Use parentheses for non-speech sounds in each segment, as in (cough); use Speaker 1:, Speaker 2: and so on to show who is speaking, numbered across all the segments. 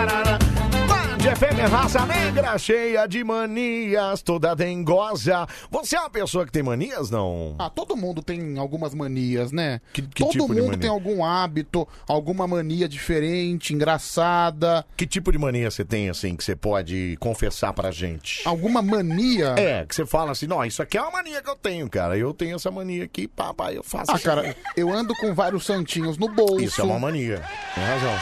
Speaker 1: Band FM Raça negra, cheia de manias, toda dengosa. Você é uma pessoa que tem manias, não?
Speaker 2: Ah, todo mundo tem algumas manias, né?
Speaker 1: que
Speaker 2: todo
Speaker 1: tipo de
Speaker 2: mundo
Speaker 1: mania?
Speaker 2: tem algum hábito, alguma mania diferente, engraçada.
Speaker 1: Que tipo de mania você tem, assim, que você pode confessar pra gente?
Speaker 2: Alguma mania?
Speaker 1: É, que você fala assim, não, isso aqui é uma mania que eu tenho, cara. Eu tenho essa mania aqui, papai, eu faço.
Speaker 2: Ah, cara, eu ando com vários santinhos no bolso.
Speaker 1: Isso é uma mania. Tem razão.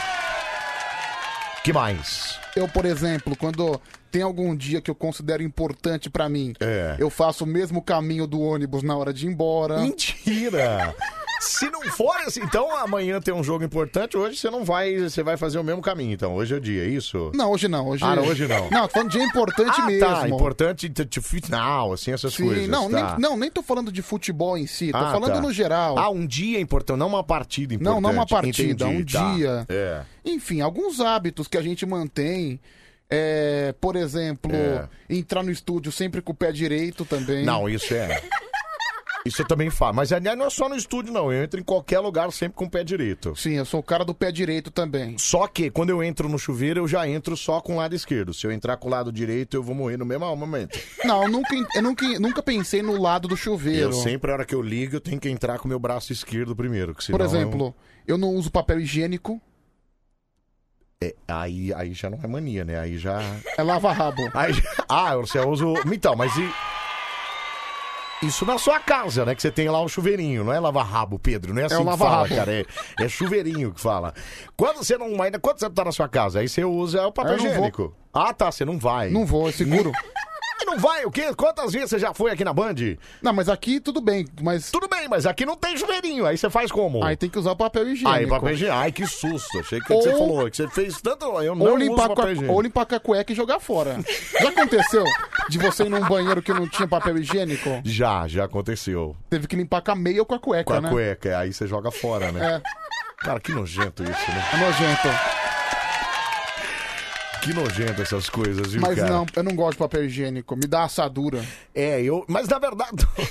Speaker 1: Que mais?
Speaker 2: Eu, por exemplo, quando tem algum dia que eu considero importante pra mim,
Speaker 1: É.
Speaker 2: eu faço o mesmo caminho do ônibus na hora de ir embora.
Speaker 1: Mentira! Se não for assim, então amanhã tem um jogo importante, hoje você não vai, você vai fazer o mesmo caminho, então. Hoje é o dia, é isso?
Speaker 2: Não, hoje não, hoje
Speaker 1: Ah, não, hoje não.
Speaker 2: Não, tô falando de dia importante
Speaker 1: ah,
Speaker 2: mesmo.
Speaker 1: tá, importante t- t- final, assim, essas
Speaker 2: Sim,
Speaker 1: coisas.
Speaker 2: não,
Speaker 1: tá.
Speaker 2: nem, não, nem tô falando de futebol em si, tô
Speaker 1: Ah,
Speaker 2: falando
Speaker 1: tá.
Speaker 2: no geral.
Speaker 1: Ah, um dia importante, não uma partida importante.
Speaker 2: Não, não uma partida,
Speaker 1: Entendi,
Speaker 2: um
Speaker 1: tá.
Speaker 2: dia.
Speaker 1: É.
Speaker 2: Enfim, alguns hábitos que a gente mantém. é, por exemplo,
Speaker 1: É.
Speaker 2: entrar no estúdio sempre com o pé direito também.
Speaker 1: Não, isso é. Isso eu também faço. Mas aliás, não é só no estúdio, não. Eu entro em qualquer lugar sempre com o pé direito.
Speaker 2: Sim, eu sou o cara do pé direito também.
Speaker 1: Só que quando eu entro no chuveiro, eu já entro só com o lado esquerdo. Se eu entrar com o lado direito, eu vou morrer no mesmo momento.
Speaker 2: Não, eu nunca, eu nunca, nunca pensei no lado do chuveiro.
Speaker 1: Eu sempre, a hora que eu ligo, eu tenho que entrar com o meu braço esquerdo primeiro. Que
Speaker 2: Por
Speaker 1: senão
Speaker 2: exemplo, eu... não uso papel higiênico,
Speaker 1: eu- é, aí, aí já não é mania, né? Aí já.
Speaker 2: é lava-rabo.
Speaker 1: (laughs) Aí, ah, você usa o. Então, mas e. Isso na sua casa, né? Que você tem lá um chuveirinho, não é lava-rabo, Pedro? Não é assim
Speaker 2: o
Speaker 1: que fala,
Speaker 2: lava-rabo.
Speaker 1: cara. É, é chuveirinho que fala. Quando você não ainda, quando você tá na sua casa, aí você usa o papel
Speaker 2: Eu não vou.
Speaker 1: higiênico. Ah, tá, você não vai.
Speaker 2: Não vou, é seguro.
Speaker 1: (laughs) Não vai o quê? Quantas vezes você já Ah, foi aqui na Band?
Speaker 2: Não, mas aqui tudo bem, mas.
Speaker 1: Tudo bem, mas aqui não tem chuveirinho. Aí você faz como?
Speaker 2: Aí tem que usar o papel higiênico.
Speaker 1: Ai, Ah, papel higiênico. Ai, que susto. Achei que, você
Speaker 2: Ou-
Speaker 1: falou. Que você fez tanto. Eu não
Speaker 2: Ou
Speaker 1: uso
Speaker 2: limpar, com
Speaker 1: papel
Speaker 2: a,
Speaker 1: higiênico.
Speaker 2: ou limpar com a cueca e jogar fora. Já aconteceu de você ir num banheiro que não tinha papel higiênico?
Speaker 1: Já, já aconteceu.
Speaker 2: Teve que limpar com a meia ou com a cueca,
Speaker 1: Com a
Speaker 2: né?
Speaker 1: cueca. Aí você joga fora, né?
Speaker 2: É,
Speaker 1: Cara, que nojento isso, né?
Speaker 2: é nojento.
Speaker 1: Que nojento essas coisas, viu,
Speaker 2: Mas
Speaker 1: cara?
Speaker 2: não, eu não gosto de papel higiênico. Me dá assadura.
Speaker 1: É, eu. Mas na verdade. (laughs)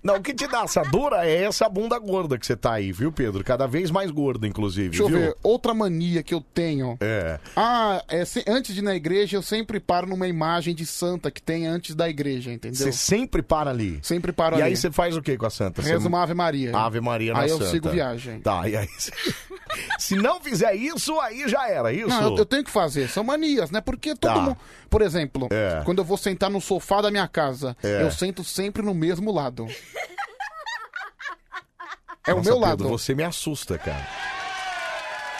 Speaker 1: Não, o que te dá essa dura é essa bunda gorda que você tá aí, viu, Pedro? Cada vez mais gorda, inclusive,
Speaker 2: Deixa eu
Speaker 1: viu?
Speaker 2: ver, outra mania que eu tenho.
Speaker 1: É.
Speaker 2: Ah, é, se- antes de ir na igreja, eu sempre paro numa imagem de santa que tem antes da igreja, entendeu?
Speaker 1: Você sempre para ali.
Speaker 2: Sempre paro
Speaker 1: e
Speaker 2: ali.
Speaker 1: aí você faz o que com a santa? Você-
Speaker 2: Rezo uma Ave Maria.
Speaker 1: Ave Maria na
Speaker 2: Aí eu
Speaker 1: Santa.
Speaker 2: sigo viagem.
Speaker 1: Tá, e aí... você- Se não fizer isso, aí já era, isso?
Speaker 2: Não, eu, eu tenho que fazer. São manias, né? Porque todo
Speaker 1: Tá.
Speaker 2: mundo. Por exemplo,
Speaker 1: É.
Speaker 2: quando eu vou sentar no sofá da minha casa,
Speaker 1: É.
Speaker 2: eu sento sempre no mesmo lado. É o
Speaker 1: Nossa,
Speaker 2: meu
Speaker 1: Pedro,
Speaker 2: lado.
Speaker 1: Você me assusta, cara.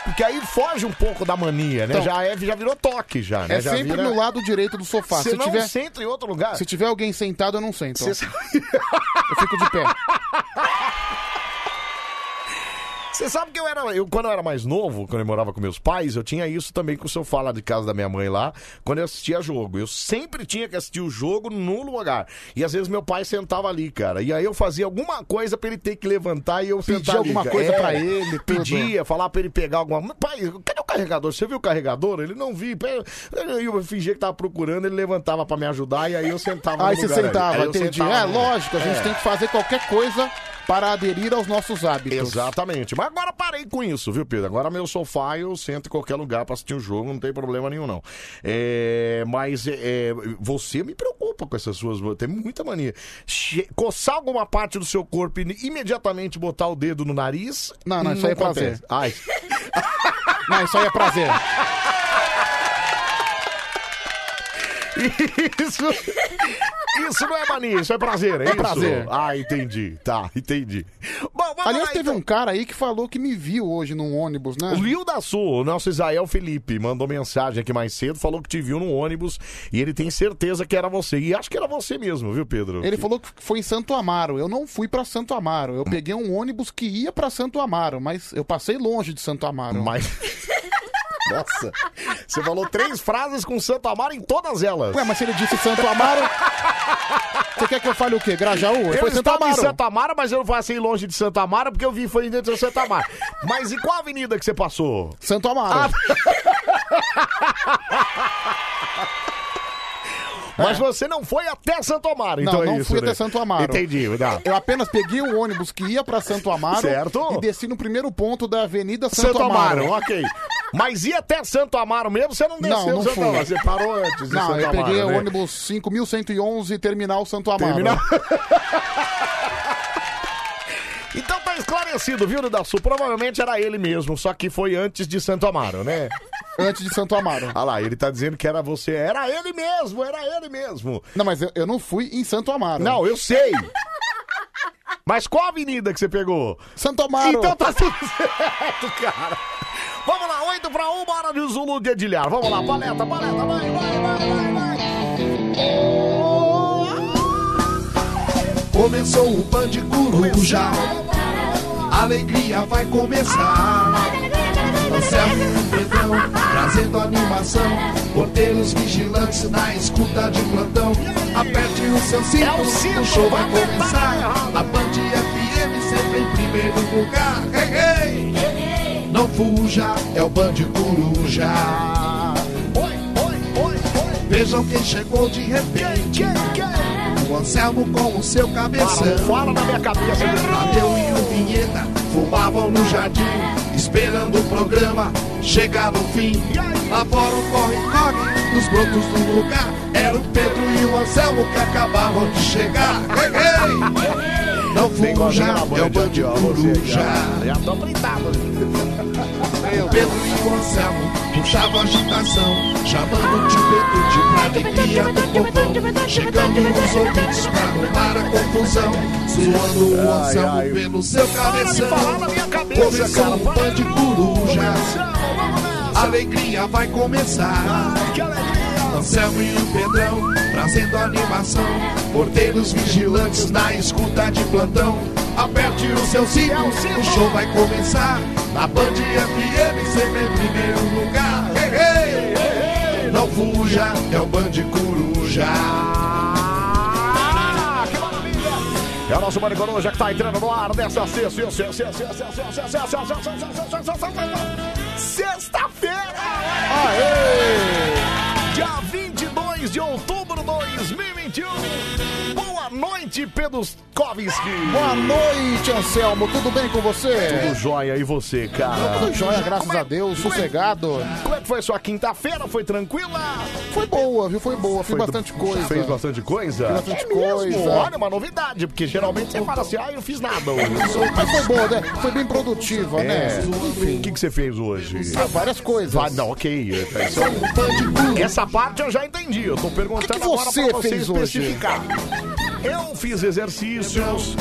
Speaker 1: Porque aí foge um pouco da mania, né?
Speaker 2: Então,
Speaker 1: já, é, já virou toque, já, né?
Speaker 2: É
Speaker 1: Já
Speaker 2: sempre
Speaker 1: vira-
Speaker 2: no lado direito do sofá.
Speaker 1: Você
Speaker 2: Se
Speaker 1: não
Speaker 2: tiver,
Speaker 1: senta em outro lugar?
Speaker 2: se tiver alguém sentado, eu não sento.
Speaker 1: Você-
Speaker 2: Eu fico de pé.
Speaker 1: Você sabe que eu era. Eu, quando eu era mais novo, quando eu morava com meus pais, eu tinha isso também com o sofá lá de casa da minha mãe lá, quando eu assistia jogo. Eu sempre tinha que assistir o jogo num lugar. E às vezes meu pai sentava ali, cara. E aí eu fazia alguma coisa pra ele ter que levantar e eu
Speaker 2: Pedia
Speaker 1: sentar ali,
Speaker 2: alguma
Speaker 1: cara. É,
Speaker 2: coisa pra ele, tudo.
Speaker 1: Pedia, falar pra ele pegar alguma. Pai, cadê o carregador? Você viu o carregador? Ele não vi. Pera- Eu fingia que tava procurando, ele levantava pra me ajudar e aí eu sentava
Speaker 2: Aí
Speaker 1: no
Speaker 2: você
Speaker 1: lugar ali. Aí
Speaker 2: sentava,
Speaker 1: eu
Speaker 2: entendi.
Speaker 1: sentava
Speaker 2: É
Speaker 1: no-
Speaker 2: lógico, a gente
Speaker 1: É.
Speaker 2: tem que fazer qualquer coisa para aderir aos nossos hábitos.
Speaker 1: Exatamente. Mas agora parei com isso, viu, Pedro? Agora meu sofá eu sento em qualquer lugar pra assistir o jogo, não tem problema nenhum, não. É, mas é, você me preocupa com essas suas. Tem muita mania. Che- Coçar alguma parte do seu corpo e imediatamente botar o dedo no nariz.
Speaker 2: Não, não, isso aí é
Speaker 1: acontece.
Speaker 2: prazer.
Speaker 1: Ai.
Speaker 2: Não, isso aí é prazer.
Speaker 1: Isso, isso não é mania, isso é prazer, é, isso?
Speaker 2: prazer.
Speaker 1: Ah, entendi. Tá, entendi. (laughs) Bom, vamos
Speaker 2: Aliás,
Speaker 1: lá,
Speaker 2: teve
Speaker 1: então.
Speaker 2: um cara aí que falou que me viu hoje num ônibus, né?
Speaker 1: O Rio da Sul, o nosso Israel Felipe, mandou mensagem aqui mais cedo, falou que te viu no ônibus e ele tem certeza que era você. E acho que era você mesmo, viu, Pedro?
Speaker 2: Ele falou que foi em Santo Amaro. Eu não fui pra Santo Amaro. Eu peguei um ônibus que ia pra Santo Amaro, mas eu passei longe de Santo Amaro.
Speaker 1: Mas.
Speaker 2: (laughs)
Speaker 1: Nossa, você falou três frases com Santo Amaro em todas elas.
Speaker 2: Ué, mas se ele disse Santo Amaro. Você quer que eu fale o quê? Grajaú?
Speaker 1: Eu
Speaker 2: Foi Santo
Speaker 1: estava em
Speaker 2: Amaro.
Speaker 1: Santa Amaro, mas eu não passei longe de Santa Amaro porque eu vi foi dentro de Santa Amaro. Mas e qual avenida que você passou? Ah.
Speaker 2: (laughs) Santo Amaro.
Speaker 1: Mas você não foi até Santo Amaro, então
Speaker 2: não,
Speaker 1: é
Speaker 2: não
Speaker 1: isso,
Speaker 2: fui
Speaker 1: né?
Speaker 2: até Santo Amaro.
Speaker 1: Entendi, tá.
Speaker 2: Eu apenas peguei o ônibus que ia pra Santo Amaro
Speaker 1: Certo.
Speaker 2: e desci no primeiro ponto da Avenida Santo,
Speaker 1: Santo Amaro, ok. Mas ia até Santo Amaro mesmo? Você não desceu
Speaker 2: É, Não, não
Speaker 1: Santo
Speaker 2: fui.
Speaker 1: Amaro, você parou antes de
Speaker 2: Não,
Speaker 1: Santo
Speaker 2: eu peguei
Speaker 1: Amaro,
Speaker 2: o
Speaker 1: né?
Speaker 2: ônibus 5111 Terminal Santo Amaro.
Speaker 1: Terminal- Então tá esclarecido, viu, Dudaçu? Provavelmente era ele mesmo, só que foi antes de Santo Amaro, né?
Speaker 2: (laughs) Antes de Santo Amaro.
Speaker 1: Ah lá, ele tá dizendo que era você. Era ele mesmo, era ele mesmo.
Speaker 2: Não, mas eu, eu não fui em Santo Amaro.
Speaker 1: Não, eu sei. Mas qual avenida que você pegou?
Speaker 2: Santo Amaro.
Speaker 1: Então tá tudo (laughs) certo, cara. Vamos lá, 8 pra 1, hora de Zulu de Edilhar. Vamos lá, paleta, paleta, vai, vai, vai, vai, vai.
Speaker 3: Começou o Band Coruja, a alegria vai começar. Anselmo e Pedrão, trazendo animação. Porteiros vigilantes na escuta de plantão. Aperte o seu cinto,
Speaker 1: É o cinto,
Speaker 3: o show vai
Speaker 1: vai
Speaker 3: começar. A Band FM sempre em primeiro lugar. Hey, hey! Não fuja, é o Band Coruja. Vejam quem chegou de repente. O Anselmo com o seu
Speaker 1: Para,
Speaker 3: cabeção.
Speaker 1: fala na minha cabeça.
Speaker 3: Tadeu e o Vinheta fumavam no jardim, esperando o programa chegar no fim. Lá fora o corre-corre dos brotos do lugar. Era o Pedro e o Anselmo que acabavam de chegar. Ei, ei! Não fuja, é o Band Coruja.
Speaker 1: Já é né? tô brindado.
Speaker 3: O Pedro e o Anselmo puxavam agitação, chamando o tio Pedro de pra alegria do povão. Chegando os ouvintes pra arrumar a confusão, zoando o
Speaker 1: Ai,
Speaker 3: Anselmo
Speaker 1: ai.
Speaker 3: pelo seu
Speaker 1: Para de
Speaker 3: cabeção.
Speaker 1: falar na minha cabeça,
Speaker 3: Começou
Speaker 1: cara.
Speaker 3: o
Speaker 1: Para
Speaker 3: pão de coruja,
Speaker 1: Vamos nessa.
Speaker 3: a alegria vai começar.
Speaker 1: Que alegria.
Speaker 3: Anselmo e o Pedrão trazendo animação. Porteiros vigilantes na escuta de plantão. Aperte o seu cinto,
Speaker 1: É
Speaker 3: o show vai começar. Na Band FM sempre em primeiro lugar. Hey, hey! Não fuja, é o Band Coruja.
Speaker 1: Ah, que maravilha. É o nosso Bande Coruja que tá entrando no ar dessa sexta- sexta- sexta- sexta- sexta- sexta- sexta- sexta- sexta- sexta- sexta- sexta- Sexta-feira! Aê! Dia 22 de outubro de 2021. Boa noite, Peduskovski.
Speaker 2: Boa noite, Anselmo. Tudo bem com
Speaker 1: Tudo
Speaker 2: você?
Speaker 1: jóia, e você, cara? é
Speaker 2: Tudo jóia, graças a Deus. Sossegado.
Speaker 1: Como é que foi sua quinta-feira? Foi tranquila?
Speaker 2: Foi boa, viu? Foi boa. Fiz
Speaker 1: Foi-
Speaker 2: bastante coisa.
Speaker 1: Fez bastante coisa?
Speaker 2: Fiz bastante
Speaker 1: é mesmo?
Speaker 2: coisa.
Speaker 1: Olha, uma novidade, porque geralmente você fala assim, ah, eu não fiz nada hoje.
Speaker 2: Mas foi boa, né? Foi bem produtiva,
Speaker 1: É.
Speaker 2: né?
Speaker 1: O que, que você fez hoje?
Speaker 2: Ah, várias coisas. um
Speaker 1: Ah, não, ok.
Speaker 3: Sou o Band Coruja.
Speaker 1: Essa parte eu já entendi. Eu tô perguntando
Speaker 2: O que que
Speaker 1: agora
Speaker 2: você
Speaker 1: pra você
Speaker 2: fez hoje?
Speaker 1: especificar. Eu fiz exercícios,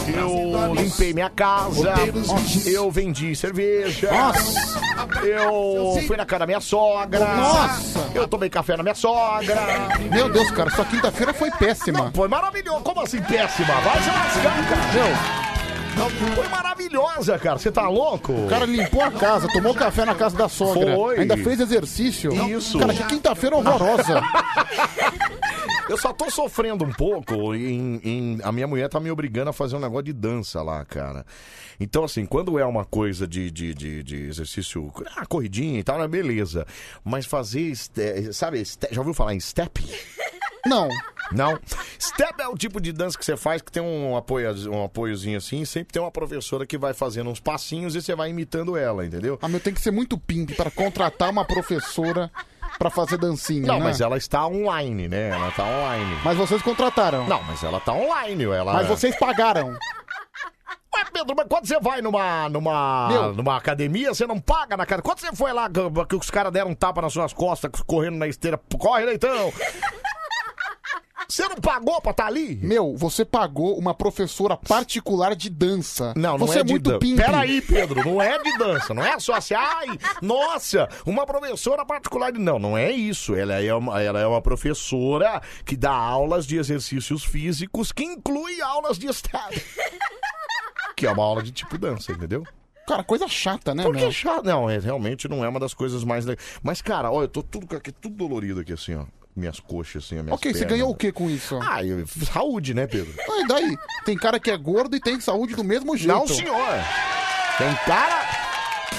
Speaker 1: eu limpei minha casa, eu vendi cerveja,
Speaker 2: Nossa.
Speaker 1: eu fui na casa da minha sogra,
Speaker 2: Nossa.
Speaker 1: eu tomei café na minha sogra.
Speaker 2: Meu Deus, cara, sua quinta-feira foi péssima.
Speaker 1: Foi maravilhoso. Como assim péssima? Vai se lascar, cara. Não, foi maravilhosa, cara. Você tá louco?
Speaker 2: O cara limpou a casa, tomou café na casa da sogra.
Speaker 1: Foi.
Speaker 2: Ainda fez exercício.
Speaker 1: Isso. Ah.
Speaker 2: Cara, que quinta-feira horrorosa.
Speaker 1: (laughs) eu só tô sofrendo um pouco. Em, em- a minha mulher tá me obrigando a fazer um negócio de dança lá, cara. Então, assim, quando é uma coisa de, de, de, de exercício, ah, corridinha e tal, né? beleza. Mas fazer, este- sabe, este- já ouviu falar em step?
Speaker 2: Não.
Speaker 1: Não. Step é o tipo de dança que você faz que tem um, apoio, um apoiozinho assim, sempre tem uma professora que vai fazendo uns passinhos e você vai imitando ela, entendeu?
Speaker 2: Ah, meu, tem que ser muito pimp pra contratar uma professora pra fazer dancinha,
Speaker 1: Não,
Speaker 2: né?
Speaker 1: mas ela está online, né? Ela tá online.
Speaker 2: Mas vocês contrataram.
Speaker 1: Não, mas ela tá online, ela.
Speaker 2: Mas vocês pagaram.
Speaker 1: (laughs) Ué, Pedro, mas quando você vai numa, numa,
Speaker 2: Meu.
Speaker 1: numa academia, você não paga na cara. Quando você foi lá que- que os caras deram um tapa nas suas costas, correndo na esteira, corre, leitão! (laughs) Você não pagou pra estar ali?
Speaker 2: Meu, você pagou uma professora particular de dança.
Speaker 1: Não, não
Speaker 2: você
Speaker 1: é
Speaker 2: é
Speaker 1: de
Speaker 2: muito
Speaker 1: dança.
Speaker 2: pimp.
Speaker 1: Peraí, Pedro, não é de dança. Não é só assim, ai, nossa, uma professora particular. de- Não, não é isso. Ela é, uma, ela é uma professora que dá aulas de exercícios físicos que inclui aulas de estado. Que é uma aula de tipo dança, entendeu?
Speaker 2: Cara, coisa chata, né,
Speaker 1: Porque
Speaker 2: meu?
Speaker 1: chato. Não, é, realmente não é uma das coisas mais. le- Mas, cara, olha, eu tô tudo, aqui, tudo dolorido aqui, assim, ó. Minhas coxas, assim, as
Speaker 2: (laughs)
Speaker 1: minhas
Speaker 2: Ok, você
Speaker 1: pernas.
Speaker 2: ganhou o que com isso? Ah,
Speaker 1: Ah, eu- saúde, né, Pedro?
Speaker 2: e daí? Tem cara que é gordo e tem saúde do mesmo jeito.
Speaker 1: Não, senhor. Tem cara.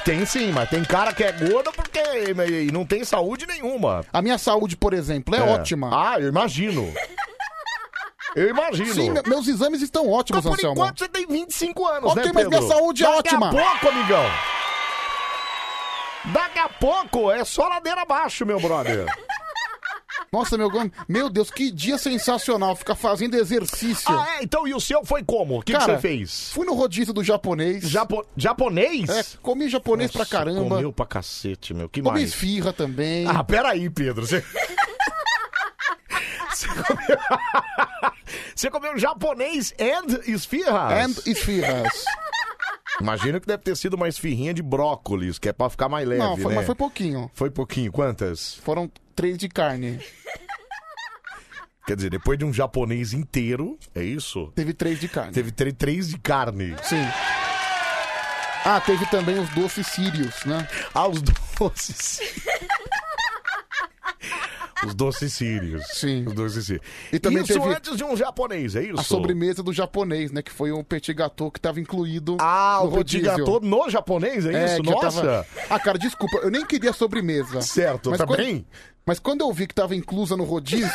Speaker 1: Tem sim, mas tem cara que é gordo porque e não tem saúde nenhuma.
Speaker 2: A minha saúde, por exemplo, é,
Speaker 1: É.
Speaker 2: ótima.
Speaker 1: Ah, eu imagino. Eu imagino.
Speaker 2: Sim, me- meus exames estão ótimos,
Speaker 1: Mas por
Speaker 2: Anselmo.
Speaker 1: enquanto você tem 25 anos,
Speaker 2: Ok,
Speaker 1: né,
Speaker 2: mas
Speaker 1: Pedro?
Speaker 2: minha saúde é
Speaker 1: Daqui
Speaker 2: ótima.
Speaker 1: Daqui a pouco, amigão. Daqui a pouco é só ladeira abaixo, meu brother.
Speaker 2: (laughs) Nossa, meu, gan- meu Deus, que dia sensacional ficar fazendo exercício.
Speaker 1: Ah, é? Então, e o seu foi como? O que, que
Speaker 2: Cara,
Speaker 1: você fez?
Speaker 2: Fui no rodízio do japonês.
Speaker 1: Japonês?
Speaker 2: É, comi japonês pra caramba.
Speaker 1: Comeu pra cacete, meu. Que
Speaker 2: Comi
Speaker 1: mais?
Speaker 2: esfirra também.
Speaker 1: Ah, peraí,
Speaker 2: (laughs)
Speaker 1: Pedro. Você... Você comeu... (laughs) Você comeu japonês and esfirras?
Speaker 2: And esfirras.
Speaker 1: Imagino que deve ter sido uma esfirrinha de brócolis, que é pra ficar mais leve,
Speaker 2: Não, foi-
Speaker 1: né?
Speaker 2: mas foi pouquinho.
Speaker 1: Foi pouquinho. Quantas?
Speaker 2: Foram três de carne.
Speaker 1: Quer dizer, depois de um japonês inteiro, é isso?
Speaker 2: Teve três de carne.
Speaker 1: Teve tre- três de carne.
Speaker 2: Sim. Ah, teve também os doces sírios, né?
Speaker 1: Ah, os (laughs) doces. Os doces sírios.
Speaker 2: Sim.
Speaker 1: Os doces sírios.
Speaker 2: E também
Speaker 1: isso
Speaker 2: teve-
Speaker 1: antes de um japonês, é isso?
Speaker 2: A sobremesa do japonês, né? Que foi um petit gâteau que tava incluído.
Speaker 1: Ah,
Speaker 2: no
Speaker 1: o petit
Speaker 2: rodízio.
Speaker 1: gâteau no japonês, é, isso?
Speaker 2: que eu
Speaker 1: Nossa!
Speaker 2: tava- Ah, cara, desculpa, eu nem queria sobremesa.
Speaker 1: Certo, tá bem?
Speaker 2: Mas quando eu vi que tava inclusa no rodízio,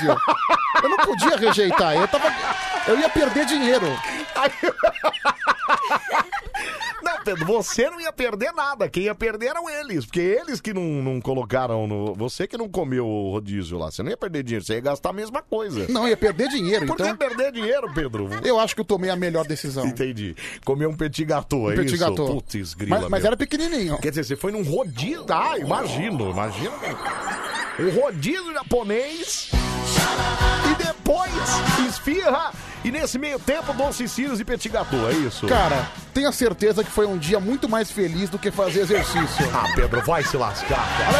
Speaker 2: (laughs) eu não podia rejeitar. Eu tava. Eu ia perder dinheiro.
Speaker 1: Não, Pedro, você não ia perder nada. Quem ia perder eram eles. Porque eles que não, não colocaram no. Você que não comeu o rodízio lá. Você não ia perder dinheiro, você ia gastar a mesma coisa.
Speaker 2: Não, eu ia perder dinheiro,
Speaker 1: Por
Speaker 2: então.
Speaker 1: que perder dinheiro, Pedro?
Speaker 2: Eu acho que eu tomei a melhor decisão.
Speaker 1: Entendi. Comeu um petit gâteau, é
Speaker 2: petit
Speaker 1: isso?
Speaker 2: gâteau.
Speaker 1: Putz, grila.
Speaker 2: Mas- mas
Speaker 1: meu.
Speaker 2: era pequenininho.
Speaker 1: Quer dizer, você foi num rodízio. Ah, imagino, imagino. Um rodízio japonês. E depois, esfirra. E nesse meio tempo, doces cílios e petit gâteau, é isso?
Speaker 2: Cara, tenho certeza que foi um dia muito mais feliz do que fazer exercício.
Speaker 1: Ah, Pedro, vai se lascar, cara.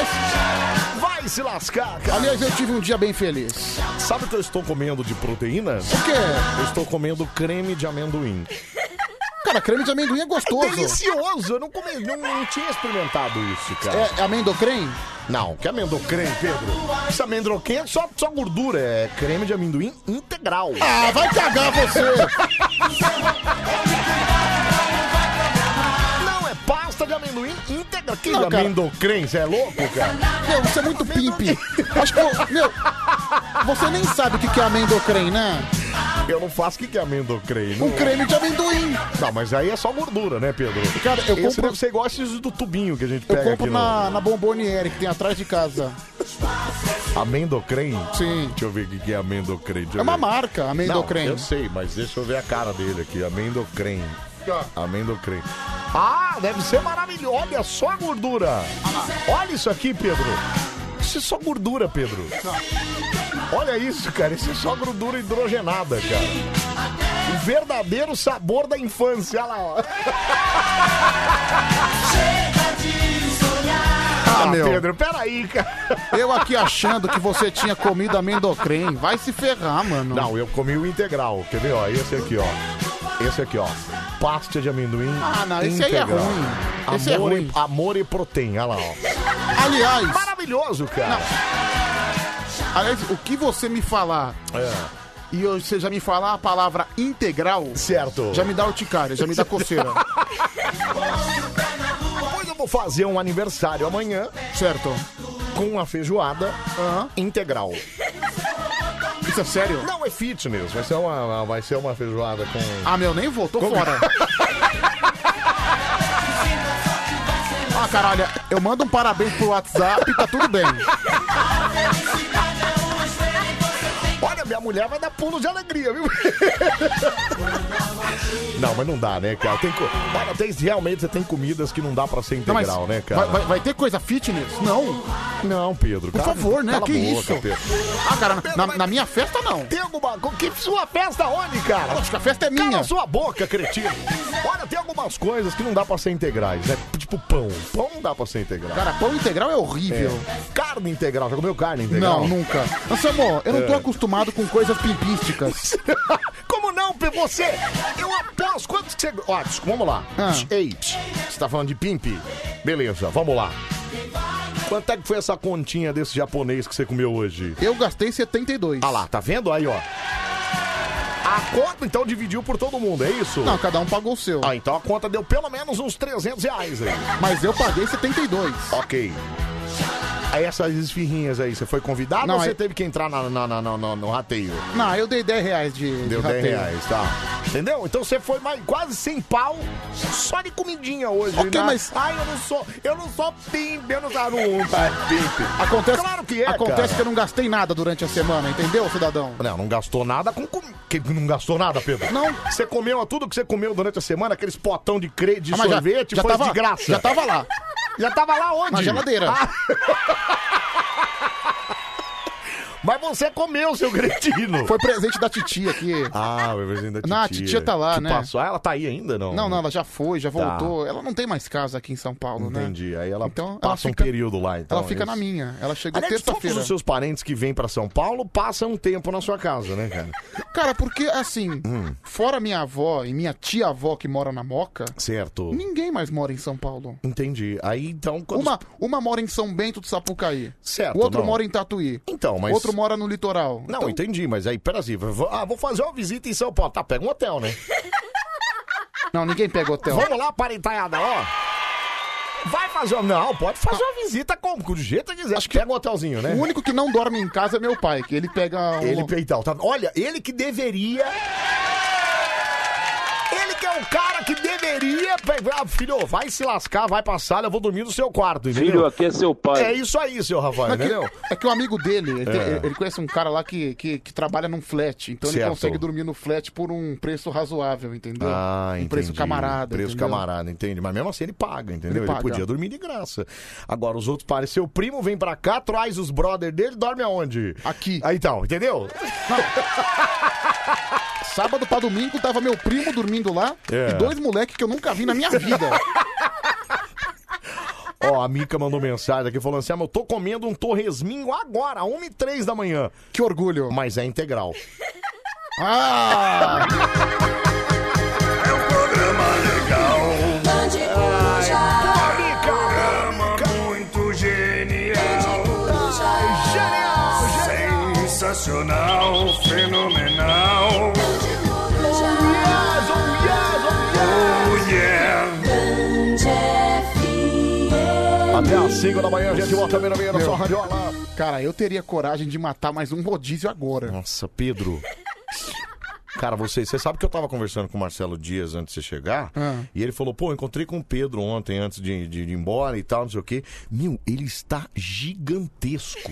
Speaker 1: Vai se lascar, cara.
Speaker 2: Aliás, eu tive um dia bem feliz.
Speaker 1: Sabe o que eu estou comendo de proteína?
Speaker 2: O quê?
Speaker 1: Eu estou comendo creme de amendoim.
Speaker 2: Cara, creme de amendoim é gostoso.
Speaker 1: Delicioso! Eu não, comi, não, não tinha experimentado isso, cara.
Speaker 2: É amendocrem?
Speaker 1: Não, que amendoim, Pedro? Esse amendoim é só, só gordura, é creme de amendoim integral.
Speaker 2: Ah, vai cagar você!
Speaker 1: Não, é pasta de amendoim integral. Que
Speaker 2: Não, cara.
Speaker 1: amendoim, você é louco, cara?
Speaker 2: Meu, você é muito pimpe. Acho que eu, Meu, você nem sabe o que que é amendocrem, né?
Speaker 1: Eu não faço o que, que é amendoim. Não...
Speaker 2: Um creme de amendoim.
Speaker 1: não, mas aí é só gordura, né, Pedro?
Speaker 2: Cara, eu
Speaker 1: Esse
Speaker 2: compro-
Speaker 1: deve ser igual esses do tubinho que a gente
Speaker 2: Eu
Speaker 1: pega
Speaker 2: compro
Speaker 1: aqui
Speaker 2: na, na bomboniere que tem atrás de casa.
Speaker 1: no... Amendoim?
Speaker 2: Sim.
Speaker 1: Deixa eu ver o que, que é amendoim. deixa eu
Speaker 2: É uma
Speaker 1: ver.
Speaker 2: marca, amendocrem.
Speaker 1: Não, eu sei, mas deixa eu ver a cara dele aqui. Amendoim.
Speaker 2: Tá.
Speaker 1: Amendoim. Ah, deve ser maravilhoso. Olha só a gordura. Olha isso aqui, Pedro. Isso é só gordura, Pedro. Olha isso, cara. Isso é só gordura hidrogenada, cara. O verdadeiro sabor da infância. Olha lá, ó. Ah,
Speaker 2: meu.
Speaker 1: Pedro, peraí, cara.
Speaker 2: Eu aqui achando que você tinha comido amendocrem. Vai se ferrar, mano.
Speaker 1: Não, eu comi o integral. Quer ver, ó? Esse aqui, ó. Esse aqui, ó. Pasta de amendoim.
Speaker 2: Ah, não, esse aí é
Speaker 1: integral.
Speaker 2: ruim. Esse é
Speaker 1: amor
Speaker 2: ruim.
Speaker 1: E, amor e proteína, olha lá, ó.
Speaker 2: Aliás,
Speaker 1: Maravilhoso, cara.
Speaker 2: aliás, o que você me falar
Speaker 1: É,
Speaker 2: e eu- você já me falar a palavra integral,
Speaker 1: certo.
Speaker 2: já me dá urticária, já me dá coceira.
Speaker 1: Depois eu vou fazer um aniversário amanhã
Speaker 2: certo?
Speaker 1: com uma feijoada
Speaker 2: Aham.
Speaker 1: integral.
Speaker 2: Isso é sério?
Speaker 1: Não é fitness, vai ser uma, uma- vai ser uma feijoada com.
Speaker 2: Ah, meu, nem vou, tô fora. Ah, caralho, eu mando um parabéns pro WhatsApp e tá tudo bem.
Speaker 1: Olha, minha mulher vai dar pulo de alegria, viu? não, mas não dá, né, cara? Tem co... Olha, tem, realmente você tem comidas que não dá pra ser
Speaker 2: Não, mas
Speaker 1: integral, né, cara?
Speaker 2: Vai, vai- vai ter coisa fitness? Não.
Speaker 1: Não, Pedro.
Speaker 2: Por
Speaker 1: cala-
Speaker 2: favor, né?
Speaker 1: cala a
Speaker 2: Que
Speaker 1: boca,
Speaker 2: isso?
Speaker 1: Pedro.
Speaker 2: Ah, cara, na, na minha festa não.
Speaker 1: Tem alguma coisa. Que sua festa onde, cara?
Speaker 2: Acho que a festa é
Speaker 1: Cala
Speaker 2: minha.
Speaker 1: a sua boca, cretino. Olha, tem algumas coisas que não dá pra ser integrais, né? Tipo pão. Pão não dá pra ser integral.
Speaker 2: Cara, pão integral é horrível.
Speaker 1: Carne integral. Já comeu carne integral?
Speaker 2: Não, nunca. Anselmo, eu
Speaker 1: É.
Speaker 2: não tô acostumado com coisas pimpísticas.
Speaker 1: Como não, Pedro? Você, eu aposto. Quantos que você. Ó, pss, vamos lá.
Speaker 2: Ah.
Speaker 1: Pss, Ei, pss, você tá falando de pimp? Beleza, vamos lá. Quanto é que foi essa continha desse japonês que você comeu hoje?
Speaker 2: Eu gastei 72.
Speaker 1: Ah lá, tá vendo? Aí, ó. A conta então dividiu por todo mundo, é isso?
Speaker 2: Não, cada um pagou o seu.
Speaker 1: Ah, então a conta deu pelo menos uns 300 reais aí.
Speaker 2: Mas eu paguei 72.
Speaker 1: Ok. Essas esfirrinhas aí, você foi convidado
Speaker 2: Não,
Speaker 1: ou você
Speaker 2: é-
Speaker 1: teve que entrar na, na- na- na- na- no rateio?
Speaker 2: Não, eu dei 10 reais de, de
Speaker 1: Deu 10
Speaker 2: rateio.
Speaker 1: reais, tá. Entendeu? Então você foi mais, quase sem pau, só de comidinha hoje.
Speaker 2: Ok,
Speaker 1: né?
Speaker 2: mas-
Speaker 1: Ai, eu não sou, eu não sou pimp, eu não sou um pimp.
Speaker 2: Acontece,
Speaker 1: Claro que é,
Speaker 2: Acontece
Speaker 1: cara.
Speaker 2: que eu não gastei nada durante a semana, entendeu, cidadão?
Speaker 1: Não, não gastou nada com... com- Que não gastou nada, Pedro?
Speaker 2: Não.
Speaker 1: Você comeu tudo que você comeu durante a semana, aqueles potão de, cre... de
Speaker 2: Ah, mas já-
Speaker 1: sorvete,
Speaker 2: já
Speaker 1: foi
Speaker 2: tava-
Speaker 1: de graça.
Speaker 2: já tava lá.
Speaker 1: Já tava lá onde?
Speaker 2: Na geladeira. (laughs)
Speaker 1: Ah. (laughs) Mas você comeu, seu cretino.
Speaker 2: Foi presente da titia aqui.
Speaker 1: Ah, o presente da titia.
Speaker 2: Não, a titia tá lá,
Speaker 1: Que
Speaker 2: né?
Speaker 1: Passou. Ah, ela tá aí ainda, não?
Speaker 2: Não, não, ela já foi, já
Speaker 1: Tá.
Speaker 2: voltou. Ela não tem mais casa aqui em São Paulo, né?
Speaker 1: Entendi. Aí ela
Speaker 2: Então, ela
Speaker 1: passa
Speaker 2: fica-
Speaker 1: um período lá. Então,
Speaker 2: ela fica
Speaker 1: é
Speaker 2: na
Speaker 1: isso.
Speaker 2: minha. Ela chegou
Speaker 1: Aliás, todos
Speaker 2: terça-feira.
Speaker 1: os seus parentes que vêm pra São Paulo passam um tempo na sua casa, né, cara?
Speaker 2: (laughs) Cara, porque assim, fora minha avó e minha tia-avó que mora na Moca,
Speaker 1: Certo.
Speaker 2: ninguém mais mora em São Paulo.
Speaker 1: Entendi. Aí então quando
Speaker 2: Uma, uma mora em São Bento do Sapucaí.
Speaker 1: Certo,
Speaker 2: O outro
Speaker 1: não.
Speaker 2: mora em Tatuí.
Speaker 1: Então, mas
Speaker 2: Outro mora no litoral.
Speaker 1: Não,
Speaker 2: Então,
Speaker 1: entendi, mas aí, peraí, vou- ah, vou fazer uma visita em São Paulo. Tá, pega um hotel, né?
Speaker 2: não, ninguém pega hotel.
Speaker 1: Vamos lá, parentaiada, ó. Vai fazer uma. Não, pode fazer uma visita tá como? Do jeito que quiser. Acho que pega um hotelzinho, né?
Speaker 2: O único que não dorme em casa é meu pai, que ele pega um...
Speaker 1: Ele peital. Tá... Olha, ele que deveria. Ele que é o cara que deveria. Ah, filho, vai se lascar, vai pra sala, eu vou dormir no seu quarto, entendeu?
Speaker 4: Filho, aqui é seu pai.
Speaker 1: É isso aí, seu Rafael,
Speaker 2: Mas que-
Speaker 1: entendeu?
Speaker 2: é que o amigo dele, ele, tem-
Speaker 1: É.
Speaker 2: ele conhece um cara lá que, que, que trabalha num flat, então ele
Speaker 1: Certo. Ah.
Speaker 2: consegue dormir no flat por um preço razoável, entendeu? um preço
Speaker 1: entendi.
Speaker 2: camarada.
Speaker 1: Preço
Speaker 2: entendeu?
Speaker 1: camarada, entende? Mas mesmo assim ele paga, entendeu?
Speaker 2: Ele
Speaker 1: Ele,
Speaker 2: paga.
Speaker 1: podia dormir de graça. Agora os outros pares, seu primo vem pra cá, traz os brother dele, dorme aonde?
Speaker 2: Aqui.
Speaker 1: Aí então, entendeu?
Speaker 2: (laughs) Sábado pra domingo tava meu primo dormindo lá
Speaker 1: É.
Speaker 2: e dois moleques que eu nunca vi na minha vida.
Speaker 1: Ó, a Mica mandou mensagem aqui falando assim: ah, mas eu tô comendo um torresminho agora, 1 e 3 da manhã.
Speaker 2: que orgulho.
Speaker 1: Mas é integral.
Speaker 2: Ah!
Speaker 5: muito genial, sensacional, fenomenal.
Speaker 1: oh,
Speaker 5: Oh yeah!
Speaker 1: (laughs) Até às 5 da manhã, a gente volta meio meio na
Speaker 2: Meu.
Speaker 1: sua radiola.
Speaker 2: Cara, eu teria coragem de matar mais um rodízio agora.
Speaker 1: Nossa, Pedro. Cara, você, você sabe que eu tava conversando com o Marcelo Dias antes de você chegar?
Speaker 2: Ah.
Speaker 1: E ele falou, pô, eu encontrei com o Pedro ontem antes de, de- de ir embora e tal, não sei o quê. Meu, ele está gigantesco.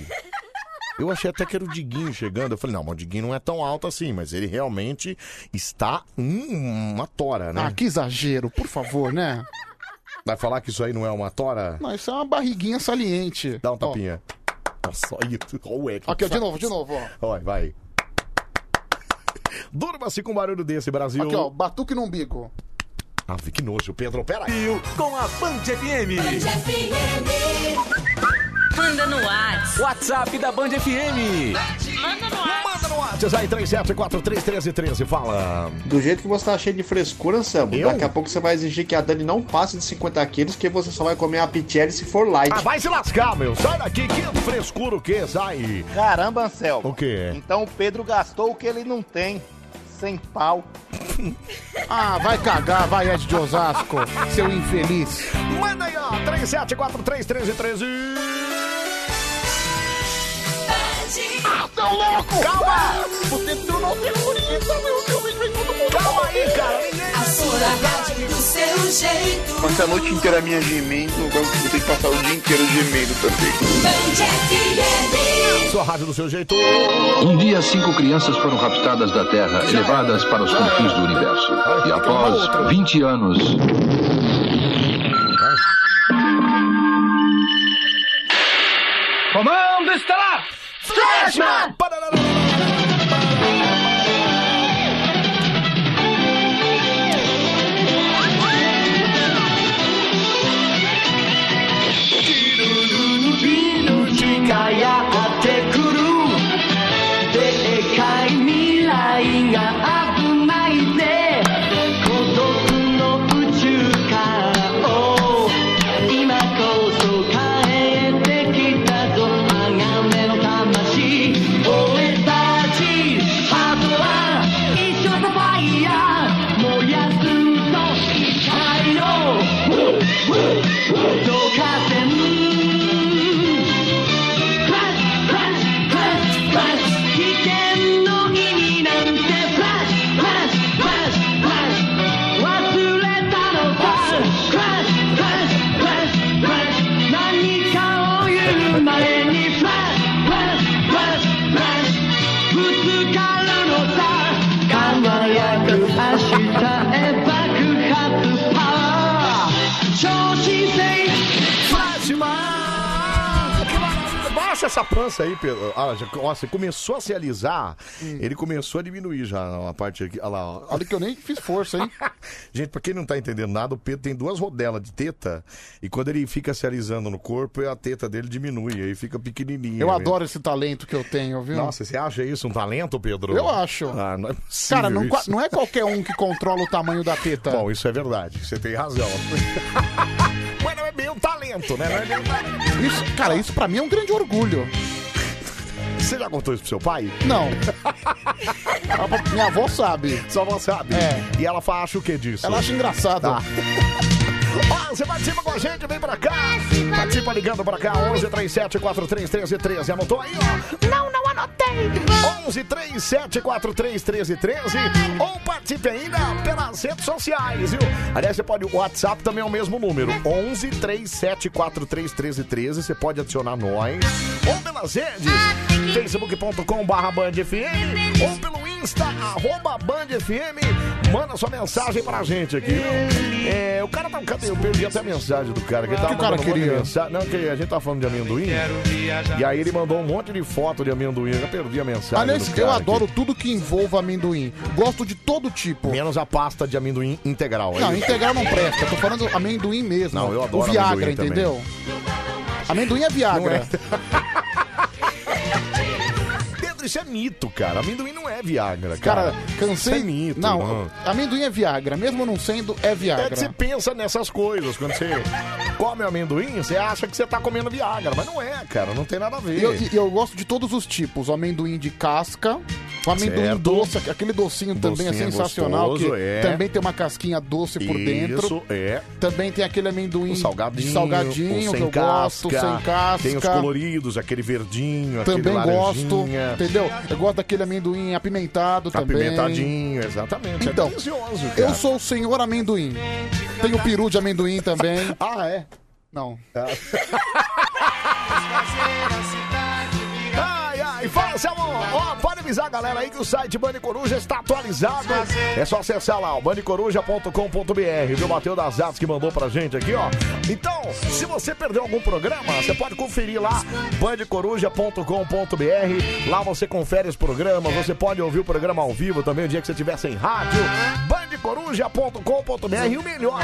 Speaker 1: Eu achei até que era o Diguinho chegando. Eu falei, não, mas o Diguinho não é tão alto assim, mas ele realmente está um- uma tora, né?
Speaker 2: Ah, que exagero, por favor, né?
Speaker 1: Vai falar que isso aí não é uma tora?
Speaker 2: Não, isso é uma barriguinha saliente.
Speaker 1: Dá um
Speaker 2: Ó,
Speaker 1: tapinha. Tá Nossa, olha o Eco.
Speaker 2: Aqui, ó, de novo, de novo, ó.
Speaker 1: Olha, vai. Durma-se com um barulho desse, Brasil.
Speaker 2: Aqui, ó, batuque no umbigo.
Speaker 1: Ave, que nojo, Pedro. Pera aí.
Speaker 6: Com a Band FM.
Speaker 7: Manda no WhatsApp.
Speaker 6: WhatsApp da Band FM.
Speaker 7: Manda no WhatsApp.
Speaker 1: Manda no WhatsApp aí, 37431313. Fala.
Speaker 8: Do jeito que você tá cheio de frescura, Sambo,
Speaker 1: Eu?
Speaker 8: daqui a pouco você vai exigir que a Dani não passe de 50 quilos, que você só vai comer a Pichelli se for light.
Speaker 1: Ah, vai se lascar, meu. Sai daqui, que frescura o que? Sai.
Speaker 9: Caramba, Anselmo.
Speaker 1: O quê?
Speaker 9: Então o Pedro gastou o que ele não tem. Sem pau.
Speaker 2: Ah, vai cagar, vai Ed de Osasco, seu infeliz.
Speaker 1: Manda aí, ó. 37431313.
Speaker 3: Ah, tá
Speaker 1: Calma! Você tu não tem bonita, meu Deus. Calma aí, cara. Ninguém...
Speaker 10: A sua rádio do seu jeito.
Speaker 5: Passa a noite inteira minha gemendo, agora vou ter que passar o dia inteiro gemendo também.
Speaker 10: Band FM.
Speaker 1: Sua rádio do seu jeito.
Speaker 11: Um dia, cinco crianças foram raptadas da Terra, levadas para os confins do universo. E após 20 anos. Comando estelar!
Speaker 1: Flashman!
Speaker 10: Oh
Speaker 1: Deixa essa pança aí, Pedro. Ah, já, ó, você começou a se alisar, ele começou a diminuir já a parte aqui. Olha lá, ó. Olha que eu nem fiz força, hein? (laughs) Gente, pra quem não tá entendendo nada, o Pedro tem duas rodelas de teta e quando ele fica se alisando no corpo, a teta dele diminui, aí fica pequenininha. né?
Speaker 2: Eu adoro esse talento que eu tenho, viu?
Speaker 1: Nossa, você acha isso um talento, Pedro?
Speaker 2: Eu acho.
Speaker 1: Ah, não é possível
Speaker 2: Cara, não, qua-
Speaker 1: isso.
Speaker 2: não é qualquer um que controla o tamanho da teta.
Speaker 1: Bom, isso é verdade. Você tem razão.
Speaker 2: (laughs)
Speaker 1: Mas não é bem um talento, né? Não é bem um talento.
Speaker 2: Isso, cara, isso pra mim é um grande orgulho.
Speaker 1: Você já contou isso pro seu pai? (laughs)
Speaker 2: Não. Minha avó sabe. É.
Speaker 1: Sua avó sabe. E ela fa- acha o que disso? Tá.
Speaker 2: Ela acha engraçado.
Speaker 1: Ó, você participa com a gente, vem pra cá. Participa ligando pra cá, 11 37 43 13 13. Anotou aí, ó? Não, não anotei. 11 37 43 13 13. Ou participe ainda pelas redes sociais, viu? Aliás, você pode. O WhatsApp também é o mesmo número: 11 37 43 13 13. Você pode adicionar nós. Ou pelas redes: facebook.com/barra bandfm. Ou pelo Insta, arroba Band FM. Manda sua mensagem pra gente aqui. viu? É, o cara tá. Cadê? Eu perdi até a mensagem do cara. Que
Speaker 2: O
Speaker 1: ele
Speaker 2: que
Speaker 1: tava
Speaker 2: o cara
Speaker 1: mandando um monte de
Speaker 2: queria?
Speaker 1: mensagem. Não, que a gente tá falando de amendoim. E aí ele mandou um monte de foto de amendoim. Eu já perdi a mensagem.
Speaker 2: Aliás,
Speaker 1: do
Speaker 2: é eu
Speaker 1: cara
Speaker 2: adoro
Speaker 1: aqui.
Speaker 2: tudo que envolva amendoim. Gosto de todo tipo.
Speaker 1: Menos a pasta de amendoim integral. é
Speaker 2: Não,
Speaker 1: isso?
Speaker 2: integral não presta. Tô falando amendoim mesmo.
Speaker 1: Não, eu adoro
Speaker 2: O Viagra,
Speaker 1: amendoim também.
Speaker 2: entendeu? Amendoim é Viagra.
Speaker 1: (laughs) Pedro, isso é mito, cara. Amendoim não é Viagra, cara.
Speaker 2: Cara, cansei.
Speaker 1: Isso é mito.
Speaker 2: não, amendoim é Viagra. Mesmo não sendo, é
Speaker 1: É que você
Speaker 2: Viagra.
Speaker 1: pensa nessas coisas. Quando você come amendoim, você acha que você tá comendo Viagra. Mas não é, cara. Não tem nada a ver.
Speaker 2: E eu, e eu gosto de todos os tipos. O amendoim de casca, o amendoim
Speaker 1: Certo.
Speaker 2: doce, aquele docinho também é
Speaker 1: Docinho
Speaker 2: sensacional.
Speaker 1: gostoso,
Speaker 2: que
Speaker 1: é.
Speaker 2: também tem uma casquinha doce por dentro.
Speaker 1: Isso, é.
Speaker 2: Também tem aquele amendoim
Speaker 1: O salgadinho,
Speaker 2: de salgadinho
Speaker 1: o
Speaker 2: que
Speaker 1: sem
Speaker 2: eu
Speaker 1: casca,
Speaker 2: gosto, sem casca.
Speaker 1: Tem os coloridos, aquele verdinho,
Speaker 2: também
Speaker 1: aquele
Speaker 2: gosto,
Speaker 1: laranjinha,
Speaker 2: entendeu? Eu gosto daquele amendoim apimentado também.
Speaker 1: apimentadinho, exatamente.
Speaker 2: Então,
Speaker 1: é delicioso, cara.
Speaker 2: Eu sou o senhor amendoim. Tenho peru de amendoim também.
Speaker 1: (laughs) Ah, é? (laughs)
Speaker 2: Não.
Speaker 1: Ai, ai, fala, Selmo! Ó, pode avisar a galera aí que o site Bande Coruja está atualizado. É só acessar lá, o bandecoruja.com.br, viu? Matheus das Artes que mandou pra gente aqui, ó. Então, se você perdeu algum programa, você pode conferir lá, bandecoruja.com.br. Lá você confere os programas, você pode ouvir o programa ao vivo também, o dia que você estiver sem rádio. bandecoruja.com.br e o melhor,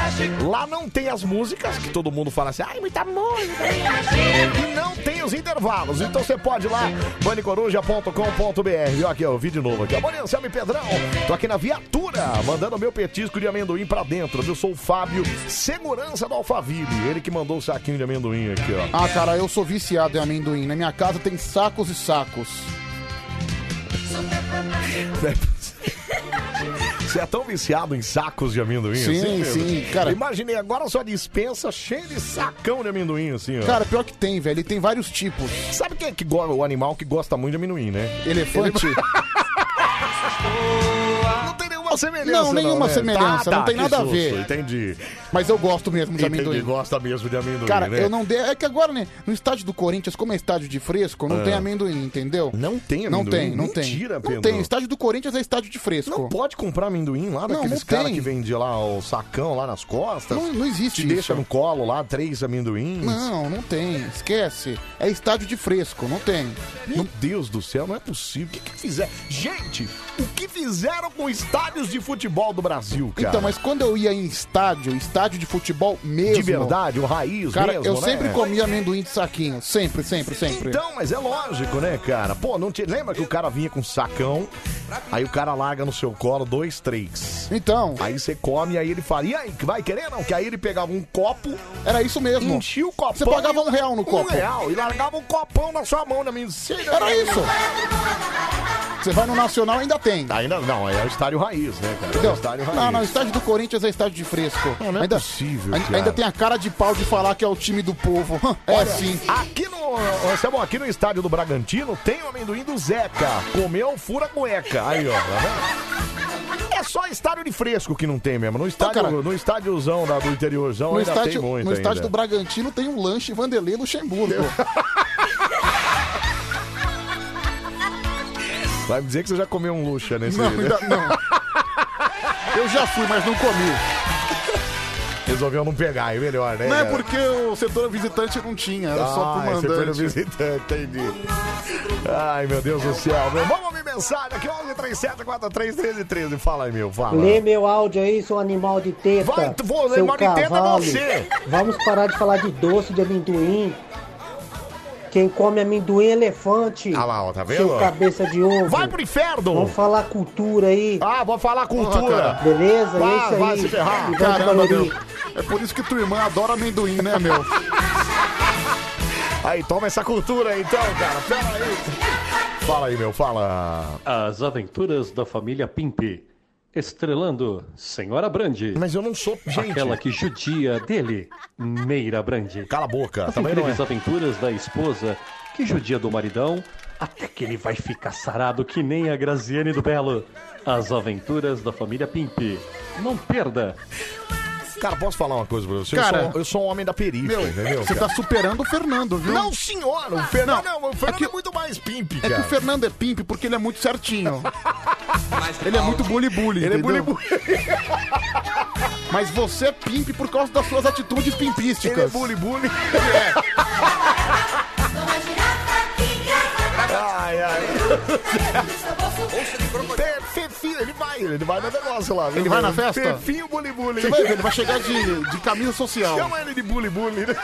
Speaker 1: lá não tem as músicas que todo mundo fala assim, ai, muita música. E não tem os intervalos. Então você pode ir lá, manicoruja.com.br. Ó, aqui, ó, eu vi de novo aqui. Amanhã, Anselmo e Pedrão. Tô aqui na viatura, mandando meu petisco de amendoim pra dentro. Eu sou o Fábio, segurança do Alphaville. Ele que mandou o saquinho de amendoim aqui, ó.
Speaker 2: Ah, cara, eu sou viciado em amendoim. Na minha casa tem sacos e sacos.
Speaker 1: Você é tão viciado em sacos de amendoim
Speaker 2: Sim,
Speaker 1: assim? Pedro?
Speaker 2: sim, cara.
Speaker 1: Imaginei agora a sua dispensa cheia de sacão de amendoim assim, ó.
Speaker 2: Cara, pior que tem, velho. E tem vários tipos.
Speaker 1: sabe quem é que gosta, o animal que gosta muito de amendoim, né?
Speaker 2: Elefante.
Speaker 1: (laughs) Não tem nenhuma semelhança.
Speaker 2: Não, nenhuma
Speaker 1: né?
Speaker 2: semelhança, não tem
Speaker 1: que
Speaker 2: nada a
Speaker 1: susto,
Speaker 2: ver.
Speaker 1: Entendi.
Speaker 2: Mas eu gosto mesmo de
Speaker 1: Entendi,
Speaker 2: amendoim.
Speaker 1: gosta mesmo de amendoim,
Speaker 2: Cara,
Speaker 1: né?
Speaker 2: eu não dei. É que agora, né? No estádio do Corinthians, como é estádio de fresco, não tem amendoim, entendeu?
Speaker 1: Ah. Não tem amendoim?
Speaker 2: Não tem, não tem.
Speaker 1: Mentira, Pedro.
Speaker 2: não tem. Estádio do Corinthians é estádio de fresco.
Speaker 1: Não pode comprar amendoim lá daqueles
Speaker 2: não
Speaker 1: caras
Speaker 2: tem.
Speaker 1: que vende lá o sacão lá nas costas?
Speaker 2: Não- não existe
Speaker 1: Te deixa
Speaker 2: isso.
Speaker 1: no colo lá três amendoins?
Speaker 2: Não, não tem. Esquece. É estádio de fresco, não tem.
Speaker 1: Meu Deus do céu, não é possível. O que, que fizeram? Gente, o que fizeram com estádios de futebol do Brasil, cara?
Speaker 2: Então, mas quando eu ia em estádio, estádio de futebol mesmo.
Speaker 1: De verdade, o raiz
Speaker 2: Cara,
Speaker 1: mesmo,
Speaker 2: eu
Speaker 1: né?
Speaker 2: sempre comia amendoim de saquinho. Sempre, sempre, sempre.
Speaker 1: Então, mas é lógico, né, cara? Pô, não te... lembra que o cara vinha com sacão, aí o cara larga no seu colo dois, três.
Speaker 2: Então,
Speaker 1: Aí você come, aí ele fala, e aí, que vai querer não? Que aí ele pegava um copo,
Speaker 2: era isso mesmo.
Speaker 1: enchia o copão.
Speaker 2: Você pagava
Speaker 1: e-
Speaker 2: um real no copo.
Speaker 1: Um real, e largava um copão na sua mão, na né? minha...
Speaker 2: Era isso. Você vai no Nacional ainda tem.
Speaker 1: Ainda não, é o estádio raiz, né, cara? É o
Speaker 2: Entendeu?
Speaker 1: estádio raiz.
Speaker 2: Não, não, estádio do Corinthians é estádio de fresco.
Speaker 1: Não, não é
Speaker 2: ainda,
Speaker 1: possível,
Speaker 2: ainda,
Speaker 1: cara.
Speaker 2: ainda tem a cara de pau de falar que é o time do povo. (laughs) É sim.
Speaker 1: Aqui no, ô, Anselmo, aqui no estádio do Bragantino tem o amendoim do Zeca. Comeu, fura a cueca. Aí, ó. tá vendo? É só estádio de fresco que não tem mesmo. No estádio,
Speaker 2: cara.
Speaker 1: no estádiozão da- do interiorzão
Speaker 2: No
Speaker 1: ainda
Speaker 2: estádio,
Speaker 1: tem muito
Speaker 2: no estádio do
Speaker 1: ainda.
Speaker 2: Bragantino tem um lanche Vanderlei Luxemburgo. (laughs)
Speaker 1: Vai me dizer que você já comeu um luxa nesse...
Speaker 2: Não, ainda não. Eu já fui, mas não comi.
Speaker 1: Resolveu não pegar, é melhor, né?
Speaker 2: Não é
Speaker 1: cara?
Speaker 2: porque o setor visitante não tinha, era só pro
Speaker 1: Ah, esse foi no
Speaker 2: mandante.
Speaker 1: visitante, entendi. Ai, meu Deus do céu, meu. Vamos ouvir mensagem aqui, 11 37 43 13 13. Fala aí, meu, fala.
Speaker 4: Lê meu áudio aí, seu animal de teta.
Speaker 1: Vai, tu- vou ler,
Speaker 4: seu
Speaker 1: animal de teta é
Speaker 4: cavalo.
Speaker 1: você.
Speaker 4: Vamos parar de falar de doce de amendoim. Quem come amendoim é elefante. Ah
Speaker 1: lá, ó, tá vendo?
Speaker 4: Seu cabeça de ovo.
Speaker 1: Vai pro inferno!
Speaker 4: Vamos falar cultura aí.
Speaker 1: Ah, vou falar
Speaker 2: Porra, cara.
Speaker 4: Beleza?
Speaker 2: Vai-
Speaker 4: é isso aí.
Speaker 2: vai se ferrar.
Speaker 4: Ivete
Speaker 2: Caramba,
Speaker 4: Valerio.
Speaker 2: meu. É por isso que tua irmã adora amendoim, né, meu?
Speaker 1: Aí, toma essa cultura então, cara. Pera aí. Fala aí, meu, fala.
Speaker 12: As aventuras da família Pimpe. Estrelando Senhora Brandi.
Speaker 1: Mas eu não sou gente.
Speaker 12: Aquela que judia dele, Meira Brandi.
Speaker 1: Cala a boca,
Speaker 12: As
Speaker 1: também não
Speaker 12: incríveis
Speaker 1: é.
Speaker 12: aventuras da esposa que judia do maridão, até que ele vai ficar sarado que nem a Graziane do Belo. As aventuras da família Pimpe. Não perda!
Speaker 1: Cara, posso falar uma coisa pra você?
Speaker 2: Cara,
Speaker 1: eu, sou, eu sou um homem da periferia,
Speaker 2: Meu,
Speaker 1: entendeu?
Speaker 2: você
Speaker 1: cara?
Speaker 2: tá superando o Fernando, viu?
Speaker 1: Não, senhor, o Fernando, não, o Fernando é, muito mais pimp,
Speaker 2: É
Speaker 1: cara.
Speaker 2: que o Fernando é pimp porque ele é muito certinho. ele é muito bully-bully,
Speaker 1: Ele é
Speaker 2: entendeu? Mas você é pimp por causa das suas atitudes pimpísticas.
Speaker 1: Ele é bully-bully. Ai, ai. Pe- Fefinho, ele vai, ele vai no negócio lá. viu,
Speaker 2: Ele vai
Speaker 1: meu?
Speaker 2: na festa?
Speaker 1: Fefinho bully bully.
Speaker 2: Você vai ver, ele vai chegar de, de camisa social.
Speaker 1: Chama ele de bully bully. né?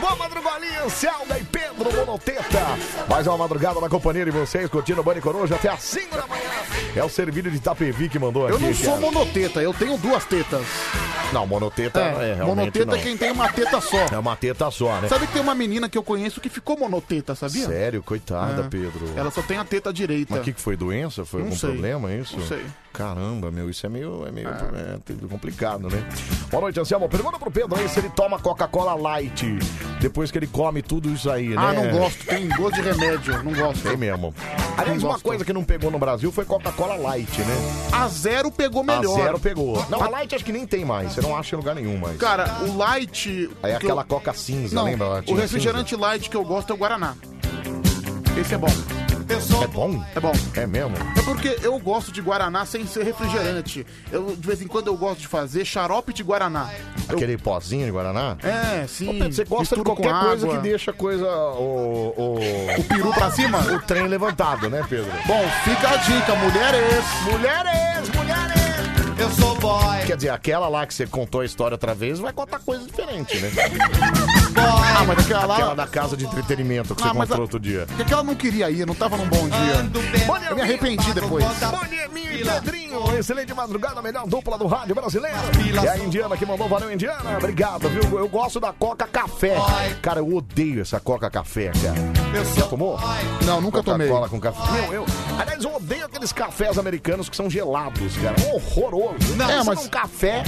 Speaker 1: Boa madrugolinha, Selga e Pedro Monoteta. Tá. Mais uma madrugada na companhia de vocês, curtindo o Bani Coruja até às 5 da manhã. É o servilho de Itapevi que mandou
Speaker 2: Eu
Speaker 1: aqui.
Speaker 2: não sou
Speaker 1: cara.
Speaker 2: monoteta, eu tenho duas tetas.
Speaker 1: Não, monoteta é, realmente
Speaker 2: monoteta
Speaker 1: não.
Speaker 2: é quem tem uma teta só.
Speaker 1: É uma teta só, né?
Speaker 2: Sabe que tem uma menina que eu conheço que ficou monoteta, sabia? É.
Speaker 1: Sério, coitada, Pedro.
Speaker 2: Ela só tem a teta direita.
Speaker 1: Mas o que, que foi? Doença? Foi
Speaker 2: Não
Speaker 1: algum
Speaker 2: sei.
Speaker 1: problema é isso?
Speaker 2: Não sei.
Speaker 1: Caramba, meu, isso é meio, é meio é, tudo complicado, né? Boa noite, Anselmo. Pergunta pro Pedro aí se ele toma Coca-Cola Light depois que ele come tudo isso aí,
Speaker 2: Ah,
Speaker 1: né?
Speaker 2: não gosto, tem gosto de remédio, não gosto.
Speaker 1: Tem mesmo. Aliás,
Speaker 2: Não
Speaker 1: uma
Speaker 2: gosto.
Speaker 1: coisa que não pegou no Brasil foi Coca-Cola Light, né?
Speaker 2: A zero pegou melhor.
Speaker 1: A zero pegou. Não, a Light acho que nem tem mais. Você não acha em lugar nenhum mais.
Speaker 2: Cara, o light.
Speaker 1: Aí
Speaker 2: que
Speaker 1: aquela
Speaker 2: eu-
Speaker 1: Coca cinza,
Speaker 2: Não,
Speaker 1: lembra? Ela
Speaker 2: o
Speaker 1: tinha
Speaker 2: refrigerante light que eu gosto é o Guaraná. Esse é bom.
Speaker 1: É bom?
Speaker 2: É bom.
Speaker 1: É mesmo?
Speaker 2: É porque eu gosto de Guaraná sem ser refrigerante. Eu, de vez em quando eu gosto de fazer xarope de Guaraná.
Speaker 1: Aquele pozinho de Guaraná?
Speaker 2: É, sim.
Speaker 1: Ô, Pedro, você gosta de
Speaker 2: misturo com
Speaker 1: qualquer coisa
Speaker 2: água.
Speaker 1: que deixa a coisa. O, o...
Speaker 2: O peru pra cima?
Speaker 1: O trem levantado, né, Pedro?
Speaker 2: Bom, fica a dica, mulheres.
Speaker 1: Mulheres, mulheres.
Speaker 2: Eu sou boy.
Speaker 1: Quer dizer, aquela lá que você contou a história outra vez vai contar coisa diferente, né?
Speaker 2: Ah, mas aquela lá.
Speaker 1: Aquela da casa de entretenimento que você
Speaker 2: Ah, mas
Speaker 1: contou
Speaker 2: a-
Speaker 1: outro dia.
Speaker 2: Porque aquela não queria ir, não tava num bom dia. Eu me arrependi depois.
Speaker 1: Boneminho e Pedrinho, excelente madrugada, melhor dupla do rádio brasileiro. E a Indiana que mandou, valeu Indiana, obrigado, viu? Eu gosto da Coca Café. Cara, eu odeio essa Coca Café, cara. Você tomou?
Speaker 2: Não, nunca tomei.
Speaker 1: Coca-Cola com café. Meu, eu, aliás, eu odeio aqueles cafés americanos que são gelados, cara. Horroroso.
Speaker 2: Não, É,
Speaker 1: Pensa
Speaker 2: mas-
Speaker 1: num café,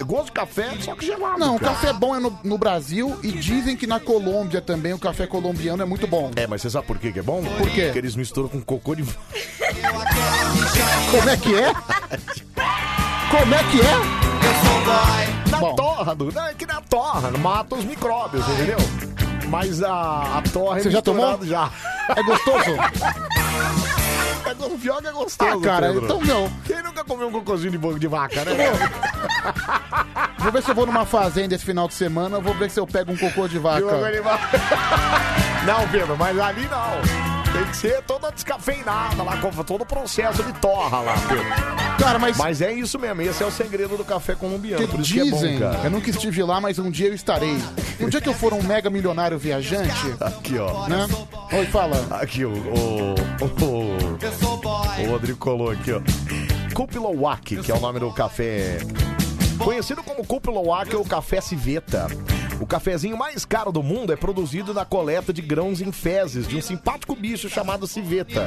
Speaker 1: eu gosto de café, só que gelado.
Speaker 2: Não, o
Speaker 1: cara.
Speaker 2: café bom é no, no Brasil e dizem que na Colômbia também o café colombiano é muito bom.
Speaker 1: É, mas você sabe por que que é bom?
Speaker 2: Por quê?
Speaker 1: Porque eles misturam com cocô de vaca.
Speaker 2: Como é que é? Como é que é?
Speaker 1: Na torra, do, não, é que na torra, mata os micróbios, entendeu? Mas a, a torra é
Speaker 2: Você já
Speaker 1: misturada
Speaker 2: tomou?
Speaker 1: já.
Speaker 2: É gostoso?
Speaker 1: (laughs) É go- o pior que é gostoso,
Speaker 2: Ah, cara,
Speaker 1: Pedro.
Speaker 2: então não.
Speaker 1: Quem nunca comeu um cocôzinho de banco de vaca, né?
Speaker 2: (laughs) Vou ver se eu vou numa fazenda esse final de semana, vou ver se eu pego um cocô de
Speaker 1: De banco
Speaker 2: vaca.
Speaker 1: de vaca. Não, Pedro, mas ali não. Tem que ser toda descafeinada lá, com todo o processo de torra lá, Pedro.
Speaker 2: Cara, mas,
Speaker 1: Mas é isso mesmo, esse é o segredo do café colombiano,
Speaker 2: que
Speaker 1: por isso que é
Speaker 2: dizem,
Speaker 1: bom, cara.
Speaker 2: eu nunca estive lá, mas um dia eu estarei. Um dia que eu for um mega milionário viajante,
Speaker 1: Aqui, ó.
Speaker 2: né? Oi, fala.
Speaker 1: Aqui, o. O, o, o Rodrigo colou aqui, ó. Kupilowak, que é o nome do café. Conhecido como Kupilowak ou café civeta. O cafezinho mais caro do mundo é produzido da coleta de grãos em fezes de um simpático bicho chamado civeta.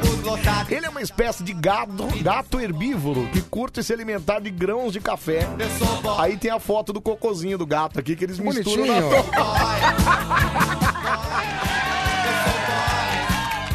Speaker 1: Ele é uma espécie de gado, gato herbívoro que curte se alimentar de grãos de café. Aí tem a foto do cocozinho do gato aqui que eles misturam na
Speaker 2: Bonitinho.
Speaker 1: torta. (laughs)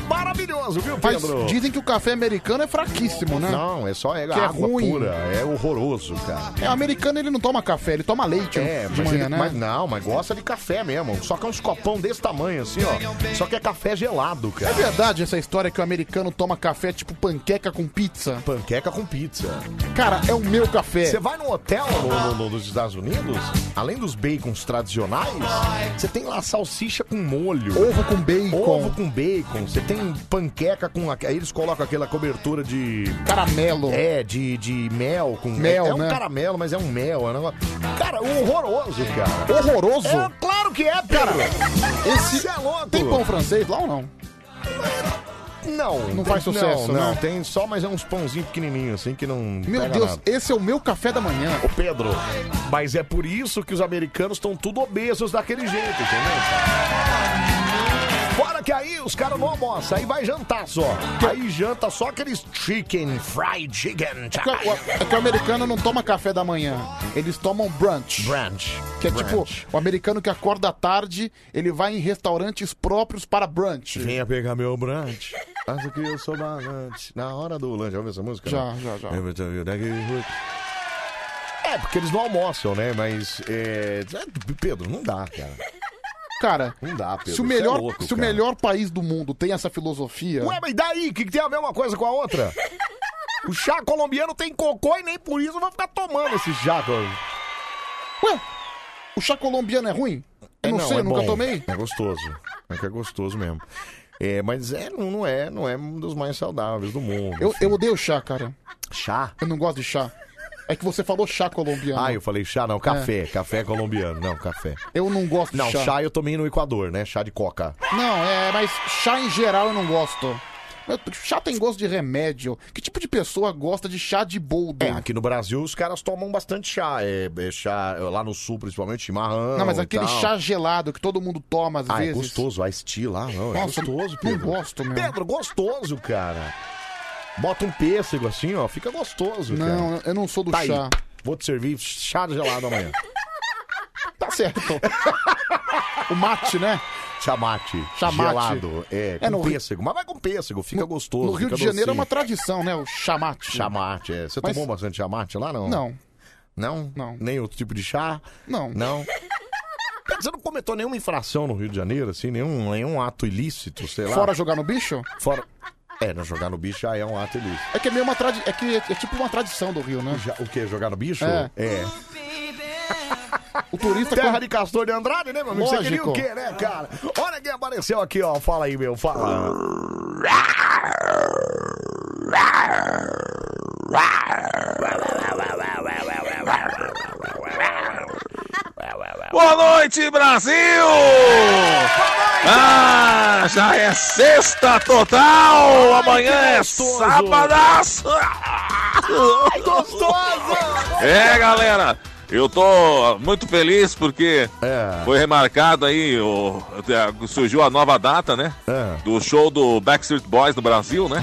Speaker 1: Maravilhoso. caso, viu,
Speaker 2: Mas
Speaker 1: Pedro?
Speaker 2: dizem que o café americano é fraquíssimo, né?
Speaker 1: Não, é só é
Speaker 2: Que é
Speaker 1: água
Speaker 2: ruim.
Speaker 1: pura, é horroroso, cara.
Speaker 2: É, o americano ele não toma café, ele toma leite
Speaker 1: É,
Speaker 2: de
Speaker 1: mas,
Speaker 2: manhã,
Speaker 1: ele-
Speaker 2: né?
Speaker 1: mas não, mas gosta de café mesmo. Só que é uns copão desse tamanho, assim, ó. Só que é café gelado,
Speaker 2: É
Speaker 1: cara.
Speaker 2: verdade essa história que o americano toma café tipo panqueca com pizza?
Speaker 1: Panqueca com pizza.
Speaker 2: Cara, é o meu café.
Speaker 1: Você vai num hotel no, no- nos Estados Unidos, além dos bacons tradicionais, você tem lá salsicha com molho.
Speaker 2: Ovo com bacon.
Speaker 1: Ovo com bacon. Você tem panqueca com... aque- Aí eles colocam aquela cobertura de...
Speaker 2: Caramelo.
Speaker 1: É, de, de mel com...
Speaker 2: Mel,
Speaker 1: é, é um
Speaker 2: né?
Speaker 1: caramelo, mas é um mel. É um... negócio- Cara, horroroso, cara.
Speaker 2: Horroroso?
Speaker 1: É, claro que é, cara. Esse é louco.
Speaker 2: Tem pão francês lá ou não?
Speaker 1: Não.
Speaker 2: Não faz sucesso,
Speaker 1: não, Não,
Speaker 2: né?
Speaker 1: tem só mais uns pãozinhos pequenininhos, assim, que não
Speaker 2: Meu
Speaker 1: pega
Speaker 2: Deus,
Speaker 1: nada.
Speaker 2: esse é o meu café da manhã.
Speaker 1: Ô Pedro, mas é por isso que os americanos estão tudo obesos daquele jeito, entendeu? Fora que aí os caras não almoçam, aí vai jantar só. Aí janta só aqueles chicken, fried chicken.
Speaker 2: É que, o, é que o americano não toma café da manhã. Eles tomam brunch.
Speaker 1: Brunch.
Speaker 2: Que é
Speaker 1: Brunch.
Speaker 2: tipo, o americano que acorda à tarde, ele vai em restaurantes próprios para brunch.
Speaker 1: Venha pegar meu brunch. Acho que eu sou balante. Na hora do lanche, já ouviu essa música? né?
Speaker 2: Já,
Speaker 1: não?
Speaker 2: já, já.
Speaker 1: Eu vou te ouvir daqui. É, porque eles não almoçam, né? Mas, é... é, Pedro, não dá, cara.
Speaker 2: Cara,
Speaker 1: Não dá, Pedro.
Speaker 2: se o
Speaker 1: Isso é
Speaker 2: melhor,
Speaker 1: louco,
Speaker 2: se o
Speaker 1: cara.
Speaker 2: melhor país do mundo tem essa filosofia,
Speaker 1: Ué, mas daí? O que, que tem a ver uma coisa com a outra? O chá colombiano tem cocô e nem por isso eu vou ficar tomando esse chá.
Speaker 2: Ué, o chá colombiano é ruim? Eu não, sei, eu nunca tomei.
Speaker 1: É gostoso. É que é gostoso mesmo. É, mas é, não não é, não é um dos mais saudáveis do mundo.
Speaker 2: Eu, eu odeio chá, cara.
Speaker 1: Chá?
Speaker 2: Eu não gosto de chá. É que você falou chá colombiano.
Speaker 1: Ah, eu falei chá, não, café. Café é colombiano, não, café.
Speaker 2: É. Eu não gosto de
Speaker 1: Não,
Speaker 2: chá.
Speaker 1: chá eu tomei no Equador, né? Chá de coca.
Speaker 2: Não, é, mas chá em geral eu não gosto. Mas Chá tem gosto de remédio. Que tipo de pessoa gosta de chá de boldo?
Speaker 1: É, aqui no Brasil os caras tomam bastante chá. É, é chá, lá no sul principalmente, chimarrão.
Speaker 2: não, mas
Speaker 1: e
Speaker 2: aquele
Speaker 1: tal.
Speaker 2: chá gelado que todo mundo toma às
Speaker 1: Ah, é
Speaker 2: vezes.
Speaker 1: então. gostoso, a tea lá, não, é
Speaker 2: Nossa,
Speaker 1: gostoso,
Speaker 2: não
Speaker 1: Pedro.
Speaker 2: gosto mesmo.
Speaker 1: Pedro, gostoso, cara. Bota um pêssego assim, ó, fica gostoso, cara.
Speaker 2: Não, eu não sou do
Speaker 1: Tá aí,
Speaker 2: chá.
Speaker 1: vou te servir chá gelado amanhã.
Speaker 2: (laughs) Tá certo. o mate, né?
Speaker 1: Chamate,
Speaker 2: Chamate.
Speaker 1: gelado, é, com
Speaker 2: É, no Rio-
Speaker 1: pêssego. Mas vai com pêssego, fica gostoso,
Speaker 2: No Rio
Speaker 1: fica
Speaker 2: de Janeiro é
Speaker 1: docinho.
Speaker 2: uma tradição, né? O chamate.
Speaker 1: Chamate, é. Você
Speaker 2: Mas-
Speaker 1: tomou bastante chamate lá, não?
Speaker 2: Não.
Speaker 1: Não?
Speaker 2: Não.
Speaker 1: Nem outro tipo de chá?
Speaker 2: Não.
Speaker 1: Não? Pedro, Você não cometeu nenhuma infração no Rio de Janeiro, assim, nenhum, nenhum ato ilícito, sei lá.
Speaker 2: Fora jogar no bicho?
Speaker 1: Fora. É, não jogar no bicho já é um ato ilícito.
Speaker 2: É que é meio uma tradi... é que é, é tipo uma tradição do Rio, né?
Speaker 1: Já- o quê? Jogar no bicho?
Speaker 2: É. O turista
Speaker 1: Terra
Speaker 2: quando-
Speaker 1: de Castor de Andrade, né, meu amigo? Você queria o
Speaker 2: Lógico.
Speaker 1: quê, né, cara? Olha quem apareceu aqui, ó. Fala aí, meu. Fala.
Speaker 13: Boa noite, Brasil! Ah, já é sexta total! Amanhã é sabadaço! É, galera, eu tô muito feliz porque
Speaker 1: É.
Speaker 13: foi remarcado aí, o- surgiu a nova data, né?
Speaker 1: É.
Speaker 13: Do show do Backstreet Boys no Brasil, né?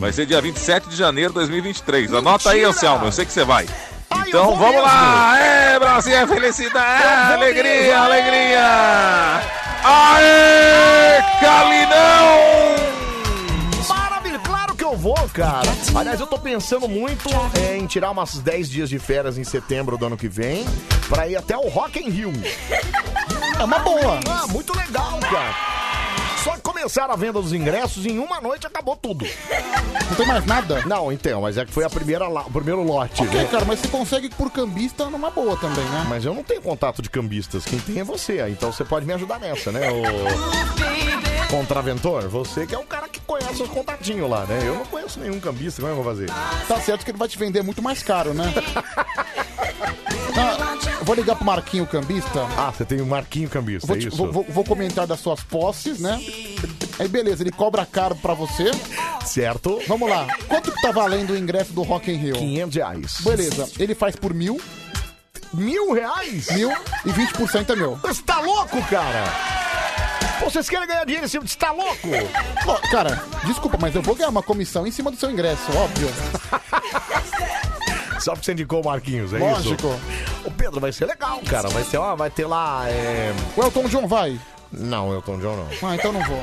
Speaker 13: Vai ser dia 27 de janeiro de 2023. Anota aí, Anselmo, eu sei que você vai. Então vamos lá! É, Brasil, é
Speaker 3: Tá
Speaker 13: felicidade! Alegria, alegria!
Speaker 3: É.
Speaker 13: Aê, Calinão!
Speaker 1: Maravilha, claro que eu vou, cara. Aliás, eu tô pensando muito é, em tirar umas 10 dias de férias em setembro do ano que vem pra ir até o Rock in Rio.
Speaker 2: É uma boa.
Speaker 1: Ah, muito legal, cara. Só que começaram a venda dos ingressos e em uma noite acabou tudo.
Speaker 2: Não tem mais nada?
Speaker 1: Não, então, mas é que foi a primeira, la- o primeiro lote,
Speaker 2: Ok,
Speaker 1: né?
Speaker 2: cara, mas você consegue por cambista numa boa também, né?
Speaker 1: Mas eu não tenho contato de cambistas. Quem tem é você. Então você pode me ajudar nessa, né, ô. Contraventor? Você que é um cara que conhece os contatinhos lá, né? Eu não conheço nenhum cambista. Como é que eu vou fazer?
Speaker 2: Tá certo que ele vai te vender muito mais caro, né? Ah, eu vou ligar pro Marquinho Cambista.
Speaker 1: Ah, você tem o Marquinho Cambista,
Speaker 2: Vou,
Speaker 1: é
Speaker 2: te-
Speaker 1: isso?
Speaker 2: vou- vou- vou comentar das suas posses, né? Aí beleza, ele cobra caro pra você.
Speaker 1: Certo.
Speaker 2: Vamos lá. Quanto que tá valendo o ingresso do Rock in Rio?
Speaker 1: 500 reais.
Speaker 2: Beleza, ele faz por mil.
Speaker 1: Mil reais?
Speaker 2: Mil e 20% é meu.
Speaker 1: Você tá louco, cara? Pô, vocês querem ganhar dinheiro em cima disso? Tá louco?
Speaker 2: Ó, cara, desculpa, mas eu vou ganhar uma comissão em cima do seu ingresso, óbvio.
Speaker 1: Só porque você indicou o Marquinhos, é
Speaker 2: Lógico.
Speaker 1: isso? Lógico. O Pedro vai ser legal, cara. Vai ser, ó, vai ter lá. É...
Speaker 2: O Elton John vai? então
Speaker 1: Não, Elton John não.
Speaker 2: Ah, então não vou.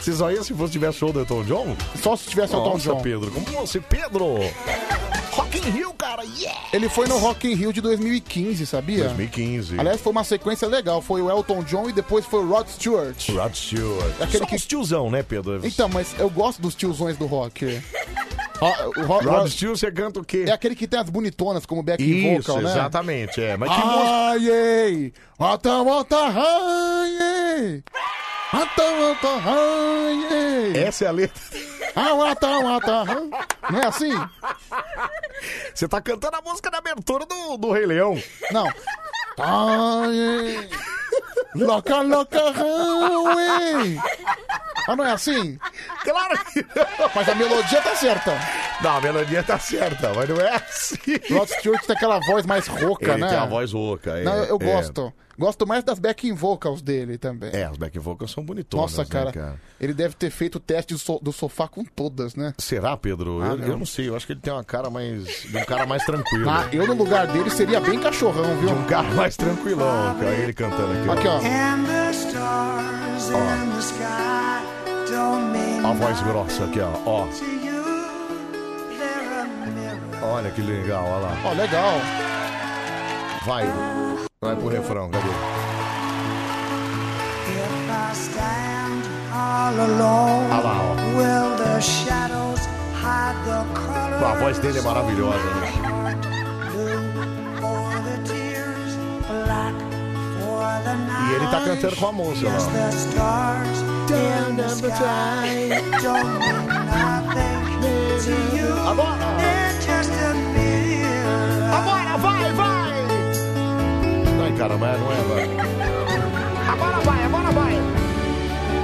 Speaker 1: Você só ia se fosse tiver show do Elton John?
Speaker 2: Só se tivesse Elton
Speaker 1: Nossa,
Speaker 2: John.
Speaker 1: Pedro, como você, Pedro? Rock in Rio, cara, yeah!
Speaker 2: Ele foi no Rock in Rio de 2015, sabia?
Speaker 1: 2015.
Speaker 2: Aliás, foi uma sequência legal. Foi o Elton John e depois foi o Rod Stewart.
Speaker 1: Rod Stewart.
Speaker 2: Aquele
Speaker 1: Só
Speaker 2: que-
Speaker 1: uns tiozão, né, Pedro?
Speaker 2: Então, mas eu gosto dos tiozões do
Speaker 1: (laughs)
Speaker 2: rock. Ro- o Ro-
Speaker 1: Rod
Speaker 2: Ro-
Speaker 1: Stewart, você canta o quê?
Speaker 2: É aquele que tem as bonitonas como backing
Speaker 1: Isso,
Speaker 2: vocal, né? Ah,
Speaker 1: exatamente, é. Mas que música...
Speaker 2: Ai, ei! Ota, ota, ai, ei! Ota, ota, ai, ei!
Speaker 1: Essa é a letra.
Speaker 2: Ah,
Speaker 1: um
Speaker 2: ota, ota, ai. Não é assim?
Speaker 1: Você tá cantando a música da abertura do, do Rei Leão.
Speaker 2: Não. Ai, ei! Loca, loca, ai, ei! Ah, não é assim?
Speaker 1: Claro que
Speaker 2: não. Mas a melodia tá certa.
Speaker 1: Não, a melodia tá certa, mas não é assim.
Speaker 2: Rod Stewart tem aquela voz mais rouca,
Speaker 1: Ele
Speaker 2: né?
Speaker 1: tem a voz rouca. é,
Speaker 2: Não, eu
Speaker 1: é.
Speaker 2: gosto. Gosto mais das backing vocals dele também.
Speaker 1: É, as back vocals são bonitonas,
Speaker 2: Nossa,
Speaker 1: né,
Speaker 2: cara, Ele deve ter feito o teste do, so- do sofá com todas, né?
Speaker 1: Será, Pedro?
Speaker 2: Ah,
Speaker 1: eu,
Speaker 2: não.
Speaker 1: eu não sei, eu acho que ele tem uma cara mais. de um cara mais tranquilo.
Speaker 2: Ah, eu no lugar dele seria bem cachorrão, viu?
Speaker 1: Um (laughs) cara mais tranquilão, cara. Ele cantando Ah,
Speaker 2: Aqui,
Speaker 1: aqui.
Speaker 2: ó.
Speaker 1: ó. A voz grossa aqui, ó. ó. Olha que legal, olha lá.
Speaker 2: Ó, legal.
Speaker 1: Vai. Vai pro refrão, cadê? Olha lá, ó. Pô, A voz dele é maravilhosa, né? E ele tá cantando com a moça lá.
Speaker 10: Agora vai, vai!
Speaker 1: Ai, cara, mas não é, vai.
Speaker 10: Agora vai, agora vai!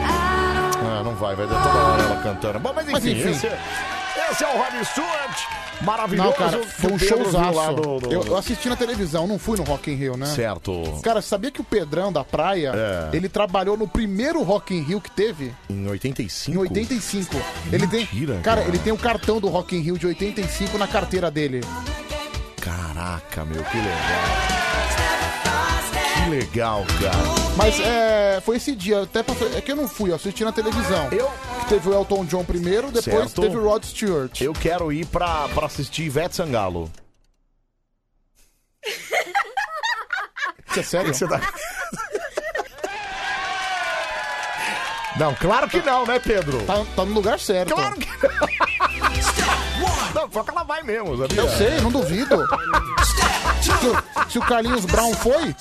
Speaker 1: Ah, não vai, vai dar toda hora ela cantando. Bom, mas enfim,
Speaker 2: Mas enfim.
Speaker 1: Esse, esse é o Rod Stewart. Maravilhoso.
Speaker 2: Não, cara, foi
Speaker 1: que o
Speaker 2: um
Speaker 1: Pedro viu
Speaker 2: showzaço.
Speaker 1: lá do- do-
Speaker 2: Eu, eu assisti na televisão, não fui no Rock in Rio, né?
Speaker 1: Certo.
Speaker 2: Cara, sabia que o Pedrão da Praia,
Speaker 1: É.
Speaker 2: ele trabalhou no primeiro Rock in Rio que teve?
Speaker 1: Em 85?
Speaker 2: Em 85. Ele tem,
Speaker 1: Mentira,
Speaker 2: cara,
Speaker 1: cara.
Speaker 2: ele tem o cartão do Rock in Rio de 85 na carteira dele. um-
Speaker 1: Caraca, meu, que legal. Que legal, cara.
Speaker 2: Mas é, foi esse dia, até pra, é que eu não fui, eu assisti na televisão.
Speaker 1: Eu?
Speaker 2: Que teve o Elton John primeiro, depois
Speaker 1: Certo.
Speaker 2: teve o Rod Stewart.
Speaker 1: Eu quero ir pra, pra assistir Ivete Sangalo.
Speaker 2: Isso é sério?
Speaker 1: (laughs) Você tá- Não, claro que não, né, Pedro?
Speaker 2: Tá, tá no lugar certo.
Speaker 1: Claro que
Speaker 2: (laughs)
Speaker 1: não. Não, só que ela vai mesmo, sabia?
Speaker 2: Eu sei, não
Speaker 1: (laughs)
Speaker 2: duvido. se, o- se o Carlinhos Brown foi.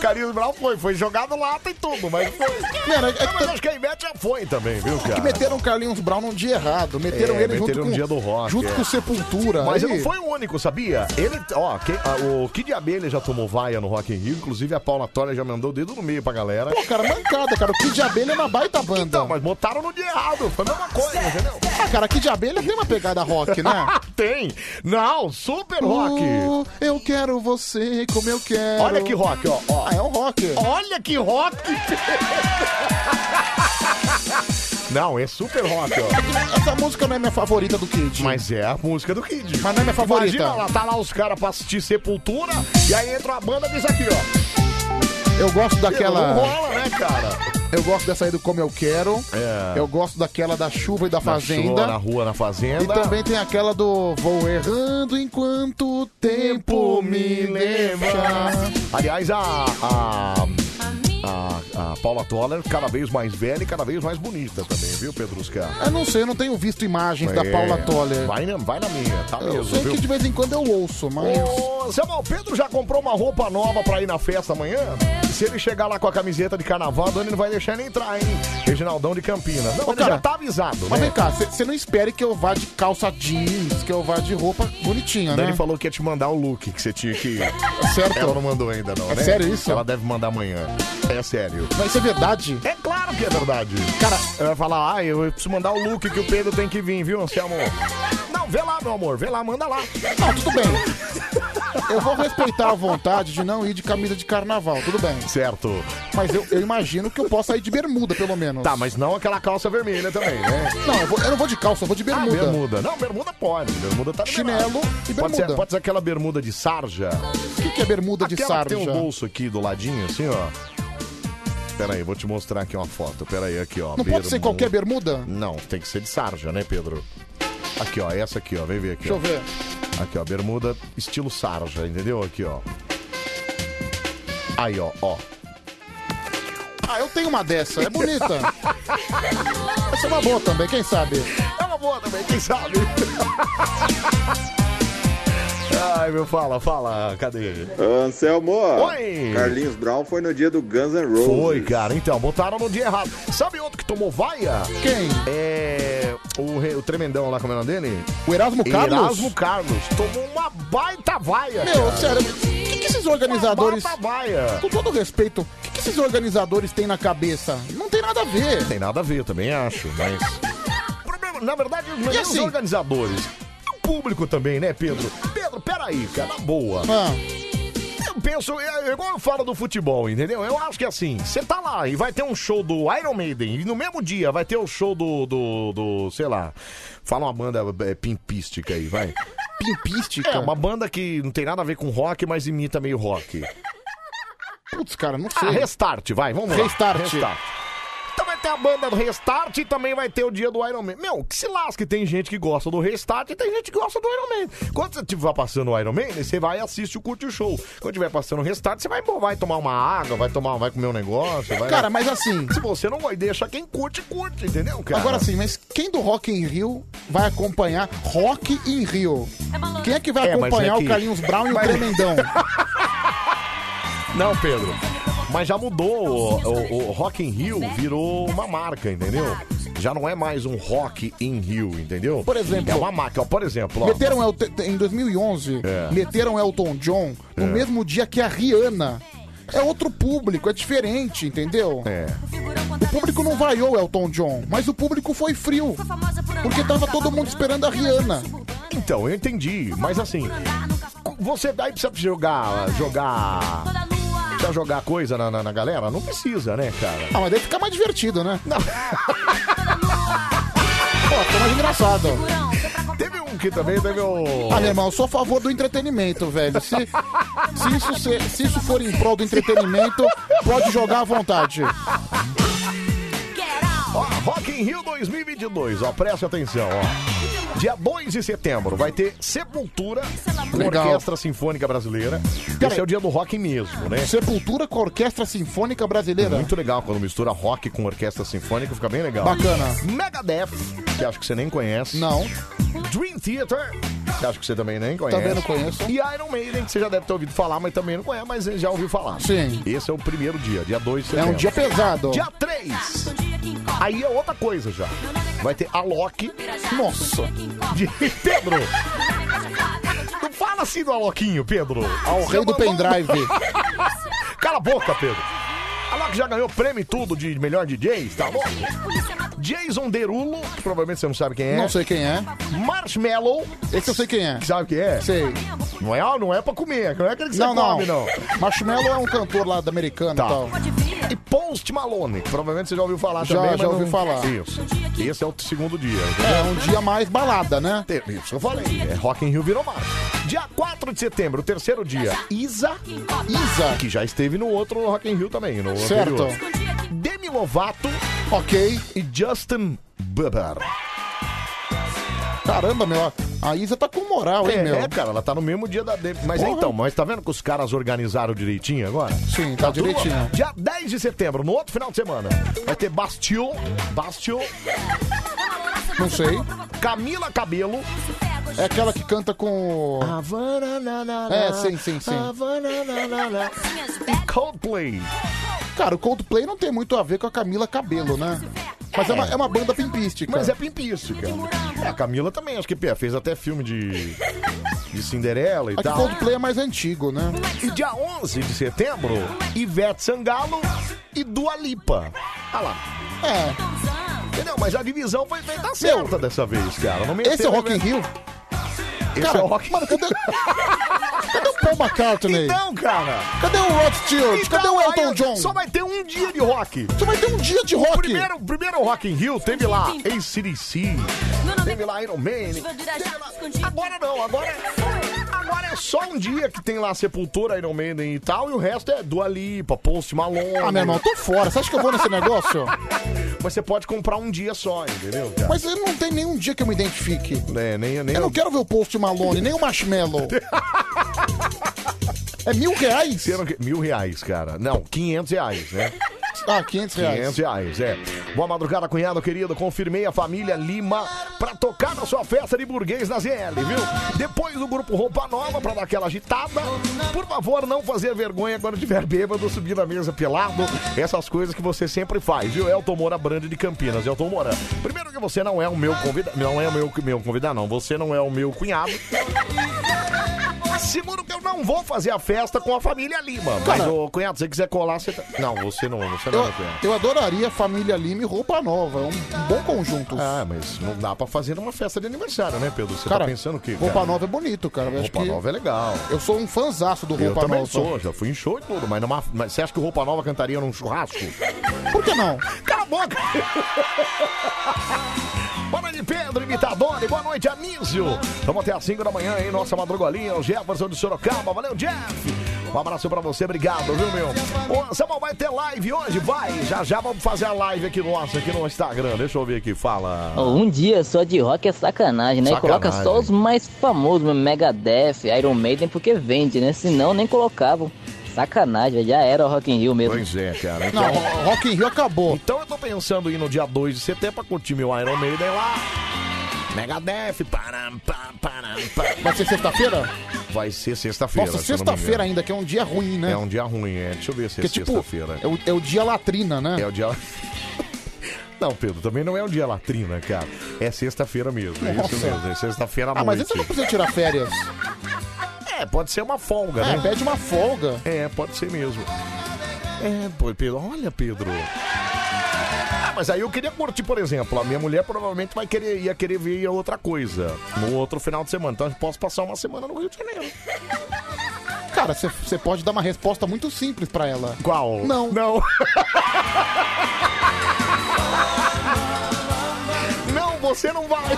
Speaker 1: Carlinhos Brown foi, foi jogado lata e tudo, mas foi.
Speaker 2: Mano, é que- É
Speaker 1: Ah, mas acho que a Ivete já foi também, viu, cara?
Speaker 2: Que meteram o Carlinhos Brown num dia errado. Meteram
Speaker 1: É,
Speaker 2: ele
Speaker 1: meteram
Speaker 2: junto
Speaker 1: no
Speaker 2: com
Speaker 1: dia do rock,
Speaker 2: junto
Speaker 1: é.
Speaker 2: com Sepultura.
Speaker 1: Mas
Speaker 2: aí-
Speaker 1: ele não foi o único, sabia? Ele, ó, quem- a- o Kid Abelha já tomou vaia no Rock in Rio, inclusive a Paula Toller já mandou o dedo no meio pra galera.
Speaker 2: Pô, cara, mancada, cara. O Kid Abelha é uma baita banda. Então,
Speaker 1: mas botaram no dia errado. Foi a mesma coisa, entendeu?
Speaker 2: Ah, cara, Kid Abelha tem uma pegada rock, né?
Speaker 1: (laughs) Tem. Não, super rock.
Speaker 2: Uh, eu quero você como eu quero.
Speaker 1: Olha que rock, ó, ó.
Speaker 2: Ah, é um rock.
Speaker 1: Olha que rock! Não, é super rock, ó.
Speaker 2: Essa música não é minha favorita do Kid.
Speaker 1: Mas é a música do Kid.
Speaker 2: Mas não é minha favorita.
Speaker 1: Imagina, lá, tá lá os cares pra assistir Sepultura e aí entra uma banda disso aqui, ó.
Speaker 2: Eu gosto
Speaker 1: Não
Speaker 2: daquela.
Speaker 1: rola, né, cara?
Speaker 2: Eu gosto dessa aí do Como Eu Quero.
Speaker 1: É.
Speaker 2: Eu gosto daquela da chuva e da
Speaker 1: Na, chuva, na
Speaker 2: fazenda.
Speaker 1: rua, na fazenda.
Speaker 2: E também tem aquela do Vou errando enquanto o tempo me leva.
Speaker 1: Aliás, a, a, a, a Paula Toller, cada vez mais velha e cada vez mais bonita também, viu, Pedrusca?
Speaker 2: Eu não sei, eu não tenho visto imagens da
Speaker 1: É,
Speaker 2: Paula Toller.
Speaker 1: Vai na, vai na minha, tá
Speaker 2: eu
Speaker 1: mesmo,
Speaker 2: sei
Speaker 1: viu?
Speaker 2: que de vez em quando eu ouço, mas.
Speaker 1: Ô, Samuel, o Pedro já comprou uma roupa nova pra ir na festa amanhã? Se ele chegar lá com a camiseta de carnaval, a Dani não vai deixar ele entrar, hein? Reginaldão de Campinas. Não,
Speaker 2: Ô,
Speaker 1: ele
Speaker 2: cara,
Speaker 1: já tá avisado,
Speaker 2: Mas
Speaker 1: né?
Speaker 2: vem cá, você não espere que eu vá de calça jeans, que eu vá de roupa bonitinha,
Speaker 1: A
Speaker 2: né?
Speaker 1: Dani falou que ia te mandar o look que você tinha que.
Speaker 2: (laughs) Certo.
Speaker 1: Ela não mandou ainda, não.
Speaker 2: É
Speaker 1: né?
Speaker 2: sério isso?
Speaker 1: Ela deve mandar amanhã. É sério.
Speaker 2: Mas isso é verdade?
Speaker 1: É claro que é verdade. Cara, ela vai falar, ah, eu preciso mandar o look que o Pedro tem que vir, viu, Anselmo? Não, vê lá, meu amor, vê lá, manda lá.
Speaker 2: Não, tudo bem. Eu vou respeitar a vontade de não ir de camisa de carnaval, tudo bem.
Speaker 1: Certo.
Speaker 2: Mas eu, eu imagino que eu possa ir de bermuda, pelo menos.
Speaker 1: Tá, mas não aquela calça vermelha também, né?
Speaker 2: Não, eu, vou- eu não vou de calça, eu vou de
Speaker 1: Ah,
Speaker 2: bermuda.
Speaker 1: bermuda. Não, bermuda pode. Bermuda tá liberado.
Speaker 2: Chinelo e
Speaker 1: Pode
Speaker 2: bermuda.
Speaker 1: ser, pode ser aquela bermuda de sarja.
Speaker 2: O que, que é bermuda de
Speaker 1: Aquela que
Speaker 2: sarja?
Speaker 1: tem um bolso aqui do ladinho, assim, ó. Pera aí, vou te mostrar aqui uma foto. Pera aí, aqui, ó.
Speaker 2: Não pode ser qualquer bermuda?
Speaker 1: Não, tem que ser de sarja, né, Pedro? Aqui, ó, essa aqui, ó. Vem ver aqui.
Speaker 2: Deixa
Speaker 1: ó.
Speaker 2: eu ver.
Speaker 1: Aqui, ó, bermuda estilo sarja, entendeu? Aqui, ó. Aí, ó, ó.
Speaker 2: Ah, eu tenho uma dessa, é bonita. Essa é uma boa também, quem sabe?
Speaker 1: É uma boa também, quem sabe? Ai, meu, fala, fala, Ah, cadê?
Speaker 14: Anselmo,
Speaker 1: Oi.
Speaker 14: Carlinhos Brown foi no dia do Guns N' Roses.
Speaker 1: Foi, cara, então, botaram no dia errado. Sabe outro que tomou vaia?
Speaker 2: Quem?
Speaker 1: É. O, re- o tremendão lá, como é o nome dele?
Speaker 2: O Erasmo Carlos?
Speaker 1: Erasmo Carlos. Tomou uma baita vaia.
Speaker 2: Meu,
Speaker 1: cara.
Speaker 2: sério, o que, que esses organizadores.
Speaker 1: Uma baia.
Speaker 2: Com todo respeito, o que, que esses organizadores têm na cabeça? Não tem nada a ver.
Speaker 1: Tem nada a ver, também acho, mas. Problema, na verdade, não é nem
Speaker 2: assim?
Speaker 1: os organizadores. O público também, né, Pedro? Pedro, peraí, cara, na boa.
Speaker 2: Ah.
Speaker 1: Eu penso, é igual eu falo do futebol, entendeu? Eu acho que assim, você tá lá e vai ter um show do Iron Maiden, e no mesmo dia vai ter o show do, do, do, sei lá, fala uma banda é, pimpística aí, vai.
Speaker 2: (laughs) Pimpística?
Speaker 1: É, uma banda que não tem nada a ver com rock, mas imita meio rock.
Speaker 2: Putz, cara, não
Speaker 1: sei. Ah, restart, vai, vamos lá.
Speaker 2: Restart.
Speaker 1: Então vai ter a banda do Restart e também vai ter o dia do Iron Man. Meu, que se lasque, tem gente que gosta do Restart e tem gente que gosta do Iron Man. Quando você estiver passando o Iron Man, você vai e assiste o curte o show. Quando estiver passando o Restart, você vai, embora, vai tomar uma água, vai tomar, vai comer um negócio, vai...
Speaker 2: Cara, mas assim.
Speaker 1: Se você não vai deixar quem curte, curte, entendeu, cara?
Speaker 2: Agora sim, mas quem do Rock in Rio vai acompanhar Rock in Rio? Quem é que vai
Speaker 1: É, mas
Speaker 2: acompanhar
Speaker 1: é que-
Speaker 2: o Carlinhos Brown e o
Speaker 1: (laughs) Mas-
Speaker 2: Tremendão?
Speaker 1: Não, Pedro. Mas já mudou. O, o- o Rock in Rio virou uma marca, entendeu? Já não é mais um Rock in Rio, entendeu?
Speaker 2: Por exemplo-
Speaker 1: É uma marca. ó, Por exemplo, ó.
Speaker 2: Meteram El- te- em 2011, meteram Elton John no
Speaker 1: É.
Speaker 2: mesmo dia que a Rihanna. É outro público, é diferente, entendeu?
Speaker 1: É.
Speaker 2: O público não vaiou o Elton John, mas o público foi frio. Porque tava todo mundo esperando a Rihanna.
Speaker 1: Então, eu entendi. Mas assim, você daí precisa jogar. jogar. Precisa jogar coisa na, na- na galera? Não precisa, né, cara?
Speaker 2: Ah, mas daí fica mais divertido, né? Pô, fica mais engraçado.
Speaker 1: Teve um que também teve o.
Speaker 2: Ah, meu irmão, eu sou a favor do entretenimento, velho. Se, se, isso, ser- se isso for em prol do entretenimento, pode jogar à vontade.
Speaker 1: Ó, Rock in Rio 2022, ó, preste atenção, ó. Dia 2 de setembro vai ter Sepultura com
Speaker 2: Legal.
Speaker 1: Orquestra Sinfônica Brasileira. Esse é o dia do rock mesmo, né?
Speaker 2: Sepultura com a Orquestra Sinfônica Brasileira.
Speaker 1: Muito legal quando mistura rock com orquestra sinfônica, fica bem legal.
Speaker 2: Bacana.
Speaker 1: Megadeth, que acho que você nem conhece.
Speaker 2: Não.
Speaker 1: Dream Theater, que acho que você também nem conhece.
Speaker 2: Também não conheço.
Speaker 1: E Iron Maiden, que você já deve ter ouvido falar, mas também não conhece, mas já ouviu falar.
Speaker 2: Sim.
Speaker 1: Esse é o primeiro dia, dia 2
Speaker 2: É
Speaker 1: de setembro.
Speaker 2: um dia pesado.
Speaker 1: Dia 3. Aí é outra coisa já. Vai ter Alok.
Speaker 2: Nossa.
Speaker 1: De... Pedro. Não fala assim do Aloquinho, Pedro.
Speaker 2: Ao rei do pendrive.
Speaker 1: (laughs) Cala a boca, Pedro. Alok já ganhou prêmio e tudo de melhor DJ, tá louco? Jason Derulo, que provavelmente você não sabe quem é.
Speaker 2: Não sei quem é.
Speaker 1: Marshmallow.
Speaker 2: Esse eu sei quem é.
Speaker 1: Sabe quem é?
Speaker 2: Sei.
Speaker 1: Não é, não é pra comer, não é aquele que você
Speaker 2: Não, não.
Speaker 1: come, não.
Speaker 2: Marshmallow é um cantor lá da americana
Speaker 1: Tá.
Speaker 2: e tal.
Speaker 1: E Post Malone, que provavelmente você já ouviu falar
Speaker 2: Já,
Speaker 1: também. mas
Speaker 2: já ouvi
Speaker 1: não-
Speaker 2: falar.
Speaker 1: Isso. Esse é o segundo dia.
Speaker 2: É um dia mais balada, né?
Speaker 1: Isso que eu falei. É Rock in Rio virou mar. Dia 4 de setembro, terceiro dia. Isa.
Speaker 2: Isa.
Speaker 1: Que já esteve no outro Rock in Rio também, no
Speaker 2: Certo.
Speaker 1: anterior. Demi Lovato.
Speaker 2: Ok.
Speaker 1: E Justin Bieber.
Speaker 2: Caramba, meu. A Isa tá com moral, hein,
Speaker 1: É,
Speaker 2: meu?
Speaker 1: é, cara, ela tá no mesmo dia da Demi. Mas é
Speaker 2: Porra.
Speaker 1: então, mas tá vendo que os caras organizaram direitinho agora?
Speaker 2: Sim, tá
Speaker 1: tudo
Speaker 2: direitinho.
Speaker 1: lá. Dia 10 de setembro, no outro final de semana, vai ter Bastille. Bastille.
Speaker 2: Não sei.
Speaker 1: Camila Cabelo.
Speaker 2: É aquela que canta com. É, sim, sim, sim.
Speaker 1: Coldplay.
Speaker 2: Cara, o Coldplay não tem muito a ver com a Camila Cabelo, né? Mas é, uma, é uma banda pimpística.
Speaker 1: Mas é pimpística. É, a Camila também, acho que pé, fez até filme de, de Cinderela e
Speaker 2: É que
Speaker 1: tal.
Speaker 2: Coldplay é mais antigo, né?
Speaker 1: E dia 11 de setembro, Ivete Sangalo e Dua Lipa. Ah lá.
Speaker 2: É.
Speaker 1: Entendeu? Mas a divisão foi feita certa dessa vez, cara. Não né?
Speaker 2: Esse é o Rock in Rio?
Speaker 1: Esse
Speaker 2: Cara,
Speaker 1: é o Rock in Rio.
Speaker 2: Cadê o Paul McCartney?
Speaker 1: Então, cara.
Speaker 2: Cadê o Rod Stewart? Cadê o Elton John?
Speaker 1: tá Só vai ter um dia de rock.
Speaker 2: Só vai ter um dia de rock.
Speaker 1: O primeiro, o primeiro Rock in Rio teve lá ACDC, teve lá Iron Man. teve lá- Agora não, agora... Agora é só um dia que tem lá a Sepultura, Iron Maiden e tal, e o resto é Dua Lipa, Post Malone.
Speaker 2: Ah, meu irmão, tô fora. Você acha que eu vou
Speaker 1: (laughs)
Speaker 2: nesse negócio?
Speaker 1: Mas você pode comprar um dia só, entendeu? cara?
Speaker 2: Mas eu não tem nenhum dia que eu me identifique.
Speaker 1: É, nem, nem
Speaker 2: eu não quero ver o Post Malone, nem o
Speaker 1: (laughs)
Speaker 2: Marshmallow. é mil reais?
Speaker 1: Você não quer- Mil reais, cara. Não, 500 reais, né?
Speaker 2: (laughs) Ah, 500 reais.
Speaker 1: 500 reais, é. Boa madrugada, cunhado querido. Confirmei a família Lima pra tocar na sua festa de burguês na ZL, viu? Depois do grupo Roupa Nova pra dar aquela agitada. Por favor, não fazer vergonha quando tiver bêbado, subir na mesa pelado. Essas coisas que você sempre faz, viu? Elton Moura Brande de Campinas. Elton Moura, primeiro que você não é o meu convidado. Não é o meu, meu convidado, não. Você não é o meu cunhado. Seguro que eu não vou fazer a festa com a família Lima. Mas,
Speaker 2: Cara-
Speaker 1: ô, cunhado, se você quiser colar, você. tá- Não, você não, você não é meu cunhado.
Speaker 2: Eu adoraria Família Lima e Roupa Nova. É um bom conjunto.
Speaker 1: Ah, mas não dá pra fazer numa festa de aniversário, né, Pedro? Você
Speaker 2: Cara,
Speaker 1: tá pensando que.
Speaker 2: Roupa Nova é bonito, cara. Eu acho
Speaker 1: Roupa
Speaker 2: que-
Speaker 1: Nova é legal.
Speaker 2: Eu sou um fanzaço do
Speaker 1: Eu
Speaker 2: Roupa
Speaker 1: também
Speaker 2: Nova.
Speaker 1: sou, já fui em show e tudo, mas, numa- mas você acha que o Roupa Nova cantaria num churrasco?
Speaker 2: Por que não?
Speaker 1: Cala a boca! (laughs) Boa noite, Pedro, imitador, e boa noite, Anísio. Vamos até às 5 da manhã, hein? Nossa madrugolinha, o Jefferson de Sorocaba. Valeu, Jeff! Um abraço pra você, obrigado, viu, meu? Ô, Samuel, vai ter live hoje? Vai! Já já vamos fazer a live aqui nossa, aqui no Instagram. Deixa eu ver aqui, fala.
Speaker 15: Um dia só de rock é sacanagem, né? E Coloca
Speaker 1: Sacanagem.
Speaker 15: só os mais famosos, meu, Megadeth, Iron Maiden, porque vende, né? Senão nem colocavam. Sacanagem, já era o Rock in Rio mesmo.
Speaker 1: Pois é, cara.
Speaker 15: Não,
Speaker 2: Rock in Rio acabou.
Speaker 1: Então eu tô pensando em ir no dia 2 de setembro pra curtir meu Iron Maiden lá. Megadeth, param, pam, param, pam.
Speaker 2: Vai ser sexta-feira?
Speaker 1: Vai ser sexta-feira.
Speaker 2: Nossa,
Speaker 1: se eu não me
Speaker 2: sexta-feira
Speaker 1: engano.
Speaker 2: ainda, que é um dia ruim, né?
Speaker 1: É um dia ruim, é. Deixa eu ver se é
Speaker 2: Porque, tipo,
Speaker 1: sexta-feira.
Speaker 2: É o, é o dia latrina, né?
Speaker 1: É o dia. (laughs) Não, Pedro, também não é um dia latrina, cara. É sexta-feira mesmo. É
Speaker 2: Nossa.
Speaker 1: isso mesmo. É sexta-feira à
Speaker 2: Ah, mas
Speaker 1: noite.
Speaker 2: aí você não precisa tirar férias.
Speaker 1: É, pode ser uma folga,
Speaker 2: É,
Speaker 1: né?
Speaker 2: pede uma folga.
Speaker 1: É, pode ser mesmo. É, pô, Pedro, olha, Pedro. Ah, mas aí eu queria curtir, por exemplo, a minha mulher provavelmente vai querer, ia querer ver outra coisa no outro final de semana. Então eu posso passar uma semana no Rio de Janeiro.
Speaker 2: Cara, você- você pode dar uma resposta muito simples pra ela.
Speaker 1: Qual?
Speaker 2: Não.
Speaker 1: Não. Não, você não vai. (laughs)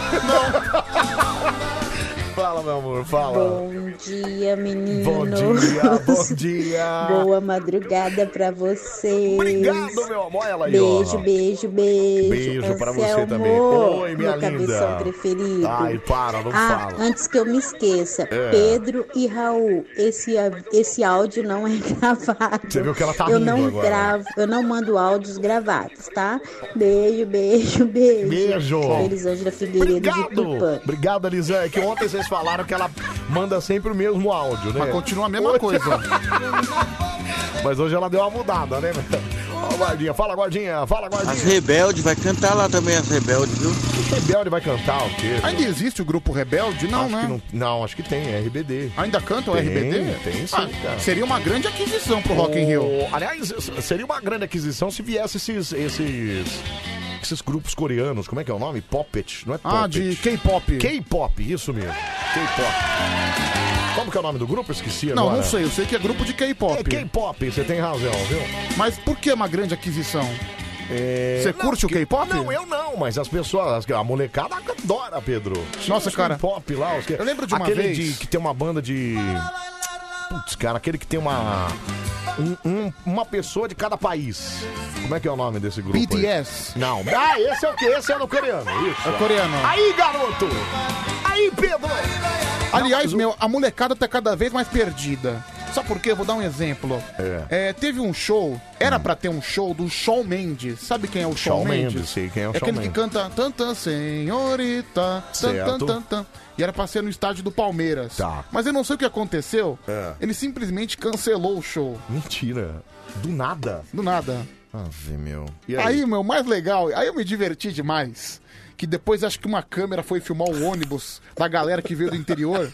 Speaker 1: Fala, meu amor, fala.
Speaker 3: Bom dia, menino.
Speaker 1: Bom dia, bom
Speaker 3: (laughs)
Speaker 1: dia.
Speaker 3: Boa madrugada pra vocês.
Speaker 1: Obrigado, meu amor. Ela aí,
Speaker 3: Beijo,
Speaker 1: ó.
Speaker 3: beijo, beijo. é
Speaker 1: Beijo pra você
Speaker 3: Anselmo,
Speaker 1: também. Oi, minha
Speaker 3: meu cabeção
Speaker 1: linda.
Speaker 3: preferido.
Speaker 1: Ai, para, não
Speaker 3: ah,
Speaker 1: fala.
Speaker 3: antes que eu me esqueça,
Speaker 1: É.
Speaker 3: Pedro e Raul, esse, a- esse áudio não é (laughs) gravado.
Speaker 1: Você viu que ela tá
Speaker 3: eu
Speaker 1: rindo
Speaker 3: não
Speaker 1: agora.
Speaker 3: gravo, eu não mando áudios gravados, tá? Beijo, beijo, beijo.
Speaker 1: Beijo.
Speaker 3: É Elisângela Figueiredo de
Speaker 1: Obrigado.
Speaker 3: Tupã.
Speaker 1: Obrigado, Elisane. É que ontem vocês falaram que ela manda sempre o mesmo áudio, né?
Speaker 2: Mas continua a mesma coisa.
Speaker 1: (laughs) Mas hoje ela deu uma mudada, né? Ó, guardinha, fala, guardinha, fala,
Speaker 16: As
Speaker 1: guardinha.
Speaker 16: Rebelde, vai cantar lá também as Rebelde, viu?
Speaker 1: Rebelde vai cantar o quê?
Speaker 2: (laughs) Ainda existe o grupo Rebelde? Não,
Speaker 1: Acho
Speaker 2: né?
Speaker 1: que não, não, acho que tem, é RBD.
Speaker 2: Ainda canta o
Speaker 1: Tem,
Speaker 2: RBD?
Speaker 1: tem sim, cara.
Speaker 2: Ah, Seria uma grande aquisição pro Rock in Rio.
Speaker 1: O- Aliás, s- seria uma grande aquisição se viesse esses, esses, esses grupos coreanos, como é que é o nome? Poppet, não é
Speaker 2: Ah,
Speaker 1: Poppet.
Speaker 2: de K-pop.
Speaker 1: K-pop, isso mesmo. K-pop. Como que é o nome do grupo? Eu Esqueci
Speaker 2: Não,
Speaker 1: agora.
Speaker 2: não sei, eu sei que é grupo de K-pop.
Speaker 1: É K-pop, você tem razão, Ah, viu?
Speaker 2: Mas por que uma grande aquisição?
Speaker 1: É,
Speaker 2: Você
Speaker 1: não,
Speaker 2: curte o
Speaker 1: porque-
Speaker 2: K-pop?
Speaker 1: Não, eu não, mas as pessoas, as- a molecada adora, Pedro.
Speaker 2: Nossa, cara.
Speaker 1: K-pop lá, os que-
Speaker 2: Eu lembro de uma
Speaker 1: aquele
Speaker 2: vez-
Speaker 1: de- que tem uma banda de. Putz, cara, aquele que tem uma. um- um- uma pessoa de cada país. Como é que é o nome desse grupo? aí?
Speaker 2: BTS.
Speaker 1: Não. Ah, esse é o quê? Esse é no coreano. Isso.
Speaker 2: É coreano.
Speaker 1: Aí, garoto! Aí, Pedro!
Speaker 2: Aliás, meu, a molecada tá cada vez mais perdida. Sabe por quê? Vou dar um exemplo. É, teve um show, era pra ter um show do Shawn Mendes. Sabe quem é o Shawn,
Speaker 1: Hum. Shawn
Speaker 2: Mendes?
Speaker 1: Mendes, sei quem é o Shawn
Speaker 2: aquele que
Speaker 1: Mendes.
Speaker 2: canta tan tan senhorita, tan tan
Speaker 1: Certo. Tá.
Speaker 2: tan tan. E era pra ser no estádio do Palmeiras. Mas eu não sei o que aconteceu.
Speaker 1: É.
Speaker 2: Ele simplesmente cancelou o show.
Speaker 1: Mentira. Do nada?
Speaker 2: Do nada.
Speaker 1: Ave, meu. E
Speaker 2: Aí? meu, mais legal, aí eu me diverti demais. Que depois acho que uma câmera foi filmar o ônibus da galera que veio do interior.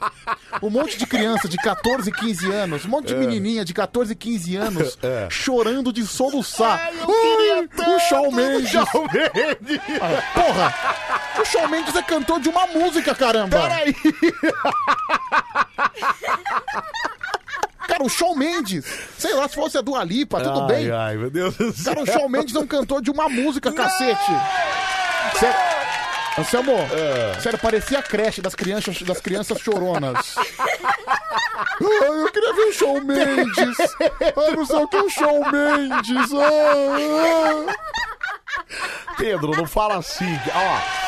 Speaker 2: Um monte de criança de 14, 15 anos, um monte de
Speaker 1: É.
Speaker 2: menininha de 14, 15 anos,
Speaker 1: É.
Speaker 2: chorando de soluçar.
Speaker 1: eu queria
Speaker 2: Ai, o Shawn Mendes!
Speaker 1: Shawn Mendes.
Speaker 2: Ah, Porra! O Shawn Mendes é cantor de uma música, caramba!
Speaker 1: Peraí!
Speaker 2: Cara, o Shawn Mendes! Sei lá, se fosse a Dua Lipa, tudo
Speaker 1: Ai,
Speaker 2: bem.
Speaker 1: ai, meu Deus do céu.
Speaker 2: Cara, o Shawn Mendes é um cantor de uma música, cacete. Sério.
Speaker 1: É.
Speaker 2: Anselmo, sério, parecia a creche das crianças, das crianças choronas. Ah, eu queria ver o Shawn Mendes. Ah, não sei o que é o Shawn Mendes. Ah,
Speaker 1: Pedro, não fala assim. Ó.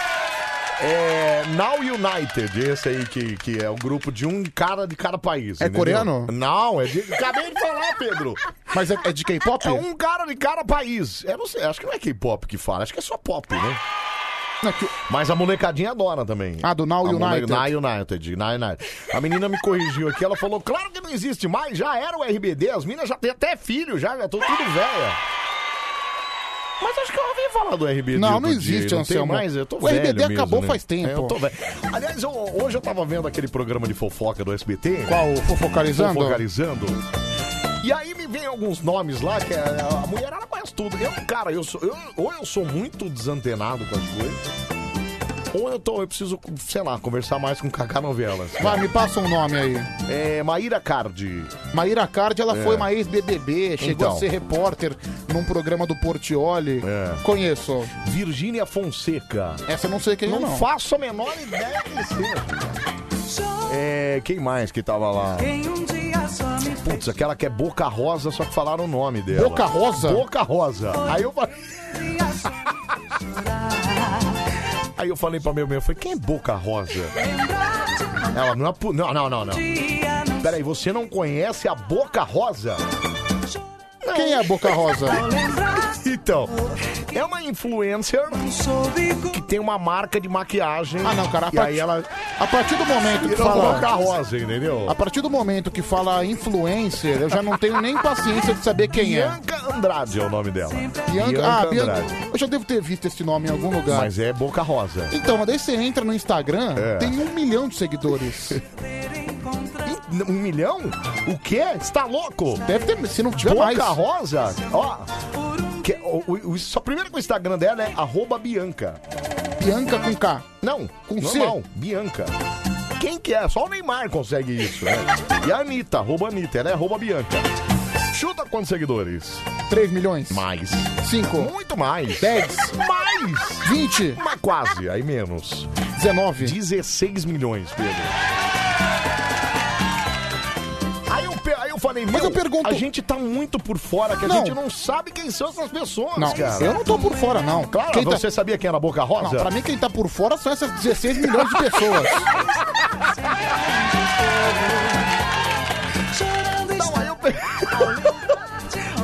Speaker 1: É Now United, esse aí que, que é o grupo de um cara de cada país.
Speaker 2: É
Speaker 1: entendeu?
Speaker 2: coreano?
Speaker 1: Não, é de. Acabei de falar, Pedro.
Speaker 2: Mas é, de K-pop?
Speaker 1: É um cara de cada país. Eu não sei, acho que não é K-pop que fala, acho que é só pop, né? Mas a molecadinha adora também.
Speaker 2: Ah, do Now
Speaker 1: A mole-
Speaker 2: United.
Speaker 1: Now United, Now United. A menina me corrigiu aqui, ela falou, claro que não existe mais, já era o RBD, as minas já têm até filho, já, já tô tudo velha. Mas acho que eu ouvi falar do RBD
Speaker 2: Não,
Speaker 1: outro
Speaker 2: não
Speaker 1: dia,
Speaker 2: existe,
Speaker 1: não tem
Speaker 2: Anselmo.
Speaker 1: mais, eu tô
Speaker 2: O RBD
Speaker 1: velho mesmo,
Speaker 2: acabou
Speaker 1: né?
Speaker 2: faz tempo.
Speaker 1: É, eu tô velho. Aliás, eu- hoje eu tava vendo aquele programa de fofoca do SBT.
Speaker 2: Qual? O Fofocalizando?
Speaker 1: Fofocalizando. E aí me vem alguns nomes lá que é, a a mulherada conhece tudo. Eu, cara, eu sou, eu, ou eu sou muito desantenado com as coisas, ou eu, tô, eu preciso, sei lá, conversar mais com Cacá Novelas.
Speaker 2: Vai, me passa um nome aí.
Speaker 1: É Maíra Cardi.
Speaker 2: Maíra Cardi, ela
Speaker 1: É.
Speaker 2: foi uma ex-BBB, chegou
Speaker 1: Então.
Speaker 2: a ser repórter num programa do Portioli. Conheço.
Speaker 1: É. Virgínia Fonseca.
Speaker 2: Essa eu não sei quem
Speaker 1: Não
Speaker 2: é, não.
Speaker 1: faço a menor ideia de É, quem mais que tava lá? Putz, aquela que é Boca Rosa, só que falaram o nome dela.
Speaker 2: Boca Rosa?
Speaker 1: Boca Rosa. Aí eu falei. (laughs) Aí eu falei pra meu meu, eu falei, quem é Boca Rosa? Ela não é. pu- Não, não, não, não. Peraí, você não conhece a Boca Rosa?
Speaker 2: Quem é a Boca Rosa?
Speaker 1: (laughs) Então, é uma influencer que tem uma marca de maquiagem.
Speaker 2: Ah, não, cara. A,
Speaker 1: E
Speaker 2: part-
Speaker 1: aí ela
Speaker 2: a partir do momento que
Speaker 1: virou
Speaker 2: fala.
Speaker 1: Boca Rosa, entendeu?
Speaker 2: A partir do momento que fala influencer, eu já não tenho nem paciência de saber quem é.
Speaker 1: Bianca Andrade é o nome dela.
Speaker 2: Bianca, ah, Bianca, eu já devo ter visto esse nome em algum lugar.
Speaker 1: Mas é Boca Rosa.
Speaker 2: Então, mas daí você entra no Instagram,
Speaker 1: É.
Speaker 2: tem um milhão de
Speaker 1: (laughs)
Speaker 2: seguidores.
Speaker 1: Um milhão? O quê? Você tá louco?
Speaker 2: Deve ter, se não tiver
Speaker 1: Boca
Speaker 2: mais.
Speaker 1: Rosa? Ó. Que, o, o, o- só primeiro que o Instagram dela é arroba Bianca.
Speaker 2: Bianca com K.
Speaker 1: Não,
Speaker 2: Com C?
Speaker 1: normal, Bianca. Quem que é? Só o Neymar consegue isso, né? E a Anitta, arroba Anitta, ela é arroba Bianca. Chuta quantos seguidores?
Speaker 2: 3 milhões.
Speaker 1: Mais.
Speaker 2: 5.
Speaker 1: Muito mais.
Speaker 2: 10.
Speaker 1: Mais.
Speaker 2: 20.
Speaker 1: Mas quase, aí menos.
Speaker 2: 19.
Speaker 1: 16 milhões, Pedro. Aí eu, pe- aí eu falei, mas eu pergunto... a gente tá muito por fora, que a
Speaker 2: Não.
Speaker 1: gente não sabe quem são essas pessoas,
Speaker 2: Não,
Speaker 1: cara.
Speaker 2: eu não tô por fora, não.
Speaker 1: Claro,
Speaker 2: Quem tá-
Speaker 1: você sabia quem era a Boca Rosa?
Speaker 2: Não, pra mim quem tá por fora são essas 16 milhões de pessoas.
Speaker 1: (laughs) Não, aí eu pe-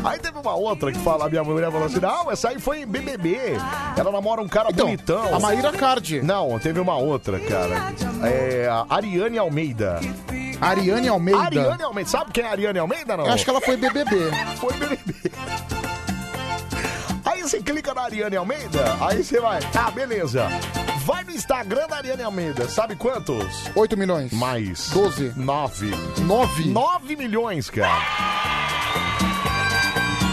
Speaker 1: Aí teve uma outra que fala, a minha mulher falou assim: não, essa aí foi BBB. Ela namora um cara bonitão.
Speaker 2: Então, a Maíra Cardi.
Speaker 1: Não, teve uma outra, cara. É a Ariane Almeida.
Speaker 2: Ariane Almeida.
Speaker 1: Ariane Almeida. Sabe quem é a Ariane Almeida, não?
Speaker 2: Eu acho que ela foi BBB.
Speaker 1: Foi BBB. Aí você clica na Ariane Almeida, aí você vai. Ah, beleza. Vai no Instagram da Ariane Almeida. Sabe quantos?
Speaker 2: 8 milhões.
Speaker 1: Mais.
Speaker 2: 12.
Speaker 1: 9.
Speaker 2: 9.
Speaker 1: 9 milhões, cara.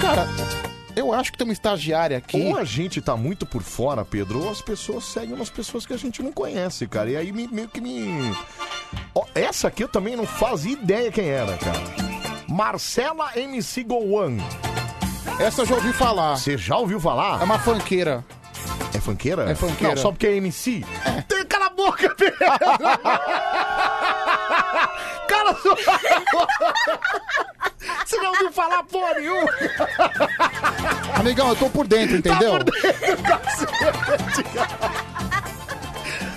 Speaker 2: Cara, eu acho que tem uma estagiária aqui.
Speaker 1: Ou a gente tá muito por fora, Pedro, ou as pessoas seguem umas pessoas que a gente não conhece, cara. E aí me- meio que me. Ó, essa aqui eu também não fazia ideia quem era, cara. Marcela MC Goan.
Speaker 2: Essa eu já ouvi falar.
Speaker 1: Você já ouviu falar?
Speaker 2: É uma fanqueira.
Speaker 1: É funkeira?
Speaker 2: É funkeira.
Speaker 1: Não, só porque é MC? Tem- Cala a boca, (laughs) Pedro! Cala a sua Você não ouviu falar porra nenhuma!
Speaker 2: Amigão, eu tô por dentro, entendeu?
Speaker 1: Tá por dentro, cacete, cara.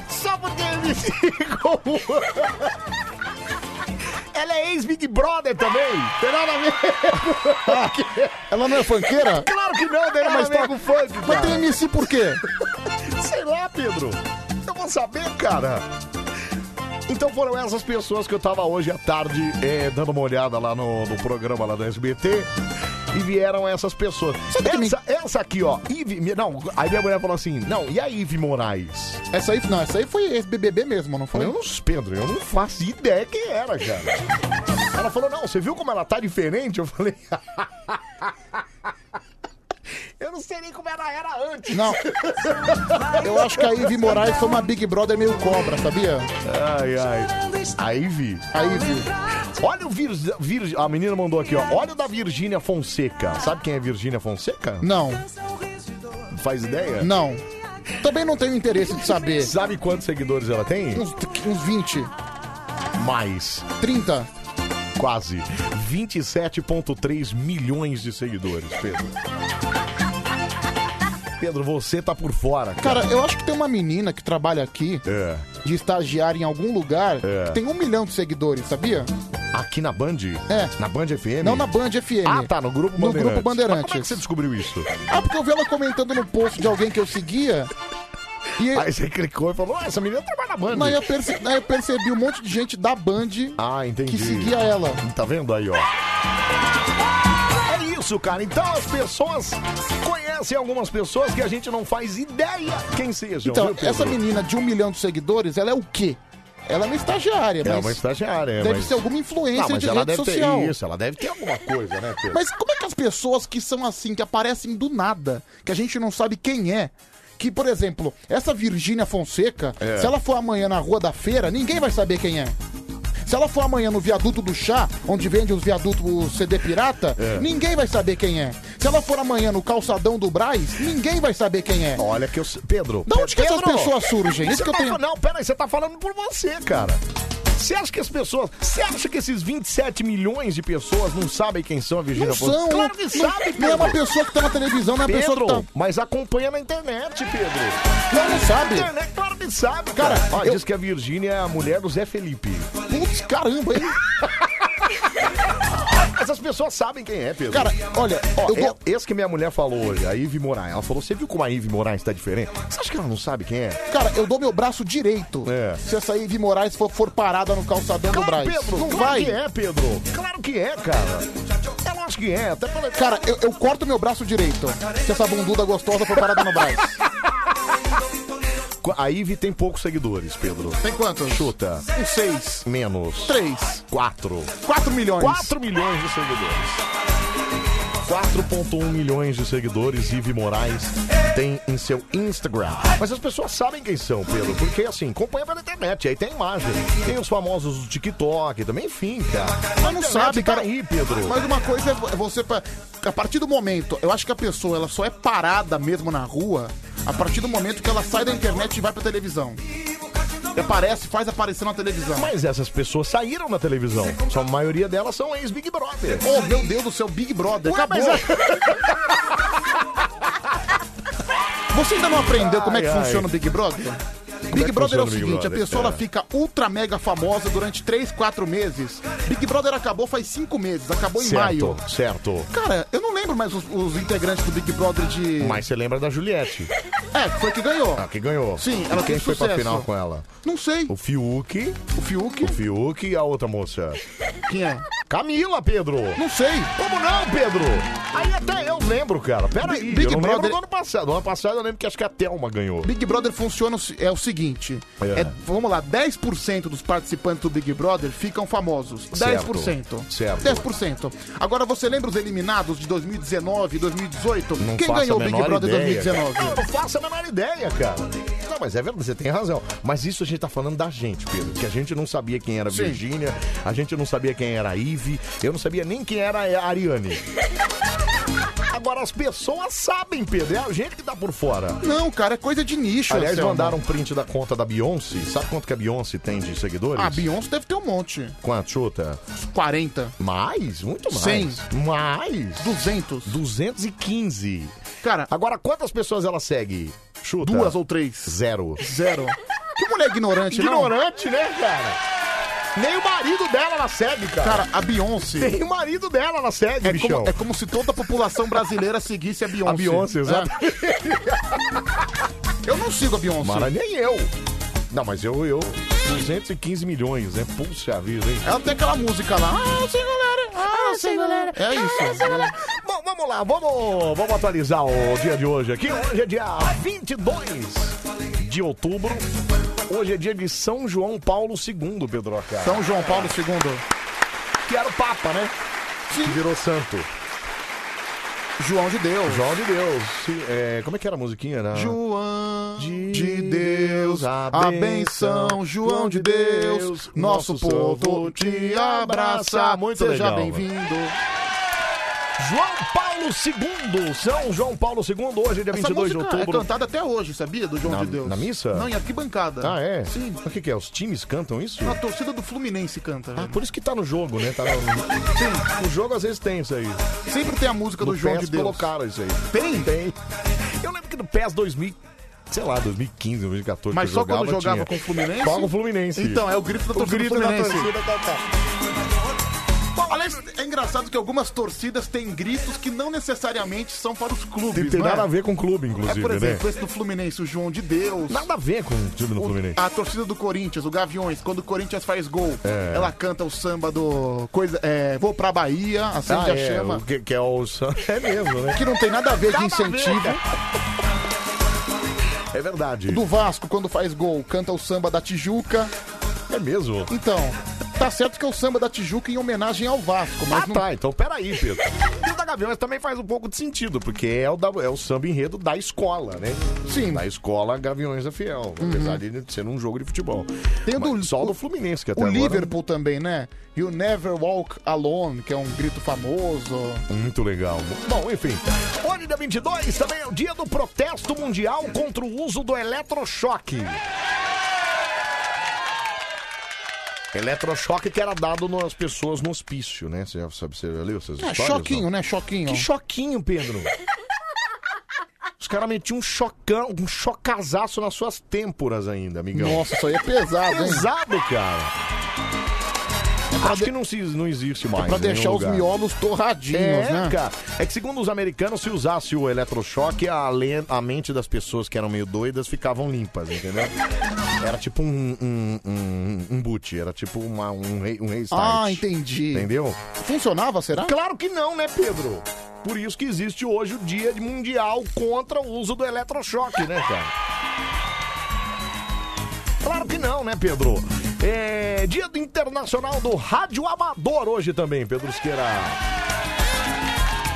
Speaker 1: Só porque é MC Goan. Ela é ex-Big Brother também! Tem nada a ver!
Speaker 2: (laughs) Ela não é funkeira?
Speaker 1: Claro que não, tem nada
Speaker 2: Mas
Speaker 1: a ver
Speaker 2: tá-
Speaker 1: com funk, cara.
Speaker 2: Mas tem MC por quê?
Speaker 1: Sei lá, Pedro. Eu vou saber, cara. Então foram essas pessoas que eu tava hoje à tarde eh, dando uma olhada lá no, no programa lá da SBT. E vieram essas pessoas. Essa, essa aqui, ó. Ive, minha- não, aí minha mulher falou assim: não, e a Ive Moraes?
Speaker 2: Essa aí, não, essa aí foi esse BBB mesmo, não foi?
Speaker 1: Eu não sei, Pedro, eu não faço ideia quem era, cara.
Speaker 2: (laughs)
Speaker 1: Ela falou: não, você viu como ela tá diferente? Eu falei: (laughs) eu não sei nem como ela era antes. (laughs)
Speaker 2: Não. Eu acho que a Ivy Moraes foi uma Big Brother meio cobra, sabia?
Speaker 1: Ai, ai. A Ivy.
Speaker 2: A Ivy.
Speaker 1: Olha o Vir... Vir- A menina mandou aqui, ó. Olha o da Virgínia Fonseca. Sabe quem é Virgínia Fonseca?
Speaker 2: Não.
Speaker 1: Faz ideia?
Speaker 2: Não. Também não tenho interesse de saber.
Speaker 1: Sabe quantos seguidores ela tem?
Speaker 2: Uns, uns 20,
Speaker 1: Mais.
Speaker 2: 30.
Speaker 1: Quase. 27,3 milhões de seguidores, Pedro. Pedro, você tá por fora.
Speaker 2: Cara, eu acho que tem uma menina que trabalha aqui,
Speaker 1: É.
Speaker 2: de estagiária em algum lugar, que tem um milhão de seguidores, sabia?
Speaker 1: Aqui na Band?
Speaker 2: É.
Speaker 1: Na Band FM?
Speaker 2: Não na Band FM.
Speaker 1: Ah, tá, no Grupo
Speaker 2: No
Speaker 1: Bandeirantes.
Speaker 2: Grupo Bandeirantes.
Speaker 1: Mas como é que você descobriu isso?
Speaker 2: Ah, porque eu vi ela comentando no post de alguém que eu seguia. E
Speaker 1: Aí você clicou e falou, "Ah, essa menina trabalha na Band.
Speaker 2: Mas eu perce- aí eu percebi um monte de gente da Band
Speaker 1: Ah, entendi.
Speaker 2: que seguia ela.
Speaker 1: Tá vendo aí, ó? É isso, cara. Então as pessoas conhecem algumas pessoas que a gente não faz ideia quem sejam.
Speaker 2: Então,
Speaker 1: viu, Pedro?
Speaker 2: essa menina de um milhão de seguidores, ela é o quê? Ela é uma estagiária,
Speaker 1: É
Speaker 2: mas
Speaker 1: uma estagiária,
Speaker 2: Deve
Speaker 1: mas-
Speaker 2: ser alguma influência
Speaker 1: Não, mas
Speaker 2: de
Speaker 1: ela
Speaker 2: rede
Speaker 1: deve ter
Speaker 2: social.
Speaker 1: isso, ela deve ter alguma coisa, né, Pedro?
Speaker 2: Mas como é que as pessoas que são assim, que aparecem do nada, que a gente não sabe quem é, que, por exemplo, essa Virgínia Fonseca,
Speaker 1: É.
Speaker 2: se ela for amanhã na Rua da Feira, ninguém vai saber quem é. Se ela for amanhã no viaduto do chá, onde vende os viadutos o CD pirata,
Speaker 1: É.
Speaker 2: ninguém vai saber quem é. Se ela for amanhã no calçadão do Braz, ninguém vai saber quem é.
Speaker 1: Olha que eu. Pedro.
Speaker 2: Da onde que essas
Speaker 1: Pedro,
Speaker 2: pessoas surgem?
Speaker 1: você
Speaker 2: Isso que eu
Speaker 1: tá
Speaker 2: tenho.
Speaker 1: fa- Não, peraí, você tá falando por você, cara. Você acha que as pessoas. Você acha que esses 27 milhões de pessoas não sabem quem são a Virgínia
Speaker 2: Não
Speaker 1: Fonseca?
Speaker 2: são,
Speaker 1: Claro que
Speaker 2: não-
Speaker 1: sabe,
Speaker 2: não é
Speaker 1: Pedro.
Speaker 2: uma pessoa que tá na televisão, não é uma
Speaker 1: Pedro,
Speaker 2: pessoa que tá-
Speaker 1: Mas acompanha na internet, Pedro.
Speaker 2: É, né? Claro que sabe.
Speaker 1: Na internet, claro que sabe,
Speaker 2: Cara,
Speaker 1: cara. Ó,
Speaker 2: eu-
Speaker 1: diz que a Virgínia é a mulher do Zé Felipe.
Speaker 2: Putz, caramba,
Speaker 1: (laughs)
Speaker 2: hein?
Speaker 1: Essas pessoas sabem quem é, Pedro.
Speaker 2: Cara, olha,
Speaker 1: Ó,
Speaker 2: eu
Speaker 1: é-
Speaker 2: dou-
Speaker 1: esse que minha mulher falou hoje, a Ive Moraes. Ela falou: você viu como a Ive Moraes tá diferente? Você acha que ela não sabe quem é?
Speaker 2: Cara, eu dou meu braço direito
Speaker 1: É.
Speaker 2: se essa Ivy Moraes for, for parada no calçadão do Braz.
Speaker 1: Pedro,
Speaker 2: não
Speaker 1: claro
Speaker 2: vai.
Speaker 1: que é, Pedro. Claro que é, cara. Eu não acho que é, até pela...
Speaker 2: Cara, eu, eu corto meu braço direito se essa bunduda gostosa for parada no Braz.
Speaker 1: A Ive tem poucos seguidores, Pedro.
Speaker 2: Tem quantos?
Speaker 1: Chuta.
Speaker 2: Um seis.
Speaker 1: Menos.
Speaker 2: Três.
Speaker 1: Quatro.
Speaker 2: 4 milhões.
Speaker 1: 4 milhões de seguidores. 4.1 milhões de seguidores Ive Moraes tem em seu Instagram. Mas as pessoas sabem quem são, Pedro, porque assim, acompanha pela internet, aí tem imagem. Tem os famosos do TikTok também, enfim, cara.
Speaker 2: Mas não
Speaker 1: A internet
Speaker 2: sabe,
Speaker 1: tá
Speaker 2: cara.
Speaker 1: Aí,
Speaker 2: (laughs)
Speaker 1: Pedro.
Speaker 2: Mas uma coisa é vo- é você. pa- A partir do momento, eu acho que a pessoa ela só é parada mesmo na rua a partir do momento que ela sai da internet e vai pra televisão. E Aparece, faz aparecer na televisão.
Speaker 1: Mas essas pessoas saíram na televisão. Só a maioria delas são ex-Big Brother.
Speaker 2: Oh, meu Deus do céu, Big Brother,
Speaker 1: Ué,
Speaker 2: acabou.
Speaker 1: mas
Speaker 2: (laughs) Você ainda não aprendeu como é que
Speaker 1: Ai, ai.
Speaker 2: funciona o Big Brother?
Speaker 1: é
Speaker 2: Big
Speaker 1: que
Speaker 2: Brother é
Speaker 1: funciona
Speaker 2: o
Speaker 1: o Big
Speaker 2: seguinte, a
Speaker 1: Brother?
Speaker 2: pessoa ela
Speaker 1: É.
Speaker 2: fica ultra mega famosa durante 3, 4 meses. Big Brother acabou faz 5 meses, acabou em
Speaker 1: certo,
Speaker 2: maio.
Speaker 1: certo.
Speaker 2: Cara, eu não lembro mais os, os integrantes do Big Brother de.
Speaker 1: Mas você lembra
Speaker 2: (laughs)
Speaker 1: da Juliette,
Speaker 2: É, que foi que ganhou.
Speaker 1: a que ganhou.
Speaker 2: Sim, ela
Speaker 1: Quem
Speaker 2: teve
Speaker 1: foi pra
Speaker 2: sucesso.
Speaker 1: final com ela?
Speaker 2: Não sei.
Speaker 1: O Fiuk.
Speaker 2: O Fiuk.
Speaker 1: O Fiuk e a outra moça.
Speaker 2: Quem é?
Speaker 1: Camila, Pedro.
Speaker 2: Não sei.
Speaker 1: Como não, Pedro? Aí até eu lembro, cara. Pera aí.
Speaker 2: Big
Speaker 1: eu não lembro
Speaker 2: Brother-
Speaker 1: do ano passado. No ano passado eu lembro que acho que a Thelma ganhou.
Speaker 2: Big Brother funciona o se- é o seguinte:
Speaker 1: É.
Speaker 2: é, vamos lá, 10% dos participantes do Big Brother ficam famosos. 10%.
Speaker 1: Certo.
Speaker 2: 10%. Agora você lembra os eliminados de 2019 e 2018?
Speaker 1: Não
Speaker 2: Quem
Speaker 1: faço
Speaker 2: ganhou
Speaker 1: a
Speaker 2: o Big
Speaker 1: menor
Speaker 2: Brother
Speaker 1: ideia,
Speaker 2: 2019?
Speaker 1: cara. Não, não faço é a menor ideia, cara. Não, mas é verdade, você tem razão. Mas isso a gente tá falando da gente, Pedro. Que a gente não sabia quem era a
Speaker 2: Sim.
Speaker 1: Virgínia, a gente não sabia quem era a Ive, eu não sabia nem quem era a Ariane. Agora as pessoas sabem, Pedro. É a gente que tá por fora.
Speaker 2: Não, cara, é coisa de nicho.
Speaker 1: Aliás,
Speaker 2: Anselmo.
Speaker 1: mandaram um print da conta da Beyoncé. Sabe quanto que a Beyoncé tem de seguidores?
Speaker 2: Ah, Beyoncé deve ter um monte.
Speaker 1: Quanto, chuta?
Speaker 2: 40.
Speaker 1: Mais? Muito mais.
Speaker 2: 100.
Speaker 1: Mais?
Speaker 2: 200.
Speaker 1: 215.
Speaker 2: Cara,
Speaker 1: Agora, quantas pessoas ela segue? Chuta.
Speaker 2: Duas ou três?
Speaker 1: Zero. (laughs)
Speaker 2: Zero. Que mulher ignorante, não?
Speaker 1: Ignorante, né, cara? Nem o marido dela ela segue, cara.
Speaker 2: Cara, a Beyoncé.
Speaker 1: Nem o marido dela ela segue,
Speaker 2: É
Speaker 1: bichão.
Speaker 2: como, é como se toda a população brasileira seguisse a Beyoncé.
Speaker 1: A Beyoncé, exato.
Speaker 2: É. Eu não sigo a Beyoncé.
Speaker 1: Mara, nem eu. Não, mas eu, eu. 215 milhões, né? Puxa vida, hein?
Speaker 2: Ela tem aquela música lá. Ah, eu sigo galera. Ah, eu sigo galera. É isso.
Speaker 1: Bom, vamos lá, vamos, vamos atualizar o dia de hoje aqui. Hoje é dia 22 de outubro. Hoje é dia de São João Paulo II, Pedroca.
Speaker 2: São João Paulo II.
Speaker 1: Que era o Papa, né?
Speaker 2: Sim.
Speaker 1: Que virou santo.
Speaker 2: João de Deus.
Speaker 1: João de Deus. Se- é, como é que era a musiquinha? Era...
Speaker 2: João de,
Speaker 1: de
Speaker 2: Deus, a benção, João de Deus, nosso povo te abraça.
Speaker 1: Muito
Speaker 2: Seja
Speaker 1: legal,
Speaker 2: bem-vindo.
Speaker 1: João Paulo Paulo II, São João Paulo II, hoje, dia
Speaker 2: Essa
Speaker 1: 22 de
Speaker 2: música
Speaker 1: outubro.
Speaker 2: é cantada até hoje, sabia? Do João
Speaker 1: na,
Speaker 2: de Deus.
Speaker 1: na missa?
Speaker 2: Não, em arquibancada.
Speaker 1: Ah, é?
Speaker 2: Sim.
Speaker 1: O que, que é? Os times cantam isso?
Speaker 2: A torcida do Fluminense canta.
Speaker 1: Ah, por isso que tá no jogo, né?
Speaker 2: (laughs)
Speaker 1: Tá no... Sim, o jogo às vezes tem isso aí.
Speaker 2: Sempre tem a música do
Speaker 1: No
Speaker 2: João
Speaker 1: PES
Speaker 2: de Deus.
Speaker 1: colocaram isso aí.
Speaker 2: Tem?
Speaker 1: Tem. Eu lembro que no PES 2000, sei lá, 2015, 2014,
Speaker 2: Mas
Speaker 1: que
Speaker 2: só
Speaker 1: eu jogava,
Speaker 2: quando jogava
Speaker 1: tinha.
Speaker 2: com o Fluminense?
Speaker 1: Só com o Fluminense.
Speaker 2: Então, é o grito da torcida do
Speaker 1: grito
Speaker 2: Fluminense.
Speaker 1: torcida, tá, tá.
Speaker 2: Bom, aliás, é engraçado que algumas torcidas têm gritos que não necessariamente são para os clubes.
Speaker 1: Tem, tem
Speaker 2: não é?
Speaker 1: nada a ver com o clube, inclusive,
Speaker 2: É, por exemplo,
Speaker 1: né?
Speaker 2: esse do Fluminense, o João de Deus.
Speaker 1: Nada a ver com o time do Fluminense.
Speaker 2: A torcida do Corinthians, o Gaviões, quando o Corinthians faz gol,
Speaker 1: É.
Speaker 2: ela canta o samba do coisa, é, vou pra Bahia, acende
Speaker 1: Ah,
Speaker 2: a
Speaker 1: é,
Speaker 2: chama.
Speaker 1: o que, que é o (laughs) É mesmo, né?
Speaker 2: Que não tem nada a ver de incentivo.
Speaker 1: É verdade.
Speaker 2: O do Vasco, quando faz gol, canta o samba da Tijuca.
Speaker 1: É mesmo?
Speaker 2: Então, tá certo que é o samba da Tijuca em homenagem ao Vasco, mas
Speaker 1: Ah,
Speaker 2: não...
Speaker 1: tá. Então, peraí, Pedro. O da Gaviões também faz um pouco de sentido, porque é o, da- é o samba enredo da escola, né?
Speaker 2: Sim. Uhum.
Speaker 1: Da escola Gaviões da Fiel, apesar de ser um jogo de futebol.
Speaker 2: Tem o do-
Speaker 1: Mas só o do Fluminense, que até
Speaker 2: O
Speaker 1: agora...
Speaker 2: Liverpool também, né? You Never Walk Alone, que é um grito famoso.
Speaker 1: Muito legal. Bom, enfim. Hoje, dia 22, também é o dia do protesto mundial contra o uso do eletrochoque. Eletrochoque que era dado nas pessoas no hospício, né? Você já sabe, você já leu essas
Speaker 2: É,
Speaker 1: histórias?
Speaker 2: choquinho, né? Choquinho.
Speaker 1: Que
Speaker 2: (laughs)
Speaker 1: choquinho, Pedro? Os caras metiam um chocão, um chocazaço nas suas têmporas ainda, amigão.
Speaker 2: Nossa, isso aí é pesado, hein?
Speaker 1: Pesado, cara. Acho que não, se, não existe mais.
Speaker 2: É pra
Speaker 1: em nenhum
Speaker 2: deixar os
Speaker 1: lugar.
Speaker 2: miolos torradinhos,
Speaker 1: é,
Speaker 2: né?
Speaker 1: Cara. É que segundo os americanos, se usasse o eletrochoque, a, len- a mente das pessoas que eram meio doidas ficavam limpas, entendeu? Era tipo um, um, um, um boot, era tipo uma, um, re- um restart.
Speaker 2: Ah, entendi.
Speaker 1: Entendeu?
Speaker 2: Funcionava, será?
Speaker 1: Claro que não, né, Pedro? Por isso que existe hoje o dia de mundial contra o uso do eletrochoque, né, cara? Claro que não, né, Pedro? É dia do internacional do rádio amador hoje também, Pedro Esqueira.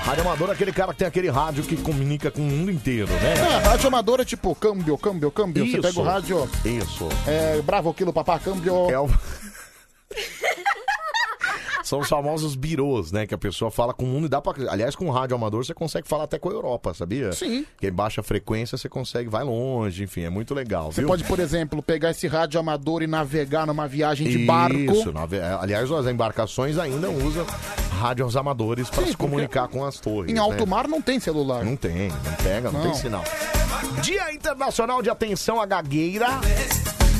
Speaker 1: Rádio amador é aquele cara que tem aquele rádio que comunica com o mundo inteiro,
Speaker 2: É,
Speaker 1: né?
Speaker 2: rádio amadora é tipo câmbio, câmbio, câmbio. Você
Speaker 1: Isso.
Speaker 2: pega o rádio,
Speaker 1: Isso.
Speaker 2: é, bravo, quilo, papá, câmbio.
Speaker 1: É o... São os famosos birôs, né? Que a pessoa fala com o mundo e dá pra. Aliás, com o rádio amador você consegue falar até com a Europa, sabia?
Speaker 2: Sim.
Speaker 1: Que em baixa frequência você consegue, vai longe, enfim, é muito legal.
Speaker 2: Você
Speaker 1: viu?
Speaker 2: pode, por exemplo, pegar esse rádio amador e navegar numa viagem de
Speaker 1: Isso,
Speaker 2: barco.
Speaker 1: nave- Aliás, as embarcações ainda usam rádios amadores para se comunicar com as torres.
Speaker 2: Em
Speaker 1: né?
Speaker 2: alto mar não tem celular.
Speaker 1: Não tem, não pega, não,
Speaker 2: Não.
Speaker 1: tem sinal. Dia Internacional de Atenção à Gagueira.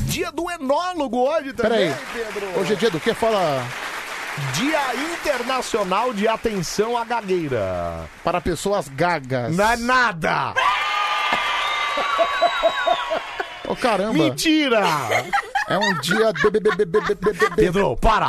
Speaker 1: Dia do enólogo hoje também,
Speaker 2: Peraí.
Speaker 1: Pedro.
Speaker 2: Hoje é dia do que? Fala.
Speaker 1: Dia Internacional de Atenção à Gagueira.
Speaker 2: Para pessoas gagas.
Speaker 1: Não é nada!
Speaker 2: Ô, caramba.
Speaker 1: Mentira!
Speaker 2: É um dia. be- be- be- be- be- be- be- be-
Speaker 1: Pedro, para!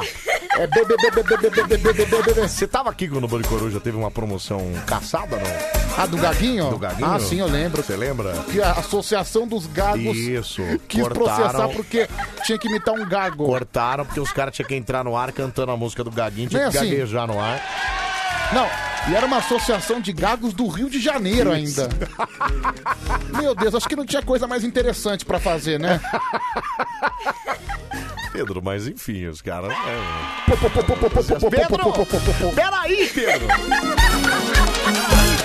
Speaker 2: É be- be- be- be- be- be- be- be- be- be- be-
Speaker 1: Você tava aqui quando o Bande Coruja teve uma promoção caçada, não?
Speaker 2: Ah, do Gaguinho?
Speaker 1: Do Gaguinho?
Speaker 2: Ah, sim, eu lembro.
Speaker 1: Você lembra?
Speaker 2: Que a Associação dos Gagos
Speaker 1: Isso.
Speaker 2: quis processar
Speaker 1: cortaram-
Speaker 2: porque tinha que imitar um gago.
Speaker 1: Cortaram porque os caras tinham que entrar no ar cantando a música do Gaguinho, tinha
Speaker 2: Bem
Speaker 1: que
Speaker 2: assim.
Speaker 1: gaguejar no ar.
Speaker 2: Não, e era uma associação de gagos do Rio de Janeiro
Speaker 1: Isso.
Speaker 2: ainda. Meu Deus, acho que não tinha coisa mais interessante pra fazer,
Speaker 1: (laughs)
Speaker 2: né?
Speaker 1: Pedro, mas enfim, os caras. é.
Speaker 2: Pô, pô, pô, pô, pô, pô, pô, pô,
Speaker 1: Pedro!
Speaker 2: pô, pô, pô, pô, pô.
Speaker 1: Peraí, Pedro!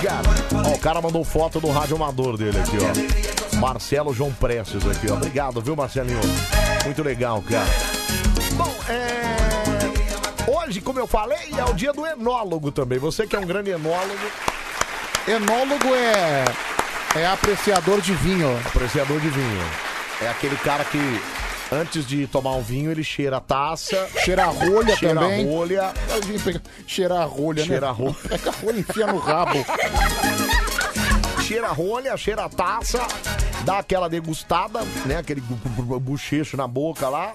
Speaker 1: Cara, ó, o cara mandou foto do rádio amador dele aqui, ó. Marcelo João Prestes aqui, ó. Obrigado, viu, Marcelinho? Muito legal, cara. Bom, é... Hoje, como eu falei, é o dia do enólogo também. Você que é um grande enólogo.
Speaker 2: Enólogo é. É apreciador de vinho.
Speaker 1: Apreciador de vinho. É aquele cara que, antes de tomar um vinho, ele cheira a taça.
Speaker 2: Cheira a rolha
Speaker 1: cheira a
Speaker 2: também.
Speaker 1: rolha.
Speaker 2: Cheira a rolha, né?
Speaker 1: Cheira a rolha.
Speaker 2: É que a rolha enfia no rabo.
Speaker 1: Cheira a rolha, cheira a taça, dá aquela degustada, né? Aquele bu- bu- bu- bochecho na boca lá,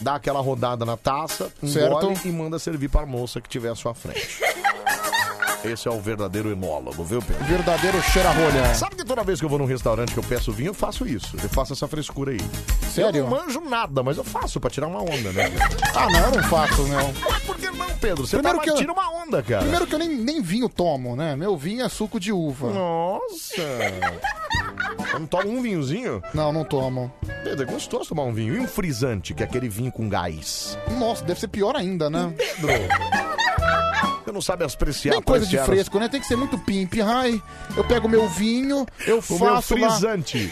Speaker 1: dá aquela rodada na taça, engole
Speaker 2: Certo.
Speaker 1: e manda servir para a moça que tiver à sua frente. Esse é o verdadeiro enólogo, viu, Pedro?
Speaker 2: Verdadeiro cheira-rolha.
Speaker 1: Sabe que toda vez que eu vou num restaurante que eu peço vinho, eu faço isso. Eu faço essa frescura aí.
Speaker 2: Sério?
Speaker 1: Eu não manjo nada, mas eu faço pra tirar uma onda, né?
Speaker 2: Ah, não, eu não faço, não.
Speaker 1: Não, Pedro, você
Speaker 2: Primeiro
Speaker 1: tá,
Speaker 2: que eu-
Speaker 1: mas tira uma onda, cara.
Speaker 2: Primeiro que eu nem, nem vinho tomo, né? Meu vinho é suco de uva.
Speaker 1: Nossa! Eu não tomo um vinhozinho?
Speaker 2: Não, não tomo.
Speaker 1: Pedro, é gostoso tomar um vinho. E um frisante, que é aquele vinho com gás.
Speaker 2: Nossa, deve ser pior ainda, né?
Speaker 1: Pedro! não sabe apreciar.
Speaker 2: Nem coisa de
Speaker 1: apreciar as-
Speaker 2: fresco, né? Tem que ser muito pimp. Ai, eu pego meu vinho, eu
Speaker 1: O
Speaker 2: faço.
Speaker 1: meu
Speaker 2: lá
Speaker 1: frisante.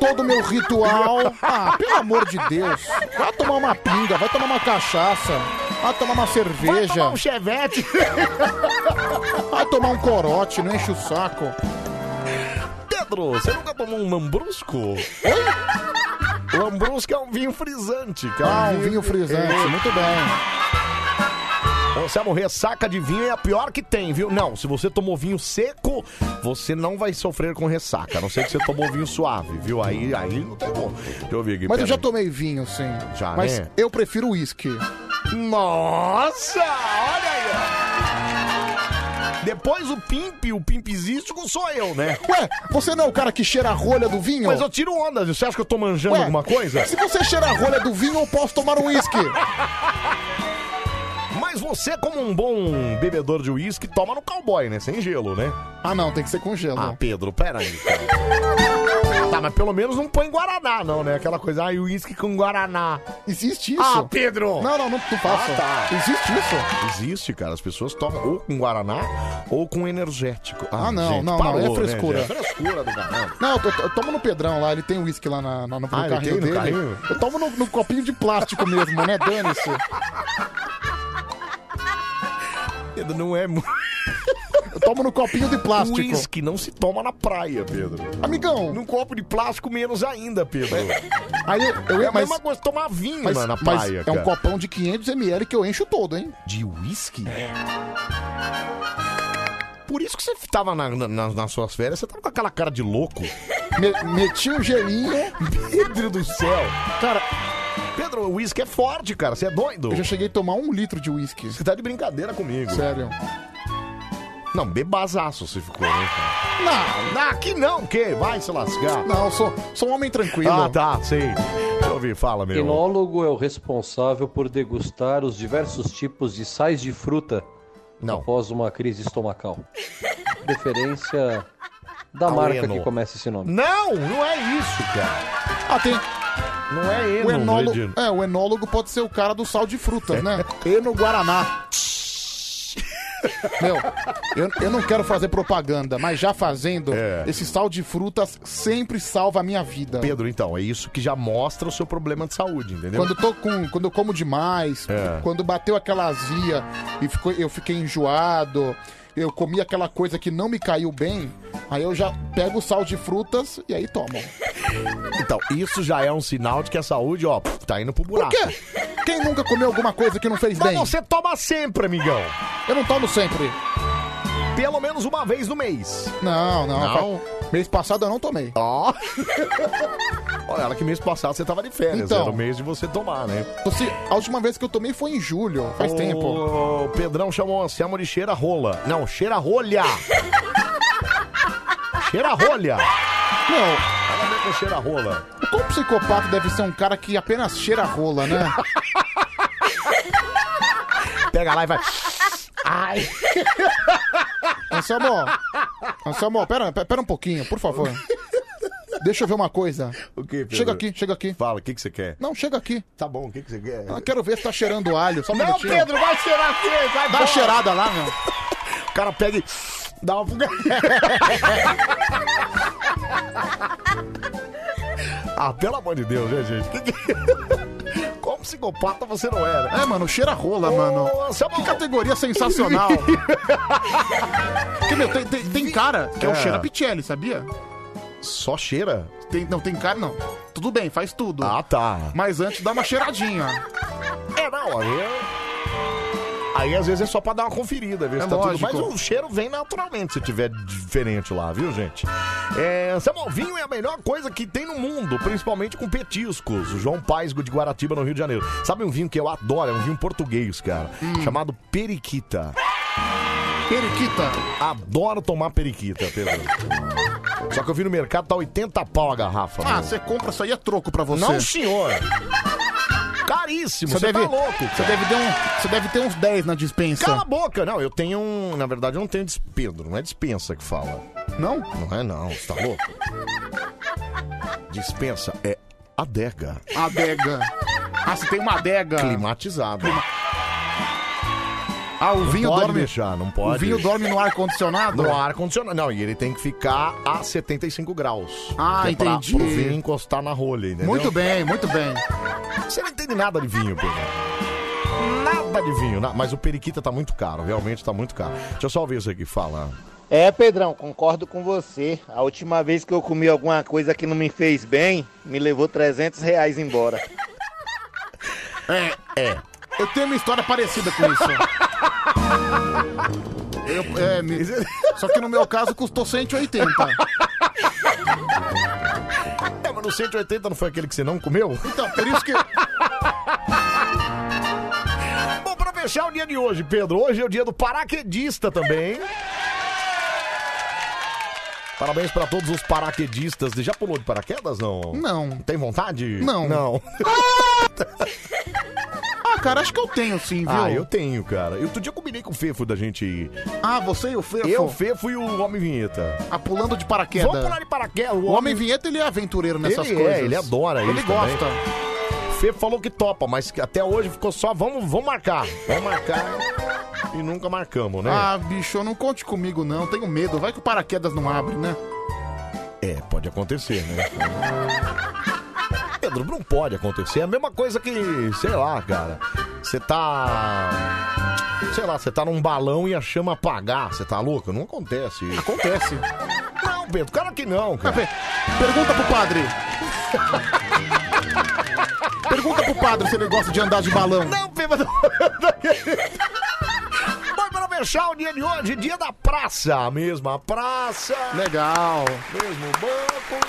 Speaker 2: Todo o meu ritual. Ah, pelo amor de Deus. Vai tomar uma pinga, vai tomar uma cachaça, vai tomar uma cerveja. Vai tomar um
Speaker 1: chevette.
Speaker 2: (laughs) Vai tomar um corote, não enche o saco.
Speaker 1: Pedro, você nunca tomou um lambrusco? Lambrusco é um vinho frisante. Que é
Speaker 2: Ah, um vinho frisante, muito bem.
Speaker 1: Você vai morrer, saca de vinho é a pior que tem, viu? Não, se você tomou vinho seco, você não vai sofrer com ressaca. A não ser que você tomou vinho suave, viu? Aí, aí não tem como. Deixa eu ver aqui.
Speaker 2: Mas eu
Speaker 1: peraí.
Speaker 2: já tomei vinho, sim.
Speaker 1: Já,
Speaker 2: Mas
Speaker 1: né?
Speaker 2: eu prefiro uísque.
Speaker 1: Nossa, olha aí. ó. Depois o pimp, o pimpzístico sou eu, né?
Speaker 2: Ué, você não é o cara que cheira a rolha do vinho?
Speaker 1: Mas eu tiro onda, você acha que eu tô manjando
Speaker 2: Ué,
Speaker 1: alguma coisa?
Speaker 2: Se você cheira a rolha do vinho, eu posso tomar um uísque.
Speaker 1: (laughs) Mas você, como um bom bebedor de uísque, toma no cowboy, né? Sem gelo, né?
Speaker 2: Ah, não, tem que ser com gelo.
Speaker 1: Ah, Pedro, pera aí. cara. tá, mas pelo menos não põe Guaraná, não, né? Aquela coisa, ah, uísque com Guaraná.
Speaker 2: Existe isso.
Speaker 1: Ah, Pedro!
Speaker 2: Não, não, não, não faça.
Speaker 1: Ah, tá.
Speaker 2: Existe isso.
Speaker 1: Existe, cara. As pessoas tomam ou com Guaraná ou com energético.
Speaker 2: Ah, não, não, não, é
Speaker 1: né,
Speaker 2: frescura.
Speaker 1: gente? É frescura do caramba.
Speaker 2: Não, eu, to- eu tomo no Pedrão lá, ele tem uísque lá na, na, no
Speaker 1: Ah, ele
Speaker 2: carrinho
Speaker 1: tem no
Speaker 2: dele.
Speaker 1: carrinho?
Speaker 2: Eu tomo no, no copinho de plástico mesmo, né? Dane-se.
Speaker 1: (laughs) Pedro, não é muito.
Speaker 2: Eu tomo no copinho de plástico.
Speaker 1: Uísque não se toma na praia, Pedro.
Speaker 2: Amigão.
Speaker 1: Num copo de plástico, menos ainda, Pedro.
Speaker 2: Aí eu
Speaker 1: é
Speaker 2: ia
Speaker 1: a
Speaker 2: mas,
Speaker 1: mesma coisa tomar vinho
Speaker 2: mas,
Speaker 1: mano, na
Speaker 2: mas
Speaker 1: praia,
Speaker 2: é
Speaker 1: cara.
Speaker 2: um copão de 500ml que eu encho todo, hein?
Speaker 1: De uísque? Por isso que você tava na- na- nas- nas suas férias, você tava com aquela cara de louco.
Speaker 2: Me- meti um gelinho.
Speaker 1: Pedro do céu.
Speaker 2: Cara.
Speaker 1: Pedro, o uísque é forte, cara. Você é doido.
Speaker 2: Eu já cheguei a tomar um litro de uísque.
Speaker 1: Você tá de brincadeira comigo.
Speaker 2: Sério.
Speaker 1: Não, bebazaço você ficou, né? cara?
Speaker 2: Não,
Speaker 1: não, aqui não, que vai se lascar.
Speaker 2: Não, eu sou, sou um homem tranquilo.
Speaker 1: Ah, tá, sei. Deixa eu ouvir, fala, meu.
Speaker 12: Enólogo é o responsável por degustar os diversos tipos de sais de fruta após uma crise estomacal. Preferência da
Speaker 1: Ao
Speaker 12: marca
Speaker 1: Eno.
Speaker 12: que começa esse nome.
Speaker 1: Não, um não é isso, cara.
Speaker 2: Ah, tem.
Speaker 1: Não é É.
Speaker 2: O
Speaker 1: ele,
Speaker 2: enólogo,
Speaker 1: Virgínia.
Speaker 2: é, o enólogo pode ser o cara do sal de frutas,
Speaker 1: (laughs)
Speaker 2: né? Eno Guaraná. Meu, eu, eu não quero fazer propaganda, mas já fazendo,
Speaker 1: É.
Speaker 2: esse sal de frutas sempre salva a minha vida.
Speaker 1: Pedro, então, é isso que já mostra o seu problema de saúde, entendeu?
Speaker 2: Quando eu tô com. Quando eu como demais,
Speaker 1: É.
Speaker 2: quando bateu aquela azia e ficou, eu fiquei enjoado, eu comi aquela coisa que não me caiu bem, aí eu já pego o sal de frutas e aí tomo.
Speaker 1: Então, isso já é um sinal de que a saúde, ó, pf, tá indo pro
Speaker 2: Por
Speaker 1: buraco.
Speaker 2: quê? Quem nunca comeu alguma coisa que não fez
Speaker 1: Mas
Speaker 2: bem?
Speaker 1: você toma sempre, amigão.
Speaker 2: Eu não tomo sempre.
Speaker 1: Pelo menos uma vez no mês.
Speaker 2: Não, não.
Speaker 1: Não?
Speaker 2: fa- Mês passado eu não tomei.
Speaker 1: Ó. (laughs) Olha, ela que mês passado você tava de férias.
Speaker 2: Então.
Speaker 1: Era o mês de você tomar, né?
Speaker 2: Você- a última vez que eu tomei foi em julho, faz
Speaker 1: o
Speaker 2: tempo.
Speaker 1: O Pedrão chamou o Anselmo de cheira rola. Não, cheira
Speaker 2: (laughs)
Speaker 1: rolha. cheira rolha.
Speaker 2: Não,
Speaker 1: Ela vem com cheira rola.
Speaker 2: como psicopata deve ser um cara que apenas cheira a rola, né?
Speaker 1: (laughs) Pega lá e vai. Ai.
Speaker 2: (laughs) Anselmo, Anselmo, pera, pera um pouquinho, por favor. Deixa eu ver uma coisa.
Speaker 1: O que, Pedro?
Speaker 2: Chega aqui, chega aqui.
Speaker 1: Fala, o que, que você quer?
Speaker 2: Não, chega aqui.
Speaker 1: Tá bom, o que, que você quer?
Speaker 2: Ah, quero ver se tá cheirando alho. Só um
Speaker 1: Não,
Speaker 2: minutinho.
Speaker 1: Pedro, vai cheirar aqui, vai
Speaker 2: Dá
Speaker 1: embora.
Speaker 2: uma cheirada lá, meu.
Speaker 1: O cara pega e dá uma fuga. (laughs) ah, pelo amor de Deus, né, gente? Que que- Como psicopata você não era?
Speaker 2: É, mano, cheira a rola, mano. Que categoria
Speaker 1: (laughs)
Speaker 2: sensacional. Porque, meu, tem, tem- tem cara que é, o
Speaker 1: É.
Speaker 2: cheira pichelli, sabia?
Speaker 1: Só cheira?
Speaker 2: Tem- não, tem cara não. Tudo bem, faz tudo.
Speaker 1: Ah, tá.
Speaker 2: Mas antes dá uma cheiradinha.
Speaker 1: É, não, aí... Aí às vezes é só pra dar uma conferida, ver
Speaker 2: É
Speaker 1: se tá
Speaker 2: lógico.
Speaker 1: tudo. Mas o cheiro vem naturalmente se tiver diferente lá, viu, gente? É, Samuel, vinho é a melhor coisa que tem no mundo, principalmente com petiscos. O João Paisgo de Guaratiba, no Rio de Janeiro. Sabe um vinho que eu adoro? É um vinho português, cara.
Speaker 2: Hum.
Speaker 1: Chamado Periquita.
Speaker 2: Periquita.
Speaker 1: Adoro tomar periquita,
Speaker 2: (laughs)
Speaker 1: Pedro. Só que eu vi no mercado, tá 80 pau a garrafa.
Speaker 2: Ah,
Speaker 1: meu.
Speaker 2: você compra isso aí é troco pra você.
Speaker 1: Não, senhor. Caríssimo, você, tá louco.
Speaker 2: Você
Speaker 1: cara.
Speaker 2: deve, ter um, você deve ter uns 10 na dispensa.
Speaker 1: Cala a boca! Não, eu tenho um. Na verdade, eu não tenho. dis- Pedro, não é dispensa que fala.
Speaker 2: Não?
Speaker 1: Não é, não. Você tá louco? Dispensa é adega.
Speaker 2: Adega. Ah, você tem uma adega.
Speaker 1: Climatizada. Ah, o
Speaker 2: vinho
Speaker 1: pode
Speaker 2: dorme-
Speaker 1: deixar, não pode.
Speaker 2: o vinho dorme no ar-condicionado?
Speaker 1: No ar-condicionado. Não, e ele tem que ficar a 75 graus.
Speaker 2: Ah,
Speaker 1: Que é pra-
Speaker 2: entendi.
Speaker 1: Pro vinho encostar na rolha, entendeu?
Speaker 2: Muito bem, muito bem.
Speaker 1: Você não entende nada de vinho, Pedro. Nada de vinho, na- mas o periquita tá muito caro, realmente tá muito caro. Deixa eu só ouvir isso aqui, fala.
Speaker 9: É, Pedrão, concordo com você. A última vez que eu comi alguma coisa que não me fez bem, me levou 300 reais embora.
Speaker 1: É, é.
Speaker 2: Eu tenho uma história parecida com
Speaker 1: (laughs)
Speaker 2: isso. Eu, é, me- Só que no meu caso custou 180.
Speaker 1: É, mas no 180 não foi aquele que você não comeu?
Speaker 2: Então, por isso que.
Speaker 1: (laughs) Bom, pra fechar o dia de hoje, Pedro, hoje é o dia do paraquedista também. Parabéns pra todos os paraquedistas. Já pulou de paraquedas, não?
Speaker 2: Não.
Speaker 1: Tem vontade?
Speaker 2: Não.
Speaker 1: Não.
Speaker 2: (laughs) Ah, cara, acho que eu tenho sim, viu?
Speaker 1: Ah, eu tenho, cara. Eu, outro dia eu combinei com o Fefo da gente ir.
Speaker 2: Ah, você e o Fefo?
Speaker 1: Eu, o Fefo e o Homem Vinheta.
Speaker 2: Ah, pulando de paraquedas.
Speaker 1: Vamos pular de paraquedas.
Speaker 2: O Homem Vinheta, ele é aventureiro nessas
Speaker 1: ele
Speaker 2: coisas.
Speaker 1: É, ele adora
Speaker 2: ele
Speaker 1: isso.
Speaker 2: Ele gosta.
Speaker 1: também. Fefo falou que topa, mas que até hoje ficou só vamos, vamos marcar. Vamos marcar. E nunca marcamos, né?
Speaker 2: Ah, bicho, não conte comigo não, tenho medo. Vai que o paraquedas não abre, né?
Speaker 1: É, pode acontecer, né? Pedro, não pode acontecer. É a mesma coisa que, sei lá, cara. Você tá. Sei lá, você tá num balão e a chama apagar. Você tá louco? Não acontece. isso.
Speaker 2: Acontece.
Speaker 1: Não, Pedro, cara que não, cara.
Speaker 2: Pergunta pro padre. Pergunta pro padre se ele gosta de andar de balão.
Speaker 1: Não, bêbado. Bom, para fechar o dia de hoje, dia da praça mesmo. A praça.
Speaker 2: Legal.
Speaker 1: Mesmo banco.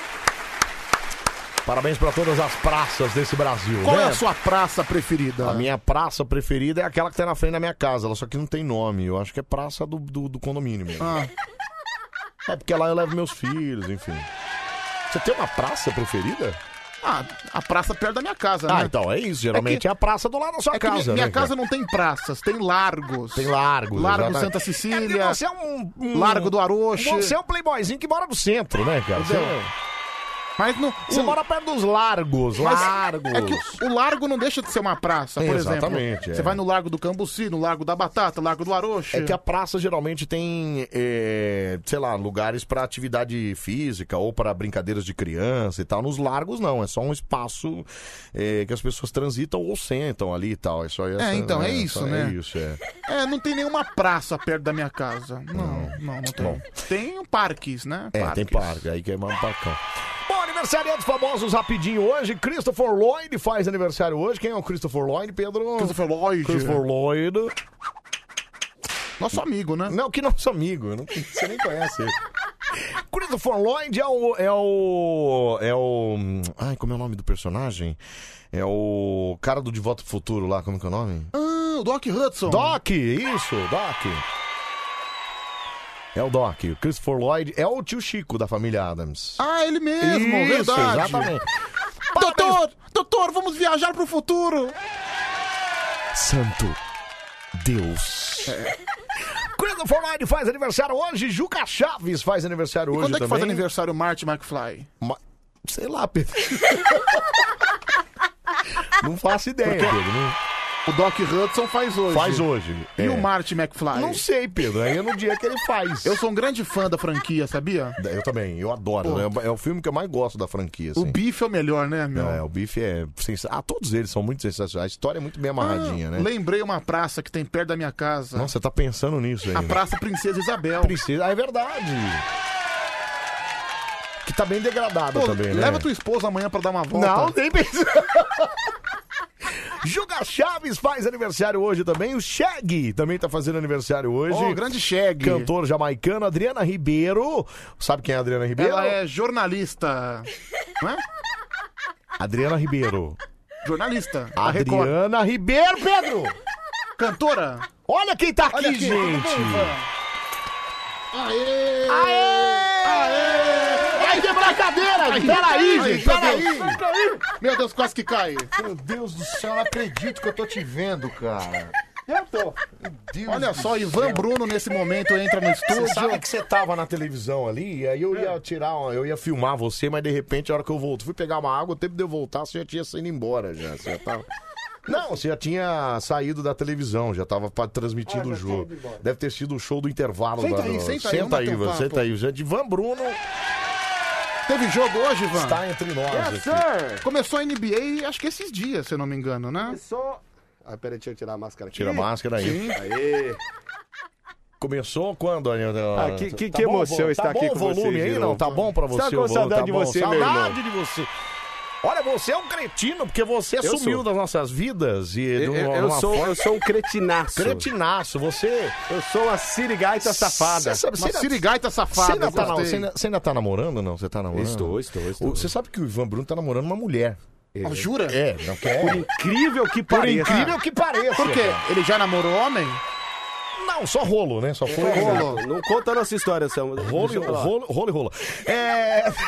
Speaker 1: Parabéns pra todas as praças desse Brasil.
Speaker 2: Qual
Speaker 1: né?
Speaker 2: é a sua praça preferida?
Speaker 1: A minha praça preferida é aquela que tem na frente da minha casa. Ela só que não tem nome. Eu acho que é praça do, do, do condomínio mesmo.
Speaker 2: Ah.
Speaker 1: É porque lá eu levo meus filhos, enfim. Você tem uma praça preferida?
Speaker 2: Ah, a praça perto da minha casa, né?
Speaker 1: Ah, então é isso. Geralmente é,
Speaker 2: que-
Speaker 1: a praça do lado da sua
Speaker 2: É que
Speaker 1: casa.
Speaker 2: minha, minha
Speaker 1: né, cara?
Speaker 2: casa não tem praças, tem largos. Tem
Speaker 1: largos,
Speaker 2: Largo
Speaker 1: exatamente.
Speaker 2: Santa Cecília.
Speaker 1: É, você é um, um-
Speaker 2: Largo do Aroche.
Speaker 1: Você é um playboyzinho que mora no centro, né, cara? Você,
Speaker 2: Entendeu? Mas não. um
Speaker 1: você mora perto dos largos,
Speaker 2: Mas
Speaker 1: largos.
Speaker 2: É que o- o largo não deixa de ser uma praça, por
Speaker 1: Exatamente,
Speaker 2: exemplo.
Speaker 1: é.
Speaker 2: Você vai no Largo do Cambuci, no Largo da Batata, Largo do Aroche.
Speaker 1: É que a praça geralmente tem, é, sei lá, lugares pra atividade física ou pra brincadeiras de criança e tal. Nos largos não, é só um espaço é, que as pessoas transitam ou sentam ali e tal. É só essa,
Speaker 2: É, então, é isso,
Speaker 1: só-
Speaker 2: né?
Speaker 1: É isso, é.
Speaker 2: É, não tem nenhuma praça perto da minha casa. Não, não, não tem.
Speaker 1: Bom.
Speaker 2: Tem parques, né?
Speaker 1: É, tem parque, aí que é mais um parcão. Bom, aniversariantes famosos rapidinho hoje. Christopher Lloyd faz aniversário hoje. Quem é o Christopher Lloyd, Pedro?
Speaker 2: Christopher Lloyd.
Speaker 1: Christopher Lloyd.
Speaker 2: Nosso amigo, né?
Speaker 1: Não, que nosso amigo. eu Não, você nem
Speaker 2: (laughs)
Speaker 1: conhece ele. Christopher Lloyd é o, é o. É o. Ai, como é o nome do personagem? É o cara do De Volta ao Futuro lá, como que é o nome?
Speaker 2: Ah, o Doc Hudson.
Speaker 1: Doc, isso, Doc. É o Doc. O Christopher Lloyd é o tio Chico da família Adams.
Speaker 2: Ah, ele mesmo,
Speaker 1: Isso,
Speaker 2: verdade.
Speaker 1: exatamente.
Speaker 2: Doutor, doutor, vamos viajar pro futuro.
Speaker 1: Santo Deus. Christopher Lloyd faz aniversário hoje, Juca Chaves faz aniversário hoje
Speaker 2: Quando é que
Speaker 1: também.
Speaker 2: faz aniversário o Marty McFly?
Speaker 1: Ma- Sei
Speaker 2: (laughs)
Speaker 1: lá, Pedro. não faço ideia,
Speaker 2: Porque-
Speaker 1: Pedro. não-
Speaker 2: O Doc Hudson faz hoje.
Speaker 1: Faz hoje.
Speaker 2: E
Speaker 1: é.
Speaker 2: o Marty McFly?
Speaker 1: Não sei, Pedro. Aí é no dia que ele faz.
Speaker 2: Eu sou um grande fã da franquia, sabia?
Speaker 1: Eu também, eu adoro. É, o- é o filme que eu mais gosto da franquia.
Speaker 2: O
Speaker 1: assim.
Speaker 2: bife é o melhor, né, meu?
Speaker 1: É, o bife é sensacional. Ah, todos eles são muito sensacionais. A história é muito bem amarradinha,
Speaker 2: Ah,
Speaker 1: né?
Speaker 2: Lembrei uma praça que tem perto da minha casa.
Speaker 1: Nossa, você tá pensando nisso aí.
Speaker 2: a
Speaker 1: né?
Speaker 2: Praça Princesa Isabel.
Speaker 1: Princesa. Ah, é verdade. Que tá bem degradada
Speaker 2: Pô,
Speaker 1: também, né?
Speaker 2: leva tua esposa amanhã pra dar uma volta.
Speaker 1: Não, nem pensei. (laughs) Juga Chaves faz aniversário hoje também. O Shag também tá fazendo aniversário hoje.
Speaker 2: Ô, Oh, grande Shag.
Speaker 1: Cantor jamaicano, Adriana Ribeiro. Sabe quem é a Adriana Ribeiro?
Speaker 2: Ela é jornalista. Não é? (laughs)
Speaker 1: Adriana Ribeiro.
Speaker 2: Jornalista. da Record.
Speaker 1: Adriana Ribeiro, Pedro!
Speaker 2: Cantora.
Speaker 1: Olha quem tá aqui,
Speaker 2: Olha aqui, tudo
Speaker 1: gente!
Speaker 2: bem, Ivan? Aê!
Speaker 1: Aê!
Speaker 2: Vai quebrar a cadeira!
Speaker 1: Ai,
Speaker 2: peraí,
Speaker 1: ai,
Speaker 2: gente!
Speaker 1: meu
Speaker 2: Peraí!
Speaker 1: Deus.
Speaker 2: Meu Deus, quase que cai!
Speaker 17: Meu Deus do céu, eu não acredito que eu tô te vendo, cara.
Speaker 2: Eu tô!
Speaker 17: Deus
Speaker 2: Olha
Speaker 17: do
Speaker 2: só, Ivan
Speaker 17: céu.
Speaker 2: Bruno nesse momento entra no estúdio.
Speaker 1: Você sabe que você tava na televisão ali, e aí eu
Speaker 18: É.
Speaker 1: ia tirar, uma- eu ia
Speaker 18: (laughs)
Speaker 1: filmar você, mas de repente, a hora que eu volto, fui pegar uma água, o tempo de eu voltar, você já tinha saído embora já. Você já tava. Não, você já tinha saído da televisão, já tava pa- transmitindo
Speaker 18: Ah,
Speaker 1: o jogo. Deve ter sido o show do intervalo.
Speaker 2: Senta
Speaker 1: da-
Speaker 2: aí,
Speaker 1: do-
Speaker 2: senta aí,
Speaker 1: senta
Speaker 2: vamos
Speaker 1: aí,
Speaker 2: bater um
Speaker 1: Ivan,
Speaker 2: papo.
Speaker 1: senta aí. Gente, Ivan Bruno.
Speaker 2: Teve jogo hoje, Ivan?
Speaker 1: Está entre nós
Speaker 2: Yes,
Speaker 1: aqui.
Speaker 2: sir. Começou a NBA, acho que esses dias, se eu não me engano, né? Começou.
Speaker 18: Ah, peraí, (laughs) deixa eu tirar a máscara aqui.
Speaker 1: Tira a máscara aí.
Speaker 18: Sim.
Speaker 1: Aê. Começou quando, Anilda?
Speaker 18: Ah, que- que- que emoção
Speaker 1: bom,
Speaker 18: estar
Speaker 1: tá
Speaker 18: aqui
Speaker 1: bom
Speaker 18: com
Speaker 1: o volume
Speaker 18: vocês de
Speaker 1: aí,
Speaker 18: novo.
Speaker 1: não? Tá bom pra
Speaker 18: Tá
Speaker 1: você?
Speaker 18: com
Speaker 1: o volume?
Speaker 18: saudade
Speaker 1: tá
Speaker 18: de
Speaker 1: bom.
Speaker 18: você, meu irmão.
Speaker 1: Saudade de você. Olha, você é um cretino, porque você
Speaker 18: Eu
Speaker 1: sumiu
Speaker 18: sou.
Speaker 1: das nossas vidas e de
Speaker 18: Eu,
Speaker 1: uma,
Speaker 18: eu- eu
Speaker 1: uma
Speaker 18: sou,
Speaker 1: forma-
Speaker 18: eu sou um cretinaço.
Speaker 1: Cretinaço, você.
Speaker 18: Eu sou a sirigaita safada.
Speaker 1: Você sabe, você ainda- Você ainda, tá, na- você ainda- você ainda tá namorando ou não? Você tá namorando?
Speaker 18: Estou, estou,
Speaker 1: O- Você sabe que o Ivan Bruno tá namorando uma mulher.
Speaker 2: Ah, jura?
Speaker 1: É, não quer.
Speaker 2: Por
Speaker 18: incrível que
Speaker 1: Por incrível que pareça.
Speaker 2: Por quê? Ele já namorou homem?
Speaker 1: Não, só rolo, né? Só foi
Speaker 18: Rolo. Não conta a nossa história, Sam.
Speaker 1: Rolo, e-
Speaker 18: Deixa eu falar.
Speaker 1: rolo, rolo e rola. É. (laughs)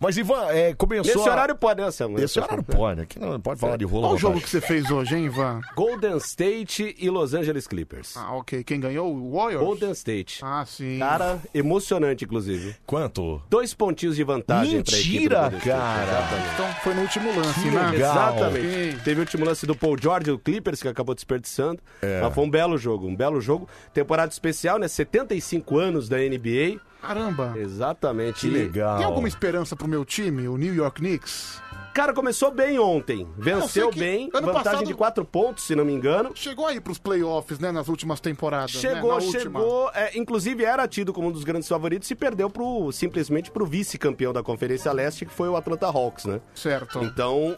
Speaker 1: Mas, Ivan, é, começou.
Speaker 18: Nesse
Speaker 1: a-
Speaker 18: horário pode, né, Sam?
Speaker 1: Nesse horário pode. Aqui não pode falar de rolo.
Speaker 2: Qual o
Speaker 1: não
Speaker 2: jogo
Speaker 1: pode.
Speaker 2: que você fez hoje, hein, Ivan?
Speaker 18: Golden State e Los Angeles Clippers.
Speaker 2: Ah, ok. Quem ganhou? O Warriors?
Speaker 18: Golden State.
Speaker 2: Ah, sim.
Speaker 18: Cara, emocionante, inclusive.
Speaker 1: Quanto?
Speaker 18: Dois pontinhos de vantagem pra equipe do
Speaker 1: Mentira,
Speaker 18: Golden State.
Speaker 1: cara.
Speaker 18: Exatamente.
Speaker 2: Então foi no último lance,
Speaker 18: Que
Speaker 2: né?
Speaker 18: legal. Exatamente. Teve o último lance do Paul George, do Clippers, que acabou desperdiçando. Mas foi um belo jogo, um belo jogo. Temporada especial, né? 75 anos da NBA.
Speaker 2: Caramba.
Speaker 18: Exatamente. E-
Speaker 2: Tem alguma esperança pro meu time, o New York Knicks?
Speaker 18: Cara, começou bem ontem. Venceu
Speaker 2: Eu sei que
Speaker 18: bem.
Speaker 2: ano
Speaker 18: vantagem
Speaker 2: passado-
Speaker 18: de 4 pontos, se não me engano.
Speaker 2: Chegou aí pros playoffs, né, nas últimas temporadas. né?
Speaker 18: Chegou,
Speaker 2: Na última.
Speaker 18: chegou. é, inclusive era tido como um dos grandes favoritos e perdeu pro, simplesmente pro vice-campeão da Conferência Leste, que foi o Atlanta Hawks, né?
Speaker 2: Certo.
Speaker 18: Então,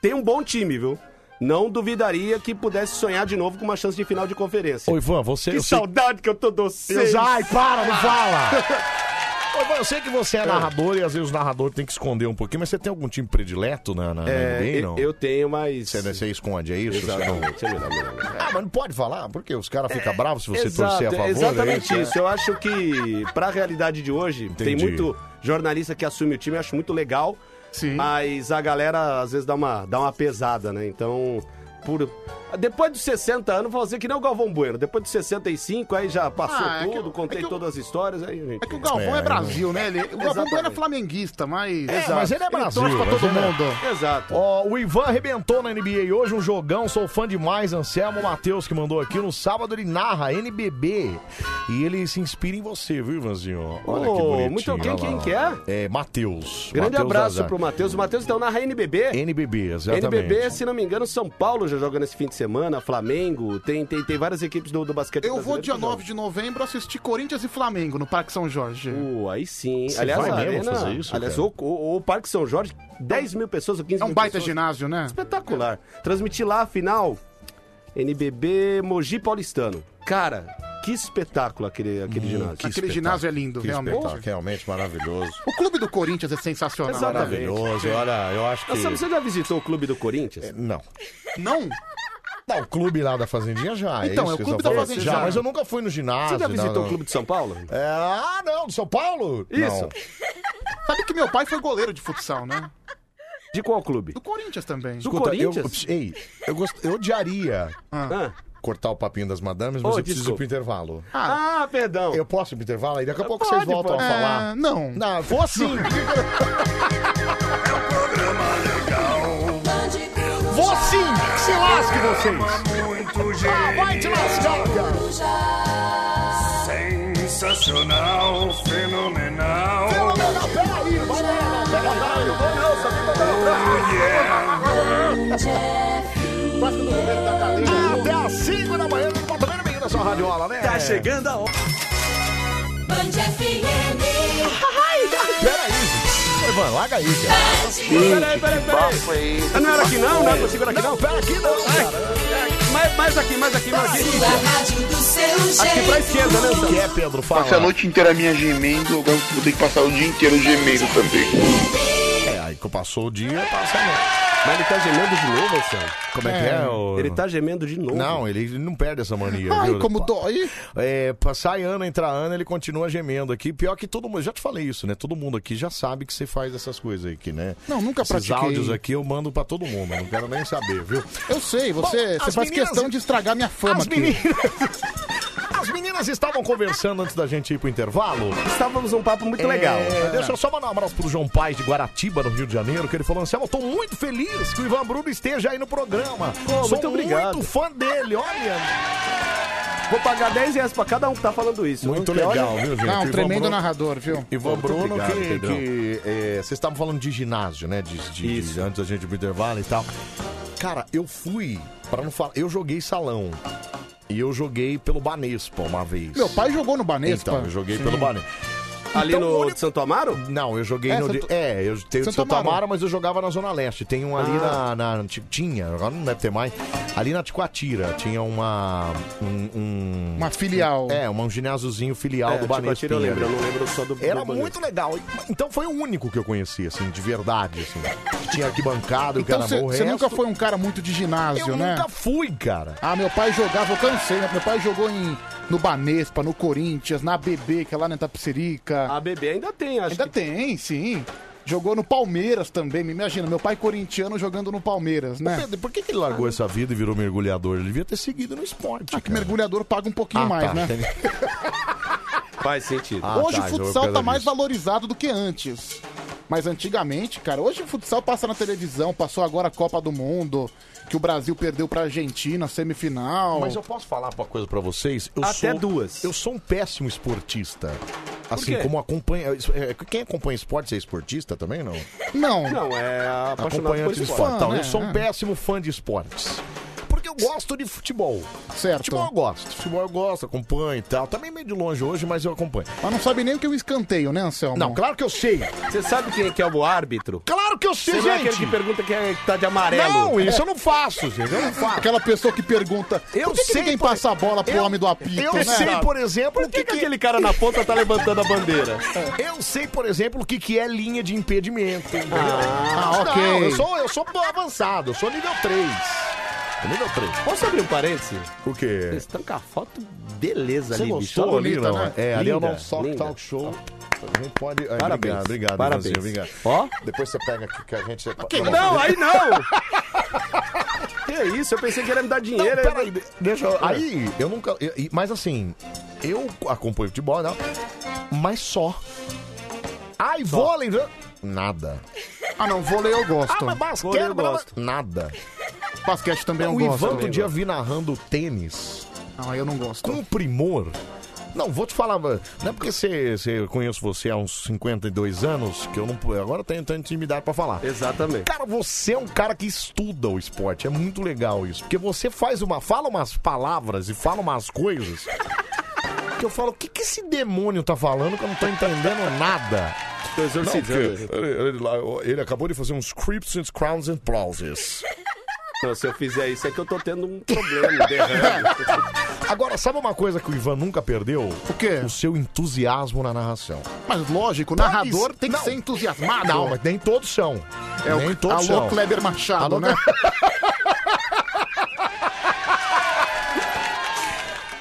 Speaker 18: tem um bom time, viu? Não duvidaria que pudesse sonhar de novo com uma chance de final de conferência.
Speaker 1: Ô, Ivan, você.
Speaker 18: que
Speaker 1: eu sei-
Speaker 18: saudade que eu tô doce.
Speaker 1: Deus, ai, para, não fala! (laughs) Ô, Ivan, eu sei que você é narrador e às vezes o narrador tem que esconder um pouquinho, mas você tem algum time predileto na, na, na
Speaker 18: É,
Speaker 1: NBA,
Speaker 18: eu,
Speaker 1: não?
Speaker 18: eu tenho, mas.
Speaker 1: Você, você esconde, é isso? Você não-
Speaker 18: Exatamente, é melhor, melhor, melhor.
Speaker 1: Ah, mas não pode falar, porque os caras ficam bravos se você
Speaker 18: É, Exato,
Speaker 1: torcer a favor. é
Speaker 18: Exatamente isso.
Speaker 1: né?
Speaker 18: Eu acho que, pra realidade de hoje, tem
Speaker 1: Entendi.
Speaker 18: muito jornalista que assume o time, eu acho muito legal. Mas a galera, às vezes, dá uma, dá uma pesada, né? Então, por... depois dos 60 anos, vou dizer que nem o Galvão Bueno. Depois dos 65, aí já passou
Speaker 2: Ah, é que
Speaker 18: tudo,
Speaker 2: eu-
Speaker 18: contei
Speaker 2: é que eu-
Speaker 18: todas as histórias. Aí, gente...
Speaker 2: É que o Galvão é, Brasil, né? Ele, o Galvão Bueno é
Speaker 18: Exatamente.
Speaker 2: flamenguista, mas.
Speaker 1: É, mas ele é Brasil.
Speaker 2: torce
Speaker 18: né?
Speaker 2: pra
Speaker 1: mas
Speaker 2: todo
Speaker 1: ele é-
Speaker 2: mundo.
Speaker 18: Exato.
Speaker 1: Ó, o Ivan arrebentou na NBA hoje, um jogão, sou fã demais, Anselmo Matheus que mandou aqui. No sábado ele narra NBB e ele se inspira em você, viu, Ivanzinho? Olha que
Speaker 18: Ô,
Speaker 1: bonitinho.
Speaker 18: muito- quem-
Speaker 1: olha lá,
Speaker 18: quem
Speaker 1: lá.
Speaker 18: que é?
Speaker 1: É, Matheus.
Speaker 18: Grande
Speaker 1: Matheus
Speaker 18: abraço
Speaker 1: Azar.
Speaker 18: pro Matheus. O Matheus então narra NBB.
Speaker 1: NBB, exatamente.
Speaker 18: NBB, se não me engano, São Paulo já joga nesse fim de semana, Flamengo, tem, tem, tem várias equipes do, do basquete
Speaker 2: Eu vou
Speaker 18: brasileiro que
Speaker 2: dia
Speaker 18: jogam.
Speaker 2: 9 de novembro assistir Corinthians e Flamengo no Parque São Jorge.
Speaker 18: Uh, aí sim.
Speaker 2: Você
Speaker 18: aliás,
Speaker 2: vai
Speaker 18: a
Speaker 2: mesmo
Speaker 18: arena,
Speaker 2: fazer isso,
Speaker 18: aliás
Speaker 2: cara?
Speaker 18: o, o, o Parque São Jorge, 10 mil pessoas ou 15
Speaker 2: É um
Speaker 18: mil
Speaker 2: baita
Speaker 18: pessoas.
Speaker 2: ginásio, né?
Speaker 18: Espetacular. Transmitir lá a final, NBB Mogi Paulistano. Cara, que espetáculo aquele,
Speaker 2: Hum,
Speaker 18: aquele ginásio.
Speaker 2: Aquele ginásio é lindo,
Speaker 1: Que
Speaker 2: realmente.
Speaker 1: espetáculo, realmente maravilhoso.
Speaker 2: O clube do Corinthians é sensacional.
Speaker 18: Exatamente.
Speaker 1: Maravilhoso, olha, eu acho que.
Speaker 18: Nossa, você já visitou o clube do Corinthians?
Speaker 1: É, Não.
Speaker 2: Não?
Speaker 1: Não, o clube lá da Fazendinha já.
Speaker 18: Então, é
Speaker 1: isso
Speaker 18: o
Speaker 1: Ah, que
Speaker 18: clube da
Speaker 1: você falou.
Speaker 18: Fazendinha.
Speaker 1: Já, mas eu nunca fui no ginásio.
Speaker 18: Você já visitou
Speaker 1: não,
Speaker 18: o
Speaker 1: não.
Speaker 18: clube de São Paulo?
Speaker 1: É, ah, não, de São Paulo?
Speaker 18: Isso.
Speaker 2: (laughs) Sabe que meu pai foi goleiro de futsal, né?
Speaker 18: De qual clube?
Speaker 2: Do Corinthians também.
Speaker 1: Escuta, Eu, ei, eu, gost, eu odiaria Ah. cortar o papinho das madames, mas
Speaker 2: Oh,
Speaker 1: eu preciso ir
Speaker 2: desculpa.
Speaker 1: pro intervalo.
Speaker 18: Ah, perdão.
Speaker 1: Eu posso ir pro intervalo? Aí daqui a pouco
Speaker 2: Pode,
Speaker 1: vocês voltam
Speaker 2: pode.
Speaker 1: a falar.
Speaker 2: É, não.
Speaker 1: Não, vou sim.
Speaker 10: Vou sim, se lasque
Speaker 19: vocês.
Speaker 10: Ah, vai te lascar,
Speaker 19: Sensacional, fenomenal.
Speaker 10: Fenomenal, peraí, vai lá, não, peraí, peraí, não vou não, só fica
Speaker 19: Oh,
Speaker 1: Ah, Até às 5 da manhã, não bota nem na sua radiola, né?
Speaker 10: Tá chegando
Speaker 1: a hora.
Speaker 10: Band FM.
Speaker 1: Peraí. Ivan, larga aí,
Speaker 18: Peraí, peraí, peraí. Ah, não era aqui não, não é possível aqui não. Não,
Speaker 1: pera aqui não,
Speaker 18: Mais, mais aqui, mais aqui, mais aqui.
Speaker 5: Aqui pra esquerda, né,
Speaker 1: Que é, Pedro?
Speaker 5: Passei a noite inteira minha gemendo, agora vou ter que passar o dia inteiro gemendo também.
Speaker 1: É, aí que passou o dia, passa a noite.
Speaker 18: Mas ele tá gemendo de novo, Anselmo?
Speaker 1: Como é que é, ô?
Speaker 18: Ele tá gemendo de novo.
Speaker 1: Não, ele ele não perde essa mania.
Speaker 18: Ai,
Speaker 1: viu?
Speaker 18: como
Speaker 1: Pa-
Speaker 2: dói.
Speaker 1: É, pa- sai ano, entra ano, ele continua gemendo aqui. Pior que todo mundo, já te falei isso, né? Todo mundo aqui já sabe que você faz essas coisas aqui, né?
Speaker 2: Não, nunca
Speaker 1: Esses
Speaker 2: pratiquei.
Speaker 1: áudios aqui eu mando pra todo mundo, eu não quero nem saber, viu?
Speaker 2: Eu sei, você,
Speaker 1: Bom,
Speaker 2: você
Speaker 1: as
Speaker 2: faz
Speaker 1: meninas-
Speaker 2: questão de estragar minha fama
Speaker 1: as
Speaker 2: aqui.
Speaker 1: meninas- As meninas Vocês estavam conversando antes da gente ir pro intervalo?
Speaker 18: Estávamos um papo muito legal.
Speaker 1: Deixa eu só mandar um abraço pro João Paz de Guaratiba, no Rio de Janeiro, que ele falou assim: eu tô muito feliz que o Ivan Bruno esteja aí no programa. Sou
Speaker 18: muito obrigado."
Speaker 1: muito fã dele, olha.
Speaker 18: Vou pagar 10 reais pra cada um que tá falando isso.
Speaker 1: Muito
Speaker 18: Porque, olha-
Speaker 1: legal, viu, gente?
Speaker 2: Não,
Speaker 1: Ivan
Speaker 2: tremendo
Speaker 1: Bruno-
Speaker 2: narrador, viu?
Speaker 1: Ivan
Speaker 2: Muito
Speaker 1: Bruno,
Speaker 2: obrigado,
Speaker 1: que,
Speaker 2: Pedrão.
Speaker 1: que, é, vocês estavam falando de ginásio, né? De, de- de- antes da gente ir pro intervalo e tal. Cara, eu fui, pra não falar, eu joguei salão. E eu joguei pelo Banespa uma vez.
Speaker 2: Meu pai jogou no Banespa.
Speaker 1: Então, eu joguei
Speaker 2: Sim.
Speaker 1: pelo Banespa.
Speaker 18: Ali no de Santo Amaro?
Speaker 1: Não, eu joguei
Speaker 18: É,
Speaker 1: no. de-
Speaker 18: Santo-
Speaker 1: É, eu tenho
Speaker 18: Santo
Speaker 1: Santo, Santo
Speaker 18: Amaro.
Speaker 1: Amaro, mas eu jogava na Zona Leste. Tem um ali
Speaker 18: Ah.
Speaker 1: na, na- Tinha, agora não deve ter mais. Ali na Ticoatira tinha uma. um- um-
Speaker 2: Uma filial.
Speaker 1: É, uma- um ginásiozinho filial
Speaker 18: É,
Speaker 1: do
Speaker 18: Ticoatira
Speaker 1: Banespa.
Speaker 18: eu lembro, eu
Speaker 2: né?
Speaker 18: não lembro só
Speaker 2: É,
Speaker 18: do- do
Speaker 1: Era
Speaker 18: Banespa.
Speaker 1: muito legal. Então foi o único que eu conheci, assim, de verdade, assim. Que (laughs) é Tinha arquibancada, o
Speaker 2: Então
Speaker 1: cara
Speaker 2: você
Speaker 1: morreu.
Speaker 18: é
Speaker 2: você nunca foi um cara muito de ginásio,
Speaker 1: Eu
Speaker 2: né?
Speaker 1: nunca fui, cara.
Speaker 2: Ah, meu pai jogava, eu cansei, né? Meu pai jogou em, no Banespa, no Corinthians, na ABB, que é lá na Itapecerica.
Speaker 18: A bebê ainda tem, acho.
Speaker 2: Ainda tem, sim. Jogou no Palmeiras também, me imagina. Meu pai corintiano jogando no Palmeiras, né?
Speaker 1: Pedro, por que, que ele largou essa vida e virou mergulhador? Ele devia ter seguido no esporte.
Speaker 2: Ah, que mergulhador paga um pouquinho
Speaker 1: Ah,
Speaker 2: mais, (laughs)
Speaker 1: tá,
Speaker 18: (laughs)
Speaker 2: né?
Speaker 1: entendi.
Speaker 18: Faz sentido.
Speaker 1: Ah,
Speaker 2: hoje o futsal tá mais valorizado do que antes. Mas antigamente, cara, hoje o futsal passa na televisão, passou agora a Copa do Mundo, que o Brasil perdeu pra Argentina, semifinal.
Speaker 1: Mas eu posso falar uma coisa pra vocês? Eu
Speaker 2: Até
Speaker 1: sou, duas. Eu sou um péssimo esportista. Assim,
Speaker 2: quê?
Speaker 1: como acompanha. é, Quem acompanha esporte é esportista também, não?
Speaker 2: Não.
Speaker 18: Não, é apaixonado por
Speaker 1: Acompanhante Tá
Speaker 18: esporte.
Speaker 1: de esporte. Então,
Speaker 18: né?
Speaker 1: eu sou um péssimo fã de esportes. Porque eu gosto de futebol.
Speaker 2: Certo.
Speaker 1: Futebol eu gosto. Futebol eu gosto, acompanho e tal. Também meio de longe hoje, mas eu acompanho.
Speaker 2: Mas não sabe nem o que é um escanteio, né, Anselmo?
Speaker 1: Não, claro que eu sei.
Speaker 18: Você sabe quem é que é o árbitro?
Speaker 1: Claro que eu
Speaker 18: Você
Speaker 1: sei,
Speaker 18: não é
Speaker 1: gente.
Speaker 18: aquele que pergunta quem é que tá de amarelo.
Speaker 1: Não, isso eu não faço, gente. Eu não faço.
Speaker 2: Aquela pessoa que pergunta,
Speaker 1: eu
Speaker 2: por que, que
Speaker 1: sei,
Speaker 2: ninguém
Speaker 1: por-
Speaker 2: passa a bola pro
Speaker 1: eu-
Speaker 2: homem do apito,
Speaker 1: Eu
Speaker 2: né?
Speaker 1: sei, por exemplo, o que, que
Speaker 18: aquele cara na ponta tá levantando a bandeira?
Speaker 1: Eu sei, por exemplo, o que, que é linha de impedimento. entendeu?
Speaker 2: Ah, ok.
Speaker 1: Não, eu sou, eu sou avançado, eu sou nível 3. Nível 3.
Speaker 18: Posso abrir um parênteses?
Speaker 1: O quê?
Speaker 18: Eles estão com a foto beleza
Speaker 1: Você
Speaker 18: ali, bicho.
Speaker 1: gostou
Speaker 18: Olha
Speaker 1: ali,
Speaker 18: bonita,
Speaker 1: não?
Speaker 18: né?
Speaker 1: É, ali é o
Speaker 18: Linda,
Speaker 1: nosso Talk,
Speaker 18: linda.
Speaker 1: talk Show. A gente pode. Ai,
Speaker 18: Parabéns.
Speaker 1: Obrigado, obrigado,
Speaker 18: Parabéns.
Speaker 1: Ivanzinho, obrigado.
Speaker 18: Ó.
Speaker 1: Depois você pega aqui que a gente.
Speaker 18: Que- não, aí
Speaker 1: (laughs)
Speaker 18: não! que
Speaker 1: é
Speaker 18: isso? Eu pensei que era me dar dinheiro.
Speaker 1: Não, peraí, deixa eu...
Speaker 18: É.
Speaker 1: Aí, eu nunca... eu- e- Mas assim, eu acompanho futebol, não, mas só. Ai, vôlei... né? Nada.
Speaker 2: Ah, não, vôlei eu gosto.
Speaker 1: Ah, mas basquete...
Speaker 2: Vôlei eu
Speaker 1: blá, blá,
Speaker 2: gosto.
Speaker 1: Nada.
Speaker 2: Basquete também eu
Speaker 1: o
Speaker 2: gosto.
Speaker 1: Ivan outro dia vi narrando tênis.
Speaker 2: Ah, eu não gosto.
Speaker 1: Com primor. Não, vou te falar, não é porque você, você eu conheço você há uns 52 anos que eu não. Agora eu tenho tanta intimidade pra falar.
Speaker 18: Exatamente.
Speaker 1: Cara, você é um cara que estuda o esporte. É muito legal isso. Porque você faz uma. Fala umas palavras e fala umas coisas. (laughs) que eu falo, o que, que esse demônio tá falando que eu não tô entendendo nada?
Speaker 18: Tô exorcizando.
Speaker 1: Não, porque ele, ele lá, ele acabou de fazer um scripts and crowns and plauses.
Speaker 18: Não, se eu fizer isso é que eu tô tendo um problema, um
Speaker 1: (laughs)
Speaker 18: derrame.
Speaker 1: Agora, sabe uma coisa que o Ivan nunca perdeu? O
Speaker 2: quê?
Speaker 1: O seu entusiasmo na narração.
Speaker 2: Mas lógico, o
Speaker 1: Pois-
Speaker 2: narrador tem que
Speaker 1: não.
Speaker 2: ser entusiasmado.
Speaker 1: Não, mas nem todos são.
Speaker 2: É
Speaker 1: nem
Speaker 2: o
Speaker 1: todos
Speaker 2: Alô,
Speaker 1: são.
Speaker 2: Kleber Machado,
Speaker 1: Alô,
Speaker 2: né? (laughs)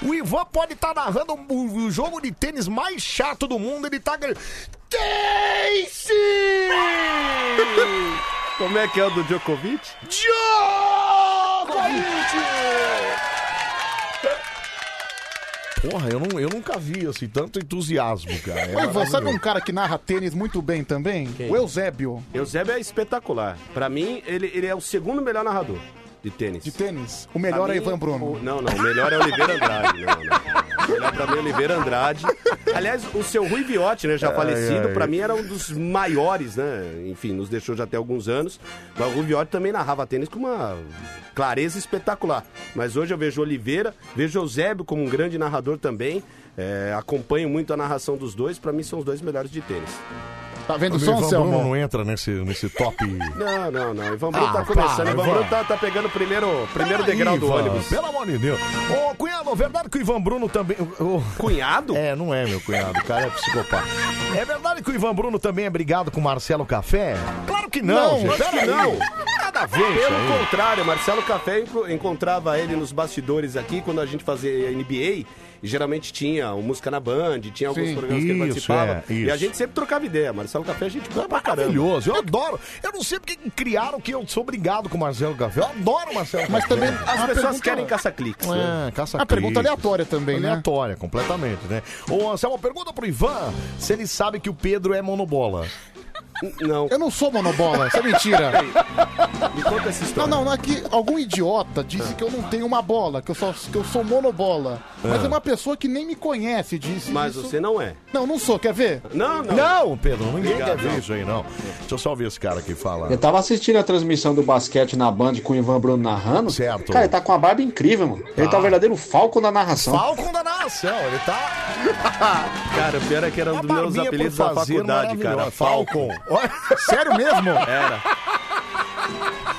Speaker 1: O Ivan pode estar narrando o, o jogo de tênis mais chato do mundo, ele tá gritando. Casey!
Speaker 18: Como é que é o do Djokovic?
Speaker 1: Porra, eu, não, eu nunca vi assim, tanto entusiasmo, cara. É
Speaker 2: Ô, Ivan, sabe um
Speaker 1: maravilhoso.
Speaker 2: cara que narra tênis muito bem também? O Eusébio.
Speaker 18: Eusébio é espetacular. Pra mim, ele, ele é o segundo melhor narrador de tênis. De
Speaker 2: tênis? O melhor é Ivan Bruno.
Speaker 18: não, não. O melhor é Oliveira Andrade. Não, não. O melhor pra mim é Oliveira Andrade. Aliás, o seu Rui Viotti, né, já
Speaker 1: Ai,
Speaker 18: falecido,
Speaker 1: ai.
Speaker 18: pra mim era um dos maiores, né? Enfim, nos deixou já até alguns anos. Mas o Rui Viotti também narrava tênis com uma clareza espetacular. Mas hoje eu vejo Oliveira, vejo Eusébio como um grande narrador também. É, acompanho muito a narração dos dois. Pra mim, são os dois melhores de tênis.
Speaker 2: Tá vendo
Speaker 1: O
Speaker 2: só,
Speaker 1: Ivan Bruno
Speaker 2: Anselmo?
Speaker 1: não entra nesse, nesse top.
Speaker 18: Não, não, não. Ivan Bruno
Speaker 1: Ah,
Speaker 18: tá começando.
Speaker 1: para,
Speaker 18: Ivan
Speaker 1: Ivan.
Speaker 18: Bruno tá, tá pegando o primeiro, primeiro
Speaker 1: Peraí,
Speaker 18: degrau do
Speaker 1: Ivan,
Speaker 18: ônibus.
Speaker 1: Pelo amor de Deus. Ô, cunhado, verdade que o Ivan Bruno também.
Speaker 18: Cunhado?
Speaker 1: É, não é, meu cunhado. O cara é psicopata. É verdade que o Ivan Bruno também é brigado com o Marcelo Café? Claro que
Speaker 2: Não,
Speaker 1: não, gente.
Speaker 2: acho que
Speaker 1: Peraí.
Speaker 2: não.
Speaker 1: Nada nada a ver isso
Speaker 18: Pelo
Speaker 1: aí.
Speaker 18: contrário, Marcelo Café enco- encontrava ele nos bastidores aqui quando a gente fazia NBA. E geralmente tinha o Música na Band, tinha alguns
Speaker 1: Sim.
Speaker 18: programas que ele
Speaker 1: Isso,
Speaker 18: participava.
Speaker 1: é,
Speaker 18: e
Speaker 1: isso.
Speaker 18: a gente sempre trocava ideia. Marcelo Café a gente boa pra caramba.
Speaker 1: Maravilhoso, eu adoro. Eu não sei porque que criaram que eu sou obrigado com o Marcelo Café. Eu adoro o Marcelo
Speaker 2: Mas
Speaker 1: Café.
Speaker 2: também
Speaker 18: as pessoas querem caça-cliques, né?
Speaker 1: É, caça
Speaker 2: Uma pergunta aleatória também, né?
Speaker 1: Aleatória, completamente, né? Ô, Anselmo, pergunta pro Ivan se ele sabe que o Pedro é monobola.
Speaker 18: Não.
Speaker 2: Eu não sou monobola, isso é mentira.
Speaker 18: Me conta essa
Speaker 2: Não,
Speaker 18: história.
Speaker 2: não, não é que algum idiota disse que eu não tenho uma bola, que eu, só, que eu sou monobola. Mas
Speaker 18: Ah.
Speaker 2: é uma pessoa que nem me conhece disse
Speaker 18: Mas
Speaker 2: isso.
Speaker 18: você não é.
Speaker 2: Não, não sou, quer ver?
Speaker 18: (laughs) Não, não.
Speaker 1: Não, Pedro, ninguém
Speaker 18: Obrigado,
Speaker 1: quer ver
Speaker 18: não.
Speaker 1: isso aí, não. Deixa eu só ouvir esse cara aqui falar.
Speaker 8: Eu tava assistindo a transmissão do basquete na Band com o Ivan Bruno narrando.
Speaker 1: Certo.
Speaker 8: Cara, ele tá com uma barba incrível, mano. Ele tá
Speaker 1: Tá.
Speaker 8: um verdadeiro falco na narração.
Speaker 1: Falcon da narração, ele tá.
Speaker 18: Cara, o pior é que era um dos meus
Speaker 1: barbinha por
Speaker 18: apelidos da
Speaker 1: fazer,
Speaker 18: faculdade, cara.
Speaker 1: maravilhosa.
Speaker 18: Falcon.
Speaker 3: (laughs)
Speaker 1: Sério mesmo?
Speaker 18: Era.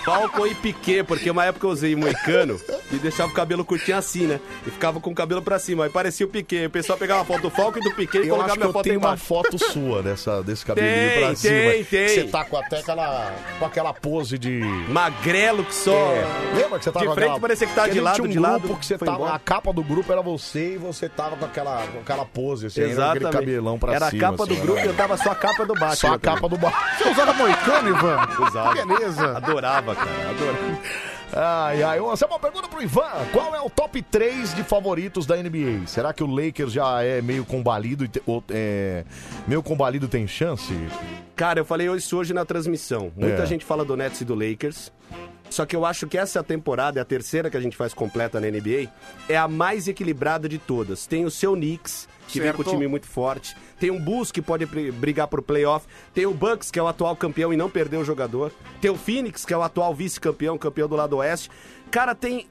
Speaker 18: Falcon e Piquet, porque uma época eu usei moicano e deixava o cabelo curtinho assim, né? E ficava com o cabelo pra cima. Aí parecia o Piquet. O pessoal pegava a foto do Falcon e do Piquet e
Speaker 1: Eu
Speaker 18: colocava
Speaker 1: acho que
Speaker 18: minha
Speaker 1: eu
Speaker 18: foto
Speaker 1: tenho
Speaker 18: aí
Speaker 1: uma
Speaker 18: embaixo.
Speaker 1: foto sua dessa,
Speaker 18: (laughs)
Speaker 1: desse cabelinho
Speaker 18: Tem,
Speaker 1: pra
Speaker 18: tem,
Speaker 1: cima.
Speaker 18: tem.
Speaker 1: Que Você tá com até aquela, com aquela pose de...
Speaker 18: Magrelo que só.
Speaker 1: É. Lembra que você tava
Speaker 18: De
Speaker 1: com
Speaker 18: frente
Speaker 1: aquela-
Speaker 18: parecia que tá
Speaker 1: a
Speaker 18: de
Speaker 1: gente
Speaker 18: lado,
Speaker 1: tinha um
Speaker 18: de lado.
Speaker 1: grupo que você
Speaker 18: foi
Speaker 1: tava,
Speaker 18: embora.
Speaker 1: a capa do grupo era você e você tava com aquela, com aquela pose, assim, aquele
Speaker 18: Exatamente.
Speaker 1: cabelão pra
Speaker 18: Era
Speaker 1: cima.
Speaker 18: a capa do
Speaker 1: assim,
Speaker 18: grupo
Speaker 1: né?
Speaker 18: e eu tava só a capa do Batman.
Speaker 1: Só a
Speaker 18: também.
Speaker 1: capa do bar.
Speaker 2: Você usava moicano, Ivan?
Speaker 1: (laughs)
Speaker 18: Usava.
Speaker 2: Beleza.
Speaker 18: Adorava, cara. Adorava.
Speaker 1: Ai, ai, essa é uma pergunta pro Ivan. Qual é o top 3 de favoritos da NBA? Será que o Lakers já é meio combalido e te- ou, é, meio combalido tem chance?
Speaker 18: Cara, eu falei isso hoje na transmissão. Muita
Speaker 1: É.
Speaker 18: gente fala do Nets e do Lakers. Só que eu acho que essa temporada, a terceira que a gente faz completa na NBA, é a mais equilibrada de todas. Tem o seu Knicks, que vem com o
Speaker 17: Certo.
Speaker 18: time muito forte. Tem um Bulls que pode pri- brigar pro playoff. Tem o Bucks, que é o atual campeão e não perdeu o jogador. Tem o Phoenix, que é o atual vice-campeão, campeão do lado oeste. Cara, tem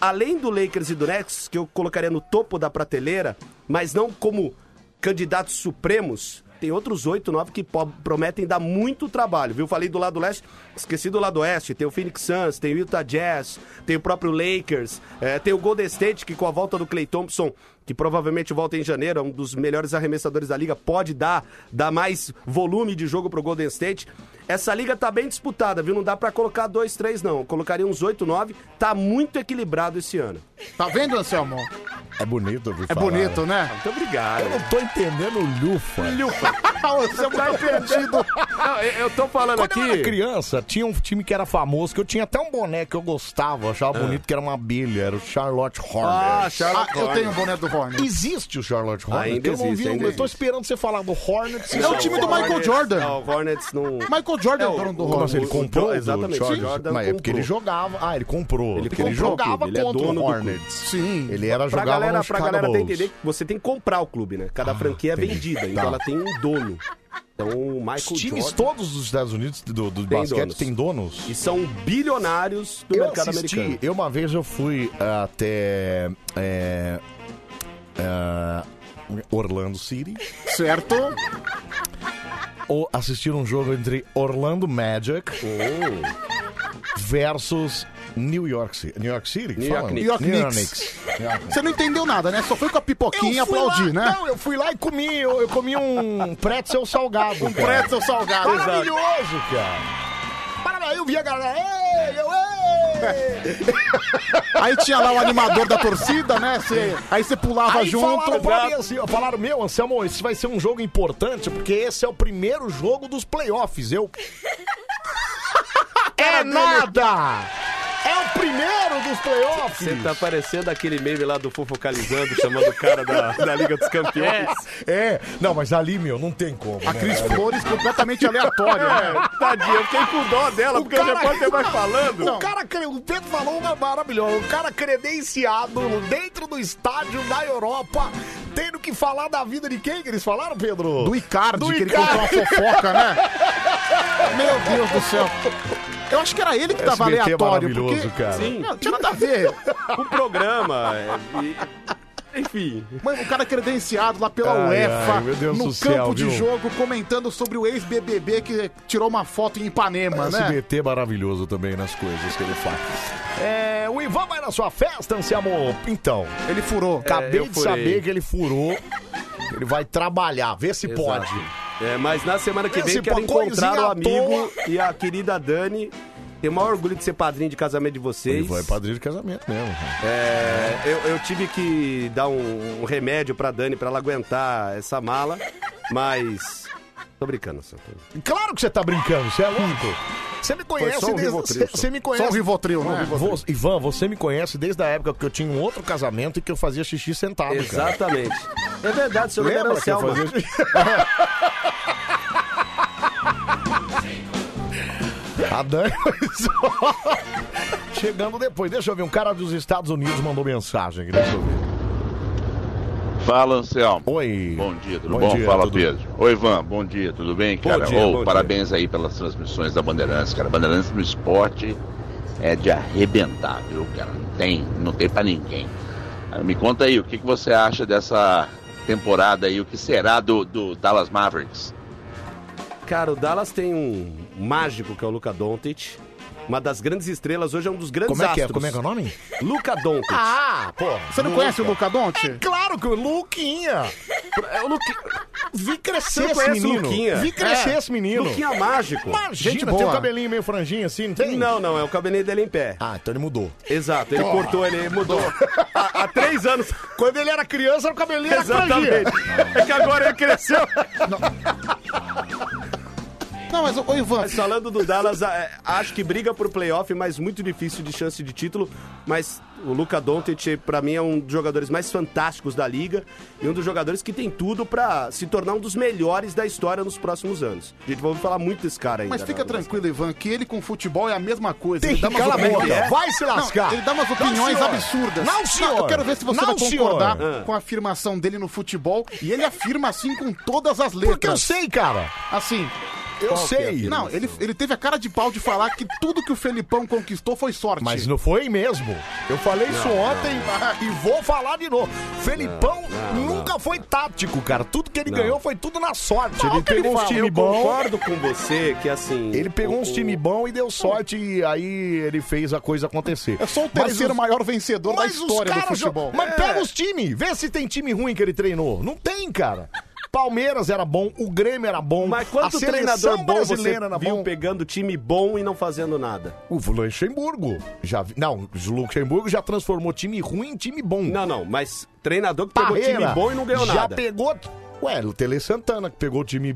Speaker 18: além do Lakers e do Nets, que eu colocaria no topo da prateleira, mas não como candidatos supremos, tem outros oito, nove que po- prometem dar muito trabalho, viu? Falei do lado leste, esqueci do lado oeste, tem o Phoenix Suns, tem o Utah Jazz, tem o próprio Lakers, eh, tem o Golden State, que com a volta do Clay Thompson, que provavelmente volta em janeiro, é um dos melhores arremessadores da liga, pode dar, dar mais volume de jogo pro Golden State. Essa liga tá bem disputada, viu? Não dá pra colocar dois, três, não. Eu colocaria uns oito, nove. Tá muito equilibrado esse ano.
Speaker 2: Tá vendo, Anselmo?
Speaker 1: É bonito, viu?
Speaker 2: É bonito, né?
Speaker 18: Muito obrigado.
Speaker 1: Eu não tô entendendo o Lufa.
Speaker 2: Você tá perdido.
Speaker 18: eu, tô falando
Speaker 1: Quando eu era criança, tinha um time que era famoso, que eu tinha até um boné que eu gostava,
Speaker 18: Ah.
Speaker 1: achava bonito, que era uma abelha, era o Charlotte Hornets.
Speaker 2: Ah, Charlotte Ah, eu Hornets. tenho o boné do Hornets.
Speaker 1: um Existe o Charlotte Hornets?
Speaker 18: Ainda
Speaker 1: eu não
Speaker 18: existe,
Speaker 1: vi,
Speaker 18: ainda
Speaker 1: eu tô esperando você falar do Hornets.
Speaker 2: É o time do Michael
Speaker 18: Hornets-
Speaker 2: Jordan.
Speaker 18: Não, o Hornets não...
Speaker 2: Michael Jordan é o dono do
Speaker 1: Como assim,
Speaker 2: Hornets.
Speaker 1: ele comprou? do
Speaker 18: exatamente,
Speaker 1: Charlotte?
Speaker 18: o Jordan
Speaker 1: Mas é porque ele
Speaker 18: comprou.
Speaker 1: jogava. Ah, ele comprou.
Speaker 18: Ele
Speaker 1: porque ele
Speaker 18: comprou o
Speaker 1: jogava
Speaker 18: clube, ele é
Speaker 1: contra
Speaker 18: dono
Speaker 1: o
Speaker 18: do clube.
Speaker 1: Hornets. Sim. Ele era
Speaker 18: Pra
Speaker 1: jogava
Speaker 18: galera,
Speaker 1: no
Speaker 18: pra
Speaker 1: Chicago
Speaker 18: galera até
Speaker 1: Bulls.
Speaker 18: entender que você tem que comprar o clube, né? Cada franquia é vendida, então ela tem um dono. Então o Michael
Speaker 1: Os times
Speaker 18: Jordan...
Speaker 1: todos dos Estados Unidos do, do
Speaker 18: Tem
Speaker 1: basquete
Speaker 18: donos.
Speaker 1: têm donos.
Speaker 18: E são bilionários do
Speaker 1: eu
Speaker 18: mercado
Speaker 1: assisti,
Speaker 18: americano.
Speaker 1: Eu uma vez eu fui até é, é, Orlando City.
Speaker 2: Certo.
Speaker 1: Ou assistir um jogo entre Orlando Magic versus New York City. Oh. New York City?
Speaker 2: New York
Speaker 1: Fala.
Speaker 2: Knicks. New York
Speaker 1: New York Knicks.
Speaker 2: Você não entendeu nada, né? Só foi com a pipoquinha
Speaker 1: Eu fui
Speaker 2: aplaudir,
Speaker 1: lá-
Speaker 2: né?
Speaker 1: Não, eu fui lá e comi, eu, eu comi um pretzel salgado.
Speaker 2: Um
Speaker 1: cara.
Speaker 2: pretzel salgado, exato.
Speaker 1: Maravilhoso, cara. Parabéns, eu vi a galera. Ei, eu, ei!
Speaker 2: Aí tinha lá o animador da torcida, né? Cê- aí você pulava
Speaker 1: Aí
Speaker 2: junto.
Speaker 1: falaram pra mim assim, ó, falaram, meu, Anselmo, esse vai ser um jogo importante, porque esse é o primeiro jogo dos playoffs. Eu. é nada! É o primeiro dos playoffs!
Speaker 18: Você tá parecendo aquele meme lá do Fofocalizando, chamando o cara
Speaker 1: (laughs)
Speaker 18: da, Ah, da Liga dos Campeões.
Speaker 1: É, não, mas ali, meu, não tem como.
Speaker 2: A
Speaker 1: né,
Speaker 2: Cris
Speaker 1: cara?
Speaker 2: Flores
Speaker 1: (laughs)
Speaker 2: completamente aleatória. né?
Speaker 18: É, tadinha, eu fiquei com dó dela, porque o repórter vai falando.
Speaker 1: O cara, cre- o Pedro falou uma maravilhosa. O cara credenciado dentro do estádio da Europa, tendo que falar da vida de quem que eles falaram, Pedro?
Speaker 2: Do Icardi,
Speaker 1: Do
Speaker 2: que ele
Speaker 1: Icardi.
Speaker 2: contou uma fofoca, né?
Speaker 1: (laughs)
Speaker 2: Meu Deus do céu. Eu acho que era ele que
Speaker 1: SBT
Speaker 2: tava
Speaker 1: é
Speaker 2: aleatório.
Speaker 1: maravilhoso,
Speaker 2: porque...
Speaker 1: cara.
Speaker 2: Sim. Não, tinha nada a ver. Um
Speaker 18: O programa. é, e- Enfim.
Speaker 2: Mano, o cara credenciado lá pela
Speaker 1: Ai,
Speaker 2: UEFA,
Speaker 1: ai, meu Deus
Speaker 2: no
Speaker 1: do
Speaker 2: campo
Speaker 1: céu,
Speaker 2: de
Speaker 1: viu?
Speaker 2: jogo, comentando sobre o ex-BBB que tirou uma foto em Ipanema, né?
Speaker 1: SBT é maravilhoso também nas coisas que ele faz. É, o Ivan vai na sua festa, Anselmo? Então,
Speaker 2: Ele furou.
Speaker 1: acabei
Speaker 18: É, eu
Speaker 1: de
Speaker 18: furei.
Speaker 1: saber que ele furou. Ele vai trabalhar, vê se pode.
Speaker 18: É, mas na semana que
Speaker 1: Esse
Speaker 18: vem quero
Speaker 1: pacotezinho
Speaker 18: encontrar o
Speaker 1: à
Speaker 18: amigo
Speaker 1: toa.
Speaker 18: e a querida Dani. Tenho o maior orgulho de ser padrinho de casamento de vocês.
Speaker 1: Ele é padrinho de casamento mesmo.
Speaker 18: É, eu, eu tive que dar um, um remédio pra Dani pra ela aguentar essa mala, mas. Tô brincando, só.
Speaker 1: Claro que você tá brincando, você é louco. Você me conhece
Speaker 18: Hum. só um
Speaker 1: desde-
Speaker 18: Rivotril,
Speaker 1: você-
Speaker 18: só.
Speaker 1: Você me conhece.
Speaker 18: Só um Rivotril,
Speaker 1: Vo-
Speaker 18: né?
Speaker 1: vo- Ivan, você me conhece desde a época que eu tinha um outro casamento e que eu fazia xixi sentado. cara.
Speaker 18: Exatamente. É verdade, seu nome era
Speaker 1: Lembra que eu
Speaker 18: Anselmo.
Speaker 1: fazia xixi? (laughs) A Dani (laughs) Chegando depois, deixa eu ver. Um cara dos Estados Unidos mandou mensagem. aqui, Deixa eu ver.
Speaker 5: Fala, Anselmo.
Speaker 1: Oi.
Speaker 5: Bom dia, tudo
Speaker 1: Bom
Speaker 5: bom?
Speaker 1: dia,
Speaker 5: Fala,
Speaker 1: tudo-
Speaker 5: Pedro. Oi, Ivan, bom dia, tudo bem, cara?
Speaker 1: dia,
Speaker 5: Ô,
Speaker 1: bom
Speaker 5: parabéns aí pelas transmissões da Bandeirantes, cara. Bandeirantes no esporte é de arrebentar, viu, cara? Não tem, não tem pra ninguém. Ah, Me conta aí, o que, que você acha dessa temporada aí? O que será do, do Dallas Mavericks?
Speaker 18: Cara, o Dallas tem um mágico que é o Luca Doncic. Uma das grandes estrelas, hoje é um dos grandes
Speaker 1: Como é que é?
Speaker 18: astros.
Speaker 1: Como é que é o nome?
Speaker 18: Luca Doncic.
Speaker 1: Ah, pô. É
Speaker 2: Você não conhece o Luca Donte?
Speaker 1: Claro que o Luquinha. É o Luqui- Vi
Speaker 2: Você
Speaker 1: crescer
Speaker 2: não
Speaker 1: esse
Speaker 2: conhece o
Speaker 1: menino.
Speaker 2: Luquinha?
Speaker 1: Vi crescer
Speaker 18: É.
Speaker 1: esse menino.
Speaker 18: Luquinha mágico.
Speaker 1: Imagina,
Speaker 18: Gente
Speaker 1: tem um
Speaker 18: boa.
Speaker 1: cabelinho meio franjinho assim, não tem?
Speaker 18: Não, não, é o cabelinho dele em pé.
Speaker 1: Ah, então ele mudou.
Speaker 18: Exato, ele
Speaker 1: Porra.
Speaker 18: cortou, ele
Speaker 1: (laughs)
Speaker 18: mudou. Há, há três anos.
Speaker 1: Quando ele era criança, o cabelinho
Speaker 18: era Exatamente.
Speaker 1: franjinha.
Speaker 18: É que agora ele cresceu.
Speaker 2: Não, mas o Ivan.
Speaker 18: falando do Dallas, a- acho que briga por playoff, mas muito difícil de chance de título. Mas o Luca Doncic, pra mim, é um dos jogadores mais fantásticos da liga e um dos jogadores que tem tudo pra se tornar um dos melhores da história nos próximos anos. A gente vai falar muito desse cara ainda.
Speaker 2: Mas
Speaker 18: né?
Speaker 2: fica tranquilo, Ivan, que ele com futebol é a mesma coisa.
Speaker 18: Tem
Speaker 2: ele
Speaker 18: que calar a boca. Vai se lascar.
Speaker 2: É. ele dá umas
Speaker 18: Não,
Speaker 2: opiniões
Speaker 18: senhor.
Speaker 2: absurdas.
Speaker 18: Não, senhor.
Speaker 2: eu quero ver se você
Speaker 18: Não,
Speaker 2: vai concordar
Speaker 18: senhor. Ah.
Speaker 2: com a afirmação dele no futebol. E ele afirma assim com todas as letras. Porque eu
Speaker 1: sei, cara.
Speaker 2: Assim.
Speaker 1: Eu
Speaker 2: Qual que é a
Speaker 1: sei.
Speaker 2: afirmação? Não, ele, ele teve a cara de pau de falar que tudo que o Felipão conquistou foi sorte.
Speaker 1: Mas não foi mesmo. Eu falei isso
Speaker 2: Não,
Speaker 1: ontem e vou falar de novo. Felipão
Speaker 18: não, não.
Speaker 1: nunca foi tático, cara. Tudo que ele
Speaker 18: Não.
Speaker 1: ganhou foi tudo na sorte.
Speaker 18: Ele pegou uns time bom.
Speaker 1: bons.
Speaker 18: Eu concordo com você que assim.
Speaker 1: Ele pegou uns time bom e deu sorte e aí ele fez a coisa acontecer.
Speaker 2: É só o
Speaker 1: Mas
Speaker 2: terceiro
Speaker 1: os-
Speaker 2: maior vencedor da
Speaker 1: Mas os
Speaker 2: história do
Speaker 1: caras jo-
Speaker 2: futebol.
Speaker 18: É.
Speaker 1: Mas pega os times, vê se tem time ruim que ele treinou. Não tem, cara. Palmeiras era bom, o Grêmio era bom,
Speaker 18: Mas
Speaker 1: a
Speaker 18: quanto
Speaker 1: seleção
Speaker 18: treinador bom você
Speaker 1: brasileira era
Speaker 18: viu
Speaker 1: bom.
Speaker 18: pegando time bom e não fazendo nada?
Speaker 1: O Luxemburgo. Já vi- Não, o Luxemburgo já transformou time ruim em time bom.
Speaker 18: Não, não, mas treinador que pegou time bom e não ganhou
Speaker 1: já
Speaker 18: nada.
Speaker 1: pegou. Ué, o Tele Santana, que pegou o time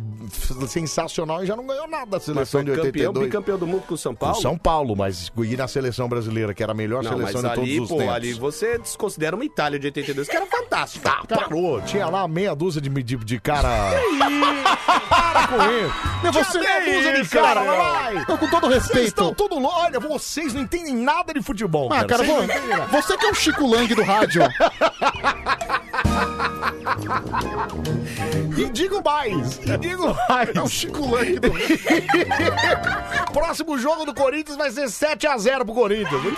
Speaker 1: sensacional e já não ganhou
Speaker 2: é
Speaker 1: nada da
Speaker 18: Mas
Speaker 1: seleção
Speaker 18: foi
Speaker 1: de
Speaker 18: campeão,
Speaker 1: 82.
Speaker 18: bicampeão do mundo com o São
Speaker 1: O
Speaker 18: Paulo.
Speaker 1: São Paulo, mas e na seleção brasileira, que era a melhor
Speaker 18: Não,
Speaker 1: seleção
Speaker 18: mas
Speaker 1: de todos
Speaker 18: ali,
Speaker 1: os
Speaker 18: pô,
Speaker 1: tempos.
Speaker 18: ali você desconsidera uma Itália de 82, que era fantástica.
Speaker 1: Tá,
Speaker 18: Tá.
Speaker 1: Parou, tinha lá meia dúzia de, de, de cara. Para Tá com ele.
Speaker 2: Meu, você é
Speaker 1: Tinha meia dúzia de
Speaker 2: isso,
Speaker 1: cara,
Speaker 2: meu.
Speaker 1: vai.
Speaker 2: Eu, com todo
Speaker 1: Vocês
Speaker 2: respeito.
Speaker 1: estão tudo louco. Olha, vocês não entendem nada de futebol.
Speaker 2: Ah, cara,
Speaker 1: Vocês
Speaker 2: vo-
Speaker 1: não entendem nada.
Speaker 2: você que é o Chico Lang do rádio.
Speaker 1: E digo mais, e digo mais. É o
Speaker 2: Chico Lang do
Speaker 1: Próximo jogo do Corinthians vai ser 7x0 pro Corinthians.
Speaker 2: (laughs)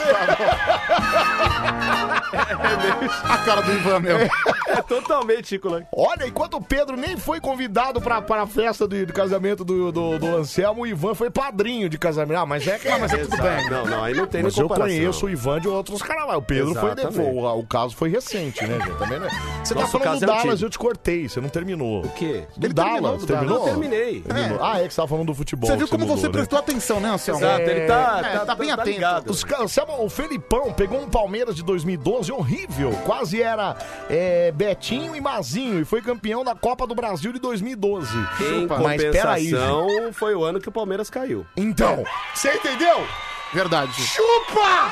Speaker 2: a cara do Ivan, meu.
Speaker 18: É totalmente, Chico Lang.
Speaker 1: Olha, enquanto o Pedro nem foi convidado pra, pra festa do, do casamento do, do, do Anselmo, o Ivan foi padrinho de casamento. Ah, mas é que.
Speaker 18: Ah, mas é tudo bem. Não, não, aí não tem nem
Speaker 1: Mas eu
Speaker 18: comparação.
Speaker 1: conheço o Ivan de outros carnavais. O Pedro foi
Speaker 18: Exatamente.
Speaker 1: depois. O, o caso foi recente, né, gente? Também, né? Você
Speaker 18: Nosso
Speaker 1: tá falando
Speaker 18: caso
Speaker 1: do
Speaker 18: é
Speaker 1: Dallas,
Speaker 18: antigo.
Speaker 1: eu te cortei, você não terminou. O
Speaker 18: quê?
Speaker 1: Do
Speaker 2: Ele terminou
Speaker 1: Dallas,
Speaker 2: do
Speaker 1: terminou?
Speaker 2: Dallas. Eu terminei. É.
Speaker 1: Terminou. Ah, é que você tava falando do futebol.
Speaker 2: Você viu
Speaker 1: que
Speaker 2: como você
Speaker 1: mudou, né?
Speaker 2: prestou atenção, né, Anselmo?
Speaker 1: Exato, ele tá-
Speaker 2: É,
Speaker 1: tá-
Speaker 2: bem
Speaker 1: tá
Speaker 2: atento.
Speaker 1: Os ca- sabe, o Felipão pegou um Palmeiras de 2012 horrível. Quase era é, Betinho e Mazinho e foi campeão da Copa do Brasil de 2012.
Speaker 18: Em
Speaker 1: Mas peraí.
Speaker 18: compensação, foi o ano que o Palmeiras caiu.
Speaker 1: Então, você entendeu?
Speaker 2: Verdade.
Speaker 1: Chupa!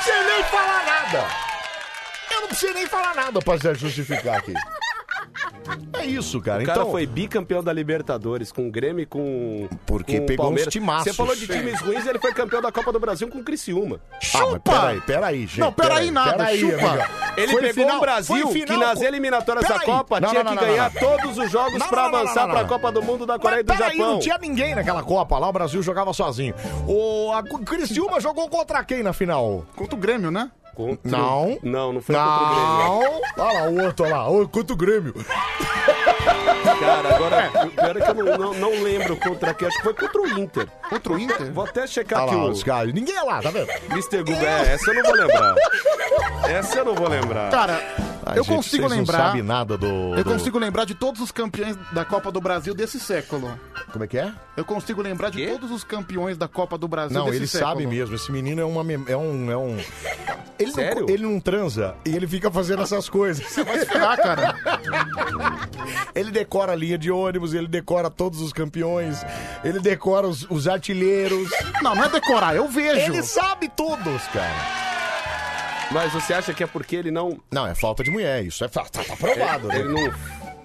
Speaker 1: Você nem falar nada. Eu não preciso nem falar nada pra se justificar aqui. É isso, cara.
Speaker 18: O cara
Speaker 1: então,
Speaker 18: foi bicampeão da Libertadores com o Grêmio e com.
Speaker 1: Porque
Speaker 18: com o
Speaker 1: pegou uns
Speaker 18: Palmeiras.
Speaker 1: timaços.
Speaker 18: Você falou de
Speaker 1: Sim.
Speaker 18: times ruins, ele foi campeão da Copa do Brasil com o Criciúma.
Speaker 1: Ah, mas peraí, peraí, gente.
Speaker 18: Não, peraí nada, chupa.
Speaker 1: amiga.
Speaker 18: Ele pegou um Brasil
Speaker 1: foi
Speaker 18: que nas eliminatórias da
Speaker 1: Peraí.
Speaker 18: Copa
Speaker 1: Não,
Speaker 18: tinha
Speaker 1: não,
Speaker 18: que
Speaker 1: não, não,
Speaker 18: ganhar
Speaker 1: não.
Speaker 18: todos os jogos
Speaker 1: Não,
Speaker 18: pra
Speaker 1: não, não,
Speaker 18: avançar
Speaker 1: não, não, não.
Speaker 18: pra Copa do Mundo da Coreia e do
Speaker 1: Peraí,
Speaker 18: Japão.
Speaker 1: não tinha ninguém naquela Copa lá, o Brasil jogava sozinho. O a Criciúma jogou contra quem na final?
Speaker 2: Contra o Grêmio, né?
Speaker 18: Contra-
Speaker 1: Não.
Speaker 18: Não, não foi contra o Grêmio.
Speaker 1: Não. Olha lá o outro olha lá. Ô, Contra o Grêmio.
Speaker 18: Cara, agora, o pior é que eu não, não- não lembro contra quem, acho que foi contra o Inter.
Speaker 2: Contra o Inter?
Speaker 18: Vou até checar
Speaker 1: Olha
Speaker 18: aqui
Speaker 1: lá
Speaker 18: o...
Speaker 1: os caras. Ninguém é lá, tá vendo?
Speaker 2: (laughs)
Speaker 18: Mr. Google, é, essa eu não vou lembrar. Essa eu não vou lembrar.
Speaker 2: (laughs) Cara,
Speaker 1: Ah,
Speaker 2: eu
Speaker 1: gente,
Speaker 2: consigo
Speaker 1: vocês
Speaker 2: lembrar.
Speaker 1: Não sabe nada do.
Speaker 2: Eu
Speaker 1: do-
Speaker 2: consigo lembrar de todos os campeões da Copa do Brasil desse século.
Speaker 1: Como é que é?
Speaker 2: Eu consigo lembrar de todos os campeões da Copa do Brasil
Speaker 1: Não,
Speaker 2: desse
Speaker 1: ele
Speaker 2: século.
Speaker 1: sabe mesmo. Esse menino é uma mem- é um é um ele
Speaker 2: Sério?
Speaker 1: Não, ele não transa e ele fica fazendo essas coisas. Você vai
Speaker 2: esperar, cara.
Speaker 1: (laughs) Ele decora a linha de ônibus, ele decora todos os campeões, ele decora os, os artilheiros.
Speaker 2: Não, não é decorar, eu vejo.
Speaker 1: Ele sabe todos, cara.
Speaker 18: Mas você acha que é porque ele não.
Speaker 1: Não, é falta de mulher, isso é fa- tá, tá provado,
Speaker 18: Ele-
Speaker 1: né?
Speaker 18: ele não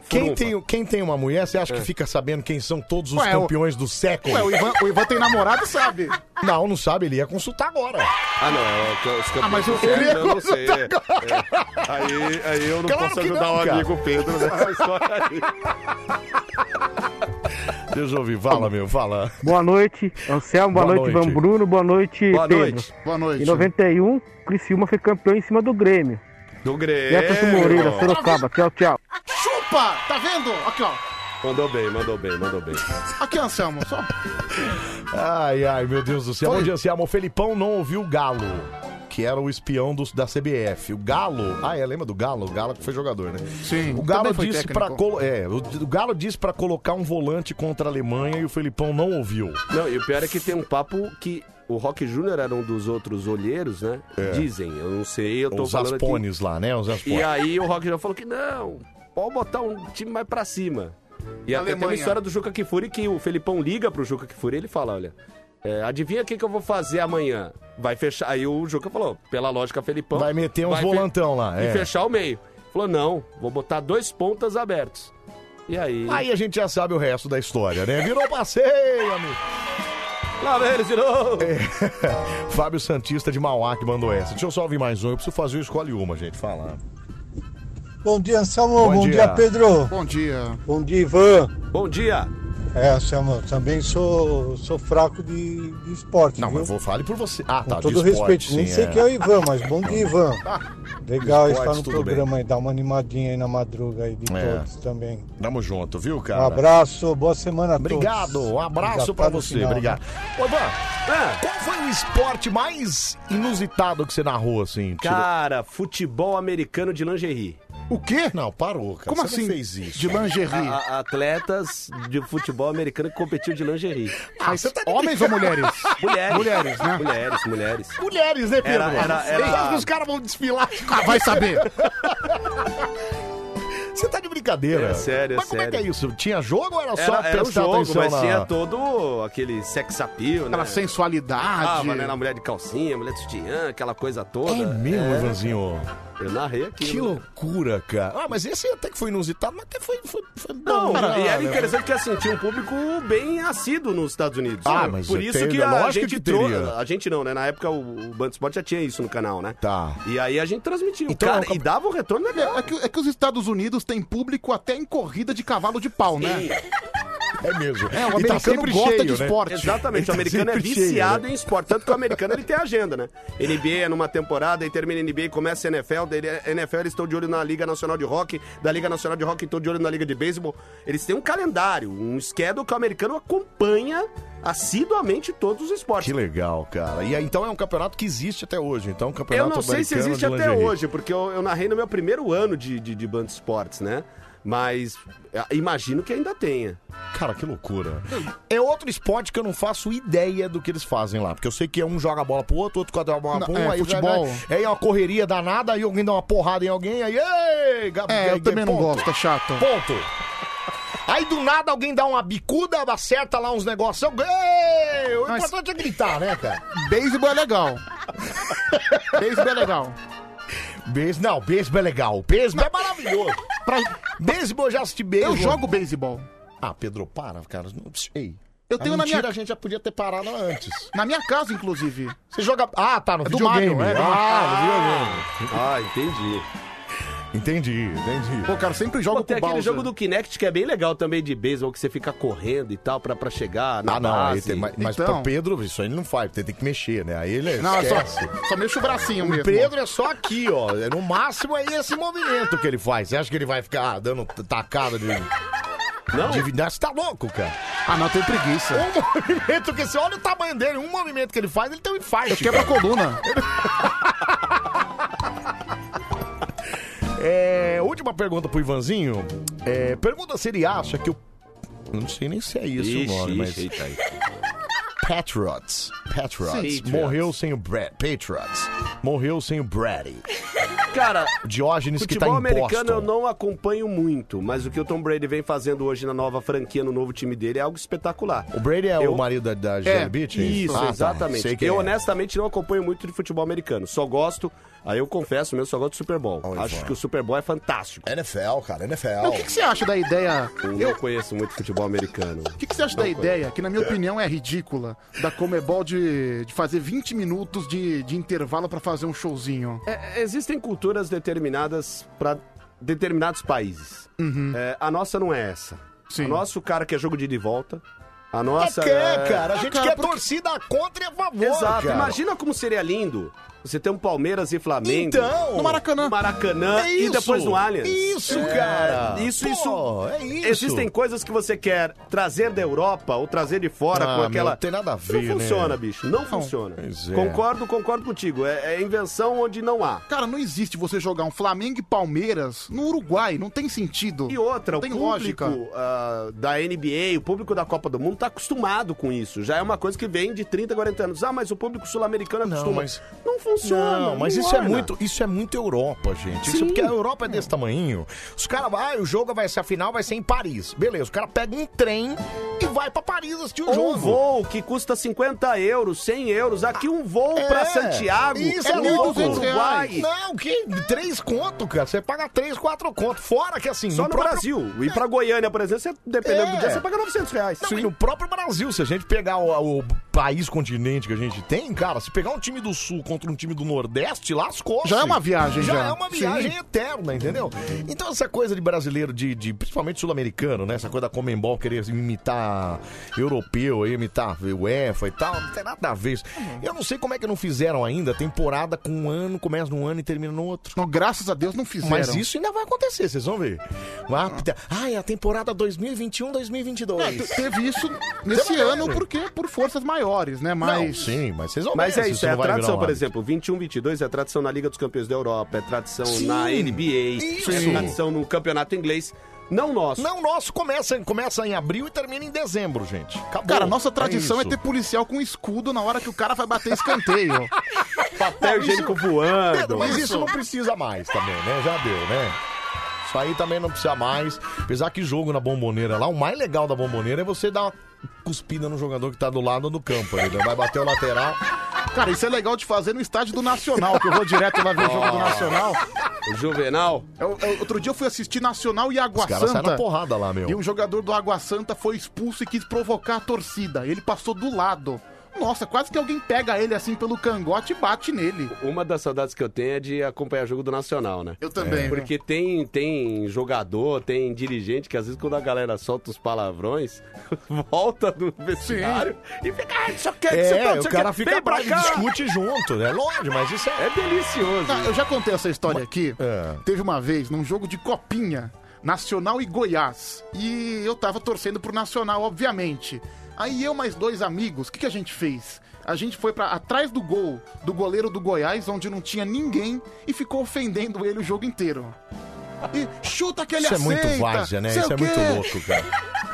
Speaker 1: Quem
Speaker 18: furunfa.
Speaker 1: tem, quem tem uma mulher, você acha
Speaker 18: É.
Speaker 1: que fica sabendo quem são todos os
Speaker 2: Ué, o-
Speaker 1: campeões do século?
Speaker 2: Ué, o Ivan, o Ivan tem namorado e sabe.
Speaker 1: Não, não sabe, ele ia consultar agora.
Speaker 18: Ah, não, é o que os campeões.
Speaker 2: Ah, mas eu
Speaker 18: do século,
Speaker 2: queria
Speaker 18: eu não sei.
Speaker 2: consultar
Speaker 18: É. Aí, aí eu não
Speaker 2: Claro
Speaker 18: posso
Speaker 2: que
Speaker 18: ajudar
Speaker 2: não,
Speaker 18: o
Speaker 2: cara.
Speaker 18: amigo Pedro (laughs) nessa história aí.
Speaker 1: Deus ouvir, fala, meu, fala.
Speaker 20: Boa noite, Anselmo. Boa,
Speaker 1: Boa
Speaker 20: noite,
Speaker 1: noite.
Speaker 20: Ivan Bruno. Boa noite,
Speaker 1: Boa
Speaker 20: Pedro.
Speaker 1: noite. Boa noite.
Speaker 20: Em 91, Criciúma foi campeão em cima do Grêmio.
Speaker 18: Do
Speaker 1: É,
Speaker 18: Grêmio.
Speaker 20: Jefferson Moreira, Sorocaba. Tchau, tchau.
Speaker 2: Chupa! Tá vendo? Aqui, ó.
Speaker 18: Mandou bem, mandou bem, mandou bem.
Speaker 2: Aqui, Anselmo. Só...
Speaker 1: Ai, ai, meu Deus do céu. Bom dia, Anselmo. O Felipão não ouviu o Galo, que era o espião dos- da CBF. O Galo. Ah, é, lembra do Galo? O Galo que foi jogador, né?
Speaker 2: Sim.
Speaker 1: O Galo
Speaker 2: também foi
Speaker 1: disse
Speaker 2: técnico.
Speaker 1: para é, o, o Galo disse para colocar um volante contra a Alemanha e o Felipão não ouviu.
Speaker 18: Não, e o pior é que tem um papo que o Rock Júnior era um dos outros olheiros, né?
Speaker 1: É.
Speaker 18: Dizem, eu não sei, eu tô
Speaker 1: Os
Speaker 18: falando aqui.
Speaker 1: aspones lá, né? Os aspones.
Speaker 18: E aí o Rock Júnior falou que não, pode botar um time mais pra cima. E até tem uma
Speaker 1: Alemanha.
Speaker 18: história do Juca Kifuri que o Felipão liga pro Juca Kifuri e ele fala, olha, é, adivinha o que, que eu vou fazer amanhã? Vai fechar... Aí o Juca falou, pela lógica Felipão...
Speaker 1: Vai meter uns
Speaker 18: vai fe-
Speaker 1: volantão lá,
Speaker 18: E
Speaker 1: é.
Speaker 18: fechar o meio. Falou, não, vou botar dois pontas abertos. E aí...
Speaker 1: Aí a gente já sabe o resto da história, né? Virou passeio, amigo.
Speaker 18: Lá vem eles de novo.
Speaker 1: É. (laughs) Fábio Santista de Mauá que mandou essa. Deixa eu só ouvir mais um. Eu preciso fazer o escolhe uma, gente. Fala.
Speaker 21: Bom dia, Anselmo.
Speaker 1: Bom
Speaker 21: Bom,
Speaker 1: dia.
Speaker 21: dia. Pedro.
Speaker 2: Bom dia.
Speaker 21: Bom dia, Ivan.
Speaker 18: Bom dia.
Speaker 21: É, Anselmo, também sou, sou fraco de, de esporte.
Speaker 1: Não,
Speaker 21: viu?
Speaker 1: mas vou fale por você. Ah, tá.
Speaker 21: Com
Speaker 1: de
Speaker 21: todo
Speaker 1: esporte,
Speaker 21: respeito, nem
Speaker 1: sim,
Speaker 21: sei
Speaker 1: é.
Speaker 21: quem é o Ivan, mas bom dia,
Speaker 1: (laughs)
Speaker 21: Ivan. Legal
Speaker 1: Esportes,
Speaker 21: estar no
Speaker 1: tudo
Speaker 21: programa aí, dar uma animadinha aí na madruga aí de
Speaker 1: É.
Speaker 21: todos também.
Speaker 1: Tamo junto, viu, cara?
Speaker 21: Um abraço, boa semana a
Speaker 1: Obrigado,
Speaker 21: todos.
Speaker 1: um abraço
Speaker 21: Já
Speaker 1: pra
Speaker 21: tá no
Speaker 1: você,
Speaker 21: final,
Speaker 1: obrigado. Ô, Ivan,
Speaker 18: Ah.
Speaker 1: qual foi o esporte mais inusitado que você narrou, assim? Tirou-
Speaker 18: Cara, futebol um americano de lingerie.
Speaker 1: O quê? Não, parou, cara.
Speaker 18: Como
Speaker 1: Você não
Speaker 18: assim?
Speaker 1: fez isso.
Speaker 18: A- a- atletas de futebol americano que competiu de lingerie.
Speaker 2: Ah, você tá de Homens ou brincadeira. mulheres?
Speaker 18: Mulheres.
Speaker 2: Mulheres, né?
Speaker 18: Mulheres, mulheres.
Speaker 1: Mulheres, né, Pedro?
Speaker 18: Era- era-
Speaker 1: Você
Speaker 18: era-
Speaker 1: acha que os caras vão desfilar?
Speaker 2: Ah, vai (laughs) saber.
Speaker 1: Você tá de brincadeira.
Speaker 18: É sério, é
Speaker 1: Mas como é que
Speaker 18: sério.
Speaker 1: é isso? Tinha jogo ou era só
Speaker 18: Era, era um
Speaker 1: prestar
Speaker 18: jogo,
Speaker 1: atenção
Speaker 18: mas
Speaker 1: na...
Speaker 18: tinha todo aquele sex appeal, né?
Speaker 2: Aquela sensualidade.
Speaker 18: Tava, né, na mulher de calcinha, mulher de sutiã, aquela coisa toda.
Speaker 1: É mesmo, Ivanzinho?
Speaker 18: Eu narrei aquilo.
Speaker 1: Que loucura, cara. Ah, mas esse até que foi inusitado, mas até foi, foi, foi bom.
Speaker 18: Não,
Speaker 1: já,
Speaker 18: e era
Speaker 1: né?
Speaker 18: interessante que assim, tinha um público bem assíduo nos Estados Unidos.
Speaker 1: Ah,
Speaker 18: né?
Speaker 1: mas
Speaker 18: Por
Speaker 1: é,
Speaker 18: isso
Speaker 1: tem-
Speaker 18: que a
Speaker 1: lógico
Speaker 18: gente
Speaker 1: que
Speaker 18: trouxe.
Speaker 1: teria.
Speaker 18: A gente não, né? Na época o, o Band Sport já tinha isso no canal, né?
Speaker 1: Tá.
Speaker 18: E aí a gente transmitiu.
Speaker 2: Então,
Speaker 18: cara,
Speaker 2: é um
Speaker 18: e dava um retorno legal.
Speaker 2: É que, é que os Estados Unidos têm público até em corrida de cavalo de pau, né?
Speaker 1: É mesmo.
Speaker 2: É, o
Speaker 1: E tá
Speaker 2: americano
Speaker 1: sempre
Speaker 2: gosta
Speaker 1: cheio,
Speaker 2: de
Speaker 1: né?
Speaker 2: esporte.
Speaker 18: Exatamente,
Speaker 1: Ele tá
Speaker 18: o americano é
Speaker 1: sempre cheio,
Speaker 18: viciado
Speaker 1: né?
Speaker 18: em esporte. Tanto que o americano ele tem agenda, né? NBA é numa temporada, aí termina NBA, e começa a NFL, daí ele- é NFL eles estão de olho na Liga Nacional de Rock, da Liga Nacional de Rock estão de olho na Liga de Beisebol. Eles têm um calendário, um schedule que o americano acompanha assiduamente todos os esportes.
Speaker 1: Que legal, cara. E aí, então é um campeonato que existe até hoje. Então, é um
Speaker 18: Eu
Speaker 1: campeonato
Speaker 18: não sei se
Speaker 1: americano
Speaker 18: existe
Speaker 1: de
Speaker 18: até
Speaker 1: lingerie.
Speaker 18: hoje, porque eu, eu narrei no meu primeiro ano de, de, de Band Esportes, né? Mas eh, imagino que ainda tenha.
Speaker 1: Cara, que loucura. É outro esporte que eu não faço ideia do que eles fazem lá. Porque eu sei que um joga a bola pro outro, outro quadra a bola
Speaker 2: Não,
Speaker 1: pro um,
Speaker 2: é,
Speaker 1: aí
Speaker 2: futebol.
Speaker 1: vai- Aí é uma correria danada, aí alguém dá uma porrada em alguém, aí. Ei, Gabi,
Speaker 2: É, eu também não gosto, é chato.
Speaker 1: Ponto. Aí do nada alguém dá uma bicuda, acerta lá uns negócios. Ei, o
Speaker 2: Mas-
Speaker 1: importante é gritar, né, cara?
Speaker 2: Beisebol é legal. Beisebol é legal.
Speaker 1: Beis... Não, beisebol é legal. Beisebol é maravilhoso. Pra... Beisebol, eu já assisti beisebol.
Speaker 2: Eu jogo beisebol.
Speaker 1: Ah, Pedro, para, cara. Não- Ei.
Speaker 2: Eu tenho na minha-
Speaker 1: mentira, a gente já podia ter parado antes.
Speaker 2: Na minha casa, inclusive.
Speaker 1: Você joga. Ah, tá, no
Speaker 2: É do
Speaker 1: videogame.
Speaker 2: Mario, é do-
Speaker 1: ah, no videogame.
Speaker 18: Ah, entendi.
Speaker 1: Ah, Entendi, entendi.
Speaker 2: Pô, cara, sempre jogo
Speaker 18: Pô, tem
Speaker 2: com
Speaker 18: aquele
Speaker 2: Bowser.
Speaker 18: jogo do Kinect que é bem legal também de beisebol, que você fica correndo e tal pra, pra chegar na
Speaker 1: Ah, não, aí
Speaker 18: base.
Speaker 1: tem, mas, mas pro Pedro, isso aí ele não faz, tem, tem que mexer, né? Aí ele
Speaker 2: Então. Não, é só,
Speaker 1: esquece.
Speaker 2: só mexo o bracinho
Speaker 1: O
Speaker 2: mesmo.
Speaker 1: Pedro é só aqui, ó. É No máximo aí esse movimento que ele faz. Você acha que ele vai ficar ah, dando t- tacada de.
Speaker 18: Não.
Speaker 1: De... Não, Você tá louco, cara.
Speaker 2: Ah, não, eu tenho preguiça.
Speaker 1: Um movimento que você olha o tamanho dele, um movimento que ele faz, ele tem um infarto.
Speaker 2: Eu quebro a
Speaker 1: cara.
Speaker 2: coluna.
Speaker 1: É, última pergunta pro Ivanzinho. É, pergunta se ele acha que o. Eu não sei nem se é isso
Speaker 13: Ixi,
Speaker 1: o nome,
Speaker 13: ixi,
Speaker 1: mas.
Speaker 13: eita aí.
Speaker 1: Patriots. Patriots.
Speaker 13: Patriots.
Speaker 1: Morreu sem o Brad. Patriots. Morreu sem o Brady.
Speaker 18: Cara,
Speaker 1: Diógenes que tá
Speaker 18: futebol
Speaker 1: em
Speaker 18: americano eu
Speaker 1: Boston.
Speaker 18: não acompanho muito, mas o que o Tom Brady vem fazendo hoje na nova franquia, no novo time dele, é algo espetacular.
Speaker 1: O Brady é
Speaker 18: Eu-
Speaker 1: o marido da, da Gisele
Speaker 18: é,
Speaker 1: Bündchen?
Speaker 18: Isso,
Speaker 1: Ah, tá.
Speaker 18: exatamente.
Speaker 1: Sei que
Speaker 18: eu
Speaker 1: é.
Speaker 18: honestamente não acompanho muito de futebol americano. Só gosto, aí eu confesso mesmo, só gosto do Super Bowl. Acho que o Super Bowl é fantástico.
Speaker 1: NFL, cara, NFL.
Speaker 2: Mas o que, que você acha da ideia?
Speaker 18: Eu não conheço muito futebol americano.
Speaker 2: O que, que você acha da ideia, que na minha opinião é ridícula, da Comebol de, de fazer 20 minutos de, de intervalo pra fazer um showzinho?
Speaker 18: É, existem culturas determinadas para determinados países.
Speaker 1: Uhum.
Speaker 18: É, a nossa não é essa. A nossa, o cara quer jogo de ida e volta. A nossa. é-
Speaker 1: quer, cara. A gente quer torcida contra e a favor.
Speaker 18: Exato.
Speaker 1: cara.
Speaker 18: Imagina como seria lindo você ter um Palmeiras e Flamengo.
Speaker 1: Então.
Speaker 18: no Maracanã. No Maracanã
Speaker 1: É
Speaker 18: e depois
Speaker 1: isso.
Speaker 18: no Allianz.
Speaker 1: Isso, cara.
Speaker 18: Isso,
Speaker 1: É. Pô,
Speaker 18: isso.
Speaker 1: é isso.
Speaker 18: Existem coisas que você quer trazer da Europa ou trazer de fora
Speaker 1: Ah,
Speaker 18: com
Speaker 1: meu,
Speaker 18: aquela.
Speaker 1: não tem nada a ver, né?
Speaker 18: Não funciona, bicho. Não, funciona.
Speaker 1: pois é.
Speaker 18: Concordo, concordo contigo. É, é invenção onde não há.
Speaker 2: Cara, não existe você jogar um Flamengo e Palmeiras no Uruguai, não tem sentido.
Speaker 18: E outra,
Speaker 2: não
Speaker 18: o
Speaker 2: tem
Speaker 18: público
Speaker 2: lógica.
Speaker 18: ah, da NBA, o público da Copa do Mundo tá acostumado com isso. Já é uma coisa que vem de 30, 40 anos. Ah, mas o público sul-americano acostuma.
Speaker 1: mas-
Speaker 18: Não funciona.
Speaker 1: Não, mas isso é
Speaker 18: orna.
Speaker 1: muito, isso é muito Europa, gente. Isso
Speaker 18: Sim.
Speaker 1: é porque a Europa é desse tamanho. Os caras, ah, o jogo vai ser a final, vai ser em Paris. Beleza, os caras pegam um trem e vai pra Paris assistir o
Speaker 18: Um
Speaker 1: jogo.
Speaker 18: voo que custa 50 euros, 100 euros. Aqui um voo pra Santiago,
Speaker 1: É, Isso,
Speaker 18: é
Speaker 1: é
Speaker 18: louco,
Speaker 1: louco.
Speaker 18: Uruguai.
Speaker 1: Não, que três conto, cara. Você paga três, quatro conto. Fora que assim...
Speaker 18: Só no
Speaker 1: próprio- É.
Speaker 18: Brasil. Ir pra Goiânia, por exemplo, você, dependendo do dia, você paga 900 reais.
Speaker 1: Não, e no próprio Brasil, se a gente pegar o, o país continente que a gente tem, cara, se pegar um time do Sul contra um time do Nordeste, lascou.
Speaker 2: Já é uma viagem,
Speaker 1: já.
Speaker 2: já.
Speaker 1: é uma viagem
Speaker 2: Sim.
Speaker 1: eterna, entendeu? Então essa coisa de brasileiro, de, de- principalmente sul-americano, né? Essa coisa da Comembol querer imitar europeu, aí, imitar UEFA e tal, não tem nada a ver isso. Eu não sei como é que não fizeram ainda a temporada com um ano, começa num ano e termina no outro.
Speaker 2: Não, graças a Deus não fizeram.
Speaker 1: Mas isso ainda vai acontecer, vocês vão ver. Ah, ah, é a temporada 2021-2022.
Speaker 2: É, te- teve isso nesse
Speaker 1: Tem uma
Speaker 2: ano
Speaker 1: maneira.
Speaker 2: porque por forças maiores, né? Mas
Speaker 1: Não, sim, mas vocês vão ver
Speaker 18: Mas é
Speaker 1: se
Speaker 18: isso,
Speaker 1: isso
Speaker 18: é
Speaker 1: não
Speaker 18: a
Speaker 1: vai virar um
Speaker 18: tradição, por
Speaker 1: hábito.
Speaker 18: exemplo, 21, 22 é tradição na Liga dos Campeões da Europa, é tradição
Speaker 1: Sim,
Speaker 18: na NBA,
Speaker 1: isso.
Speaker 18: é tradição no campeonato inglês. Não nosso.
Speaker 1: Não, o nosso começa, começa em abril e termina em dezembro, gente. Acabou.
Speaker 2: Cara, nossa tradição é,
Speaker 1: isso.
Speaker 2: ter policial com escudo na hora que o cara vai bater escanteio.
Speaker 18: (laughs) Papel higiênico voando.
Speaker 1: Pedro, mas isso não precisa mais também, né? Já deu, né? Isso aí também não precisa mais. Apesar que jogo na bomboneira lá, o mais legal da bomboneira é você dar uma cuspida no jogador que tá do lado do campo. Ele vai bater o lateral.
Speaker 2: Cara, isso é legal de fazer no estádio do Nacional, que eu vou direto lá ver o jogo do Nacional.
Speaker 18: O Juvenal.
Speaker 2: Eu- eu- outro dia eu fui assistir Nacional e Água
Speaker 1: Os caras saem
Speaker 2: Santa.
Speaker 1: na porrada lá, meu.
Speaker 2: E um jogador do Água Santa foi expulso e quis provocar a torcida. Ele passou do lado. Nossa, quase que alguém pega ele assim pelo cangote e bate nele.
Speaker 18: Uma das saudades que eu tenho é de acompanhar jogo do Nacional, né? Eu
Speaker 2: também, né?
Speaker 18: Porque tem, tem jogador, tem dirigente que às vezes quando a galera solta os palavrões, (laughs) volta no vestiário (laughs) e fica, ah, isso aqui, isso aqui,
Speaker 1: É,
Speaker 18: isso
Speaker 1: o
Speaker 18: aqui,
Speaker 1: cara
Speaker 18: vem
Speaker 1: fica
Speaker 18: pra
Speaker 1: bravo e
Speaker 18: cá."
Speaker 1: discute junto, né? Lógico, mas isso é.
Speaker 18: É delicioso.
Speaker 2: Ah, eu já contei essa história aqui. Teve uma vez, num jogo de copinha, Nacional e Goiás. E eu tava torcendo pro Nacional, obviamente. Aí eu mais dois amigos, o que, que a gente fez? A gente foi pra atrás do gol do goleiro do Goiás, onde não tinha ninguém, e ficou ofendendo ele o jogo inteiro. E chuta que ele
Speaker 1: Isso é
Speaker 2: aceita.
Speaker 1: muito várzea, né?
Speaker 2: sei
Speaker 1: Isso
Speaker 2: o
Speaker 1: é muito
Speaker 2: quê.
Speaker 1: louco, cara.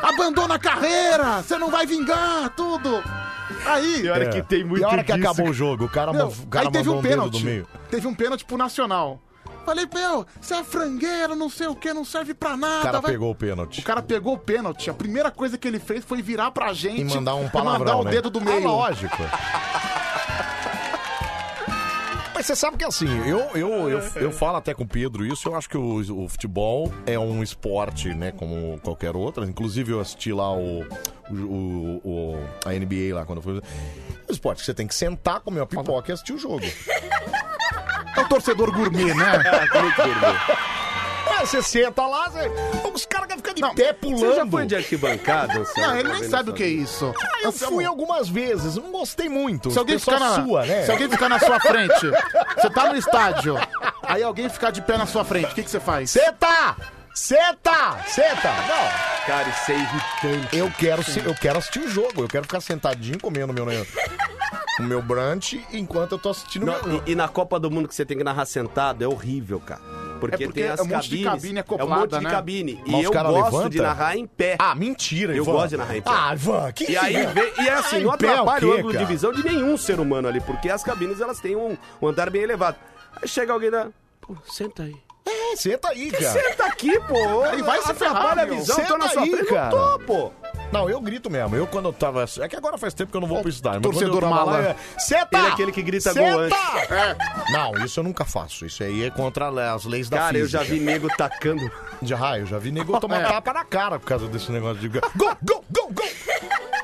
Speaker 2: Abandona a carreira, você não vai vingar, tudo. Aí,
Speaker 1: É. E a hora que acabou o jogo, o cara,
Speaker 2: Meu,
Speaker 1: o cara
Speaker 2: aí teve
Speaker 1: mandou
Speaker 2: um
Speaker 1: um dedo
Speaker 2: pênalti.
Speaker 1: do meio.
Speaker 2: Teve um pênalti pro Nacional. Falei, meu, você é frangueiro, não sei o que, não serve pra nada.
Speaker 1: O cara
Speaker 2: vai-
Speaker 1: pegou o pênalti.
Speaker 2: O cara pegou o pênalti. A primeira coisa que ele fez foi virar pra gente
Speaker 1: E
Speaker 2: (laughs)
Speaker 1: mandar um palavrão,
Speaker 2: mandar o
Speaker 1: né?
Speaker 2: dedo do
Speaker 1: Ah,
Speaker 2: meio.
Speaker 1: lógico. (laughs) Mas você sabe que assim, eu, eu, eu, eu falo até com o Pedro isso, eu acho que o, o futebol é um esporte, né, como qualquer outro. Inclusive eu assisti lá o, o, o- a NBA lá quando eu fui. O esporte que você tem que sentar, comer uma pipoca e assistir o jogo.
Speaker 2: É o torcedor gourmet,
Speaker 1: (laughs)
Speaker 2: né?
Speaker 1: É Mas você senta lá, você- os caras querem ficar de pé pulando.
Speaker 18: Você já foi de
Speaker 1: (laughs)
Speaker 18: arquibancada? Anselmo,
Speaker 2: Não, ele nem
Speaker 18: vendo
Speaker 2: sabe o
Speaker 18: essa
Speaker 2: que é isso.
Speaker 1: Ah, eu fui algumas vezes, não gostei muito.
Speaker 2: Se alguém,
Speaker 1: Porque só
Speaker 2: ficar na,
Speaker 1: sua, né?
Speaker 2: se alguém ficar na sua
Speaker 1: (laughs)
Speaker 2: frente, você tá no estádio, aí alguém ficar de pé na sua frente, o que, que você faz?
Speaker 1: Senta! Senta! Senta! Não!
Speaker 18: Cara, isso é irritante.
Speaker 1: Eu quero, se- eu quero assistir o jogo, eu quero ficar sentadinho comendo meu, o meu brunch enquanto eu tô assistindo o
Speaker 18: Não,
Speaker 1: meu.
Speaker 18: e, e na Copa do Mundo que você tem que narrar sentado é horrível, cara. Porque,
Speaker 2: É porque
Speaker 18: tem as
Speaker 2: é um monte de
Speaker 18: cabines.
Speaker 2: cabine
Speaker 18: é
Speaker 2: acoplada,
Speaker 18: um monte de
Speaker 2: né?
Speaker 18: cabine. E
Speaker 2: Mas os
Speaker 18: eu
Speaker 2: cara
Speaker 18: gosto
Speaker 2: levanta?
Speaker 18: de narrar em pé.
Speaker 1: Ah, mentira,
Speaker 18: Eu
Speaker 1: Ivan.
Speaker 18: gosto de narrar em pé.
Speaker 1: Ah, Ivan, que
Speaker 18: E aí
Speaker 1: que-
Speaker 18: vem, e é assim,
Speaker 1: Ah,
Speaker 18: não
Speaker 1: em pé o
Speaker 18: atrapalha o,
Speaker 1: quê,
Speaker 18: ângulo
Speaker 1: cara?
Speaker 18: de visão de nenhum ser humano ali, porque as cabines elas têm um, um andar bem elevado. Aí chega alguém da. Pô, senta aí.
Speaker 1: É, senta aí,
Speaker 18: Que
Speaker 1: cara.
Speaker 18: senta aqui, pô.
Speaker 1: Ele vai se ferrar,
Speaker 18: Atrapalha a visão, eu tô na sua frente, eu tô, pô.
Speaker 1: Não, eu grito mesmo. Eu quando eu tava. É que agora faz tempo que eu não vou pro estádio. mas
Speaker 2: torcedor
Speaker 1: quando eu tava lá,
Speaker 2: mala.
Speaker 1: é, Senta!
Speaker 18: Ele é aquele que grita
Speaker 1: Senta!
Speaker 18: gol antes. É.
Speaker 1: Não, isso eu nunca faço. Isso aí é contra as leis da
Speaker 18: Cara, eu
Speaker 1: física.
Speaker 18: já vi nego tacando.
Speaker 1: De raio, já vi nego tomar
Speaker 2: É.
Speaker 1: tapa na cara por causa desse negócio de. Gol, gol, gol, gol!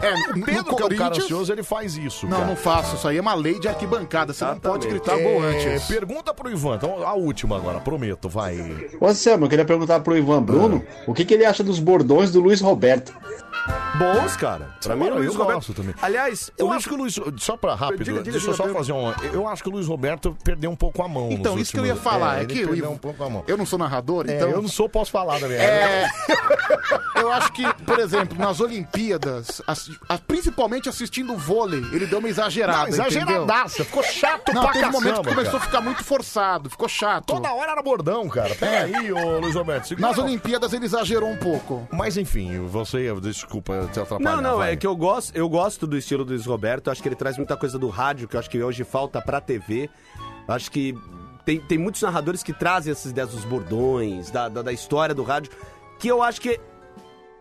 Speaker 2: É,
Speaker 1: O Pedro, que é o cara ansioso, ele faz isso.
Speaker 2: Não,
Speaker 1: cara.
Speaker 2: não faço. Isso aí é uma lei de arquibancada. Você não pode gritar
Speaker 1: É,
Speaker 2: gol antes.
Speaker 1: Pergunta pro Ivan. Então, a última agora, prometo, vai.
Speaker 8: Ô, Anselmo, eu queria perguntar pro Ivan Bruno
Speaker 18: Ah.
Speaker 8: o que, que ele acha dos bordões do Luiz Roberto.
Speaker 18: Bons, cara. Pra mim,
Speaker 1: Olha,
Speaker 18: o Luiz
Speaker 1: eu
Speaker 18: Roberto.
Speaker 1: gosto também.
Speaker 18: Aliás,
Speaker 1: Eu acho que o Luiz. Só pra rápido,
Speaker 18: Diga, diga,
Speaker 1: deixa eu
Speaker 18: diga,
Speaker 1: só
Speaker 18: Pedro.
Speaker 1: fazer um. Eu acho que o Luiz Roberto perdeu um pouco a mão.
Speaker 2: Então,
Speaker 1: nos
Speaker 2: isso que eu ia
Speaker 1: últimos-
Speaker 2: falar. É,
Speaker 1: ele
Speaker 2: que eu,
Speaker 1: perdeu um pouco a mão.
Speaker 2: eu não sou narrador,
Speaker 1: É,
Speaker 2: então.
Speaker 1: eu não sou, posso falar também.
Speaker 2: É, (laughs) eu acho que, por exemplo, nas Olimpíadas, as- as- principalmente assistindo o vôlei, ele deu uma exagerada.
Speaker 1: Não, exageradaça.
Speaker 2: entendeu?
Speaker 1: Ficou chato
Speaker 2: não,
Speaker 1: pra
Speaker 2: teve um momento que
Speaker 1: caçamba,
Speaker 2: começou
Speaker 1: cara.
Speaker 2: a ficar muito forçado, ficou chato.
Speaker 1: Toda hora era bordão, cara. Pera aí, ô Luiz Roberto. segura
Speaker 2: É. Nas
Speaker 1: não.
Speaker 2: Olimpíadas ele exagerou um pouco.
Speaker 1: Mas enfim, você. Desculpa te atrapalhar.
Speaker 18: Não, não,
Speaker 1: vai.
Speaker 18: é que eu gosto, eu gosto do estilo do Luiz Roberto, acho que ele traz muita coisa do rádio, que eu acho que hoje falta pra TV. Acho que tem, tem muitos narradores que trazem essas ideias dos bordões, da, da, da história do rádio, que eu acho que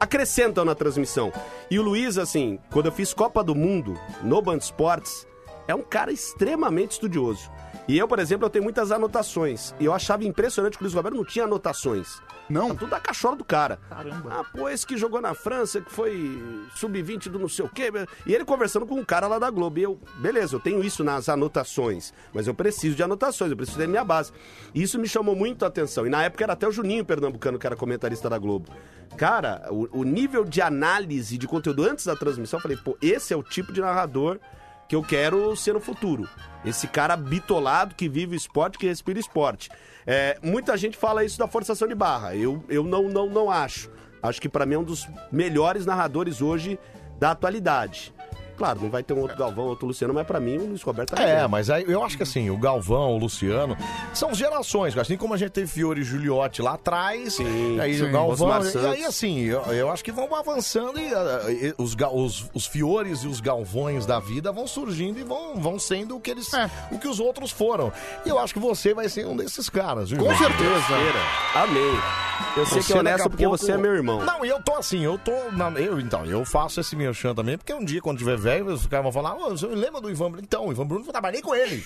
Speaker 18: acrescentam na transmissão. E o Luiz, assim, quando eu fiz Copa do Mundo no Band Esportes, é um cara extremamente estudioso. E eu, por exemplo, eu tenho muitas anotações. E eu achava impressionante que o Luiz Roberto não tinha anotações. Tá
Speaker 2: Não.
Speaker 18: tudo a cachola do cara. Ah, pô, esse que jogou na França, que foi sub-20 do não sei o quê. E ele conversando com um cara lá da Globo. E eu, beleza, eu tenho isso nas anotações, mas eu preciso de anotações, eu preciso da minha base. E isso me chamou muito a atenção. E na época era até o Juninho Pernambucano, que era comentarista da Globo. Cara, o, o nível de análise de conteúdo antes da transmissão, eu falei, pô, esse é o tipo de narrador que eu quero ser no futuro. Esse cara bitolado que vive o esporte, que respira esporte. É, muita gente fala isso da forçação de barra. Eu, eu não, não, não acho. Acho que pra mim é um dos melhores narradores hoje da atualidade. Claro, não vai ter um outro Galvão, outro Luciano, mas pra mim o Luiz Roberto tá
Speaker 1: É,
Speaker 18: bem.
Speaker 1: mas aí, eu acho que assim, o Galvão, o Luciano, são gerações, assim como a gente teve Fiore e Juliotti lá atrás, aí
Speaker 18: sim.
Speaker 1: o Galvão,
Speaker 18: Osmar
Speaker 1: e aí
Speaker 18: Santos.
Speaker 1: assim, eu, eu acho que vão avançando e, ah, e os, ga- os, os Fiores e os Galvões da vida vão surgindo e vão, vão sendo o que eles,
Speaker 18: É.
Speaker 1: o que os outros foram. E eu acho que você vai ser um desses caras, viu?
Speaker 18: Com
Speaker 1: irmão?
Speaker 18: certeza. Amei. Eu sei que é
Speaker 1: daqui
Speaker 18: honesto
Speaker 1: a
Speaker 18: porque
Speaker 1: pouco-
Speaker 18: você é meu irmão.
Speaker 1: Não, e eu tô assim, eu tô. na- eu, então, eu faço esse merchan também, porque um dia, quando tiver velho, os caras vão falar, "Ô, você lembra do Ivan Bruno? Então, o Ivan Bruno, eu trabalhei com ele.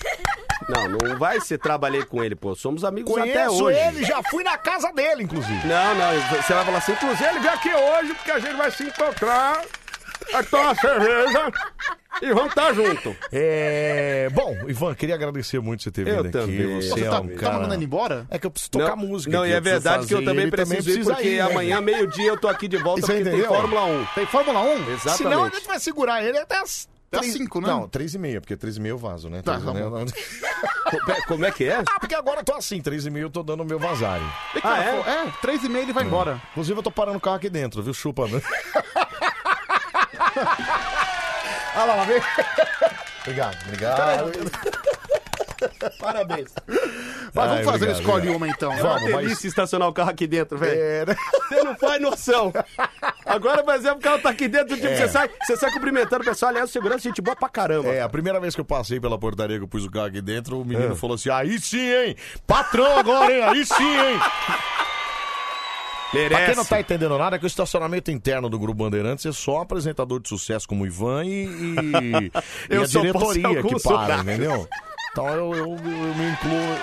Speaker 18: Não, não vai ser trabalhei com ele, pô. Somos amigos até
Speaker 1: Conheço
Speaker 18: hoje.
Speaker 1: ele, já fui na casa dele, inclusive.
Speaker 18: Não, não, você vai falar assim, inclusive ele veio aqui hoje porque a gente vai se encontrar, vai tomar uma cerveja e vamos estar junto.
Speaker 1: É. Bom, Ivan, queria agradecer muito você ter
Speaker 18: Eu
Speaker 1: vindo aqui.
Speaker 18: também.
Speaker 1: Você
Speaker 2: Você
Speaker 1: é
Speaker 2: tá,
Speaker 1: um
Speaker 2: tá
Speaker 1: cara-
Speaker 2: mandando ele embora?
Speaker 1: É que eu preciso tocar música.
Speaker 18: Não,
Speaker 1: aqui,
Speaker 18: e é
Speaker 1: eu preciso
Speaker 18: verdade que eu
Speaker 1: fazer,
Speaker 18: também
Speaker 1: ele
Speaker 18: preciso ir,
Speaker 1: precisa
Speaker 18: porque
Speaker 1: né?
Speaker 18: amanhã, meio-dia, eu tô aqui de volta
Speaker 1: Você
Speaker 18: porque tem
Speaker 1: entendeu? um?
Speaker 18: Fórmula 1.
Speaker 2: Tem Fórmula 1?
Speaker 18: Exatamente.
Speaker 1: Senão a gente vai segurar ele até as.
Speaker 2: Até
Speaker 1: três-
Speaker 2: cinco, né?
Speaker 1: Não, três e meia, porque três e meia eu vazo, né?
Speaker 2: Tá,
Speaker 1: Três e
Speaker 2: tá
Speaker 1: meia- (laughs)
Speaker 18: Como é- Como é que é?
Speaker 1: Ah, porque agora eu tô assim, três e meia eu tô dando o meu vazar.
Speaker 2: E, cara, pô, é? três e meia ele vai embora.
Speaker 1: Ah, Hum. Inclusive eu tô parando o carro aqui dentro, viu? Chupa, né? (laughs) Olha lá, vem. Obrigado,
Speaker 13: Ah, (laughs)
Speaker 1: obrigado.
Speaker 18: Parabéns.
Speaker 2: Mas
Speaker 1: Ai,
Speaker 2: vamos fazer
Speaker 1: obrigado,
Speaker 2: o escolhe
Speaker 1: obrigado.
Speaker 2: uma então.
Speaker 18: É uma
Speaker 2: Vamos,
Speaker 18: delícia
Speaker 2: mas...
Speaker 18: estacionar o carro aqui dentro, velho.
Speaker 1: É, né?
Speaker 18: Você não faz noção. Agora, por exemplo, o carro tá aqui dentro, tipo,
Speaker 1: É.
Speaker 18: você, sai, você sai cumprimentando o pessoal, aliás, o segurança, gente boa pra caramba.
Speaker 1: É, a primeira vez que eu passei pela portaria que eu pus o carro aqui dentro, o
Speaker 18: Ah.
Speaker 1: menino falou assim: aí sim, hein? Patrão agora, hein? Aí sim, hein? Pra quem não tá entendendo nada, é que o estacionamento interno do Grupo Bandeirantes é só apresentador de sucesso como o Ivan e,
Speaker 18: (laughs)
Speaker 1: e- e
Speaker 18: Eu
Speaker 1: a
Speaker 18: só posso ter
Speaker 1: diretoria que para,
Speaker 18: alguns horários.
Speaker 1: entendeu? Então eu, eu- eu me incluo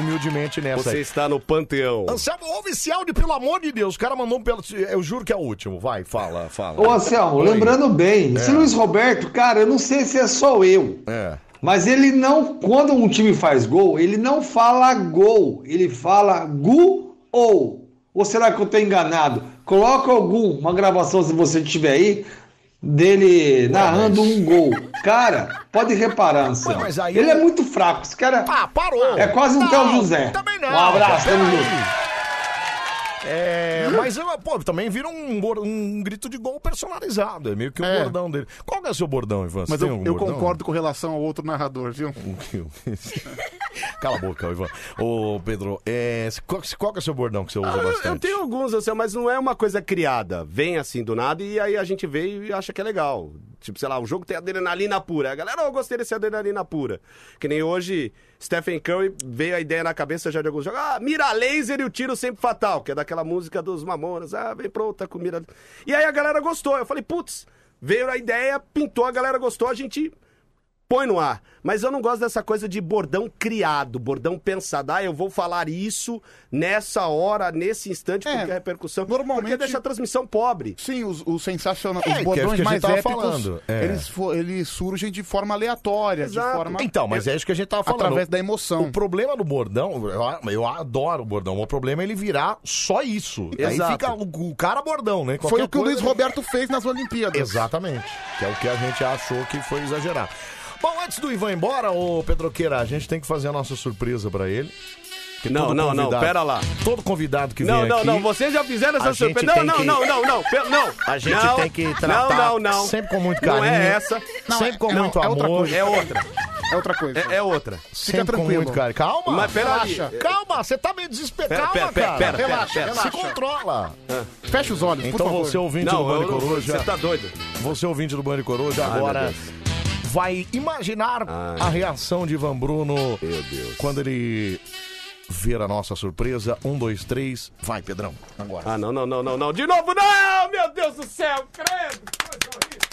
Speaker 1: humildemente nessa
Speaker 18: Você
Speaker 1: aí.
Speaker 18: está no panteão.
Speaker 1: Anselmo, ouve esse áudio, pelo amor de Deus. O cara mandou um pelo. Eu juro que é o último. Vai, fala, fala.
Speaker 22: Ô Anselmo,
Speaker 1: Oi.
Speaker 22: lembrando bem,
Speaker 1: É.
Speaker 22: esse Luiz Roberto, cara, eu não sei se é só eu,
Speaker 1: É.
Speaker 22: mas ele não, quando um time faz gol, ele não fala gol, ele fala gu ou. Ou será que eu tô enganado? Coloca algum, uma gravação, se você tiver aí, dele narrando um gol. Cara, pode reparar, Anselmo.
Speaker 1: É, mas aí-
Speaker 22: Ele é muito fraco, esse cara
Speaker 1: Ah, parou!
Speaker 22: é quase um
Speaker 1: Não,
Speaker 22: Théo José.
Speaker 1: Também não.
Speaker 22: Um abraço, tamo junto.
Speaker 1: É, mas eu, pô, também vira um, bor- um grito de gol personalizado. É meio que o
Speaker 2: É.
Speaker 1: bordão dele. Qual que é o seu bordão, Ivan? Você
Speaker 2: Mas
Speaker 1: tem
Speaker 2: eu,
Speaker 1: algum
Speaker 2: eu
Speaker 1: bordão? (laughs)
Speaker 2: concordo com relação ao outro narrador, viu?
Speaker 1: Cala a boca, Ivan. Ô, Pedro, é, qual, qual que é o seu bordão que você usa
Speaker 18: Ah, Eu- Eu
Speaker 1: bastante?
Speaker 18: tenho alguns, assim, mas não é uma coisa criada. Vem assim do nada e aí a gente vê e acha que é legal. Tipo, sei lá, o jogo tem adrenalina pura. A galera, "Oh, eu gostei desse adrenalina pura. Que nem hoje, Stephen Curry veio a ideia na cabeça já de alguns jogos. Ah, mira laser e o tiro sempre fatal, que é daquela música dos Mamonas. Ah, vem pronta com mira. E aí a galera gostou. Eu falei, putz, veio a ideia, pintou, a galera gostou, a gente Põe no ar. Mas eu não gosto dessa coisa de bordão criado, bordão pensado. Ah, eu vou falar isso nessa hora, nesse instante, porque a repercussão. Normalmente. Porque deixa a transmissão pobre.
Speaker 2: É, Sim, os, os sensacional,
Speaker 1: É, que é
Speaker 2: os
Speaker 1: o
Speaker 2: bordões
Speaker 1: que a gente
Speaker 2: mais
Speaker 1: tava
Speaker 2: épicos,
Speaker 1: falando, é.
Speaker 2: eles, fo- eles surgem de forma aleatória, de forma...
Speaker 1: Então, mas é isso que a gente tava falando.
Speaker 2: Através da emoção.
Speaker 1: O problema do bordão, eu, eu adoro o bordão. O problema é ele virar só isso. Aí
Speaker 2: Exato.
Speaker 1: fica o, o cara bordão, né?
Speaker 2: Foi o que o Luiz
Speaker 1: Roberto
Speaker 2: Roberto fez nas Olimpíadas.
Speaker 1: Exatamente. Que é o que a gente achou que foi exagerar. Bom, antes do Ivan ir embora, ô Pedroqueira, a gente tem que fazer a nossa surpresa pra ele. Que
Speaker 18: Não,
Speaker 1: todo
Speaker 18: não, não,
Speaker 1: convidado-
Speaker 18: pera lá.
Speaker 1: Todo convidado que
Speaker 18: Não,
Speaker 1: vem
Speaker 18: não,
Speaker 1: aqui...
Speaker 18: não, vocês já fizeram essa
Speaker 1: a gente
Speaker 18: surpresa. Não,
Speaker 1: tem
Speaker 18: não,
Speaker 1: que-
Speaker 18: não, não, não, pe- não.
Speaker 1: A gente
Speaker 18: Não,
Speaker 1: tem que tratar
Speaker 18: não, não, não.
Speaker 1: sempre com muito
Speaker 18: Não
Speaker 1: carinho.
Speaker 18: é essa.
Speaker 1: Não, sempre com
Speaker 18: não,
Speaker 1: muito
Speaker 18: é
Speaker 1: amor.
Speaker 18: outra coisa. É outra.
Speaker 2: É outra coisa.
Speaker 18: É, é outra.
Speaker 1: Sempre com muito carinho. Calma,
Speaker 18: Mas pera aí.
Speaker 1: relaxa. Calma, você tá meio
Speaker 18: Pera,
Speaker 1: desesperado.
Speaker 18: pera,
Speaker 1: Calma,
Speaker 18: pera,
Speaker 1: cara.
Speaker 18: pera, pera,
Speaker 1: relaxa,
Speaker 18: pera.
Speaker 1: relaxa. Se controla.
Speaker 2: Fecha os olhos,
Speaker 1: Então
Speaker 2: por favor.
Speaker 1: você ouvinte
Speaker 18: Não,
Speaker 1: do Bande
Speaker 18: eu não-
Speaker 1: Coruja.
Speaker 18: você tá doido.
Speaker 1: Você ouvinte do Bande Coruja
Speaker 18: Ai, meu
Speaker 1: agora
Speaker 18: Deus.
Speaker 1: vai imaginar a reação de Ivan Bruno quando ele ver a nossa surpresa. Um, dois, três. Vai, Pedrão. Agora.
Speaker 18: Ah, não, não, não, não, não. De novo, não! Meu Deus do céu, credo! que coisa horrível.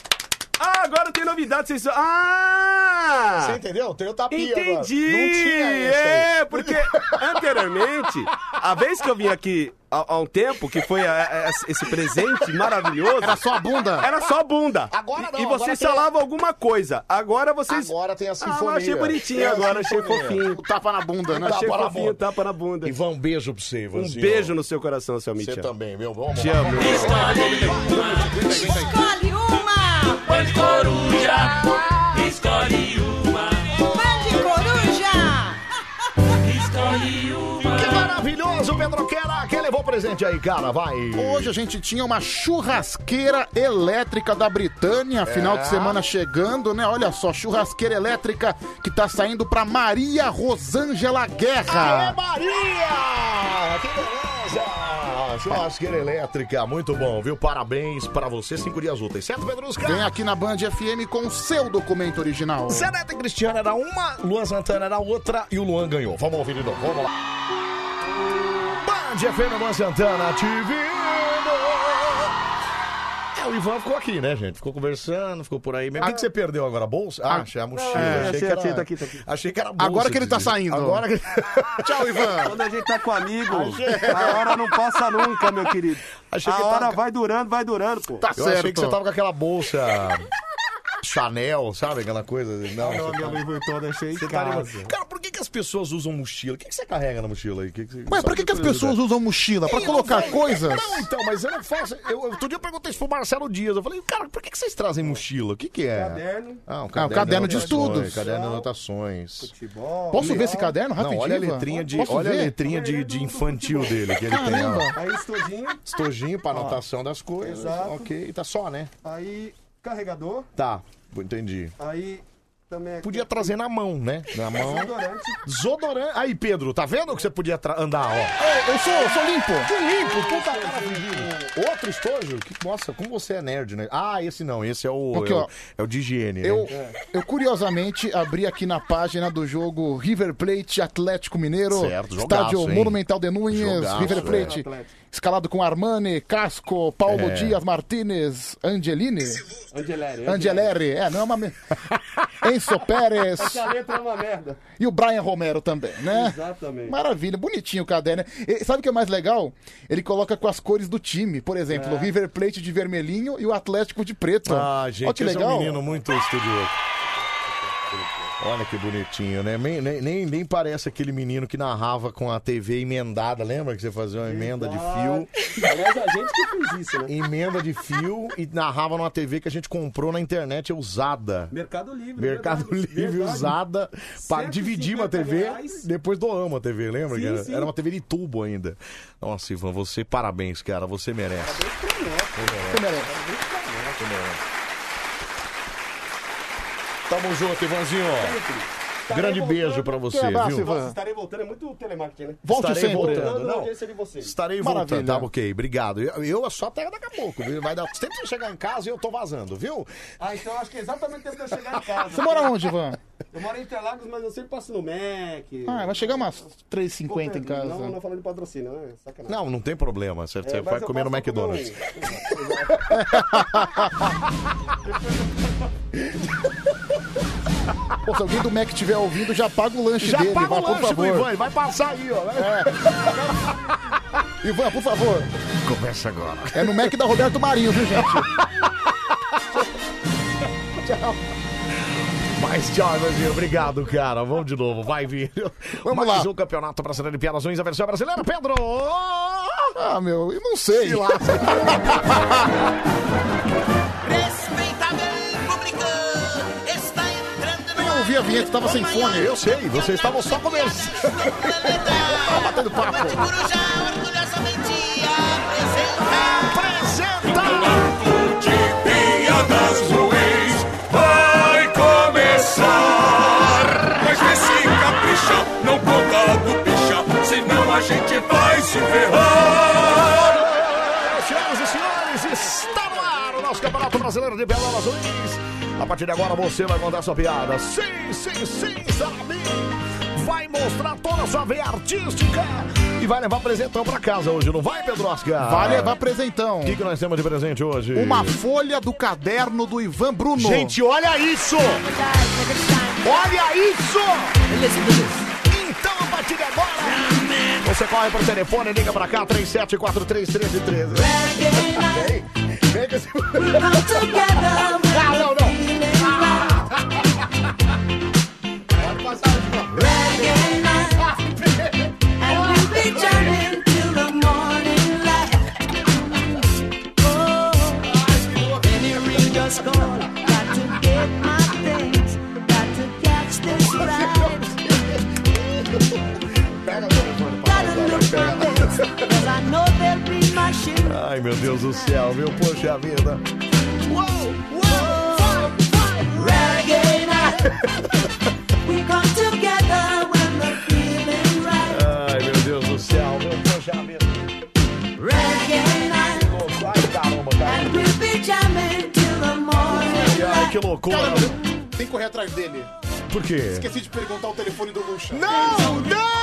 Speaker 18: Ah, agora tem novidade, vocês. Ah!
Speaker 10: Você entendeu? Tem o tapinha
Speaker 18: Entendi!
Speaker 10: agora. Não tinha isso aí.
Speaker 18: é, porque anteriormente, a vez que eu vim aqui há, há um tempo, que foi a- a- esse presente maravilhoso.
Speaker 2: Era só a bunda?
Speaker 18: Era só a bunda.
Speaker 10: Agora não,
Speaker 18: E
Speaker 10: agora
Speaker 18: vocês
Speaker 10: tem-
Speaker 18: falavam alguma coisa. Agora vocês.
Speaker 10: Agora tem a
Speaker 18: Ah,
Speaker 10: sinfonia.
Speaker 18: eu achei bonitinho
Speaker 10: Tem a
Speaker 18: agora, achei
Speaker 10: sinfonia.
Speaker 18: fofinho.
Speaker 2: O tapa na bunda, né?
Speaker 18: Achei fofinho, tapa na bunda.
Speaker 1: Ivan, um beijo pra você,
Speaker 18: Um
Speaker 1: Ivanzinho.
Speaker 18: beijo no seu coração, seu Mitchell.
Speaker 1: Você também, meu. Vamos
Speaker 18: Te
Speaker 1: lá.
Speaker 18: amo.
Speaker 10: Escolhe uma! Bande coruja! Escolhe uma! Bande coruja! Escolhe uma!
Speaker 1: Que maravilhoso, Pedroqueira. Quem levou o presente aí, cara? Vai.
Speaker 2: Hoje a gente tinha uma churrasqueira elétrica da Britânia, final de semana chegando, né? Olha só, churrasqueira elétrica que tá saindo pra Maria Rosângela Guerra.
Speaker 1: Aê, É Maria! Que beleza! Ah, Churrasqueira elétrica, muito bom, viu? Parabéns pra você, cinco dias úteis, certo, Pedrusca?
Speaker 2: Vem aqui na Band FM com o seu documento original.
Speaker 1: Zeneta e Cristiano era uma, Luan Santana era outra e o Luan ganhou. Vamos ouvir de novo, vamos lá. Band FM Luan Santana, te vindo! É, o Ivan ficou aqui, né, gente? Ficou conversando, ficou por aí mesmo. O que, que você perdeu agora? A bolsa? Ah, achei a mochila.
Speaker 18: É,
Speaker 1: achei,
Speaker 18: achei,
Speaker 1: que era,
Speaker 18: achei, tá aqui, tá aqui.
Speaker 1: achei que era a bolsa.
Speaker 2: Agora que ele tá
Speaker 1: desse jeito.
Speaker 2: saindo.
Speaker 1: Agora (laughs) que...
Speaker 2: Tchau, Ivan.
Speaker 18: Quando a gente tá com amigo,
Speaker 1: Achei.
Speaker 18: a hora não passa nunca, meu querido.
Speaker 1: Achei que tá
Speaker 18: a
Speaker 1: tava
Speaker 18: hora
Speaker 1: com-
Speaker 18: vai durando, vai durando, pô.
Speaker 2: Tá
Speaker 1: Eu achei que
Speaker 2: certo.
Speaker 1: você tava com aquela (laughs) bolsa Chanel, sabe? Aquela coisa.
Speaker 17: Não,
Speaker 1: Não, você
Speaker 17: minha
Speaker 1: tá-
Speaker 17: Louis Vuitton deixei em
Speaker 1: você tá
Speaker 17: casa.
Speaker 1: animado. Cara, por que, que as pessoas usam mochila? O que, que você carrega na mochila aí? Que que você-
Speaker 2: Mas pra
Speaker 1: sabe,
Speaker 2: que, que as
Speaker 1: curiosidade.
Speaker 2: pessoas usam mochila? Pra
Speaker 1: Eu
Speaker 2: colocar
Speaker 1: não-
Speaker 2: coisas?
Speaker 1: Não, então, mas eu não faço. Eu, outro dia eu perguntei isso pro Marcelo Dias. Eu falei, cara, por que, que vocês trazem mochila? O que, que é?
Speaker 17: Caderno.
Speaker 1: Ah, um
Speaker 2: Ah, o caderno de
Speaker 1: anotações,
Speaker 2: estudos.
Speaker 1: Caderno é de anotações.
Speaker 17: Futebol.
Speaker 2: Posso ver esse caderno rapidinho?
Speaker 1: Não, olha a
Speaker 2: Ivan?
Speaker 1: letrinha de,
Speaker 2: Posso
Speaker 1: olha a
Speaker 2: ver?
Speaker 1: letrinha de, de infantil dele que ele tem.
Speaker 2: Caramba.
Speaker 1: ó.
Speaker 17: Aí estudinho,
Speaker 1: Estojinho pra anotação das coisas.
Speaker 17: Exato.
Speaker 1: Ok, tá só, né?
Speaker 17: aí carregador,
Speaker 1: Tá, entendi.
Speaker 17: aí também...
Speaker 1: Podia trazer na mão, né?
Speaker 2: É
Speaker 1: Na mão.
Speaker 17: Desodorante.
Speaker 1: Desodorante. Aí, Pedro, tá vendo que você podia tra- andar, ó?
Speaker 2: Ei, Eu sou, eu sou limpo.
Speaker 1: Que limpo, puta cara fedida. Outro estojo? Que, nossa, como você é nerd, né? Ah, esse não, esse é o.
Speaker 2: Aqui,
Speaker 1: é,
Speaker 2: ó.
Speaker 1: o é o de higiene. né?
Speaker 2: Eu, eu curiosamente abri aqui na página do jogo River Plate Atlético Mineiro.
Speaker 1: Certo, jogaço,
Speaker 2: estádio
Speaker 1: hein?
Speaker 2: Monumental de Núñez,
Speaker 1: Jogaço, é.
Speaker 2: River Plate. Escalado com Armani, Casco, Paulo
Speaker 1: É.
Speaker 2: Dias, Martinez, Angelini.
Speaker 18: Angeleri.
Speaker 2: Angeleri, é, não é
Speaker 1: (laughs)
Speaker 2: uma. me- Enzo Pérez.
Speaker 18: Essa letra é uma merda.
Speaker 2: E o Brian Romero também, né?
Speaker 18: Exatamente.
Speaker 2: Maravilha, bonitinho o caderno. E sabe o que é mais legal? Ele coloca com as cores do time. Por exemplo, o River Plate de vermelhinho e o Atlético de preto.
Speaker 1: É. Ah, gente,
Speaker 2: Olha que
Speaker 1: esse
Speaker 2: legal.
Speaker 1: é um menino muito estudioso. Olha que bonitinho, né? Nem, nem- nem, nem parece aquele menino que narrava com a TV emendada, lembra que você fazia uma emenda de fio?
Speaker 6: Aliás, a gente que fez isso, né?
Speaker 1: Emenda de fio e narrava numa TV que a gente comprou na internet usada.
Speaker 6: Mercado Livre.
Speaker 1: Mercado
Speaker 6: verdade,
Speaker 1: Livre
Speaker 6: verdade.
Speaker 1: usada. Pa-
Speaker 6: 150
Speaker 1: Dividimos a TV,
Speaker 6: reais.
Speaker 1: depois doamos a TV, lembra?
Speaker 6: Sim,
Speaker 1: cara?
Speaker 6: sim.
Speaker 1: Era uma TV de tubo ainda. Nossa, Ivan, você, parabéns, cara. Você merece. Você merece. Você merece. Tamo junto, Ivanzinho. Grande beijo pra você,
Speaker 2: Um
Speaker 1: viu?
Speaker 18: Um Nossa, estarei voltando, é muito telemarketing, né?
Speaker 1: Volte
Speaker 18: estarei
Speaker 1: sempre.
Speaker 18: voltando na
Speaker 1: Não.
Speaker 18: audiência de vocês.
Speaker 1: Estarei voltando, tá? Ok, obrigado. Eu, eu só até daqui a pouco, viu? Vai dar tempo de eu chegar em casa e eu tô vazando, viu?
Speaker 18: Ah, então acho que é exatamente o tempo que eu chegar em casa.
Speaker 2: Você mora onde, Ivan?
Speaker 18: Eu moro em Interlagos, mas eu sempre passo no Mac.
Speaker 2: Ah, vai chegar umas 3,50 em
Speaker 18: Não,
Speaker 2: casa.
Speaker 18: Não, não falando de patrocínio, né? Sacanagem. (laughs)
Speaker 1: Não, não tem problema. Você, você
Speaker 18: É, mas
Speaker 1: vai
Speaker 18: eu
Speaker 1: comer no
Speaker 18: posso comer um-
Speaker 1: McDonald's.
Speaker 2: Pô, se alguém do Mac estiver ouvindo, já paga o lanche
Speaker 1: Já
Speaker 2: dele,
Speaker 1: paga o
Speaker 2: vá,
Speaker 1: lanche
Speaker 2: por favor. É.
Speaker 1: do Ivan, ele vai passar aí, ó.
Speaker 2: Ivan, por favor.
Speaker 1: Começa agora.
Speaker 2: É no Mac da Roberto Marinho, viu, gente?
Speaker 1: Tchau. Mas tchau, Ivanzinho. Obrigado, cara. Vamos de novo. Vai, vir.
Speaker 2: Vamos
Speaker 1: Mais
Speaker 2: lá.
Speaker 1: um campeonato brasileiro de piadas ruins, a versão brasileira. Pedro!
Speaker 2: Ah, meu, eu não sei.
Speaker 1: Se lasca.
Speaker 10: Respeitável público está entrando
Speaker 2: Eu ouvi a vinheta, tava sem fone.
Speaker 1: Eu sei, vocês estavam só
Speaker 2: (laughs)
Speaker 1: começando.
Speaker 2: Batendo papo.
Speaker 10: de piadas ruins vai começar. Mas vê se capricha, não conta do picha, senão a gente vai se ferrar.
Speaker 1: Senhoras e senhores, está no ar o nosso Campeonato Brasileiro de Piadas Ruins. A partir de agora você vai contar sua piada. Sim, sim, sim, sabe? Vai mostrar toda a sua veia artística e vai levar presentão pra casa hoje, não vai, Pedro Oscar?
Speaker 2: Vai levar presentão.
Speaker 1: O que, que nós temos de presente hoje?
Speaker 2: Uma folha do caderno do Ivan Bruno.
Speaker 1: Gente, olha isso! Olha isso! Então, a partir de agora, você corre pro telefone, liga pra cá, 37431313. Vem, vem com esse... Ah, não, não! Ai, meu Deus do céu, meu poxa vida.
Speaker 10: We come together when the feeling's right.
Speaker 1: Ai, meu Deus do céu, meu poxa vida.
Speaker 10: Reggae night,
Speaker 1: Ai, caramba, cara.
Speaker 10: we'll be jamming till the morning.
Speaker 1: Ai, ai, que loucura.
Speaker 2: Tem que correr atrás dele.
Speaker 1: Por quê?
Speaker 2: Esqueci de perguntar o telefone do Guxa.
Speaker 1: Não, não,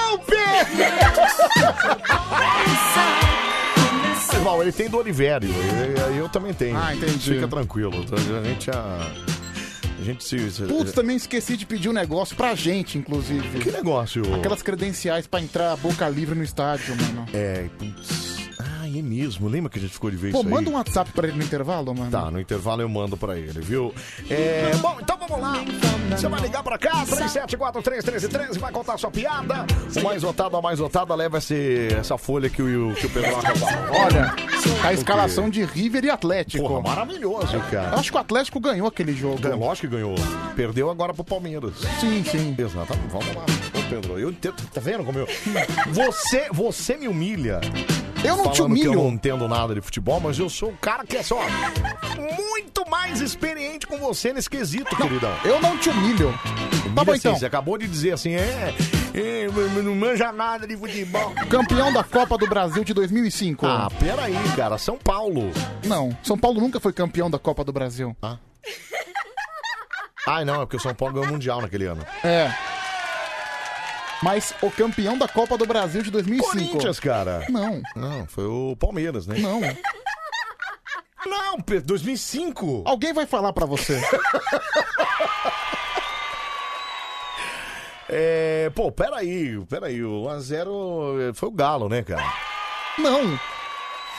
Speaker 1: Mas, Val, ele tem do Oliveira, eu, eu também tenho.
Speaker 2: Ah, entendi.
Speaker 1: Fica tranquilo, tá? a gente já... A gente se... se-
Speaker 2: Putz, também esqueci de pedir um negócio pra gente, inclusive.
Speaker 1: Que negócio?
Speaker 2: Aquelas credenciais pra entrar boca livre no estádio, mano.
Speaker 1: É, putz. Ah, é mesmo. Lembra que a gente ficou de vez
Speaker 2: Pô,
Speaker 1: isso aí?
Speaker 2: manda um WhatsApp pra ele no intervalo, mano.
Speaker 1: Tá, no intervalo eu mando pra ele, viu? É, bom, então vamos lá. Você vai ligar pra cá, 37431313, vai contar sua piada. O mais votado, a mais votada leva esse, essa folha que o, que o Pedro acabou.
Speaker 2: Olha, Tá a escalação de River e Atlético.
Speaker 1: Porra, maravilhoso, cara.
Speaker 2: Eu acho que o Atlético ganhou aquele jogo.
Speaker 1: É lógico que ganhou. Perdeu agora pro Palmeiras.
Speaker 2: Sim, sim.
Speaker 1: Exatamente. Vamos lá. Ô, Pedro, eu entendo. Tá vendo
Speaker 2: (laughs)
Speaker 1: como eu. Você, você me humilha.
Speaker 2: Eu não te
Speaker 1: Falando que
Speaker 2: humilho.
Speaker 1: eu não entendo nada de futebol, mas eu sou o cara que é só muito mais experiente com você nesse quesito, queridão.
Speaker 2: Eu não te humilho. Tá bom,
Speaker 1: assim,
Speaker 2: então.
Speaker 1: Você acabou de dizer assim, é. é, não manja nada de futebol.
Speaker 2: Campeão da Copa do Brasil de 2005.
Speaker 1: Ah, peraí, cara. São Paulo.
Speaker 2: Não, São Paulo nunca foi campeão da Copa do Brasil.
Speaker 1: Ah. Ai, não, é porque o São Paulo ganhou o Mundial naquele ano.
Speaker 2: É. Mas o campeão da Copa do Brasil de 2005.
Speaker 1: Corinthians, cara.
Speaker 2: Não.
Speaker 1: Não, foi o Palmeiras, né?
Speaker 2: Não.
Speaker 1: Não, Pedro, 2005.
Speaker 2: Alguém vai falar pra você.
Speaker 1: (laughs) É, pô, peraí, peraí. O 1x0 foi o Galo, né, cara?
Speaker 2: Não.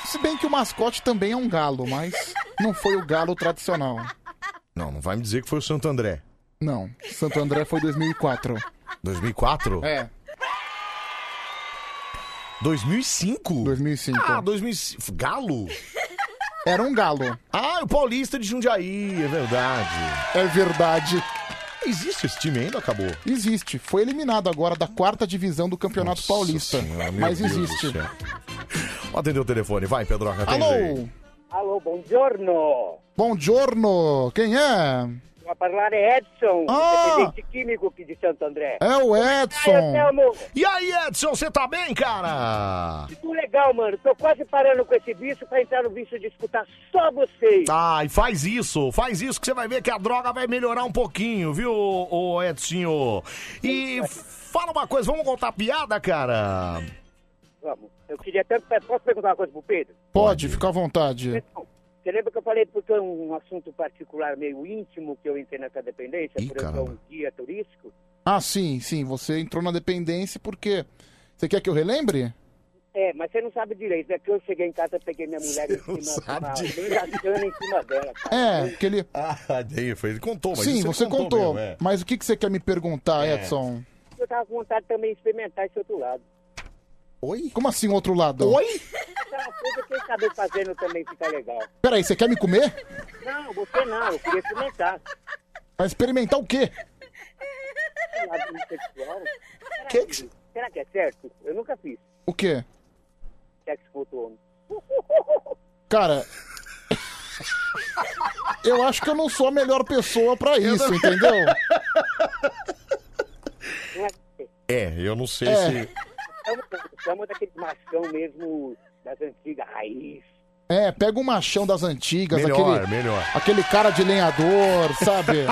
Speaker 2: Se bem que o mascote também é um galo, mas não foi o galo tradicional.
Speaker 1: Não, não vai me dizer que foi o Santo André.
Speaker 2: Não, Santo André foi 2004.
Speaker 1: 2004?
Speaker 2: É.
Speaker 1: 2005?
Speaker 2: 2005.
Speaker 1: Ah, 2005. Galo?
Speaker 2: (laughs) Era um galo.
Speaker 1: Ah, o Paulista de Jundiaí, é verdade.
Speaker 2: É verdade.
Speaker 1: Existe esse time ainda, acabou?
Speaker 2: Existe. Foi eliminado agora da quarta divisão do Campeonato Paulista.
Speaker 1: Senhora, meu
Speaker 2: mas
Speaker 1: Deus do
Speaker 2: existe.
Speaker 1: céu. Vamos atender o telefone, vai, Pedroca, atende
Speaker 2: Alô?
Speaker 1: aí.
Speaker 5: Alô, buongiorno.
Speaker 2: Bom giorno! Quem é?
Speaker 5: A falar é Edson,
Speaker 2: Ah!
Speaker 5: dependente químico aqui de Santo André.
Speaker 2: É o Edson.
Speaker 1: E aí, Edson, você tá bem, cara?
Speaker 5: Tudo legal, mano. Tô quase parando com esse bicho pra entrar no bicho de escutar só vocês.
Speaker 1: Tá, e faz isso, faz isso que você vai ver que a droga vai melhorar um pouquinho, viu, ô Edson? E fala uma coisa, vamos contar piada, cara?
Speaker 5: Vamos. Eu queria tanto... Posso perguntar uma coisa pro Pedro?
Speaker 2: Pode, fica à vontade.
Speaker 5: Você lembra que eu falei porque é um assunto particular meio íntimo que eu entrei nessa dependência? por eu sou um guia turístico?
Speaker 2: Ah, sim, sim. Você entrou na dependência porque. Você quer que eu relembre?
Speaker 5: É, mas você não sabe direito, né? Que eu cheguei em casa, peguei minha mulher em cima, sabe bem bacana em cima dela.
Speaker 2: É, porque ele.
Speaker 1: (laughs) Ah, daí foi, ele contou, mas
Speaker 2: sim,
Speaker 1: isso ele
Speaker 2: você contou.
Speaker 1: mesmo, é.
Speaker 2: Mas o que, que você quer me perguntar,
Speaker 1: É.
Speaker 2: Edson?
Speaker 5: Eu tava com vontade também de experimentar esse outro lado.
Speaker 2: Oi? Como assim, o outro lado?
Speaker 1: Oi?
Speaker 5: Aquela coisa que saber fazendo também fica legal.
Speaker 2: Peraí, você quer me comer?
Speaker 5: Não, você não, eu queria experimentar.
Speaker 2: Vai experimentar o quê?
Speaker 5: Esse lado bissexual. Será que, será que é certo? Eu nunca fiz
Speaker 2: O quê?
Speaker 5: sexo com outro homem.
Speaker 2: Cara. Eu acho que eu não sou a melhor pessoa pra isso, entendeu?
Speaker 1: É, eu não sei
Speaker 2: É.
Speaker 1: se.
Speaker 5: Chama, chama daquele machão mesmo das antigas raiz.
Speaker 2: É, pega um machão das antigas,
Speaker 1: Melhor,
Speaker 2: aquele.
Speaker 1: melhor.
Speaker 2: Aquele cara de lenhador, sabe?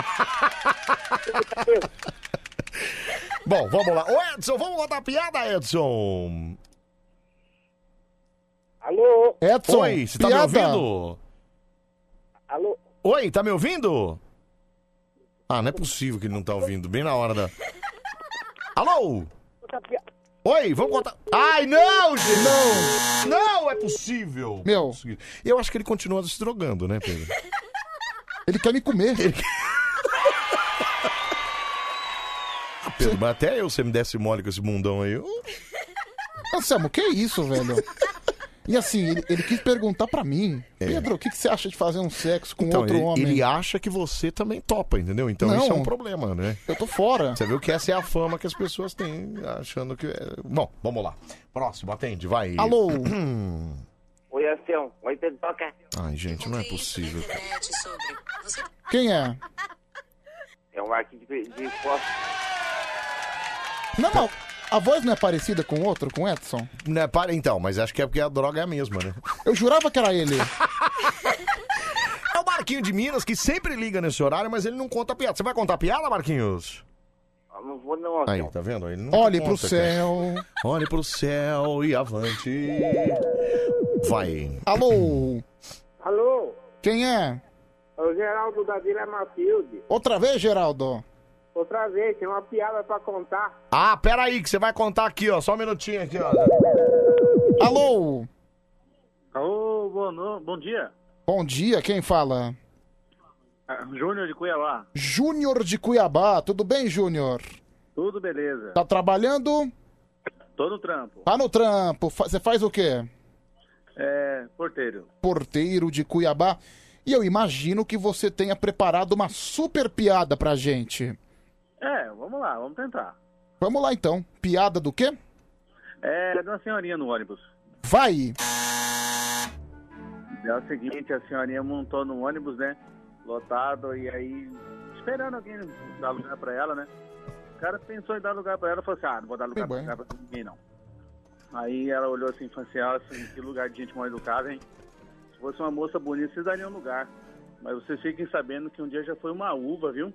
Speaker 1: Bom, vamos lá. Ô Edson, vamos contar piada, Edson?
Speaker 5: Alô?
Speaker 2: Edson,
Speaker 1: Oi, você tá me
Speaker 2: piada.
Speaker 1: ouvindo?
Speaker 5: Alô?
Speaker 1: Oi, tá me ouvindo? Ah, não é possível que ele não tá ouvindo, bem na hora da. Alô? Oi, vamos contar. Ai, não, gente! Não! Não é possível!
Speaker 2: Meu.
Speaker 1: Eu acho que ele continua se drogando, né, Pedro?
Speaker 2: Ele quer me comer. (laughs)
Speaker 1: Pedro, mas até eu, se me desse mole com esse mundão aí. eu-
Speaker 2: Anselmo, que isso, velho? E assim, ele, ele quis perguntar pra mim,
Speaker 1: É.
Speaker 2: Pedro, o que, que você acha de fazer um sexo com
Speaker 1: Então,
Speaker 2: outro
Speaker 1: ele,
Speaker 2: homem?
Speaker 1: ele acha que você também topa, entendeu? Então
Speaker 2: Não.
Speaker 1: isso é um problema, né?
Speaker 2: Eu tô fora.
Speaker 1: Você viu que essa é a fama que as pessoas têm, achando que. é- Bom, vamos lá. Próximo, atende, vai.
Speaker 2: Alô?
Speaker 5: Oi, Ancião. Oi, Pedro Toca.
Speaker 1: (clears throat) Ai, gente, não é possível.
Speaker 2: Quem é?
Speaker 5: É um arco de, de esporte.
Speaker 2: Não, não, a voz não é parecida com o outro, com o Edson?
Speaker 1: Né, para então, mas acho que é porque a droga é a mesma, né?
Speaker 2: Eu jurava que era ele.
Speaker 1: (laughs) É o Marquinho de Minas que sempre liga nesse horário, mas ele não conta piada. Você vai contar piada, Marquinhos?
Speaker 5: Ah, Não vou não,
Speaker 1: Aí, tá vendo? Ele não
Speaker 2: Olhe
Speaker 1: conta,
Speaker 2: pro
Speaker 1: cara.
Speaker 2: céu.
Speaker 1: Olhe pro céu e avante. Vai.
Speaker 2: Alô?
Speaker 5: Alô?
Speaker 2: Quem é?
Speaker 5: É o Geraldo da Vila Matilde.
Speaker 2: Outra vez, Geraldo?
Speaker 5: Outra vez, tem uma piada pra contar.
Speaker 1: Ah, pera aí, que você vai contar aqui, ó. Só um minutinho aqui, ó.
Speaker 2: (laughs) Alô?
Speaker 21: Alô, bom, no- bom dia.
Speaker 2: Bom dia, quem fala?
Speaker 21: Ah, Júnior de Cuiabá.
Speaker 2: Júnior de Cuiabá, tudo bem, Júnior?
Speaker 21: Tudo beleza.
Speaker 2: Tá trabalhando?
Speaker 21: Tô no trampo.
Speaker 2: Tá no trampo. Fa- Você faz o quê?
Speaker 21: É, porteiro.
Speaker 2: porteiro de Cuiabá. E eu imagino que você tenha preparado uma super piada pra gente.
Speaker 21: É, vamos lá, vamos tentar.
Speaker 2: Vamos lá então. Piada do quê?
Speaker 21: É, de uma senhorinha no ônibus.
Speaker 2: Vai!
Speaker 21: É o seguinte, a senhorinha montou no ônibus, né? Lotado, e aí, esperando alguém dar lugar pra ela, né? O cara pensou em dar lugar pra ela, falou assim, ah, não vou dar lugar, pra,
Speaker 2: Bem,
Speaker 21: lugar pra ninguém, não. Aí ela olhou assim, e falou assim, ah, assim, que lugar de gente mal educada, hein? Se fosse uma moça bonita, vocês dariam lugar. Mas vocês fiquem sabendo que um dia já foi uma uva, viu?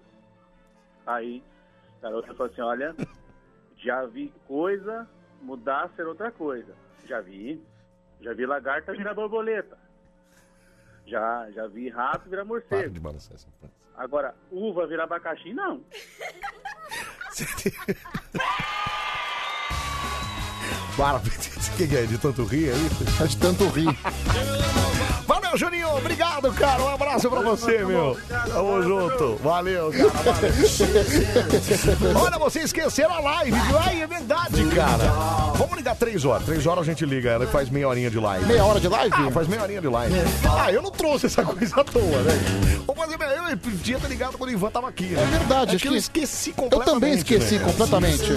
Speaker 21: Aí, a garota falou assim, olha, já vi coisa mudar ser outra coisa. Já vi, já vi lagarta virar borboleta. Já, já vi rato virar morcego.
Speaker 1: de balançar essa
Speaker 21: Agora, uva virar abacaxi,
Speaker 10: (laughs)
Speaker 21: não.
Speaker 1: Para, (laughs) o que que é? De tanto rir? É isso?
Speaker 2: É de tanto rir.
Speaker 1: Valeu, Valeu, Juninho. Obrigado, cara. Um abraço pra você, meu. Tamo junto. Valeu, cara.
Speaker 2: (laughs)
Speaker 1: Valeu. Olha, vocês esqueceram a live, viu? Ai, é verdade, cara. Vamos ligar três horas. Três horas a gente liga ela e faz meia horinha de live.
Speaker 2: Meia hora de live?
Speaker 1: Ah, faz meia horinha de live. Ah, eu não trouxe essa coisa à toa, né? Vou fazer meia- Eu podia ter ligado quando o Ivan tava aqui. Né? É
Speaker 2: verdade,
Speaker 1: É
Speaker 2: acho
Speaker 1: que eu
Speaker 2: que-
Speaker 1: esqueci
Speaker 2: eu
Speaker 1: completamente.
Speaker 2: também esqueci
Speaker 1: né?
Speaker 2: completamente.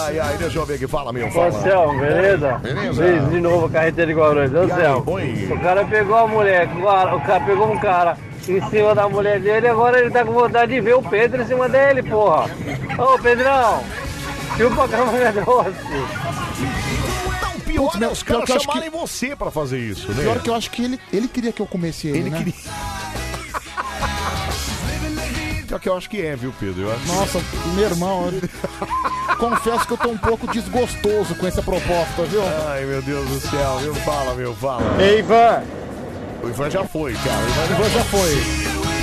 Speaker 1: Ai, ai, deixa eu ver aqui. Fala, meu.
Speaker 4: Ô
Speaker 1: Fala.
Speaker 4: Anselmo, beleza?
Speaker 1: Beleza.
Speaker 4: Beijo de novo, carreteiro igual nós. Ô
Speaker 1: E aí,
Speaker 4: Anselmo,
Speaker 1: oi.
Speaker 4: o cara pegou a mulher, o cara, o cara pegou um cara em cima da mulher dele e agora ele tá com vontade de ver o Pedro em cima dele, porra. Ô Pedrão, chupa a mulher doce.
Speaker 1: O pior
Speaker 2: Putz, meu,
Speaker 1: é os
Speaker 2: pior
Speaker 1: caras
Speaker 2: que eu acho
Speaker 1: chamarem você pra fazer isso, né?
Speaker 2: Pior que eu acho que ele, ele queria que eu comesse ele,
Speaker 1: Ele
Speaker 2: né?
Speaker 1: Pior que eu acho que é, viu, Pedro? Eu acho...
Speaker 2: Nossa, meu irmão,
Speaker 1: (laughs)
Speaker 2: eu- confesso que eu tô um pouco desgostoso com essa proposta, viu?
Speaker 1: Ai, meu Deus do céu. Meu, fala, meu, fala.
Speaker 2: Ei, Ivan.
Speaker 1: O Ivan já foi, cara. O Ivan- o Ivan já foi.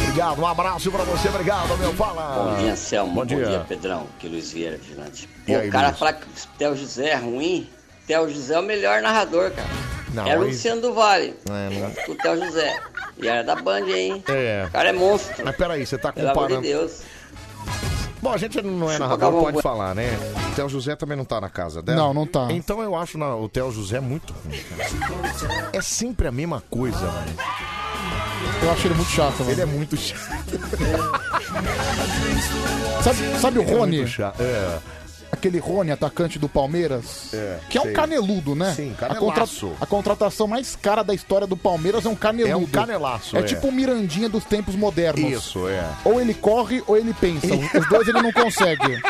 Speaker 1: Obrigado, um abraço pra você. Obrigado, meu. Fala.
Speaker 14: Bom dia, Anselmo.
Speaker 1: Bom dia.
Speaker 14: Pedrão. Que Luiz Vieira é vigilante.
Speaker 1: E
Speaker 14: Pô,
Speaker 1: aí,
Speaker 14: o cara
Speaker 1: Luiz?
Speaker 14: fala que o Theo José é ruim. Theo José é o melhor narrador, cara.
Speaker 1: Não,
Speaker 14: era o
Speaker 1: aí-
Speaker 14: Luciano do Vale,
Speaker 1: É, não-
Speaker 14: o Theo José. E era da Band, hein?
Speaker 1: É. O
Speaker 14: cara é monstro.
Speaker 1: Mas peraí, você tá
Speaker 14: Pelo amor de
Speaker 1: comparando.
Speaker 14: Deus. um
Speaker 1: Bom, a gente não é
Speaker 14: Chupa
Speaker 1: narrador,
Speaker 14: Galvão
Speaker 1: pode
Speaker 14: Bueno.
Speaker 1: falar, né? O Theo José também não tá na casa dela?
Speaker 2: Não, não tá.
Speaker 1: Então eu acho na- o Theo José é muito ruim, cara. É sempre a mesma coisa, né? velho.
Speaker 2: Eu acho ele muito chato, mano.
Speaker 1: Ele é muito chato.
Speaker 2: (laughs) Sabe, sabe o
Speaker 1: Ele é
Speaker 2: Rony?
Speaker 1: muito chato, é.
Speaker 2: Aquele Rony, atacante do Palmeiras,
Speaker 1: É,
Speaker 2: que é um
Speaker 1: sei.
Speaker 2: caneludo, né? Sim,
Speaker 1: canelaço.
Speaker 2: A, contratação mais cara da história do Palmeiras é um caneludo.
Speaker 1: É um canelaço,
Speaker 2: É,
Speaker 1: é.
Speaker 2: tipo o Mirandinha dos tempos modernos.
Speaker 1: Isso, é.
Speaker 2: Ou ele corre ou ele pensa. Os dois ele não
Speaker 1: (laughs)
Speaker 2: consegue.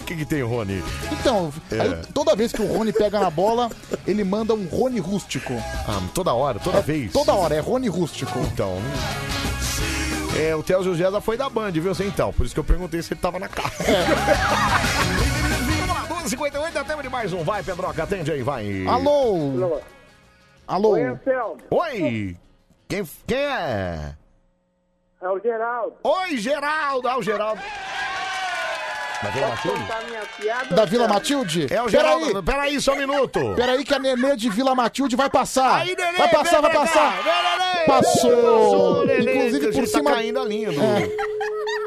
Speaker 1: O que, que tem, Rony?
Speaker 2: Então,
Speaker 1: É.
Speaker 2: aí, toda vez que o Rony pega na bola, ele manda um Rony rústico.
Speaker 1: Ah, toda hora, toda
Speaker 2: É,
Speaker 1: vez.
Speaker 2: Toda hora, é Rony rústico.
Speaker 1: Então. É, o Theo José já foi da Band, viu? Você então. Por isso que eu perguntei se ele tava na casa.
Speaker 2: É.
Speaker 1: (laughs) Vamos lá, 12h58, dá tempo de mais um. Vai, Pedroca, atende aí, vai.
Speaker 2: Alô? Alô?
Speaker 1: Oi, Oi! Quem, quem é?
Speaker 7: É o Geraldo.
Speaker 1: Oi, Geraldo! Ah, o Geraldo. Da Vila
Speaker 7: Posso
Speaker 1: Matilde?
Speaker 7: contar minha piada?
Speaker 2: Da Vila Matilde?
Speaker 1: É o
Speaker 2: Peraí.
Speaker 1: Geraldo. Peraí, só um minuto.
Speaker 2: Peraí que a Nenê de Vila Matilde vai passar.
Speaker 1: Aí, Nenê,
Speaker 2: vai passar,
Speaker 1: vem
Speaker 2: vai
Speaker 1: pra
Speaker 2: passar.
Speaker 1: Passou,
Speaker 2: Passou.
Speaker 1: Nenê, que a
Speaker 2: Inclusive por
Speaker 1: gente tá
Speaker 2: cima
Speaker 1: caindo a linha do-
Speaker 2: É.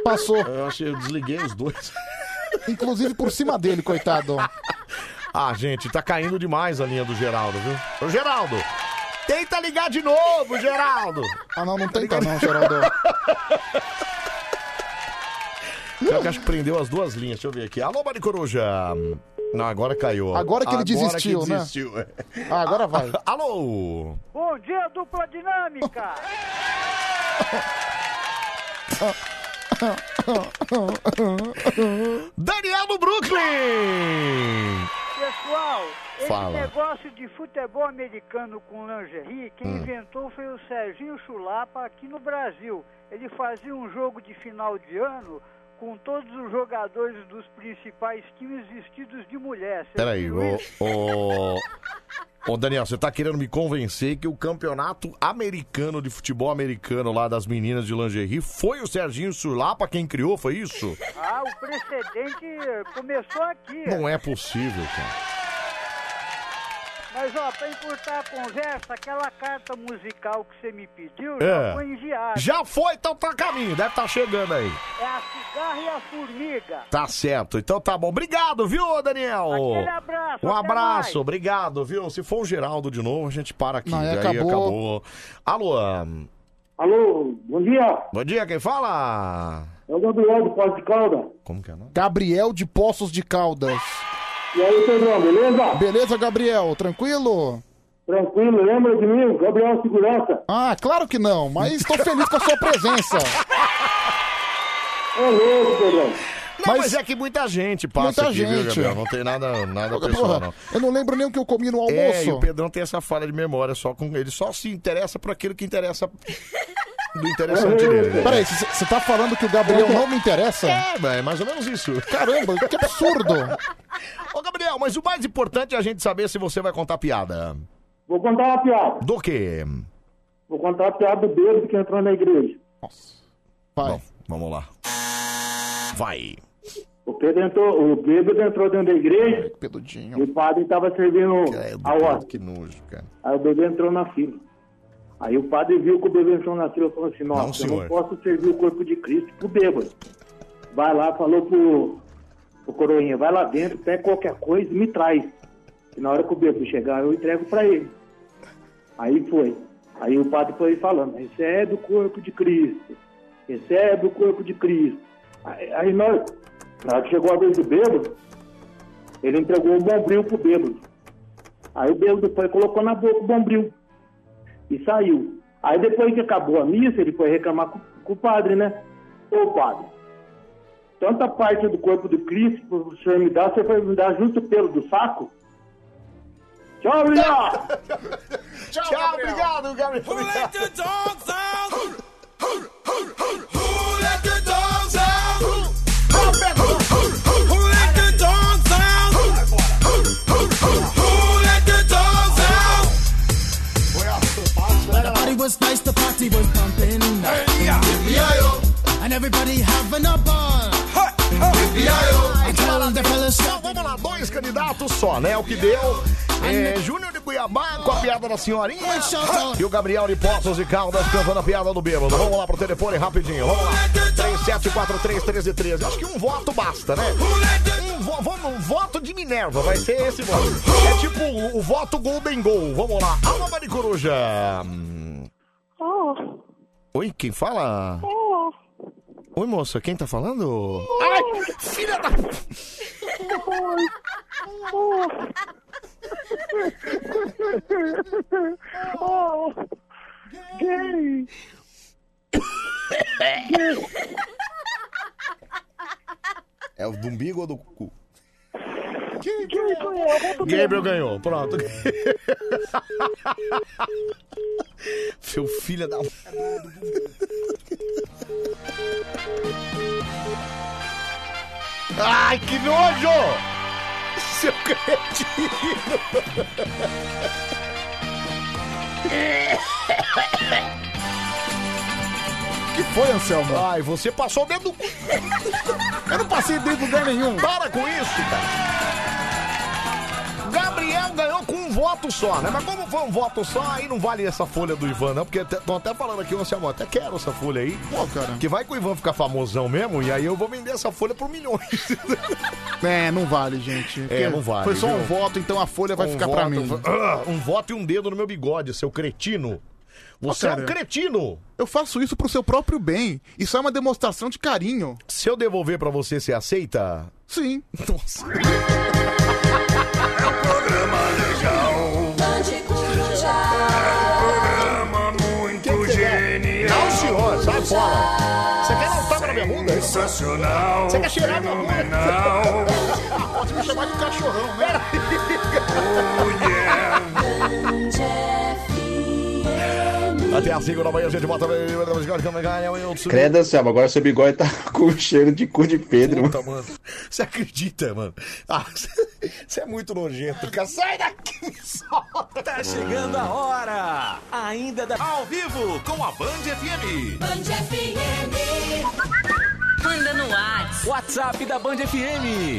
Speaker 2: Passou.
Speaker 1: Eu achei, eu desliguei os dois.
Speaker 2: Inclusive por cima dele, coitado.
Speaker 1: Ah, gente, tá caindo demais a linha do Geraldo, viu? Ô, Geraldo! Tenta ligar de novo, Geraldo! Tá
Speaker 2: Ah, não, não tenta não, Geraldo.
Speaker 1: Pior que acho que prendeu as duas linhas, deixa eu ver aqui. Alô, Maricoruja! Não, agora caiu.
Speaker 2: Agora que ele desistiu, né?
Speaker 1: né?
Speaker 2: Ah, agora vai.
Speaker 1: (laughs) Alô!
Speaker 7: Bom dia, dupla
Speaker 1: (laughs)
Speaker 7: dinâmica!
Speaker 1: Daniel do Brooklyn!
Speaker 7: Pessoal, esse
Speaker 1: Fala.
Speaker 7: negócio de futebol americano com lingerie, quem
Speaker 1: Hum.
Speaker 7: inventou foi o Serginho Chulapa aqui no Brasil. Ele fazia um jogo de final de ano com todos os jogadores dos principais times vestidos de mulher. Você
Speaker 1: Peraí,
Speaker 7: viu
Speaker 1: ô,
Speaker 7: isso?
Speaker 1: ô, ô Daniel, você tá querendo me convencer que o campeonato americano de futebol americano lá das meninas de lingerie foi o Serginho Surlapa quem criou, foi isso?
Speaker 7: Ah, o precedente começou aqui.
Speaker 1: Não é possível, cara.
Speaker 7: Mas, ó, pra encurtar a conversa, aquela carta musical que você me pediu
Speaker 1: É.
Speaker 7: já foi enviada.
Speaker 1: Já foi, então tá a caminho, deve tá chegando aí.
Speaker 7: É a cigarra e a formiga.
Speaker 1: Tá certo, então tá bom. Obrigado, viu, Daniel?
Speaker 7: Aquele abraço,
Speaker 1: Um
Speaker 7: até
Speaker 1: abraço,
Speaker 7: mais.
Speaker 1: obrigado, viu? Se for o Geraldo de novo, a gente para aqui.
Speaker 7: Não,
Speaker 1: Daí
Speaker 7: aí
Speaker 1: acabou.
Speaker 7: acabou.
Speaker 1: Alô? ahn,
Speaker 23: Alô, bom dia.
Speaker 1: Bom dia, quem fala?
Speaker 23: É o Gabriel do Pós de Calda.
Speaker 1: Como que é o nome?
Speaker 2: Gabriel de Poços de Caldas.
Speaker 23: E aí, Pedrão, beleza?
Speaker 2: Beleza, Gabriel? Tranquilo?
Speaker 23: Tranquilo, lembra de mim? Gabriel Segurança.
Speaker 2: Ah, claro que não, mas estou feliz com a sua presença.
Speaker 23: É louco, Pedrão.
Speaker 1: Não, mas, é que muita gente
Speaker 2: Muita
Speaker 1: passa aqui, viu,
Speaker 2: gente.
Speaker 1: Gabriel? Não tem nada, nada Tá pessoal,
Speaker 2: Porra,
Speaker 1: não.
Speaker 2: eu não lembro nem o que eu comi no almoço.
Speaker 1: É, e o Pedrão tem essa falha de memória só com ele. Só se interessa por aquilo que interessa do
Speaker 23: É,
Speaker 1: interessante dele. né?
Speaker 2: Peraí, você tá falando que o Gabriel não me interessa?
Speaker 1: É, velho, é mais ou menos isso.
Speaker 2: Caramba, que absurdo!
Speaker 1: Ô, Gabriel, mas o mais importante é a gente saber se você vai contar piada.
Speaker 23: Vou contar uma piada.
Speaker 1: Do quê?
Speaker 23: Vou contar a piada do bêbado que entrou na igreja.
Speaker 1: Vamos lá. Vai.
Speaker 23: O Pedro entrou, o bêbado entrou dentro da igreja.
Speaker 1: Peludinho.
Speaker 23: E o padre estava servindo a hora.
Speaker 1: Que nojo, cara.
Speaker 23: Aí o bebê entrou na fila. Aí o padre viu que o bebê entrou na fila e falou assim,
Speaker 1: Não,
Speaker 23: nossa, eu
Speaker 1: senhor.
Speaker 23: não posso servir o corpo de Cristo pro bêbado. Vai lá, falou pro, pro coroinha, vai lá dentro, pega qualquer coisa e me traz. E na hora que o bêbado chegar, eu entrego pra ele. Aí foi. Aí o padre foi falando, recebe o corpo de Cristo, recebe o corpo de Cristo. Aí, aí nós, na hora que chegou a vez do bêbado, ele entregou o bombril pro bêbado. Aí o bêbado foi e colocou na boca o bombril e saiu. Aí depois que acabou a missa, ele foi reclamar com, com o padre, né? Ô padre, tanta parte do corpo do Cristo que o senhor me dá, você foi me dar justo o pelo do saco? Tchau, Leão!
Speaker 1: Tchau, obrigado, Gabriel. Who
Speaker 10: let the dogs out? Who let the dogs out? Who let the dogs out? Who let the dogs out?
Speaker 15: The party was nice, the party was pumping. And everybody having a ball. Until the fellas
Speaker 1: Então vamos lá, dois candidatos só, né? O que deu. É, Júnior de Cuiabá com a piada da senhorinha e o Gabriel de Poços de Caldas cantando a piada do bêbado. Vamos lá pro telefone rapidinho, vamos lá. 37431313. Acho que um voto basta, né? Um, vo- vamos, um voto de Minerva, vai ser esse voto. É tipo o, o voto Golden Goal. Vamos lá. Alma Maricoruja.
Speaker 3: Oh,
Speaker 1: Oi, quem fala?
Speaker 3: oh,
Speaker 1: Oi, moça, quem tá falando?
Speaker 3: Ai, filha da. Oi. Oh. Oh. Gay. Gay.
Speaker 1: É o do umbigo ou do cu?
Speaker 3: Gay foi eu, volta
Speaker 1: Gabriel ganhou, pronto. Seu filho da. Ai, que nojo! Seu cretino!
Speaker 3: (laughs)
Speaker 1: que foi, Anselmo? Ai, você passou dentro do cu. Eu não passei dentro de lugar nenhum. Para com isso, cara. Gabriel ganhou com um voto só, né? Mas como foi um voto só, aí não vale essa folha do Ivan, não. Porque estão até falando aqui, Anselmo, até quero essa folha aí. Pô, cara. Que vai que o Ivan ficar famosão mesmo, e aí eu vou vender essa folha por milhões.
Speaker 2: (laughs) É, não vale, gente.
Speaker 1: É, não vale,
Speaker 2: Foi só um
Speaker 1: viu?
Speaker 2: voto, então a folha vai
Speaker 1: Um
Speaker 2: ficar pra
Speaker 1: voto,
Speaker 2: mim.
Speaker 1: Ah, um voto e um dedo no meu bigode, seu cretino. Você é um cretino.
Speaker 2: Eu faço isso pro seu próprio bem. Isso é uma demonstração de carinho.
Speaker 1: Se eu devolver pra você, você aceita?
Speaker 2: Sim.
Speaker 1: Nossa.
Speaker 19: Muito
Speaker 3: é?
Speaker 19: genial.
Speaker 1: Não, senhor, sai fora.
Speaker 19: Você quer
Speaker 3: um
Speaker 19: lançar pra minha bunda? Sensacional. Você quer cheirar minha bunda?
Speaker 2: Pode me chamar de cachorrão, né?
Speaker 1: Até às 5 da manhã, a gente bota.
Speaker 8: Credo, Anselmo, agora seu bigode
Speaker 18: (laughs)
Speaker 8: tá com cheiro de cu de Pedro.
Speaker 1: Puta, mano. Você acredita, mano? Ah, (laughs) você é muito nojento, cara. Sai daqui, me solta.
Speaker 10: Tá chegando a hora. Ah, Ainda da... Ao vivo com a Band FM. Band FM. Manda no WhatsApp. WhatsApp da Band FM.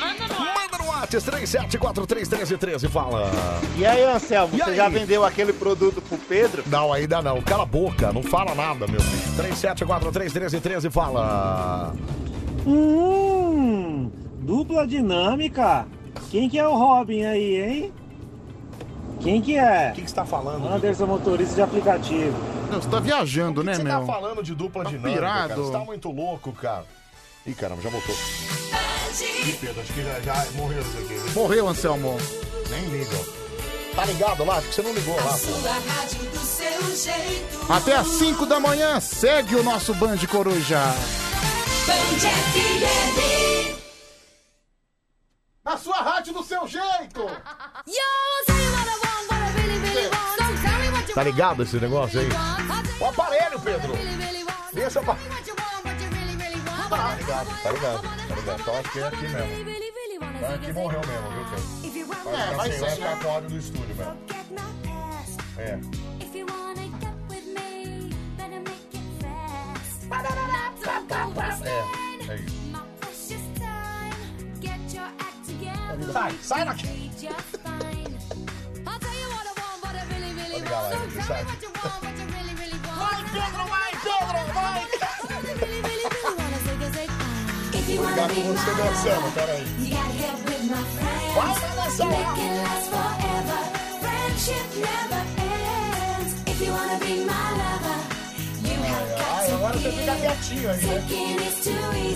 Speaker 1: Manda no WhatsApp 37431313, fala.
Speaker 9: E aí, Anselmo,
Speaker 1: E
Speaker 9: você
Speaker 1: aí?
Speaker 9: já vendeu aquele produto pro Pedro?
Speaker 1: Não, ainda não. Cala a boca, não fala nada, meu filho. 37431313, fala.
Speaker 16: Hum, dupla dinâmica. Quem que é o Robin aí, hein? Quem que é? O que,
Speaker 1: você tá falando?
Speaker 16: Anderson, motorista de aplicativo.
Speaker 2: Não, você tá viajando,
Speaker 1: O que
Speaker 2: né,
Speaker 1: você
Speaker 2: meu?
Speaker 1: tá falando de dupla
Speaker 2: Tá
Speaker 1: dinâmica,
Speaker 2: pirado.
Speaker 1: cara? Você tá muito louco, cara. Ih, caramba, já voltou. Ih, Pedro, acho que já, já morreu isso aqui. né?
Speaker 2: Morreu, Anselmo.
Speaker 1: Nem liga. Tá ligado lá? Acho que você não ligou lá, pô.
Speaker 10: rádio do seu jeito.
Speaker 2: Até às 5 da manhã, segue o nosso Band Coruja.
Speaker 10: Band FM.
Speaker 2: Na sua rádio do seu jeito.
Speaker 1: Tá ligado esse negócio aí? O aparelho, Pedro. Deixa pra... Tá ligado, tá ligado, tá ligado. Então acho que é aqui mesmo. Então aqui morreu mesmo, viu, Pedro? Vai
Speaker 10: É,
Speaker 1: ficar
Speaker 10: vai
Speaker 1: sem,
Speaker 10: ser.
Speaker 1: vai ficar com áudio do estúdio mesmo. É. É, é isso. Sai, sai daqui.
Speaker 3: Tá legal aí, viu, sai. Vai, Pedro, vai, Pedro, vai!
Speaker 1: Vou ligar com você dançando, peraí.
Speaker 3: Vai, vai dançar lá! Ai, agora você fica quietinho aí, né?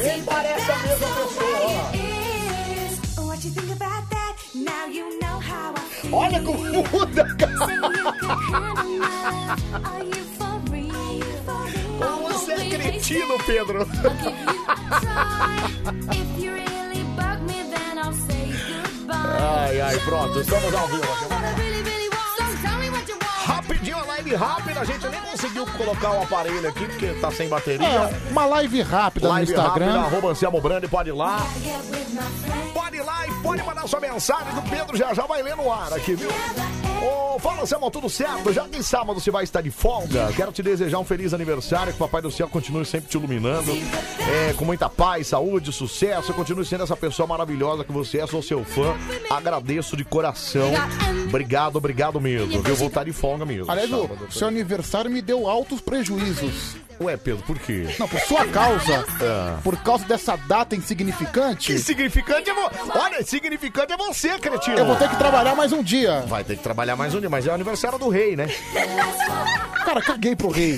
Speaker 3: Nem parece a mesma pessoa, ó. Olha como muda,
Speaker 1: é
Speaker 3: cara!
Speaker 1: Como você é cretino, Pedro. Ai, ai, pronto, estamos ao vivo. Rapidinho, a live rápida, a gente nem conseguiu colocar o aparelho aqui, porque tá sem
Speaker 3: Ah.
Speaker 1: bateria.
Speaker 2: É, uma live rápida
Speaker 1: Live
Speaker 2: no Instagram.
Speaker 1: rápida, arroba Anselmo Brandi, pode ir lá. Pode ir lá e pode mandar sua mensagem do Pedro, já já vai ler no ar aqui, viu? Ô, fala, Anselmo, tudo certo? Já que sábado você vai estar de folga, quero te desejar um feliz aniversário, que o Papai do Céu continue sempre te iluminando, é, com muita paz, saúde, sucesso, continue sendo essa pessoa maravilhosa que você é, sou seu fã, agradeço de coração, obrigado, obrigado mesmo, viu? Vou estar de folga mesmo.
Speaker 2: Aliás, o
Speaker 1: sábado.
Speaker 2: seu aniversário me deu altos prejuízos.
Speaker 1: Ué, Pedro, por quê?
Speaker 2: Não, por sua causa.
Speaker 1: É.
Speaker 2: Por causa dessa data insignificante.
Speaker 1: Insignificante é vo... Olha, insignificante é você, cretino.
Speaker 2: Eu vou ter que trabalhar mais um dia.
Speaker 1: Vai ter que trabalhar mais um dia, mas é o aniversário do rei, né?
Speaker 2: Cara, caguei pro
Speaker 1: (laughs)
Speaker 2: rei.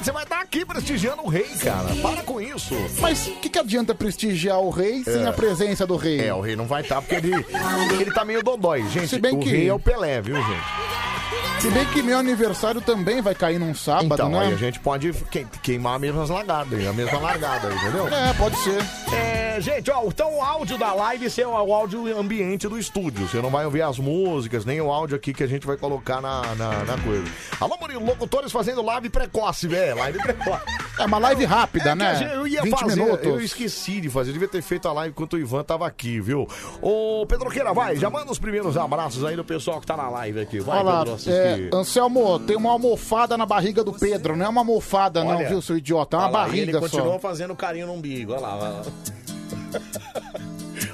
Speaker 1: Você vai estar aqui prestigiando o rei, cara. Para com isso.
Speaker 2: Mas o que, que adianta prestigiar o rei sem
Speaker 1: É.
Speaker 2: a presença do rei?
Speaker 1: É, o rei não vai estar porque ele, ele tá meio dodói. Gente,
Speaker 2: Se bem
Speaker 1: o
Speaker 2: que-
Speaker 1: rei é o Pelé, viu, gente?
Speaker 2: Se bem que meu aniversário também vai cair num sábado,
Speaker 1: Então,
Speaker 2: né?
Speaker 1: aí a gente pode que- queimar a mesma largada, a mesma largada, entendeu?
Speaker 2: É, pode ser.
Speaker 1: É, gente, ó, então o áudio da live esse é o áudio ambiente do estúdio. Você não vai ouvir as músicas, nem o áudio aqui que a gente vai colocar na, na, na coisa. Alô, Murilo, locutores fazendo live precoce, velho. Live precoce.
Speaker 2: É uma live rápida,
Speaker 1: É que a
Speaker 2: né?
Speaker 1: gente- Eu ia
Speaker 2: 20
Speaker 1: fazer,
Speaker 2: minutos.
Speaker 1: eu esqueci de fazer. Devia ter feito a live enquanto o Ivan tava aqui, viu? Ô, Pedroqueira, vai, já manda os primeiros abraços aí do pessoal que tá na live aqui. Vai,
Speaker 2: Olha lá,
Speaker 1: Pedro, assistir.
Speaker 2: é, Anselmo, tem uma almofada na barriga do Pedro. Não é uma almofada, não,
Speaker 1: Olha.
Speaker 2: viu, seu idiota? É uma
Speaker 1: Olha lá, e
Speaker 2: barriga
Speaker 1: Ele
Speaker 2: só.
Speaker 1: continuou fazendo carinho no umbigo, olha lá. Vai, lá.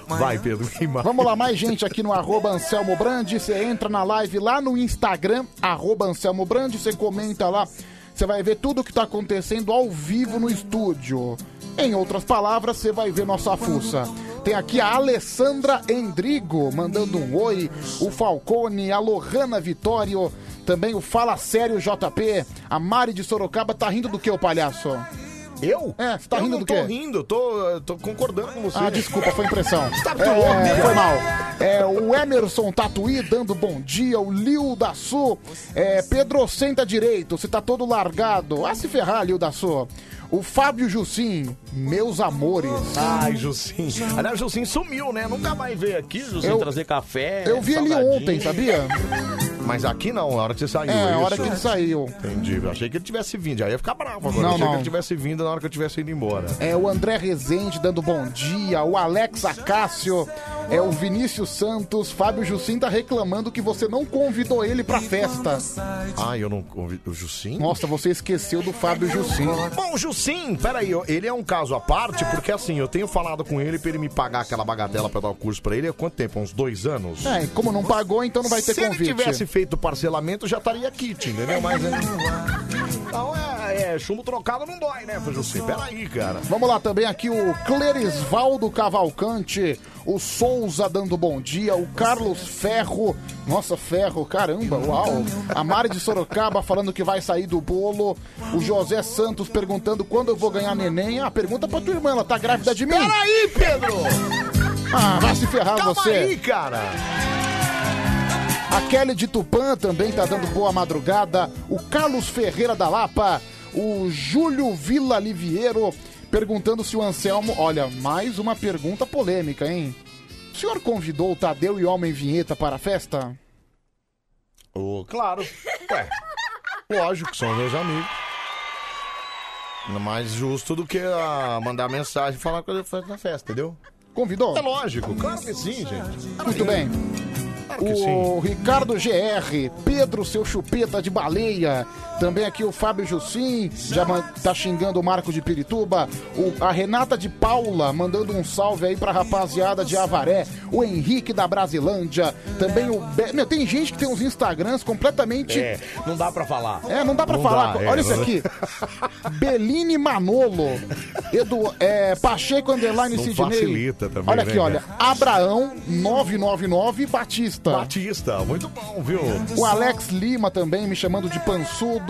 Speaker 1: Vai, Pedro, quem mais?
Speaker 2: Vamos lá, mais gente aqui no arroba Anselmo Brandi. Você entra na live lá no Instagram, arroba Anselmo Brandi, você comenta lá. Você vai ver tudo o que tá acontecendo ao vivo no estúdio. Em outras palavras, você vai ver nossa fuça. Tem aqui a Alessandra Endrigo mandando um oi, o Falcone, a Lohana Vitório, também o Fala Sério JP, a Mari de Sorocaba tá rindo do que, ô palhaço?
Speaker 1: Eu?
Speaker 2: É, você tá
Speaker 1: eu
Speaker 2: rindo
Speaker 1: não
Speaker 2: do
Speaker 1: tô
Speaker 2: quê?
Speaker 1: rindo, eu tô, eu tô concordando com você.
Speaker 2: Ah, desculpa, foi impressão.
Speaker 1: Está muito louco,
Speaker 2: é,
Speaker 1: né?
Speaker 2: foi mal. É, o Emerson Tatuí dando bom dia, o Lil da Sul. É, Pedro senta direito, você tá todo largado. Ah, se ferrar, Lil da Sul. O Fábio Jussim, meus amores.
Speaker 1: Ai, Jussim. Aliás, Jussim sumiu, né? Nunca mais veio aqui, Jussim,
Speaker 2: Eu-
Speaker 1: trazer café.
Speaker 2: eu vi ele
Speaker 1: É, salgadinho.
Speaker 2: ontem, sabia?
Speaker 1: Mas aqui não, a hora que você saiu.
Speaker 2: É, a
Speaker 1: isso.
Speaker 2: hora que ele saiu.
Speaker 1: Entendi, eu achei que ele tivesse vindo. Aí eu ia ficar bravo agora.
Speaker 2: Não,
Speaker 1: eu achei
Speaker 2: não.
Speaker 1: que ele tivesse vindo na hora que eu tivesse ido embora.
Speaker 2: É o André Rezende dando bom dia, o Alex Acácio, é o Vinícius Santos, Fábio Jussim tá reclamando que você não convidou ele pra festa.
Speaker 1: Ah, eu não convido. O Jussim?
Speaker 2: Nossa, você esqueceu do Fábio Jussim.
Speaker 1: Bom, o Jussim, peraí, eu- ele é um caso à parte, porque assim, eu tenho falado com ele pra ele me pagar aquela bagatela pra dar o curso pra ele há quanto tempo? Uns dois anos?
Speaker 2: É, e como não pagou, então não vai ter
Speaker 1: Se
Speaker 2: convite.
Speaker 1: ele tivesse feito parcelamento, já estaria kit, entendeu? Mas é. Então é, é chumbo trocado não dói, né, Jussim? Peraí, cara.
Speaker 2: Vamos lá também aqui o Clerisvaldo Cavalcante, o Souza dando bom dia, o Carlos Ferro, nossa Ferro, caramba, uau. A Mari de Sorocaba falando que vai sair do bolo, o José Santos perguntando quando eu vou ganhar neném. Ah, pergunta pra tua irmã, ela tá grávida de mim?
Speaker 1: Peraí, Pedro!
Speaker 2: Ah, vai se ferrar
Speaker 1: Calma
Speaker 2: você.
Speaker 1: aí, cara.
Speaker 2: A Kelly de Tupã também tá dando boa madrugada. O Carlos Ferreira da Lapa. O Júlio Vila Liviero perguntando se o Anselmo. Olha, mais uma pergunta polêmica, hein? O senhor convidou o Tadeu e o Homem Vinheta para a festa?
Speaker 1: Ô, claro. Ué, lógico que são meus amigos. Não É Mais justo do que ah, mandar mensagem e falar que eu fui na festa, entendeu?
Speaker 2: Convidou?
Speaker 1: É lógico, claro que sim, gente.
Speaker 2: Muito bem.
Speaker 1: que
Speaker 2: o Ricardo GR, Pedro, seu chupeta de baleia. Também aqui o Fábio Jussim, já man- tá xingando o Marco de Pirituba. O- a Renata de Paula, mandando um salve aí pra rapaziada de Avaré. O Henrique da Brasilândia. Também o. Be- Meu, tem gente que tem uns Instagrams completamente.
Speaker 1: É, não dá pra falar.
Speaker 2: É, não dá pra falar.
Speaker 1: é.
Speaker 2: Olha isso
Speaker 1: (laughs)
Speaker 2: aqui. Beline Manolo. Edu, é, Pacheco Underline
Speaker 1: Não
Speaker 2: Sidney.
Speaker 1: facilita também,
Speaker 2: Olha aqui,
Speaker 1: né,
Speaker 2: olha.
Speaker 1: cara?
Speaker 2: Abraão 999 Batista.
Speaker 1: Batista, muito bom, viu?
Speaker 2: O Alex Lima também me chamando de pançudo.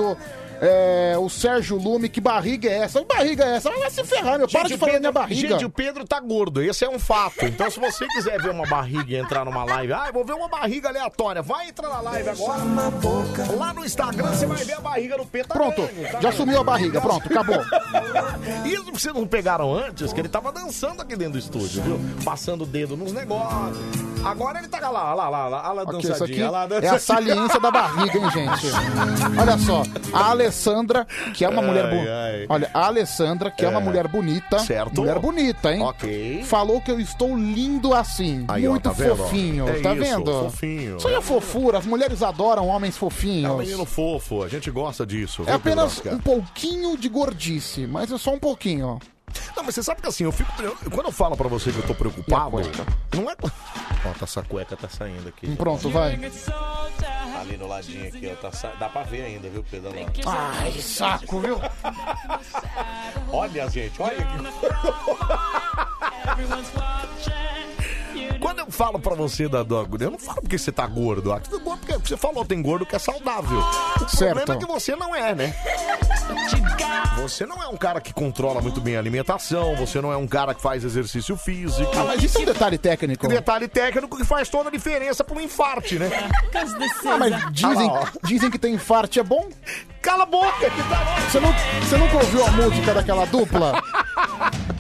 Speaker 2: É, o Sérgio Lume, que barriga é essa? Que barriga é essa? Vai se ferrar, meu. Para
Speaker 1: Gente,
Speaker 2: de
Speaker 1: o
Speaker 2: falar da minha
Speaker 1: Pedro-
Speaker 2: barriga.
Speaker 1: Gente, o Pedro tá gordo, esse é um fato. Então, se você quiser ver uma barriga e entrar numa live, ah, eu vou ver uma barriga aleatória, vai entrar na live agora. Lá no Instagram você vai ver a barriga do Pedro. tá
Speaker 2: Pronto, já sumiu a barriga, pronto, acabou.
Speaker 1: (laughs) Isso que vocês não pegaram antes, que ele tava dançando aqui dentro do estúdio, viu? Passando o dedo nos negócios. Agora ele tá lá, lá, lá, lá, lá, lá
Speaker 2: Aqui, isso aqui
Speaker 1: dançadinha, lá,
Speaker 2: é
Speaker 1: dançadinha.
Speaker 2: a saliência
Speaker 1: (laughs)
Speaker 2: da barriga, hein, gente? Olha só, a Alessandra, que é uma
Speaker 1: Ai,
Speaker 2: mulher
Speaker 1: ai.
Speaker 2: bonita. Olha, a Alessandra, que é, uma
Speaker 1: É.
Speaker 2: mulher bonita.
Speaker 1: Certo.
Speaker 2: Mulher bonita, hein?
Speaker 1: Ok.
Speaker 2: Falou que eu estou lindo assim.
Speaker 1: Aí, ó,
Speaker 2: muito
Speaker 1: tá vendo, ó?
Speaker 2: fofinho,
Speaker 1: É
Speaker 2: tá
Speaker 1: isso,
Speaker 2: vendo?
Speaker 1: fofinho,
Speaker 2: Isso aí
Speaker 1: é.
Speaker 2: é fofura, as mulheres adoram homens
Speaker 1: É
Speaker 2: fofinhos.
Speaker 1: um menino fofo, a gente gosta disso.
Speaker 2: É
Speaker 1: viu,
Speaker 2: apenas
Speaker 1: Pedro
Speaker 2: um
Speaker 1: Oscar?
Speaker 2: pouquinho de gordice, mas é só um pouquinho.
Speaker 1: Não, mas você sabe que assim, eu fico. eu- quando eu falo pra você que eu tô preocupado, não é. (laughs) Ó, tá essa cueca tá saindo aqui.
Speaker 2: Um Pronto, vai.
Speaker 1: Ali no ladinho aqui, ó. Tá sa... Dá pra ver ainda, viu, Pedro? Olha lá.
Speaker 2: Ai, saco, viu?
Speaker 1: Né? Olha, gente, olha
Speaker 2: Ah,
Speaker 1: aqui. Quando eu falo pra você da dog, eu não falo porque você tá gordo. ah, tudo gordo porque Você falou, tem gordo que é saudável. O
Speaker 2: Certo.
Speaker 1: problema é que você não é, né? Você não é um cara que controla muito bem a alimentação, você não é um cara que faz exercício físico.
Speaker 2: Ah, mas isso é um detalhe técnico.
Speaker 1: Detalhe técnico que faz toda a diferença pra um
Speaker 2: (laughs)
Speaker 1: infarte, né?
Speaker 2: Ah, mas
Speaker 1: Tá
Speaker 2: dizem, dizem que tem infarte, é bom?
Speaker 1: Cala a boca! Que tá...
Speaker 2: Você, não, você nunca ouviu a música daquela dupla?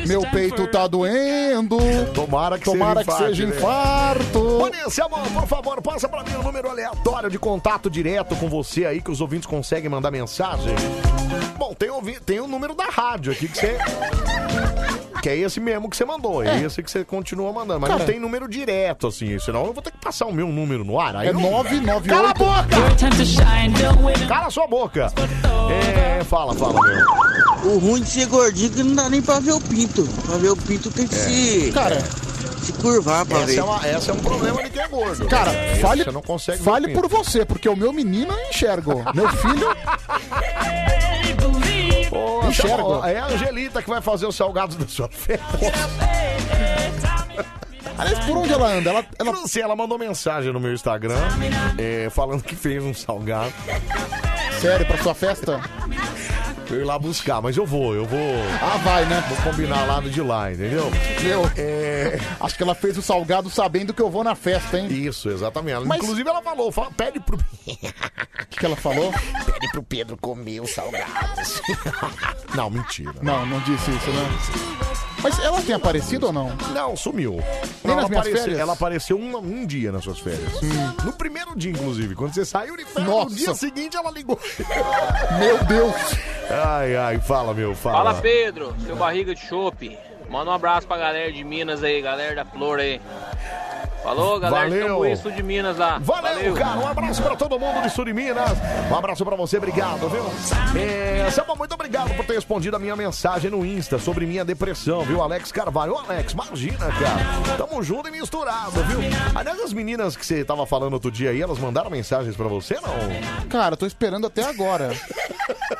Speaker 2: Meu peito tá doendo.
Speaker 1: Tomara que
Speaker 2: Tomara
Speaker 1: seja né?
Speaker 2: que seja infarto.
Speaker 1: Vanessa, amor, por favor, passa pra mim o número aleatório de contato direto com você aí, que os ouvintes conseguem mandar mensagem. Bom, tem, ouvi- tem o número da rádio aqui
Speaker 2: (laughs)
Speaker 1: que você. Que é esse mesmo que você mandou, é, esse que você continua mandando. Mas não
Speaker 2: Cara.
Speaker 1: tem número direto, assim, senão eu vou ter que passar o meu número no ar. Aí
Speaker 2: É
Speaker 1: eu-
Speaker 2: 998.
Speaker 1: Cala a boca! Cala a sua boca! É, fala, fala, meu.
Speaker 5: O ruim de ser gordinho é que não dá nem pra ver o pinto. Pra ver o pinto tem que se.
Speaker 2: É. Cara,
Speaker 5: se curvar pra ver.
Speaker 1: Essa é, uma- essa é um problema de quem é gordo.
Speaker 2: Cara,
Speaker 1: É,
Speaker 2: fale,
Speaker 1: você não consegue ver
Speaker 2: fale
Speaker 1: o
Speaker 2: por
Speaker 1: pinto.
Speaker 2: você, porque o meu menino eu enxergo. Meu
Speaker 1: (laughs)
Speaker 2: filho.
Speaker 1: Pô, tá
Speaker 2: Enxergo.
Speaker 1: bom. é a Angelita que vai fazer os salgados da sua (laughs) festa.
Speaker 2: Aliás, por onde ela anda? Ela,
Speaker 1: Eu não sei, ela mandou mensagem no meu Instagram é, falando que fez um salgado.
Speaker 2: Sério, pra sua festa?
Speaker 1: Eu ir lá buscar, mas eu vou, eu vou.
Speaker 2: Ah, vai, né?
Speaker 1: Vou combinar lá no de lá, entendeu? É.
Speaker 2: Meu, acho que ela fez o salgado sabendo que eu vou na festa, hein?
Speaker 1: Isso, exatamente. Ela-
Speaker 2: Mas-
Speaker 1: Inclusive ela falou, fala- pede pro.
Speaker 2: (laughs) O que, que ela falou?
Speaker 1: Pede pro Pedro comer os salgados. não, Ah, mentira.
Speaker 2: Não, não disse isso, né? Mas ela tem aparecido ou não?
Speaker 1: Não, sumiu.
Speaker 2: Nem
Speaker 1: Não,
Speaker 2: nas
Speaker 1: ela,
Speaker 2: minhas
Speaker 1: apareceu,
Speaker 2: férias?
Speaker 1: ela apareceu um, um dia nas suas férias. No primeiro dia, inclusive. Quando você saiu de férias, no
Speaker 2: Nossa.
Speaker 1: dia seguinte ela ligou.
Speaker 2: Meu Deus!
Speaker 1: Ai, ai, fala, meu, fala.
Speaker 12: Fala Pedro, seu barriga de chope. Manda um abraço pra galera de Minas aí, galera da Flor aí. Falou, galera de
Speaker 1: Valeu.
Speaker 12: Tambuí, sul de Minas lá.
Speaker 1: Valeu, cara. Um abraço pra todo mundo de Sul de Minas. Um abraço pra você, obrigado, viu? É, Selma, muito obrigado por ter respondido a minha mensagem no Insta sobre minha depressão, viu, Alex Carvalho? Ô, Alex, imagina, cara. Tamo junto e misturado, viu? Aliás, as meninas que você tava falando outro dia aí, elas mandaram mensagens pra você, não?
Speaker 2: Cara, tô esperando até agora.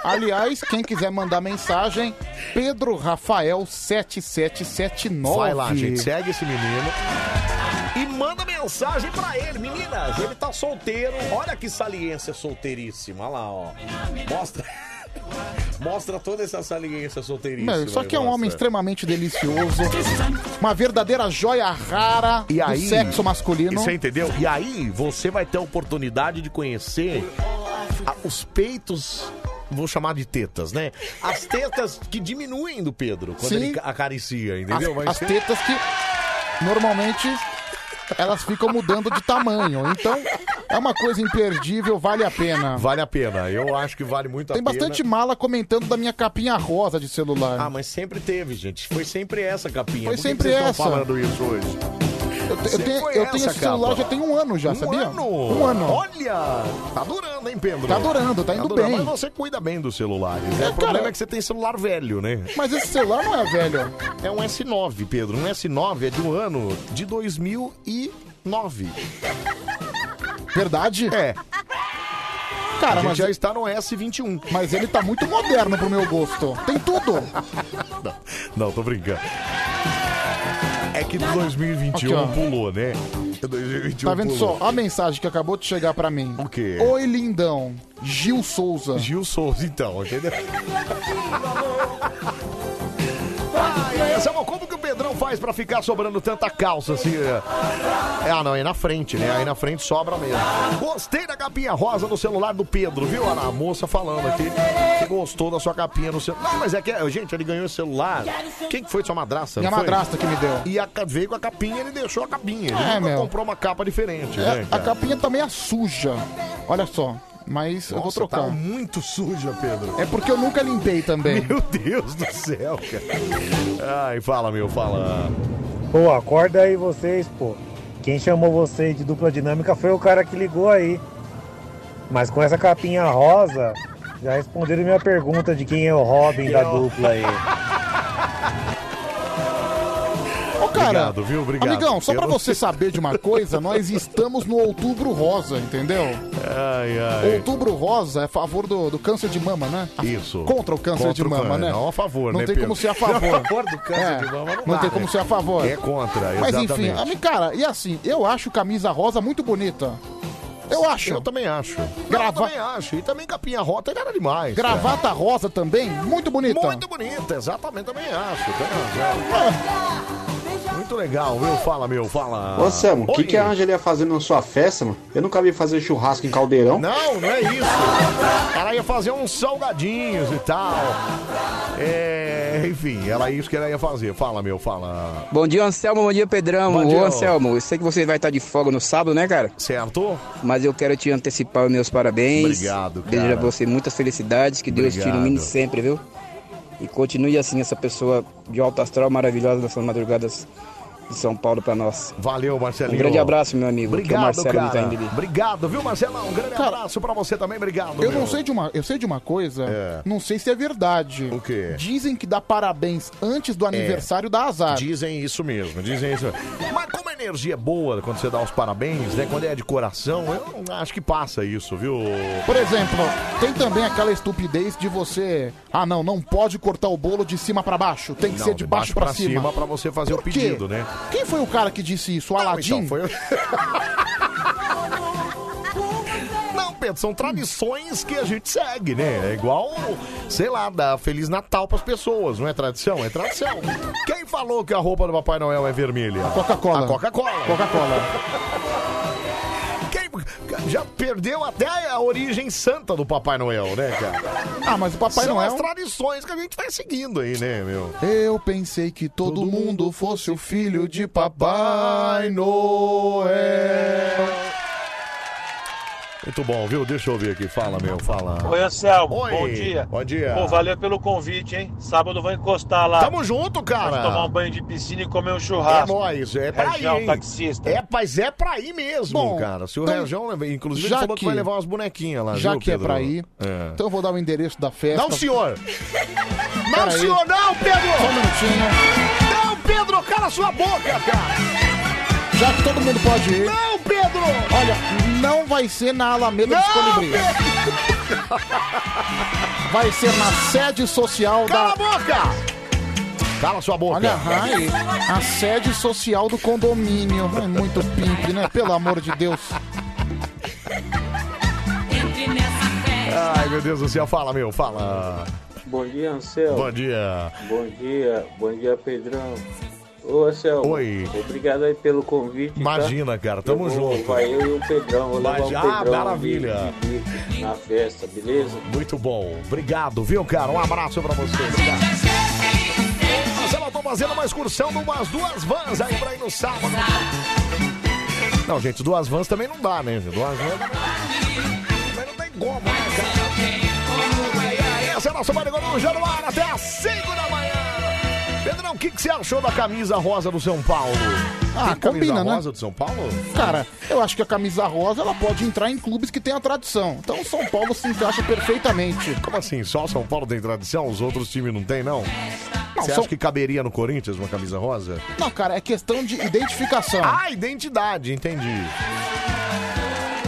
Speaker 2: Aliás, quem quiser mandar mensagem, Pedro Rafael 7779.
Speaker 1: Vai lá, gente, segue esse menino. E manda mensagem pra ele, meninas. Ele tá solteiro. Olha que saliência solteiríssima. Olha lá, ó. Mostra. (laughs) Mostra toda essa saliência solteiríssima.
Speaker 2: Não, só que é um
Speaker 1: Mostra.
Speaker 2: homem extremamente delicioso. Uma verdadeira joia rara
Speaker 1: E aí,
Speaker 2: do sexo masculino.
Speaker 1: Você entendeu? E aí você vai ter a oportunidade de conhecer a- os peitos. Vou chamar de tetas, né? As tetas que diminuem do Pedro quando
Speaker 2: Sim.
Speaker 1: ele ca- acaricia, entendeu?
Speaker 2: As-
Speaker 1: Vai
Speaker 2: as
Speaker 1: ser-
Speaker 2: tetas que normalmente elas ficam mudando de tamanho. Então, é uma coisa imperdível, vale a pena.
Speaker 1: Vale a pena. é, Eu acho que vale muito a
Speaker 2: Tem
Speaker 1: pena.
Speaker 2: bastante mala comentando da minha capinha rosa de celular.
Speaker 1: Ah, mas sempre teve, gente. Foi sempre essa capinha.
Speaker 2: Foi
Speaker 1: Por que
Speaker 2: sempre
Speaker 1: que vocês tão
Speaker 2: essa.
Speaker 1: falando isso hoje?
Speaker 2: Eu, te- eu
Speaker 1: Você
Speaker 2: tenho,
Speaker 1: foi
Speaker 2: eu tenho
Speaker 1: essa
Speaker 2: esse celular
Speaker 1: capa?
Speaker 2: já tem um ano já,
Speaker 1: Um
Speaker 2: sabia?
Speaker 1: ano?
Speaker 2: Um ano.
Speaker 1: Olha! Tá durando, hein, Pedro?
Speaker 2: Tá durando, tá indo
Speaker 1: durando,
Speaker 2: bem.
Speaker 1: Mas você cuida bem dos celulares. né? o problema é que você tem celular velho, né?
Speaker 2: Mas esse celular não é velho.
Speaker 1: É um S9, Pedro. Um S9 é do ano de 2009.
Speaker 2: Verdade?
Speaker 1: É.
Speaker 2: Cara,
Speaker 1: A gente
Speaker 2: mas
Speaker 1: já está no S21.
Speaker 2: Mas ele tá muito moderno pro meu gosto. Tem tudo.
Speaker 1: Não, não, tô brincando. É que 2021
Speaker 2: Aqui, ó.
Speaker 1: pulou, né? 2021
Speaker 2: Tá vendo
Speaker 1: pulou.
Speaker 2: só? A mensagem que acabou de chegar pra mim. O
Speaker 1: quê?
Speaker 2: Oi, lindão. Gil Souza.
Speaker 1: É. Gil Souza, então, entendeu? Ai, Samuel, como que o Pedrão faz pra ficar sobrando tanta calça assim? é? É, Ah, não, é na frente, né? Aí na frente sobra mesmo. Gostei da capinha rosa no celular do Pedro, viu? Olha lá, a moça falando aqui que gostou da sua capinha no celular. Não, mas é que, gente, ele ganhou esse celular. Quem que foi? Sua madrasta? não
Speaker 2: Minha
Speaker 1: foi?
Speaker 2: madrasta que me deu.
Speaker 1: E a, ca- veio com a capinha, ele deixou a capinha. Ele
Speaker 2: É,
Speaker 1: nunca
Speaker 2: meu.
Speaker 1: comprou uma capa diferente,
Speaker 2: É,
Speaker 1: né?
Speaker 2: a
Speaker 1: cara?
Speaker 2: capinha também é suja. Olha só. Mas eu vou
Speaker 1: Nossa,
Speaker 2: trocar.
Speaker 1: tá muito suja, Pedro.
Speaker 2: É porque eu nunca limpei também.
Speaker 1: Meu Deus do céu, cara. Ai, fala, meu, fala.
Speaker 13: Pô, acorda aí vocês, pô. Quem chamou vocês de dupla dinâmica foi o cara que ligou aí. Mas com essa capinha rosa, já responderam minha pergunta de quem é o Robin da dupla aí.
Speaker 2: Ô, cara,
Speaker 1: Obrigado, viu? Obrigado.
Speaker 2: Amigão, só
Speaker 1: Eu
Speaker 2: pra
Speaker 1: não
Speaker 2: você saber de uma coisa, nós estamos no Outubro Rosa, entendeu?
Speaker 1: Ai, ai.
Speaker 2: Outubro Rosa é a favor do, do câncer de mama, né? A-
Speaker 1: Isso.
Speaker 2: Contra o câncer
Speaker 1: Contra
Speaker 2: de
Speaker 1: o
Speaker 2: mama,
Speaker 1: câncer,
Speaker 2: né?
Speaker 1: não a favor,
Speaker 2: não
Speaker 1: né,
Speaker 2: tem
Speaker 1: Pedro?
Speaker 2: como ser a favor. É.
Speaker 1: Não, (laughs) a favor do câncer de mama não dá,
Speaker 2: tem
Speaker 1: né?
Speaker 2: como ser a favor.
Speaker 1: É contra,
Speaker 2: Mas enfim,
Speaker 1: exatamente.
Speaker 2: ami- cara, e assim, eu acho camisa rosa muito bonita. Eu acho. Eu
Speaker 1: também acho.
Speaker 2: Grava...
Speaker 1: também acho. E também capinha rota era demais. cara.
Speaker 2: Gravata rosa também, muito bonita.
Speaker 1: Muito bonita, exatamente, também acho. tem razão. Muito legal, viu? Fala, meu, fala.
Speaker 8: Ô, Samu, o que,
Speaker 1: Oi.
Speaker 8: que a Ângela ia fazer na sua festa, mano? Eu nunca vi fazer churrasco em caldeirão.
Speaker 1: Não, não é isso. Ela ia fazer uns salgadinhos e tal. É, enfim, era isso que ela ia fazer. Fala, meu, fala.
Speaker 20: Bom dia, Anselmo. Bom dia, Pedrão.
Speaker 1: Bom
Speaker 20: Ô,
Speaker 1: dia.
Speaker 20: Anselmo, eu sei que você vai estar de folga no sábado, né, cara?
Speaker 1: Certo.
Speaker 20: Mas eu quero te antecipar os meus parabéns.
Speaker 1: Obrigado, cara.
Speaker 20: Desejo a você muitas felicidades, que Deus te
Speaker 1: Obrigado.
Speaker 20: ilumine sempre, viu? E continue assim, essa pessoa de alto astral maravilhosa nessas madrugadas de São Paulo pra nós.
Speaker 1: Valeu, Marcelinho.
Speaker 20: Um grande abraço, meu amigo. Aqui é o
Speaker 1: Obrigado,
Speaker 20: Marcelo do
Speaker 1: cara.
Speaker 20: Itaim Bibi.
Speaker 1: Obrigado, viu, Marcelão? Um grande abraço pra você também, obrigado.
Speaker 2: Eu
Speaker 1: meu.
Speaker 2: não sei de uma, eu sei de uma coisa, não sei se é verdade. O
Speaker 1: quê? É.
Speaker 2: Dizem que dá parabéns antes do é aniversário da azar.
Speaker 1: Dizem isso mesmo, dizem isso mesmo. Mas como a energia é boa quando você dá os parabéns, né? Quando é de coração, eu não- acho que passa isso, viu?
Speaker 2: Por exemplo, tem também aquela estupidez de você, ah não, não pode cortar o bolo de cima pra baixo, tem que
Speaker 1: Não,
Speaker 2: ser de baixo pra cima.
Speaker 1: pra você fazer o
Speaker 2: Por quê?
Speaker 1: pedido, né?
Speaker 2: Quem foi o cara que disse isso? O Aladim?
Speaker 1: então, foi (laughs) Não, Pedro, são tradições que a gente segue, né? É igual, sei lá, dar Feliz Natal pras pessoas, não é tradição?
Speaker 2: (laughs)
Speaker 1: É tradição. Quem falou que a roupa do Papai Noel é vermelha? A
Speaker 2: Coca-Cola.
Speaker 1: A Coca-Cola.
Speaker 2: Coca-Cola.
Speaker 1: Quem já perdeu até a origem santa do Papai Noel, né, cara?
Speaker 2: Ah, mas o Papai
Speaker 1: São
Speaker 2: Noel.
Speaker 1: as tradições que a gente vai seguindo aí, né, meu?
Speaker 2: Eu pensei que todo, mundo fosse o filho de Papai Noel.
Speaker 1: Muito bom, viu? Deixa eu ver aqui. Fala, meu, fala.
Speaker 21: Oi, Anselmo.
Speaker 1: Oi.
Speaker 21: Bom dia.
Speaker 1: Bom dia.
Speaker 21: Pô, valeu pelo convite, hein? Sábado eu vou encostar lá.
Speaker 1: Tamo junto, cara.
Speaker 21: Vamos tomar um banho de piscina e comer um churrasco.
Speaker 1: É nóis, é pra
Speaker 21: Região
Speaker 1: ir, hein?
Speaker 21: taxista.
Speaker 1: É, mas é pra ir mesmo,
Speaker 21: Bom,
Speaker 1: cara. Se o
Speaker 21: então,
Speaker 1: Região, inclusive,
Speaker 2: já
Speaker 1: ele falou que,
Speaker 2: que-
Speaker 1: vai levar umas bonequinhas lá,
Speaker 2: Já
Speaker 1: viu,
Speaker 2: que é
Speaker 1: Pedro?
Speaker 2: pra ir,
Speaker 1: É.
Speaker 2: então eu vou dar o endereço da festa.
Speaker 1: Não, senhor! Não,
Speaker 2: Pera aí.
Speaker 1: senhor, não, Pedro!
Speaker 2: Só um minutinho.
Speaker 1: Não, Pedro, cala sua boca, cara!
Speaker 2: Já que todo mundo pode ir.
Speaker 1: Não, Pedro!
Speaker 2: Olha, não vai ser na Alameda dos Colibris. Vai ser na sede social da.
Speaker 1: Cala a boca! Cala sua boca!
Speaker 2: Olha, ai, a sede social do condomínio. É muito pimp, né? Pelo amor de Deus.
Speaker 1: Ai, meu Deus do céu, fala, meu, fala.
Speaker 24: Bom dia, Anselmo.
Speaker 1: Bom dia.
Speaker 24: Bom dia, bom dia, Pedrão. Ô, Anselmo.
Speaker 1: Oi.
Speaker 24: Obrigado aí pelo convite. tá?
Speaker 1: Imagina, cara, tamo
Speaker 24: Eu vou-
Speaker 1: junto.
Speaker 24: Vai eu e o Pedrão. Vou levar um o
Speaker 1: Imagina-
Speaker 24: Pedrão
Speaker 1: Ah, maravilha.
Speaker 24: de- de- de- Na festa, beleza?
Speaker 1: Muito bom. Obrigado, viu, cara? Um abraço pra você. Obrigado. Mas eu tô fazendo uma excursão de umas duas vans aí pra ir no sábado. Não, gente, duas vans também não dá, né? gente? Duas vans. né, Essa é a nossa Marigoruja no ar até às 5 da manhã. Pedrão, o que, que você achou da camisa rosa do São Paulo?
Speaker 2: Ah,
Speaker 1: Tem camisa
Speaker 2: combina, né?
Speaker 1: rosa do São Paulo?
Speaker 2: Cara, eu acho que a camisa rosa ela pode entrar em clubes que tem a tradição. Então o São Paulo se encaixa perfeitamente.
Speaker 1: Como assim? Só São Paulo tem tradição? Os outros times não tem, não? Você
Speaker 2: São-
Speaker 1: acha que caberia no Corinthians uma camisa rosa?
Speaker 2: Não, cara, é questão de identificação.
Speaker 1: Ah, identidade, entendi.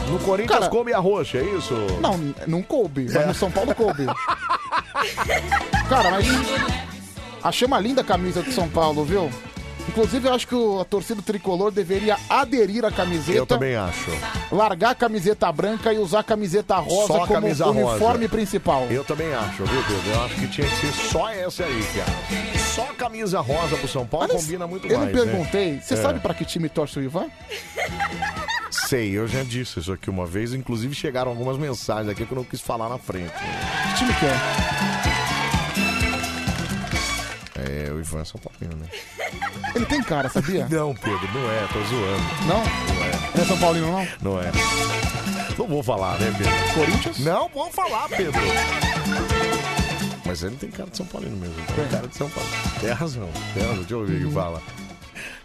Speaker 1: No Corinthians
Speaker 2: Cara-
Speaker 1: come a roxa, é isso? É.
Speaker 2: Não, não coube, mas no São Paulo coube. Cara, mas achei uma linda camisa do São Paulo, viu? Inclusive, eu acho que o- a torcida tricolor deveria aderir à camiseta.
Speaker 1: Eu também acho.
Speaker 2: Largar a camiseta branca e usar a camiseta rosa
Speaker 1: Só a
Speaker 2: como
Speaker 1: camisa rosa.
Speaker 2: uniforme principal.
Speaker 1: Eu também acho, viu, Pedro? Eu acho que tinha que ser só essa aí, cara. Só camisa rosa pro São Paulo
Speaker 2: Aliás,
Speaker 1: combina muito
Speaker 2: eu
Speaker 1: mais.
Speaker 2: não perguntei.
Speaker 1: né?
Speaker 2: Você
Speaker 1: É.
Speaker 2: sabe pra que time torce o Ivan?
Speaker 1: Sei, eu já disse isso aqui uma vez. Inclusive chegaram algumas mensagens aqui que eu não quis falar na frente.
Speaker 2: Que time que é?
Speaker 1: É, o Ivan é São Paulino, né?
Speaker 2: Ele tem cara, sabia?
Speaker 1: (laughs) Não, Pedro, não é, tô zoando.
Speaker 2: Não?
Speaker 1: Não é.
Speaker 2: Ele é São Paulino, não?
Speaker 1: Não é. Não vou falar, né, Pedro? Corinthians? Não vou falar, Pedro. Mas ele tem cara de São Paulino mesmo. né? Tem cara de São Paulo. Tem razão, tem razão. Deixa eu ouvir o que fala.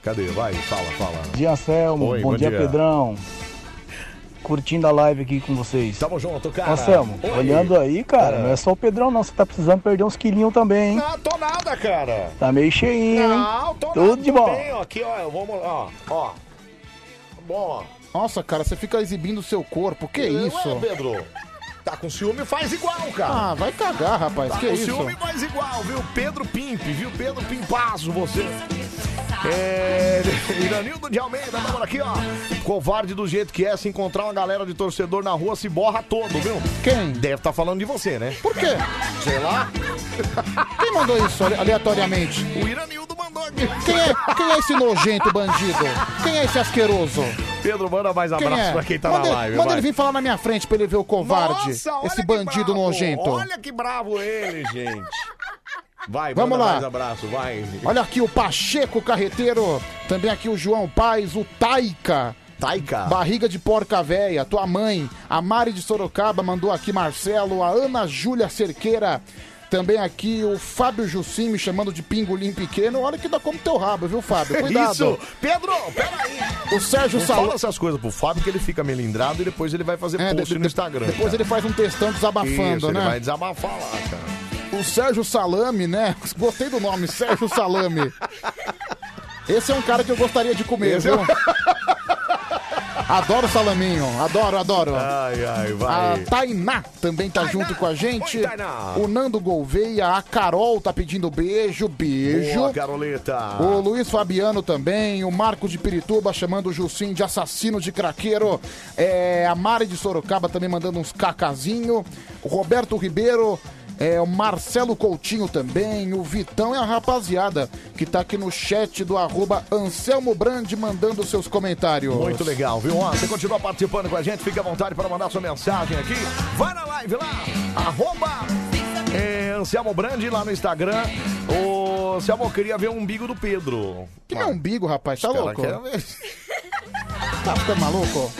Speaker 1: Cadê? Vai, fala, fala.
Speaker 22: Bom dia, Selmo.
Speaker 1: Oi,
Speaker 22: bom,
Speaker 1: bom
Speaker 22: dia,
Speaker 1: dia.
Speaker 22: Pedrão. Curtindo a live aqui com vocês.
Speaker 1: Tamo junto, cara.
Speaker 22: Ô, Selmo,
Speaker 1: Oi.
Speaker 22: olhando aí, cara, não é só o Pedrão, não. Você tá precisando perder uns quilinhos também, hein?
Speaker 1: Não, tô nada, cara.
Speaker 22: Tá meio cheinho,
Speaker 1: Não,
Speaker 22: hein?
Speaker 1: tô
Speaker 22: Tudo
Speaker 1: nada,
Speaker 22: de
Speaker 1: tô
Speaker 22: bom.
Speaker 1: Bem, ó, aqui, ó, eu vou... mo- Ó, ó. Bom, ó.
Speaker 2: Nossa, cara, você fica exibindo o seu corpo. Que
Speaker 1: Não é,
Speaker 2: isso?
Speaker 1: Pedro. Tá com ciúme, faz igual, cara.
Speaker 2: Ah, vai cagar, rapaz.
Speaker 1: Tá
Speaker 2: que
Speaker 1: com
Speaker 2: isso?
Speaker 1: ciúme, mas igual, viu? Pedro Pimp, viu? Pedro Pimpazo, você. É... (laughs) Iranildo de Almeida, agora aqui, ó. Covarde do jeito que é, se encontrar uma galera de torcedor na rua, se borra todo, viu?
Speaker 2: Quem?
Speaker 1: Deve estar falando de você, né?
Speaker 2: Por quê?
Speaker 1: Sei lá.
Speaker 2: Quem
Speaker 1: (laughs)
Speaker 2: mandou isso ale- aleatoriamente?
Speaker 1: O Iranildo mandou aqui.
Speaker 2: Quem é, quem é esse nojento bandido? Quem é esse asqueroso?
Speaker 1: Pedro, manda mais
Speaker 2: Quem
Speaker 1: abraço
Speaker 2: é?
Speaker 1: pra quem tá
Speaker 2: manda
Speaker 1: na
Speaker 2: ele-
Speaker 1: live,
Speaker 2: manda
Speaker 1: vai.
Speaker 2: ele vir falar na minha frente pra ele ver o covarde.
Speaker 1: Nossa, olha
Speaker 2: esse
Speaker 1: que
Speaker 2: bandido
Speaker 1: bravo,
Speaker 2: nojento.
Speaker 1: Olha que bravo ele, gente. Vai,
Speaker 2: Vamos
Speaker 1: manda
Speaker 2: lá.
Speaker 1: mais abraço, vai.
Speaker 2: Olha aqui o Pacheco Carreteiro, também aqui o João Paz, o Taica.
Speaker 1: Taica.
Speaker 2: Barriga de porca véia, tua mãe. A Mari de Sorocaba mandou aqui Marcelo, a Ana Júlia Cerqueira. Também aqui o Fábio Jussim me chamando de pingolim pequeno. Olha que dá como teu rabo, viu,
Speaker 1: (laughs)
Speaker 2: Fábio? Cuidado.
Speaker 1: Isso, Pedro, peraí.
Speaker 2: O Sérgio
Speaker 1: Não
Speaker 2: Salão.
Speaker 1: Fala essas coisas pro Fábio que ele fica melindrado e depois ele vai fazer
Speaker 2: É,
Speaker 1: post
Speaker 2: de-
Speaker 1: no
Speaker 2: de-
Speaker 1: Instagram.
Speaker 2: Depois ele faz um textão desabafando,
Speaker 1: Isso,
Speaker 2: né?
Speaker 1: Ele vai desabafar lá, cara.
Speaker 2: O Sérgio Salame, né? Gostei do nome, Sérgio Salame. Esse é um cara que eu gostaria de comer,
Speaker 1: Esse é
Speaker 2: viu?
Speaker 1: um- (laughs)
Speaker 2: Adoro salaminho, adoro, adoro.
Speaker 1: Ai, ai,
Speaker 2: A
Speaker 1: vai.
Speaker 2: Tainá também tá junto com a gente.
Speaker 1: Oi, Tainá.
Speaker 2: o Nando Gouveia, a Carol tá pedindo beijo, beijo.
Speaker 1: Boa, Caroleta.
Speaker 2: O Luiz Fabiano também, o Marcos de Pirituba chamando o Jussim de assassino de craqueiro. É, a Mari de Sorocaba também mandando uns cacazinho. O Roberto Ribeiro, é, o Marcelo Coutinho também, o Vitão e a rapaziada que tá aqui no chat do arroba Anselmo Brandi mandando seus comentários.
Speaker 1: Muito legal, viu? Ó, você continua participando com a gente, fica à vontade para mandar sua mensagem aqui. Vai na live lá, arroba é, Anselmo Brandi lá no Instagram. Ô, Anselmo, eu queria ver o umbigo do Pedro.
Speaker 2: Que meu umbigo, rapaz, tá
Speaker 1: Cara,
Speaker 2: louco?
Speaker 1: quero ver.
Speaker 2: Tá ficando maluco?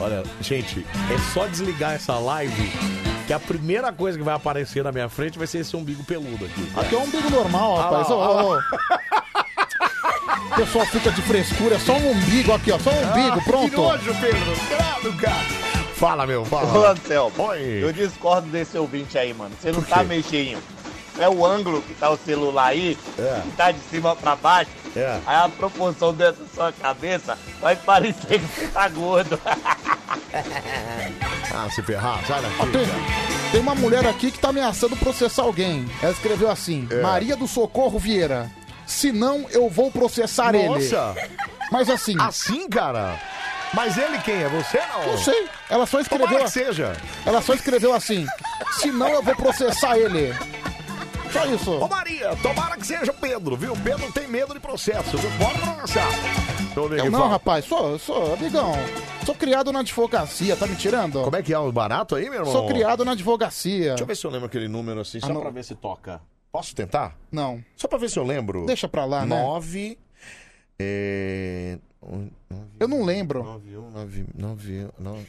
Speaker 1: Olha, gente, é só desligar essa live que a primeira coisa que vai aparecer na minha frente vai ser esse umbigo peludo aqui.
Speaker 2: Aqui é um umbigo normal, rapaz.
Speaker 1: Ah lá,
Speaker 2: Ó, ó, ó. O pessoal fica de frescura, é só um umbigo aqui, ó. Só um umbigo, pronto.
Speaker 1: Ah, Que nojo, Pedro. Credo, cara. Fala, meu,
Speaker 9: Ô,
Speaker 1: fala.
Speaker 9: Anselmo, eu discordo desse ouvinte aí, mano. Você não tá mexendo. É o ângulo que tá o celular aí,
Speaker 1: É.
Speaker 9: que tá de cima pra baixo.
Speaker 1: É.
Speaker 9: Aí a proporção dessa sua cabeça vai parecer que você tá gordo.
Speaker 1: Ah, se ferrar, sai daqui.
Speaker 2: Ó, tem, tem uma mulher aqui que tá ameaçando processar alguém. Ela escreveu assim:
Speaker 1: É.
Speaker 2: Maria do Socorro Vieira. Se não, eu vou processar ele.
Speaker 1: Nossa.
Speaker 2: Mas assim.
Speaker 1: Assim, cara? Mas ele quem? É você não?
Speaker 2: Não sei. Ela só escreveu.
Speaker 1: que seja.
Speaker 2: Ela só escreveu assim: Se não, eu vou processar ele. Só isso.
Speaker 1: Ô Maria, tomara que seja o Pedro, viu? O Pedro tem medo de processo, viu? Bora processar. Deixa eu ver
Speaker 2: Eu
Speaker 1: quem
Speaker 2: não,
Speaker 1: fala.
Speaker 2: rapaz, sou, sou, amigão. Sou criado na advocacia, tá me tirando?
Speaker 1: Como é que é o barato aí, meu irmão?
Speaker 2: Sou criado na advocacia.
Speaker 1: Deixa eu ver se eu lembro aquele número assim, só
Speaker 2: Ah, não.
Speaker 1: pra ver se toca. Posso tentar?
Speaker 2: Não.
Speaker 1: Só pra ver se eu lembro.
Speaker 2: Deixa pra lá, né?
Speaker 1: Nove. É... um, nove,
Speaker 2: Eu não lembro.
Speaker 1: um, Nove, um, nove, nove, nove.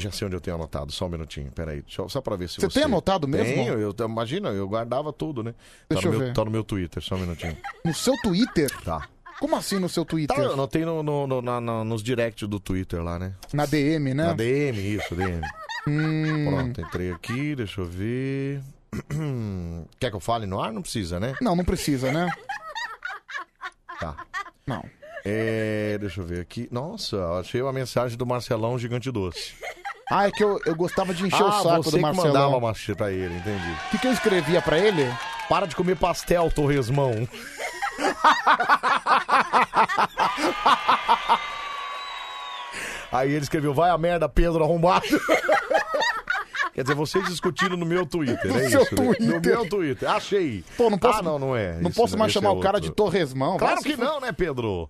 Speaker 1: Já sei onde eu tenho anotado, só um minutinho, peraí. Deixa eu- só pra ver se
Speaker 2: Você
Speaker 1: você.
Speaker 2: tem anotado mesmo?
Speaker 1: Tenho, eu, imagina, eu guardava tudo, né?
Speaker 2: Deixa
Speaker 1: tá,
Speaker 2: eu
Speaker 1: no meu,
Speaker 2: ver.
Speaker 1: tá no meu Twitter, só um minutinho.
Speaker 2: No seu Twitter?
Speaker 1: Tá.
Speaker 2: Como assim no seu Twitter?
Speaker 1: Tá, eu anotei no, no- no- na- na- nos direct do Twitter lá, né?
Speaker 2: Na DM, né?
Speaker 1: Na DM, isso, DM.
Speaker 2: Hum.
Speaker 1: Pronto, entrei aqui, deixa eu ver. (clears throat) Quer que eu fale no ar? Não precisa, né?
Speaker 2: Não, não precisa, né?
Speaker 1: Tá.
Speaker 2: Não.
Speaker 1: É, deixa eu ver aqui. Nossa, achei uma mensagem do Marcelão Gigante Doce.
Speaker 2: Ah, é que eu, eu gostava de encher
Speaker 1: ah,
Speaker 2: o saco
Speaker 1: você
Speaker 2: do
Speaker 1: que
Speaker 2: Marcelão.
Speaker 1: mandava machê pra ele, entendi.
Speaker 2: O que, que eu escrevia pra ele?
Speaker 1: Para de comer pastel, Torresmão.
Speaker 2: (laughs)
Speaker 1: Aí ele escreveu, vai a merda, Pedro arrombado. (laughs) Quer dizer, vocês discutindo no meu Twitter,
Speaker 2: No
Speaker 1: é
Speaker 2: seu
Speaker 1: isso? né? No
Speaker 2: Twitter.
Speaker 1: meu Twitter, achei.
Speaker 2: Pô, não posso-
Speaker 1: Ah, não, não é.
Speaker 2: não
Speaker 1: Isso
Speaker 2: posso mais
Speaker 1: esse
Speaker 2: chamar o cara
Speaker 1: outro.
Speaker 2: de Torresmão.
Speaker 1: Claro
Speaker 2: Vai se
Speaker 1: que
Speaker 2: fu-
Speaker 1: não, né, Pedro?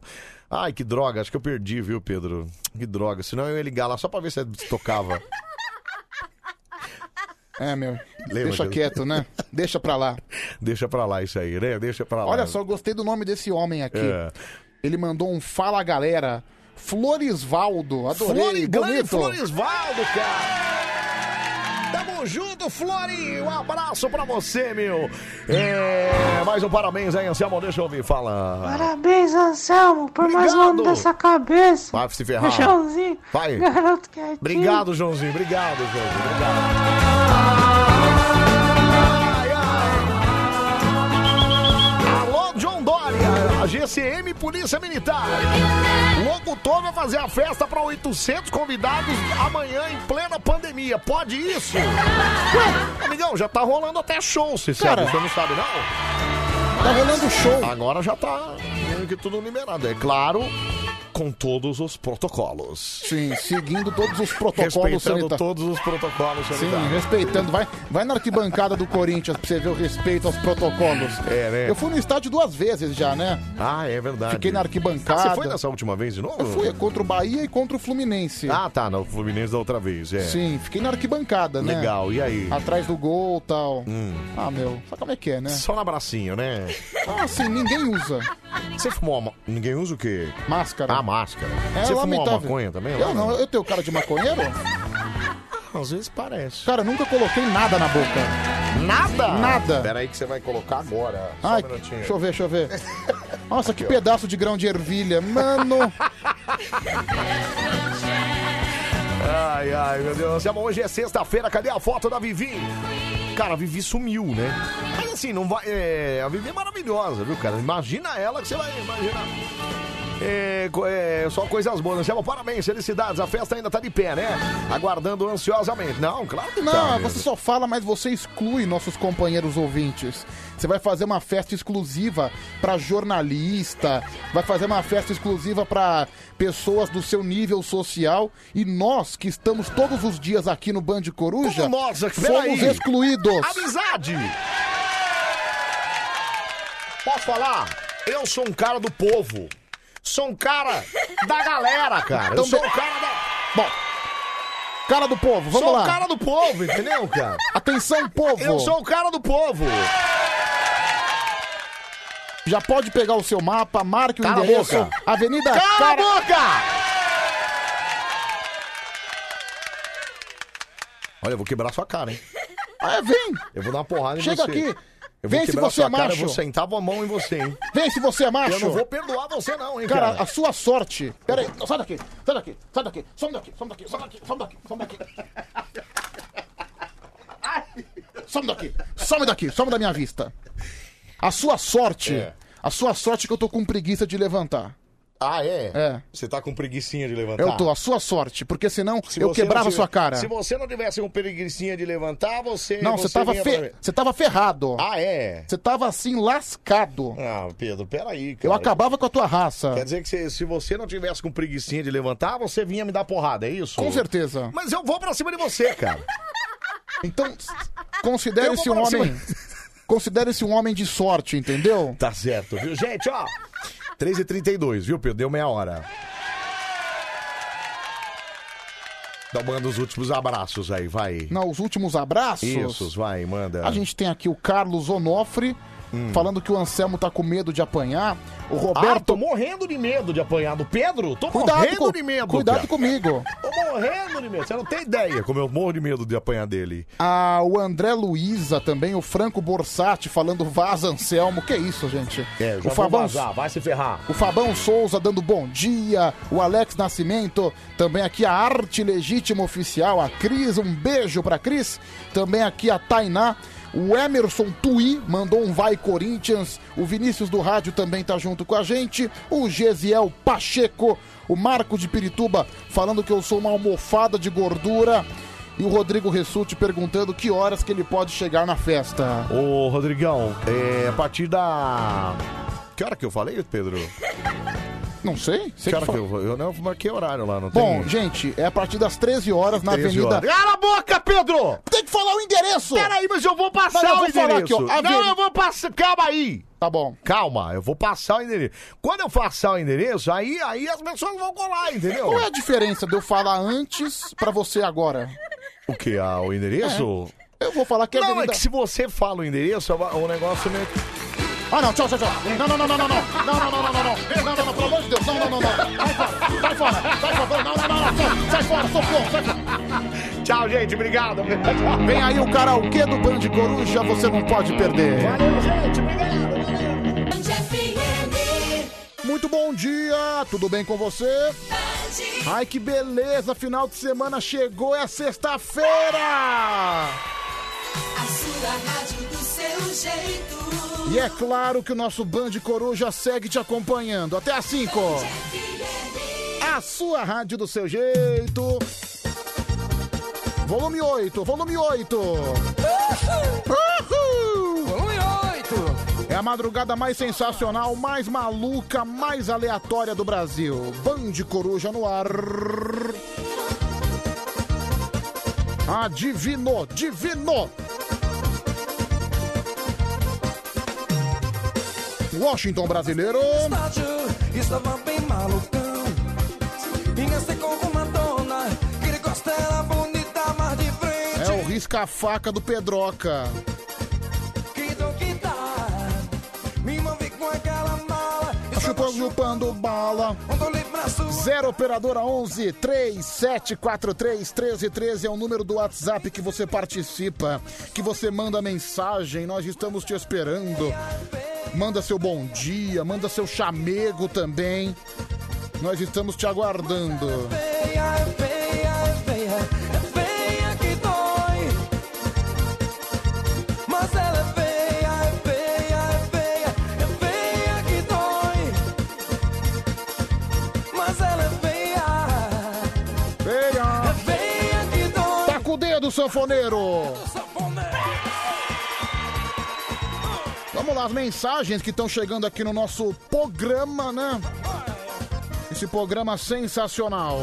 Speaker 1: Ai, que droga, acho que eu perdi, viu, Pedro? Que droga, senão eu ia ligar lá só pra ver se
Speaker 2: (laughs)
Speaker 1: tocava.
Speaker 2: É, meu.
Speaker 1: Lembra
Speaker 2: Deixa
Speaker 1: que-
Speaker 2: quieto,
Speaker 1: (laughs)
Speaker 2: né? Deixa pra lá.
Speaker 1: Deixa pra lá isso aí, né? Deixa pra lá.
Speaker 2: Olha só, eu gostei do nome desse homem aqui.
Speaker 1: É.
Speaker 2: Ele mandou um Fala Galera. Florisvaldo, adorei.
Speaker 1: Flori- grande
Speaker 2: bonito.
Speaker 1: Florisvaldo, cara.
Speaker 3: (laughs)
Speaker 1: Tamo junto, Flori. Um abraço pra você, meu. É, mais um parabéns aí, Anselmo. Deixa eu ouvir. Fala.
Speaker 6: Parabéns, Anselmo, por mais um ano dessa cabeça.
Speaker 1: Vai se ferrar.
Speaker 6: Joãozinho,
Speaker 1: Vai.
Speaker 6: garoto é quietinho.
Speaker 1: Obrigado, Joãozinho. Obrigado, Joãozinho. Obrigado. Alô, John Dória, a GCM Polícia Militar. O locutor vai fazer a festa pra 800 convidados amanhã em plena pandemia. Pode isso? Ué, amigão, já tá rolando até show, você
Speaker 2: Cara,
Speaker 1: sabe? Você não sabe, não?
Speaker 2: Tá rolando show.
Speaker 1: Agora já tá meio que tudo liberado. É claro, com todos os protocolos.
Speaker 2: Sim, seguindo todos os protocolos
Speaker 1: Respeitando
Speaker 2: sanitários.
Speaker 1: todos os protocolos
Speaker 2: Sim,
Speaker 1: sanitários.
Speaker 2: respeitando. Vai, vai na arquibancada do Corinthians pra você ver o respeito aos protocolos.
Speaker 1: É, né?
Speaker 2: Eu fui no estádio duas vezes já, né?
Speaker 1: Ah, é verdade.
Speaker 2: Fiquei na arquibancada.
Speaker 1: Você foi nessa última vez de novo?
Speaker 2: Eu fui contra o Bahia e contra o Fluminense.
Speaker 1: Ah, tá, no Fluminense da outra vez, é.
Speaker 2: Sim, fiquei na arquibancada, né?
Speaker 1: Legal, e aí?
Speaker 2: Atrás do gol e tal.
Speaker 1: Hum.
Speaker 2: Ah, meu, sabe como é que é, né?
Speaker 1: Só na bracinho, né?
Speaker 2: Ah, assim, ninguém usa.
Speaker 1: Você fumou uma... Ninguém usa o quê?
Speaker 2: Máscara.
Speaker 1: Ah, máscara.
Speaker 2: É
Speaker 1: Você fumou uma
Speaker 2: lamentável.
Speaker 1: maconha também?
Speaker 2: Eu não, eu tenho cara de maconheiro?
Speaker 1: (laughs) Às vezes parece.
Speaker 2: Cara, eu nunca coloquei nada na boca.
Speaker 1: Nada?
Speaker 2: Nada.
Speaker 1: Pera aí que você vai colocar agora. Só
Speaker 2: Ai,
Speaker 1: um minutinho.
Speaker 2: deixa eu ver, deixa eu
Speaker 1: (laughs)
Speaker 2: ver. Nossa, que pedaço de grão de ervilha,
Speaker 1: (laughs)
Speaker 2: mano.
Speaker 1: Ai, ai, meu Deus. Anselmo, Hoje é sexta-feira, cadê a foto da Vivi? Cara, a Vivi sumiu, né? Mas assim, não vai. é, a Vivi é maravilhosa, viu, cara? Imagina ela que você vai imaginar. É, co- é, só coisas boas. Anselmo, parabéns, felicidades. A festa ainda tá de pé, né? Aguardando ansiosamente. Não, claro que tá,
Speaker 2: Não,
Speaker 1: meu.
Speaker 2: você só fala, mas você exclui nossos companheiros ouvintes. Você vai fazer uma festa exclusiva pra jornalista, vai fazer uma festa exclusiva pra pessoas do seu nível social e nós que estamos todos os dias aqui no Band Coruja,
Speaker 1: Como nós aqui?
Speaker 2: fomos
Speaker 1: Peraí.
Speaker 2: excluídos.
Speaker 1: Amizade! Posso falar? Eu sou um cara do povo. Sou um cara da galera, cara. Eu
Speaker 2: Então
Speaker 1: sou
Speaker 2: be-
Speaker 1: um cara da.
Speaker 2: Bom, cara do povo, vamos
Speaker 1: sou
Speaker 2: lá.
Speaker 1: o cara do povo, entendeu, cara?
Speaker 2: Atenção, povo.
Speaker 1: Eu sou o cara do povo.
Speaker 2: Já pode pegar o seu mapa, marque o
Speaker 1: Cala a
Speaker 2: endereço.
Speaker 1: boca.
Speaker 2: Avenida
Speaker 1: Cala
Speaker 2: Cara-
Speaker 1: a boca! Olha, eu vou quebrar sua cara, hein?
Speaker 2: (laughs) Ah, vem!
Speaker 1: Eu vou dar uma porrada em
Speaker 2: Chega
Speaker 1: você.
Speaker 2: aqui.
Speaker 1: Eu vou
Speaker 2: Vem se
Speaker 1: quebrar
Speaker 2: você
Speaker 1: sua
Speaker 2: é
Speaker 1: cara,
Speaker 2: macho.
Speaker 1: eu vou sentar a mão em você, hein?
Speaker 2: Vem se você é macho.
Speaker 1: Eu não vou perdoar você não, hein,
Speaker 2: Cara,
Speaker 1: cara.
Speaker 2: a sua sorte. Pera aí, sai daqui, sai daqui, sai daqui, some daqui, some daqui, some daqui, some daqui, some daqui. Ai, Some daqui, some daqui, some da minha vista. A sua sorte,
Speaker 1: É.
Speaker 2: a sua sorte que eu tô com preguiça de levantar.
Speaker 1: Ah, é?
Speaker 2: É.
Speaker 1: Você tá com preguicinha de levantar?
Speaker 2: Eu tô, a sua sorte, porque senão
Speaker 1: Se
Speaker 2: eu
Speaker 1: você não
Speaker 2: quebrava
Speaker 1: tivesse-
Speaker 2: sua cara.
Speaker 1: Se você não tivesse com preguicinha de levantar, você.
Speaker 2: Não, você tava,
Speaker 1: vinha
Speaker 2: fe-
Speaker 1: pra mim.
Speaker 2: você tava ferrado.
Speaker 1: Ah, é?
Speaker 2: Você tava assim, lascado.
Speaker 1: Ah, Pedro, peraí, cara.
Speaker 2: eu acabava com a tua raça.
Speaker 1: Quer dizer que se, se você não tivesse com preguicinha de levantar, você vinha me dar porrada, é isso?
Speaker 2: Com certeza.
Speaker 1: Mas eu vou pra cima de você, cara.
Speaker 2: (laughs) Então,
Speaker 1: Eu
Speaker 2: considere-se
Speaker 1: vou
Speaker 2: um
Speaker 1: pra cima-
Speaker 2: homem. (laughs) Considere-se um homem de sorte, entendeu?
Speaker 1: Tá certo, viu? Gente, ó. 3h32, viu, Pedro? Deu meia hora. Então manda os últimos abraços aí, vai.
Speaker 2: Não, os últimos abraços.
Speaker 1: Isso, vai, manda.
Speaker 2: A gente tem aqui o Carlos Onofre. falando que o Anselmo tá com medo de apanhar. O
Speaker 1: Hum. Ah,
Speaker 2: Roberto.
Speaker 1: tô morrendo de medo de apanhar do Pedro? Tô
Speaker 2: Cuidado
Speaker 1: morrendo
Speaker 2: com-
Speaker 1: de medo.
Speaker 2: cuidado
Speaker 1: cara. (laughs)
Speaker 2: comigo.
Speaker 1: Tô morrendo de medo. Você não tem ideia como eu morro de medo de apanhar dele.
Speaker 2: Ah, o André Luiza também, o Franco Borsatti falando vaza Anselmo. Que isso, gente?
Speaker 1: É, já
Speaker 2: o
Speaker 1: vou vazar, vai se ferrar.
Speaker 2: O Fabão Souza dando bom dia. O Alex Nascimento. Também aqui a Arte Legítima Oficial. A Cris, um beijo pra Cris. Também aqui a Tainá. O Emerson Tui mandou um Vai Corinthians. O Vinícius do Rádio também tá junto com a gente. O Gesiel Pacheco. O Marco de Pirituba falando que eu sou uma almofada de gordura. E o Rodrigo Ressuti perguntando que horas que ele pode chegar na festa.
Speaker 1: Ô, Rodrigão, é, a partir da. Ah, Que hora que eu falei, Pedro?
Speaker 2: Não sei. sei
Speaker 1: que hora
Speaker 2: que
Speaker 1: que eu, eu não marquei horário lá, não
Speaker 2: Bom,
Speaker 1: tem.
Speaker 2: gente, é a partir das 13 horas na
Speaker 1: 13
Speaker 2: Avenida.
Speaker 1: horas. Cala a boca, Pedro!
Speaker 2: Tem que falar o endereço!
Speaker 1: Peraí, mas eu vou passar
Speaker 2: Mas eu
Speaker 1: o
Speaker 2: vou falar aqui,
Speaker 1: endereço.
Speaker 2: ó.
Speaker 1: Não,
Speaker 2: Avenida-
Speaker 1: eu vou passar. Calma aí.
Speaker 2: Tá bom.
Speaker 1: Calma, eu vou passar o endereço. Quando eu passar o endereço, aí, aí as pessoas vão colar, entendeu?
Speaker 2: Qual é a diferença de eu falar antes pra você agora?
Speaker 1: O que? Ah, o endereço?
Speaker 2: Eu vou falar que é a
Speaker 1: não,
Speaker 2: Avenida...
Speaker 1: é que se você fala o
Speaker 2: É.
Speaker 1: endereço, o negócio meio que.
Speaker 2: Ah, não, tchau, tchau, tchau. Não, não, não, não, não, não. Não, não, não, não, não, não. Não, não, não, pelo amor de Deus. Não, não, não, não. Sai fora, sai fora. Sai fora. Não, não, não, não. Sai fora, socorro, sai fora.
Speaker 1: Tchau, gente. Obrigado.
Speaker 2: (laughs) Vem aí o karaokê do Band Coruja, você não pode perder.
Speaker 1: Valeu, gente. Obrigado.
Speaker 2: Muito bom dia, tudo bem com você? Ai que beleza, final de semana chegou, é sexta-feira!
Speaker 3: A sua rádio do seu jeito.
Speaker 2: E é claro que o nosso Band Coruja segue te acompanhando. Até às 5. É A sua rádio do seu jeito. Volume 8, volume 8. Uhul! Volume 8. É a madrugada mais sensacional, mais maluca, mais aleatória do Brasil. Band Coruja no ar. Ah, divino, divino. Washington brasileiro.
Speaker 3: Estádio estava bem malucão. Engasei com uma dona que ele gosta era bonita, mas de frente.
Speaker 2: É o risca-faca do Pedroca.
Speaker 3: Que dom que dá. Me envolvi com aquela mala.
Speaker 2: Tá Chupando, chupando bala. Zero operadora 11 3743 1313 é o número do WhatsApp que você participa, que você manda mensagem, nós estamos te esperando. Manda seu bom dia, manda seu chamego também. Nós estamos te aguardando.
Speaker 3: Feia, é feia, é feia. É feia que dói. Mas ela é feia, é feia, é feia. É feia que dói. Mas ela é feia.
Speaker 2: Feia.
Speaker 3: É feia que dói.
Speaker 2: Tá com o dedo, sanfoneiro! Vamos lá, as mensagens que estão chegando aqui no nosso programa, né? Esse programa sensacional.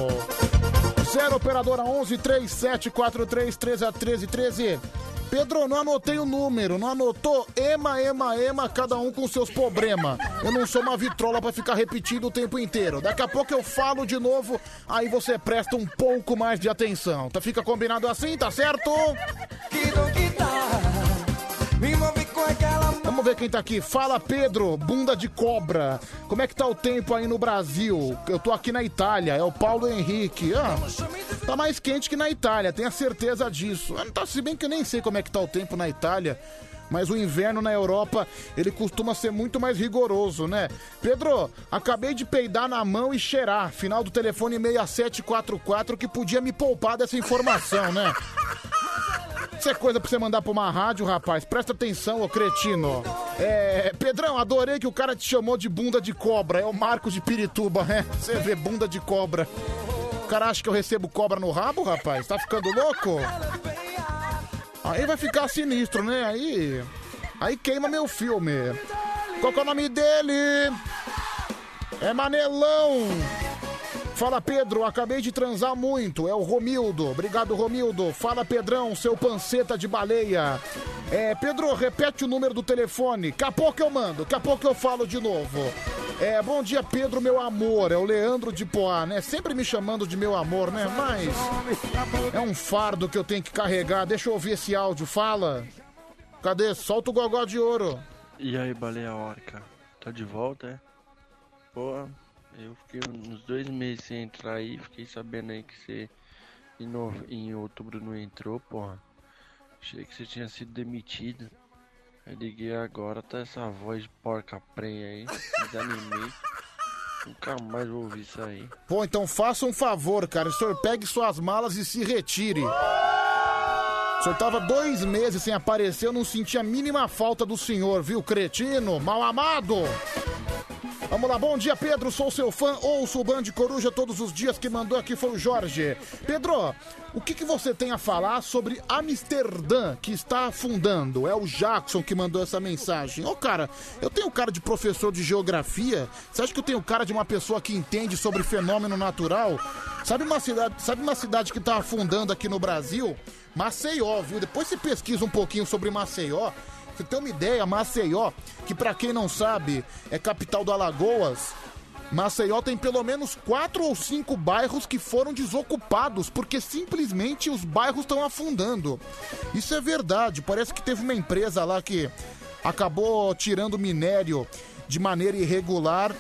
Speaker 2: 0 operadora 11 3743 1313. Pedro, não anotei o número, não anotou? Ema, ema, ema, cada um com seus problemas. Eu não sou uma vitrola pra ficar repetindo o tempo inteiro. Daqui a pouco eu falo de novo, aí você presta um pouco mais de atenção. Tá, fica combinado assim, tá certo? Vamos ver quem tá aqui. Fala, Pedro, bunda de cobra. Como é que tá o tempo aí no Brasil? Eu tô aqui na Itália, é o Paulo Henrique. Ah, tá mais quente que na Itália, tenha certeza disso. Ah, Tá, se bem que eu nem sei como é que tá o tempo na Itália. Mas o inverno na Europa, ele costuma ser muito mais rigoroso, né? Pedro, acabei de peidar na mão e cheirar. Final do telefone 6744, que podia me poupar dessa informação, né? Isso é coisa pra você mandar pra uma rádio, rapaz. Presta atenção, ô cretino. É, Pedrão, adorei que o cara te chamou de bunda de cobra. É o Marcos de Pirituba, né? Você vê bunda de cobra. O cara acha que eu recebo cobra no rabo, rapaz? Tá ficando louco? Aí vai ficar sinistro, né? Aí. Aí queima meu filme. Qual que é o nome dele? É Manelão. Fala Pedro, acabei de transar muito. É o Romildo. Obrigado, Romildo. Fala Pedrão, seu panceta de baleia. É, Pedro, repete o número do telefone. Daqui a pouco eu mando, daqui a pouco eu falo de novo. É, bom dia, Pedro, meu amor. É o Leandro de Poá, né? Sempre me chamando de meu amor, né? Mas é um fardo que eu tenho que carregar. Deixa eu ouvir esse áudio. Fala. Cadê? Solta o gogó de ouro.
Speaker 4: E aí, baleia orca? Tá de volta, é? Pô, eu fiquei uns dois meses sem entrar aí, fiquei sabendo aí que você em, nove- em outubro não entrou, porra. Achei que você tinha sido demitido. Aí liguei agora, tá essa voz de porca prenha aí, desanimei. Nunca mais vou ouvir isso aí.
Speaker 2: Pô, então faça um favor, cara. O senhor pegue suas malas e se retire. O senhor tava dois meses sem aparecer, eu não senti a mínima falta do senhor, viu, cretino? Mal amado! Vamos lá, bom dia, Pedro. Sou seu fã, ouço o Band Coruja todos os dias. Quem mandou aqui foi o Jorge. Pedro, o que, que você tem a falar sobre Amsterdã, que está afundando? É o Jackson que mandou essa mensagem. Ô, cara, eu tenho cara de professor de geografia. Você acha que eu tenho cara de uma pessoa que entende sobre fenômeno natural? Sabe uma cidade, sabe uma cidade que está afundando aqui no Brasil? Maceió, viu? Depois você pesquisa um pouquinho sobre Maceió. Você tem uma ideia, Maceió, que pra quem não sabe, é capital do Alagoas. Maceió tem pelo menos quatro ou cinco bairros que foram desocupados, porque simplesmente os bairros estão afundando. Isso é verdade. Parece que teve uma empresa lá que acabou tirando minério de maneira irregular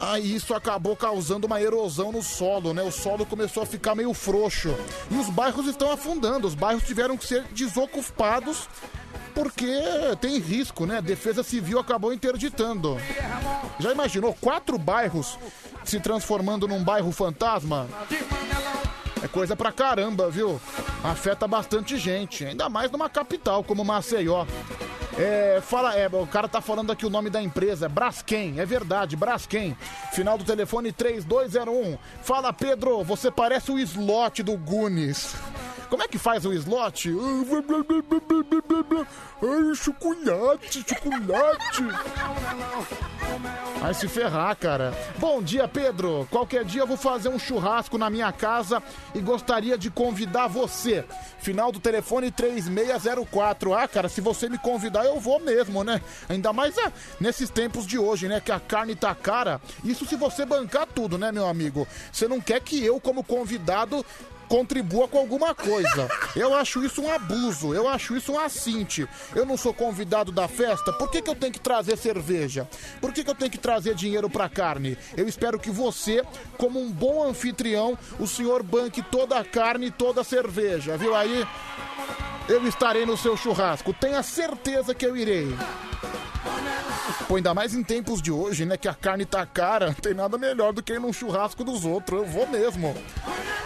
Speaker 2: Aí isso acabou causando uma erosão no solo, né? O solo começou a ficar meio frouxo. E os bairros estão afundando, os bairros tiveram que ser desocupados porque tem risco, né? A Defesa Civil acabou interditando. Já imaginou quatro bairros se transformando num bairro fantasma? É coisa pra caramba, viu? Afeta bastante gente, ainda mais numa capital como Maceió. É, fala, é, o cara tá falando aqui o nome da empresa, é Braskem, é verdade, Braskem. Final do telefone 3201. Fala, Pedro, você parece o slot do Gunis. Como é que faz o slot? Ai, chocolate, chocolate. Vai se ferrar, cara. Bom dia, Pedro. Qualquer dia eu vou fazer um churrasco na minha casa e gostaria de convidar você. Final do telefone 3604. Ah, cara, se você me convidar, eu vou mesmo, né? Ainda mais ah, nesses tempos de hoje, né? Que a carne tá cara. Isso se você bancar tudo, né, meu amigo? Você não quer que eu, como convidado, contribua com alguma coisa. Eu acho isso um abuso, eu acho isso um assinte. Eu não sou convidado da festa, por que, que eu tenho que trazer cerveja? Por que, que eu tenho que trazer dinheiro pra carne? Eu espero que você, como um bom anfitrião, o senhor banque toda a carne e toda a cerveja, viu aí? Eu estarei no seu churrasco, tenha certeza que eu irei. Pô, ainda mais em tempos de hoje, né? Que a carne tá cara, tem nada melhor do que ir num churrasco dos outros. Eu vou mesmo.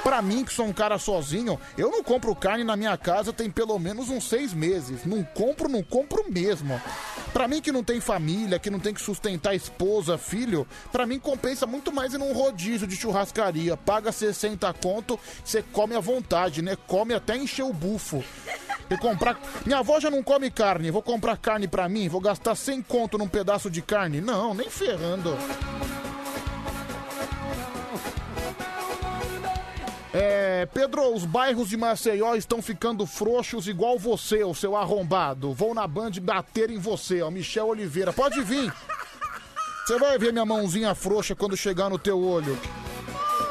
Speaker 2: Pra mim, que sou um cara sozinho, eu não compro carne na minha casa tem pelo menos uns seis meses. Não compro, não compro mesmo. Pra mim que não tem família, que não tem que sustentar esposa, filho, pra mim compensa muito mais ir num rodízio de churrascaria. Paga 60 conto, você come à vontade, né? Come até encher o bufo. E comprar. Minha avó já não come carne. Vou comprar carne pra mim? Vou gastar 100 conto num pedaço de carne? Não, nem ferrando. É, Pedro, os bairros de Maceió estão ficando frouxos igual você, o seu arrombado. Vou na Band bater em você, ó, Michel Oliveira. Pode vir. Você vai ver minha mãozinha frouxa quando chegar no teu olho.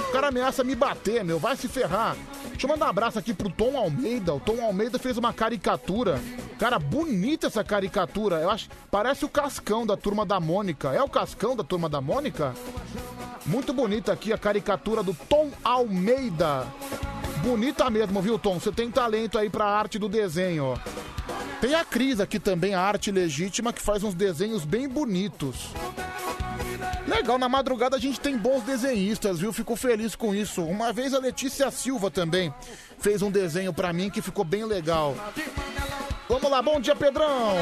Speaker 2: O cara ameaça me bater, meu. Vai se ferrar. Deixa eu mandar um abraço aqui pro Tom Almeida. O Tom Almeida fez uma caricatura. Cara, bonita essa caricatura. Eu acho. Parece o Cascão da turma da Mônica. É o Cascão da turma da Mônica? Muito bonita aqui a caricatura do Tom Almeida. Bonita mesmo, viu, Tom? Você tem talento aí pra arte do desenho. Tem a Cris aqui também, a arte legítima, que faz uns desenhos bem bonitos. Legal, na madrugada a gente tem bons desenhistas, viu? Fico feliz com isso. Uma vez a Letícia Silva também fez um desenho pra mim que ficou bem legal. Vamos lá, bom dia, Pedrão!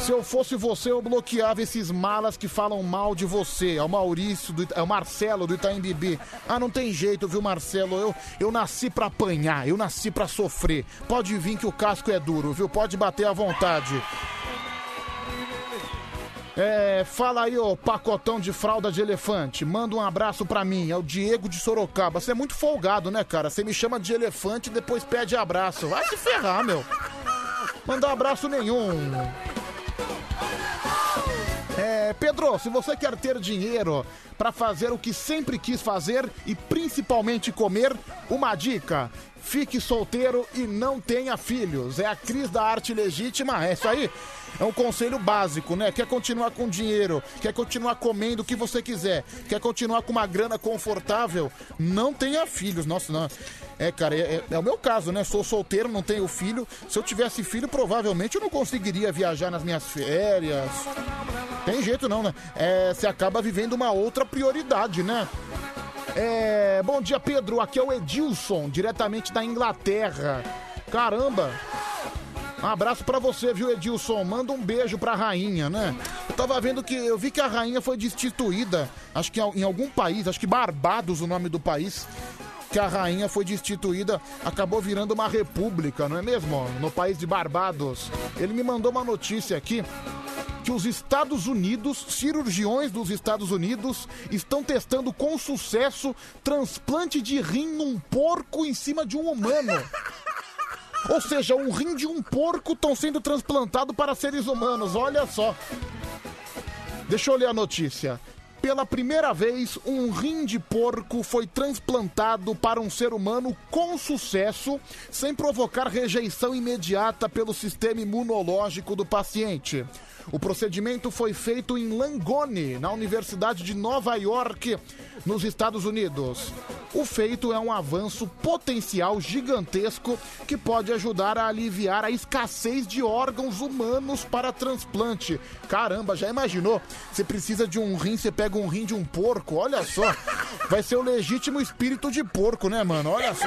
Speaker 2: Se eu fosse você, eu bloqueava esses malas que falam mal de você. É o Maurício, do, Ita- é o Marcelo do Itaim Bibi. Ah, não tem jeito, viu, Marcelo? Eu, eu nasci pra apanhar, eu nasci pra sofrer. Pode vir que o casco é duro, viu? Pode bater à vontade. É, fala aí, ô pacotão de fralda de elefante. Manda um abraço pra mim. É o Diego de Sorocaba. Você é muito folgado, né, cara? Você me chama de elefante e depois pede abraço. Vai se ferrar, meu. Mandar abraço nenhum. É, Pedro, se você quer ter dinheiro para fazer o que sempre quis fazer e principalmente comer, uma dica. Fique solteiro e não tenha filhos. É a Cris da Arte Legítima, é isso aí. É um conselho básico, né? Quer continuar com dinheiro, quer continuar comendo o que você quiser, quer continuar com uma grana confortável, não tenha filhos. Nossa, não. É, cara, é, é- é o meu caso, né? Sou solteiro, não tenho filho. Se eu tivesse filho, provavelmente eu não conseguiria viajar nas minhas férias. Tem jeito não, né? É, você acaba vivendo uma outra prioridade, né? É, bom dia, Pedro. Aqui é o Edilson, diretamente da Inglaterra. Caramba! Um abraço pra você, viu, Edilson? Manda um beijo pra rainha, né? Eu tava vendo que. Eu vi que a rainha foi destituída. Acho que em algum país, acho que Barbados o nome do país. Que a rainha foi destituída, acabou virando uma república, não é mesmo? No país de Barbados. Ele me mandou uma notícia aqui que os Estados Unidos, cirurgiões dos Estados Unidos, estão testando com sucesso transplante de rim num porco em cima de um humano. Ou seja, um rim de um porco estão sendo transplantado para seres humanos. Olha só. Deixa eu ler a notícia. Pela primeira vez, um rim de porco foi transplantado para um ser humano com sucesso, sem provocar rejeição imediata pelo sistema imunológico do paciente. O procedimento foi feito em Langone, na Universidade de Nova York, nos Estados Unidos. O feito é um avanço potencial gigantesco que pode ajudar a aliviar a escassez de órgãos humanos para transplante. Caramba, já imaginou? Você precisa de um rim, você pega um rim de um porco, olha só. Vai ser o legítimo espírito de porco, né, mano? Olha só.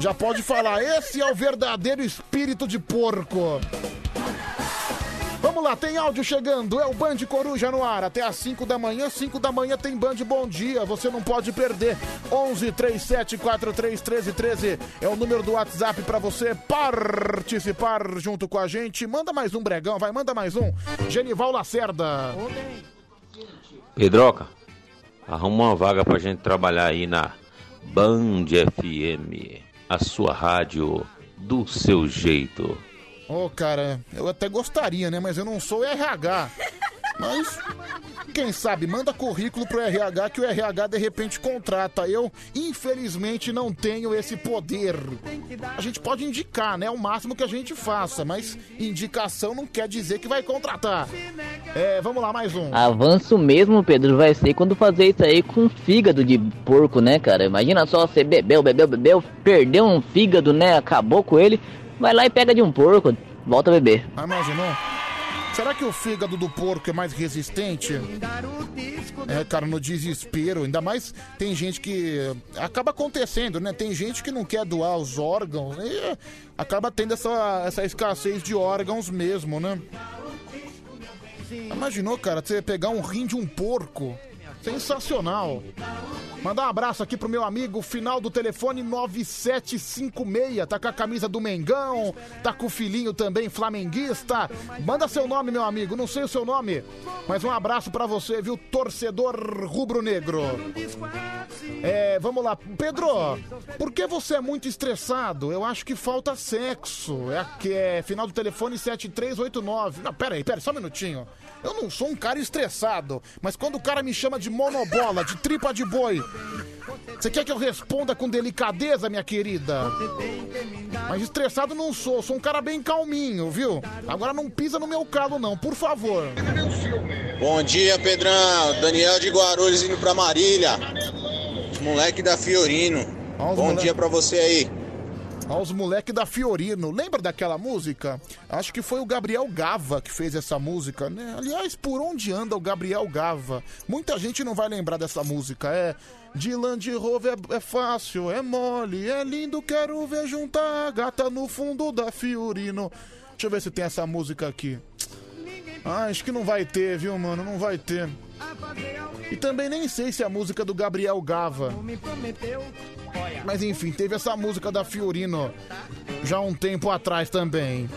Speaker 2: Já pode falar, esse é o verdadeiro espírito de porco. Vamos lá, tem áudio chegando, é o Band Coruja no ar, até às 5 da manhã, 5 da manhã tem Band Bom Dia, você não pode perder, 11 37 43 13 13 é o número do WhatsApp pra você participar junto com a gente, manda mais um bregão, vai, manda mais um, Genival Lacerda.
Speaker 11: Pedroca, arruma uma vaga pra gente trabalhar aí na Band FM, a sua rádio do seu jeito.
Speaker 2: Ô, cara, eu até gostaria, né? Mas eu não sou RH. Mas, quem sabe, manda currículo pro RH que o RH de repente contrata. Eu, infelizmente, não tenho esse poder. A gente pode indicar, né? É o máximo que a gente faça, mas indicação não quer dizer que vai contratar. É, vamos lá, mais um.
Speaker 14: Avanço mesmo, Pedro, vai ser quando fazer isso aí com fígado de porco, né, cara? Imagina só, você bebeu, bebeu, bebeu, perdeu um fígado, né? Acabou com ele, vai lá e pega de um porco, volta a beber.
Speaker 2: Ah, Imaginou? Será que o fígado do porco é mais resistente? É, cara, no desespero. Ainda mais tem gente que. eh, Acaba acontecendo, né? Tem gente que não quer doar os órgãos. né? E acaba tendo essa, essa escassez de órgãos mesmo, né? Imaginou, cara, você pegar um rim de um porco? Sensacional. Mandar um abraço aqui pro meu amigo, final do telefone 9756. Tá com a camisa do Mengão, tá com o filhinho também flamenguista. Manda seu nome, meu amigo, não sei o seu nome, mas um abraço pra você, viu, torcedor rubro-negro. É, vamos lá. Pedro, por que você é muito estressado? Eu acho que falta sexo. É, que é final do telefone 7389. Não, pera aí, pera aí, só um minutinho. Eu não sou um cara estressado, mas quando o cara me chama de monobola, de tripa de boi, você quer que eu responda com delicadeza, minha querida? Mas estressado não sou, sou um cara bem calminho, viu? Agora não pisa no meu calo não, por favor.
Speaker 17: Bom dia, Pedrão. Daniel de Guarulhos indo pra Marília. Os moleque da Fiorino. Bom
Speaker 2: moleque.
Speaker 17: dia pra você aí.
Speaker 2: Aos moleque da Fiorino. Lembra daquela música? Acho que foi o Gabriel Gava que fez essa música, né? Aliás, por onde anda o Gabriel Gava? Muita gente não vai lembrar dessa música. É. De Land Rover é, é fácil, é mole, é lindo, quero ver juntar a gata no fundo da Fiorino. Deixa eu ver se tem essa música aqui. Ah, acho que não vai ter, viu, mano? Não vai ter. E também nem sei se é a música do Gabriel Gava. Mas enfim, teve essa música da Fiorino já um tempo atrás também.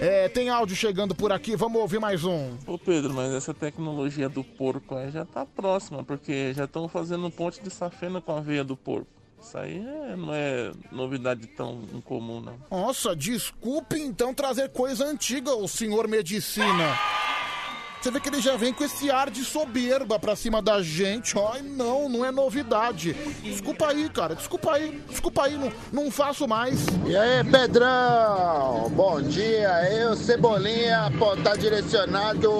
Speaker 2: É, tem áudio chegando por aqui, vamos ouvir mais um.
Speaker 18: Ô Pedro, mas essa tecnologia do porco aí já tá próxima, porque já estão fazendo um ponte de safena com a veia do porco. Isso aí é- não é novidade tão incomum, não.
Speaker 2: Nossa, desculpe então trazer coisa antiga, o senhor medicina. Você vê que ele já vem com esse ar de soberba pra cima da gente. Ai, não, não é novidade. Desculpa aí, cara. Desculpa aí. Desculpa aí, não, não faço mais.
Speaker 7: E aí, Pedrão? Bom dia, eu, Cebolinha, pô, tá direcionado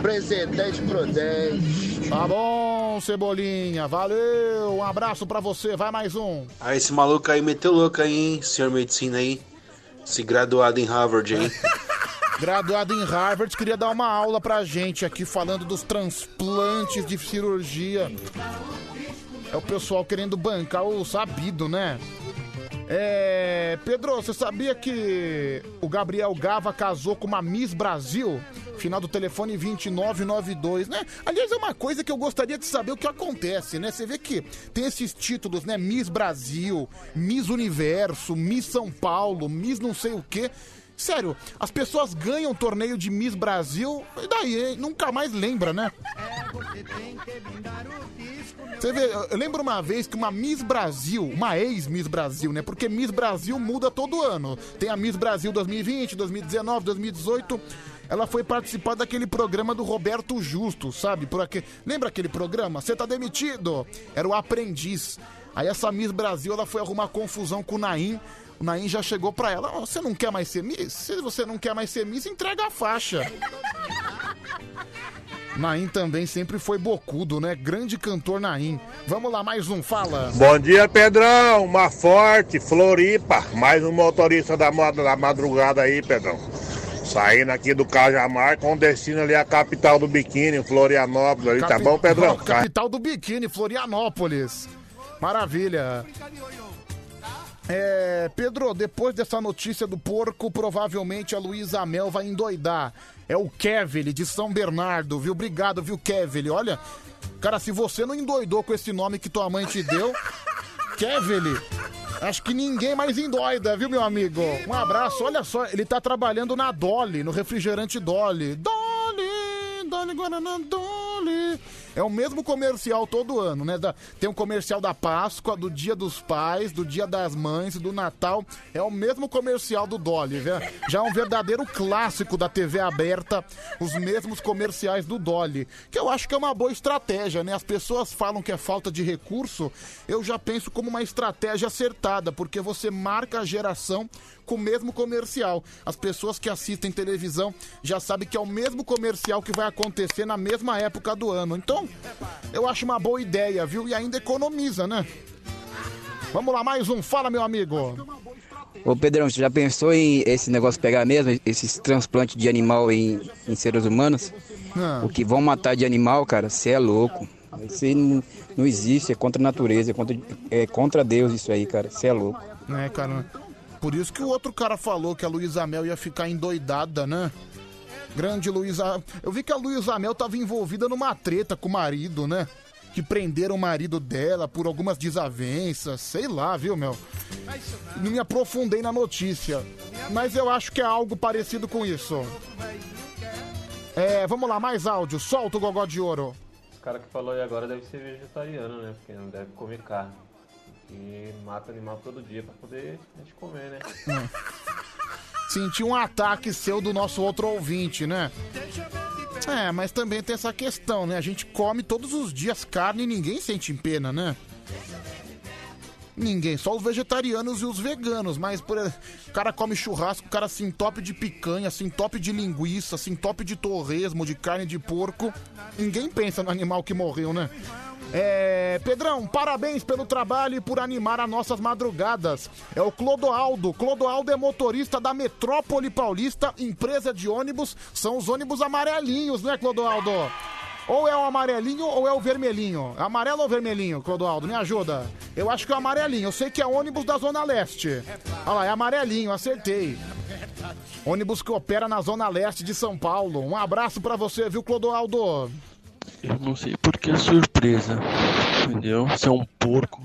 Speaker 7: presidente prudente.
Speaker 2: Tá bom, Cebolinha. Valeu. Um abraço pra você. Vai mais um.
Speaker 15: Ah, esse maluco aí meteu louco aí, hein, senhor medicina aí. Se graduado em Harvard, hein?
Speaker 2: Graduado em Harvard, queria dar uma aula pra gente aqui falando dos transplantes de cirurgia. É o pessoal querendo bancar o sabido, né? É. Pedro, você sabia que o Gabriel Gava casou com uma Miss Brasil? Final do telefone 2992, né? Aliás, é uma coisa que eu gostaria de saber o que acontece, né? Você vê que tem esses títulos, né? Miss Brasil, Miss Universo, Miss São Paulo, Miss não sei o quê. Sério, as pessoas ganham o torneio de Miss Brasil e daí hein? nunca mais lembra, né? Você vê, eu lembro uma vez que uma Miss Brasil, uma ex-Miss Brasil, né? Porque Miss Brasil muda todo ano. Tem a Miss Brasil 2020, 2019, 2018. Ela foi participar daquele programa do Roberto Justo, sabe? Por aque... Lembra aquele programa? Você tá demitido! Era o aprendiz. Aí essa Miss Brasil, ela foi arrumar confusão com o Naim. O Naim já chegou pra ela: "Ó, Você não quer mais ser Miss? Se você não quer mais ser Miss, entrega a faixa. Naim também sempre foi bocudo, né? Grande cantor Naim. Vamos lá, mais um, fala.
Speaker 19: Bom dia, Pedrão. Uma forte, Floripa. Mais um motorista da, moda- da madrugada aí, Pedrão. Saindo aqui do Cajamar com destino ali à capital do biquíni, Florianópolis ali, tá
Speaker 2: Capi-
Speaker 19: bom, Pedrão?
Speaker 2: Ó, (laughs) Capital do biquíni, Florianópolis. Maravilha. É, Pedro, depois dessa notícia do porco, provavelmente a Luísa Amel vai endoidar. É o Kevin de São Bernardo, viu? Obrigado, viu, Kevin? Olha, cara, se você não endoidou com esse nome que tua mãe te
Speaker 19: (laughs)
Speaker 2: deu, Kevin, acho que ninguém mais endoida, viu, meu amigo? Um abraço. Olha só, ele tá trabalhando na Dolly, no refrigerante Dolly. Dolly, Dolly Guaraná, Dolly. É o mesmo comercial todo ano, né? Da- tem um comercial da Páscoa, do Dia dos Pais, do Dia das Mães, do Natal. É o mesmo comercial do Dolly, viu? Já é um verdadeiro clássico da TV aberta, os mesmos comerciais do Dolly. Que eu acho que é uma boa estratégia, né? As pessoas falam que é falta de recurso, eu já penso como uma estratégia acertada, porque você marca a geração com o mesmo comercial. As pessoas que assistem televisão já sabem que é o mesmo comercial que vai acontecer na mesma época do ano. Então, eu acho uma boa ideia, viu? E ainda economiza, né? Vamos lá, mais um. Fala, meu amigo.
Speaker 20: Ô Pedrão, você já pensou em esse negócio pegar mesmo, esses transplantes de animal em, em seres humanos?
Speaker 2: Ah.
Speaker 20: O que vão matar de animal, cara, você é louco. Isso aí não, não existe, é contra a natureza, é contra, é contra Deus isso aí, cara, você é louco.
Speaker 2: Né, cara? Por isso que o outro cara falou que a Luísa Mel ia ficar endoidada, né? Grande Luísa. Eu vi que a Luísa Mel tava envolvida numa treta com o marido, né? Que prenderam o marido dela por algumas desavenças, sei lá, viu, meu? Não me aprofundei na notícia, mas eu acho que é algo parecido com isso. É, vamos lá, mais áudio. Solta o gogó de ouro.
Speaker 23: O cara que falou aí agora deve ser vegetariano, né? Porque não deve comer carne. E mata animal todo dia pra poder a gente comer, né?
Speaker 2: Senti um ataque seu do nosso outro ouvinte, né? É, mas também tem essa questão, né? A gente come todos os dias carne e ninguém sente pena, né? Ninguém, só os vegetarianos e os veganos, mas por ex- o cara come churrasco, o cara se entope de picanha, se entope de linguiça, se entope de torresmo, de carne de porco. Ninguém pensa no animal que morreu, né? É, Pedrão, parabéns pelo trabalho e por animar as nossas madrugadas. É o Clodoaldo. Clodoaldo é motorista da Metrópole Paulista, empresa de ônibus. São os ônibus amarelinhos, né, Clodoaldo? Ou é o amarelinho ou é o vermelhinho? Amarelo ou vermelhinho, Clodoaldo? Me ajuda. Eu acho que é o amarelinho. Eu sei que é ônibus da Zona Leste. Olha lá, é amarelinho, acertei. Ônibus que opera na Zona Leste de São Paulo. Um abraço pra você, viu, Clodoaldo?
Speaker 4: Eu não sei porque é surpresa. Entendeu? Você é um porco.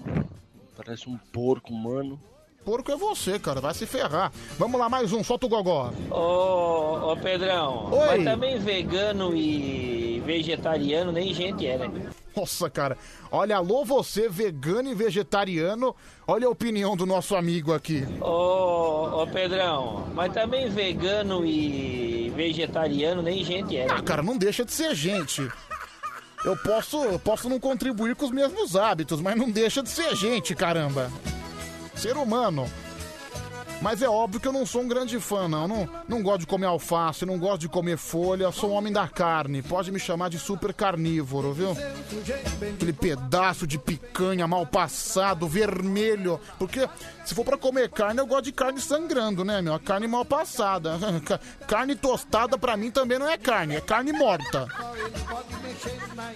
Speaker 4: Parece um porco, mano.
Speaker 2: porco é você, cara. Vai se ferrar. Vamos lá, mais um. Solta o gogó.
Speaker 5: Ô, ô Pedrão,
Speaker 2: Oi.
Speaker 5: mas também vegano e vegetariano nem gente é, né?
Speaker 2: Nossa, cara. Olha, alô você, vegano e vegetariano. Olha a opinião do nosso amigo aqui.
Speaker 5: Ô, ô Pedrão, mas também vegano e vegetariano nem gente é, né?
Speaker 2: Ah, cara, não deixa de ser gente. Eu posso, eu posso não contribuir com os mesmos hábitos, mas não deixa de ser gente, caramba. Ser humano. Mas é óbvio que eu não sou um grande fã, não. Não, não gosto de comer alface, não gosto de comer folha. Sou um homem da carne. Pode me chamar de super carnívoro, viu? Aquele pedaço de picanha mal passado, vermelho. Porque se for pra comer carne, eu gosto de carne sangrando, né, meu? A Carne mal passada. (laughs) Ca- Carne tostada pra mim também não é carne, é carne morta.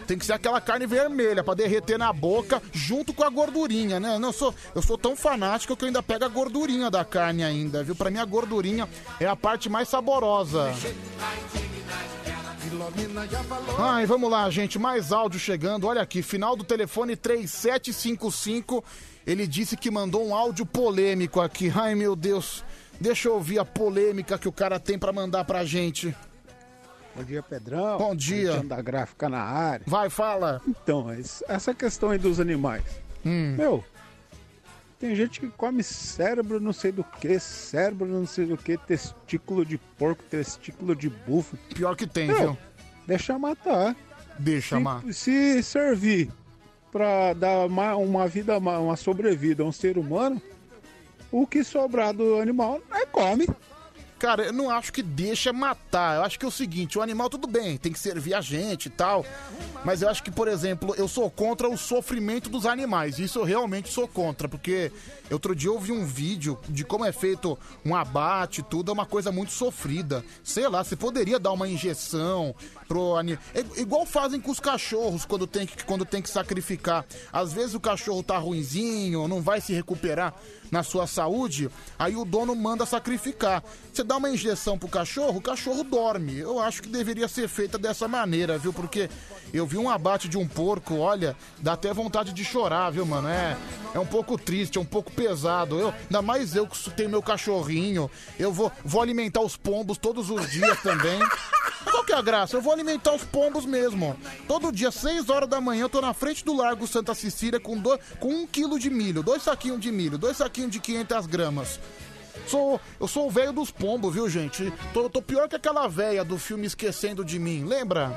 Speaker 2: Tem que ser aquela carne vermelha pra derreter na boca junto com a gordurinha, né? Não, eu, sou, eu sou tão fanático que eu ainda pego a gordurinha da carne ainda, viu? Pra mim a gordurinha é a parte mais saborosa. Ai, vamos lá, gente. Mais áudio chegando. Olha aqui, final do telefone 3755. Ele disse que mandou um áudio polêmico aqui. Ai, meu Deus. Deixa eu ouvir a polêmica que o cara tem pra mandar pra gente.
Speaker 10: Bom dia, Pedrão.
Speaker 2: Bom dia.
Speaker 10: Cristiano da gráfica na área.
Speaker 2: Vai, fala.
Speaker 10: Então, mas essa questão aí dos animais.
Speaker 2: Hum,
Speaker 10: Meu, tem gente que come cérebro não sei do que, cérebro não sei do que, testículo de porco, testículo de bufo.
Speaker 2: Pior que tem,
Speaker 10: Meu,
Speaker 2: viu?
Speaker 10: Deixa matar.
Speaker 2: Deixa
Speaker 10: se,
Speaker 2: matar.
Speaker 10: Se servir pra dar uma, uma vida, uma, uma sobrevida a um ser humano, o que sobrar do animal é come.
Speaker 2: Cara, eu não acho que deixa matar. Eu acho que é o seguinte, o animal tudo bem, tem que servir a gente e tal. Mas eu acho que, por exemplo, eu sou contra o sofrimento dos animais. Isso eu realmente sou contra, porque outro dia eu vi um vídeo de como é feito um abate e tudo, é uma coisa muito sofrida. Sei lá, você poderia dar uma injeção pro animal. Igual fazem com os cachorros quando tem, que, quando tem que sacrificar. Às vezes o cachorro tá ruinzinho, não vai se recuperar na sua saúde, aí o dono manda sacrificar. Você dá uma injeção pro cachorro, o cachorro dorme. Eu acho que deveria ser feita dessa maneira, viu? Porque eu vi um abate de um porco, olha, dá até vontade de chorar, viu, mano? É, é um pouco triste, é um pouco pesado. Eu, ainda mais eu que tenho meu cachorrinho, eu vou, vou alimentar os pombos todos os dias também. Qual que é a graça? Eu vou alimentar os pombos mesmo. Todo dia, 6 horas da manhã, eu tô na frente do Largo Santa Cecília com, dois, com um quilo de milho, dois saquinhos de milho, dois saquinhos de 500 gramas. Sou, eu sou o velho dos pombos, viu, gente? Tô, tô pior que aquela velha do filme Esquecendo de Mim, lembra?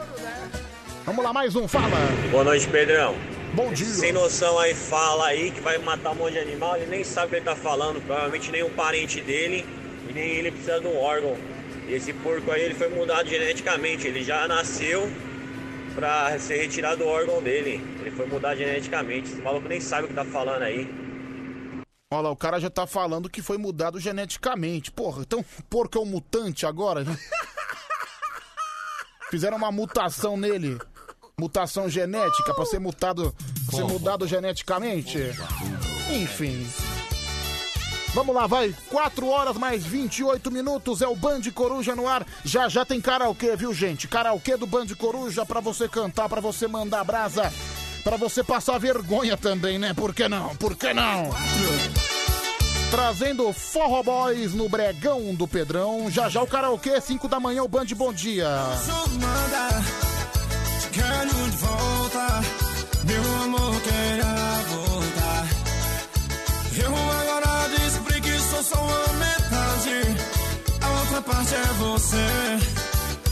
Speaker 2: Vamos lá, mais um, fala!
Speaker 12: Boa noite, Pedrão.
Speaker 2: Bom dia.
Speaker 12: Sem noção aí fala aí que vai matar um monte de animal, ele nem sabe o que ele tá falando, provavelmente nem um parente dele e nem ele precisa de um órgão. E esse porco aí ele foi mudado geneticamente, ele já nasceu pra ser retirado o órgão dele. Ele foi mudado geneticamente, esse maluco nem sabe o que tá falando aí.
Speaker 2: Olha lá, o cara já tá falando que foi mudado geneticamente. Porra, então o porco é um mutante agora? (laughs) Fizeram uma mutação nele. Mutação genética pra ser mutado, pra ser mudado geneticamente. Enfim. Vamos lá, vai. 4 horas mais 28 minutos é o Band Coruja no ar. Já já tem karaokê, viu, gente? Karaokê do Band Coruja pra você cantar, pra você mandar brasa, pra você passar vergonha também, né? Por que não? Por que não? Trazendo Forro Boys no Bregão do Pedrão. Já já o karaokê, 5 da manhã, o Band Bom Dia.
Speaker 3: Só manda, te quero de volta. Meu amor, queira voltar. Eu agora descobri que sou só uma metade. A outra parte é você.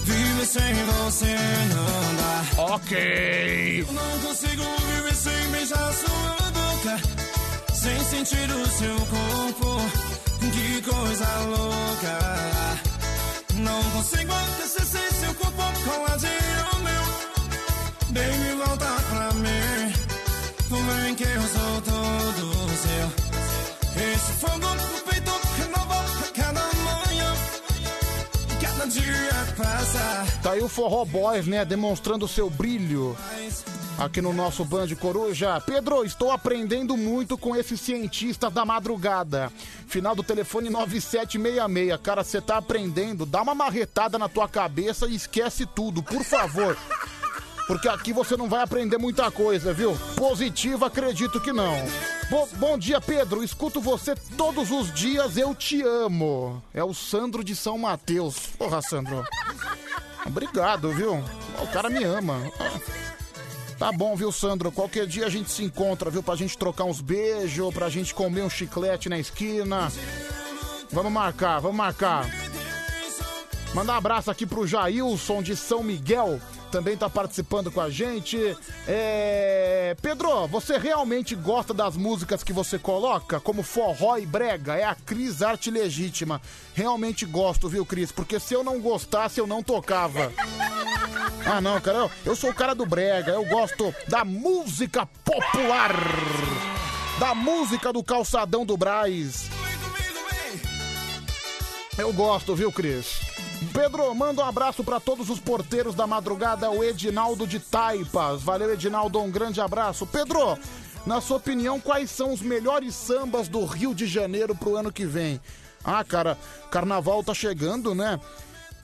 Speaker 3: Viver sem você não dá.
Speaker 2: Ok.
Speaker 3: Eu não consigo viver sem beijar sua boca. Sem sentir o seu corpo. Que coisa louca. Não consigo aquecer sem seu corpo coladinho ao um meu Baby, volta pra mim Vem que eu sou todo seu Esse fogo no peito renova a cada manhã Cada dia passa
Speaker 2: Tá aí o Forró Boys, né? Demonstrando o seu brilho aqui no nosso Band Coruja. Pedro, estou aprendendo muito com esses cientistas da madrugada. Final do telefone 9766. Cara, você tá aprendendo. Dá uma marretada na tua cabeça e esquece tudo, por favor. Porque aqui você não vai aprender muita coisa, viu? Positivo, acredito que não. Bo- bom dia, Pedro. Escuto você todos os dias. Eu te amo. É o Sandro de São Mateus. Porra, Sandro. Obrigado, viu? O cara me ama. Tá bom, viu, Sandro? Qualquer dia a gente se encontra, viu? Pra gente trocar uns beijos, pra gente comer um chiclete na esquina. Vamos marcar, vamos marcar. Mandar um abraço aqui pro Jailson de São Miguel, também tá participando com a gente. É... Pedro, você realmente gosta das músicas que você coloca, como forró e brega? É a Cris Arte Legítima. Realmente gosto, viu, Cris? Porque se eu não gostasse, eu não tocava. Ah, não, cara, eu, eu sou o cara do brega, eu gosto da música popular, da música do calçadão do Braz. Eu gosto, viu, Cris? Pedro, manda um abraço pra todos os porteiros da madrugada, o Edinaldo de Taipas. Valeu, Edinaldo, um grande abraço. Pedro, na sua opinião, quais são os melhores sambas do Rio de Janeiro pro ano que vem? Ah, cara, carnaval tá chegando, né?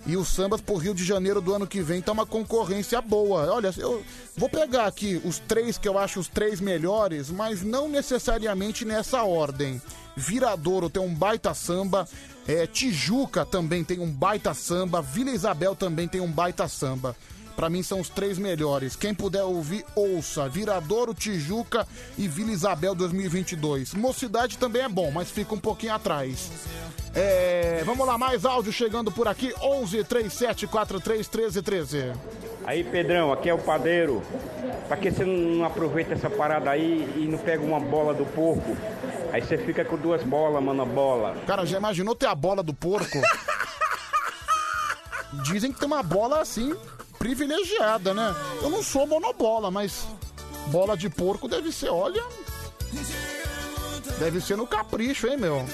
Speaker 2: E os sambas pro Rio de Janeiro do ano que vem tá uma concorrência boa. Olha, eu vou pegar aqui os três que eu acho os três melhores, mas não necessariamente nessa ordem. Viradouro tem um baita samba, é, Tijuca também tem um baita samba, Vila Isabel também tem um baita samba. Pra mim são os três melhores. Quem puder ouvir, ouça. Viradouro, Tijuca e Vila Isabel 2022. Mocidade também é bom, mas fica um pouquinho atrás. É, vamos lá, mais áudio chegando por aqui. 11 37 43 13 13.
Speaker 8: Aí, Pedrão, aqui é o padeiro. Pra que você não aproveita essa parada aí e não pega uma bola do porco? Aí você fica com duas bolas, mano, bola.
Speaker 2: Cara, já imaginou ter a bola
Speaker 8: (laughs)
Speaker 2: do porco? Dizem que tem uma bola assim, privilegiada, né? Eu não sou monobola, mas bola de porco deve ser, olha. Deve ser no capricho, hein, meu?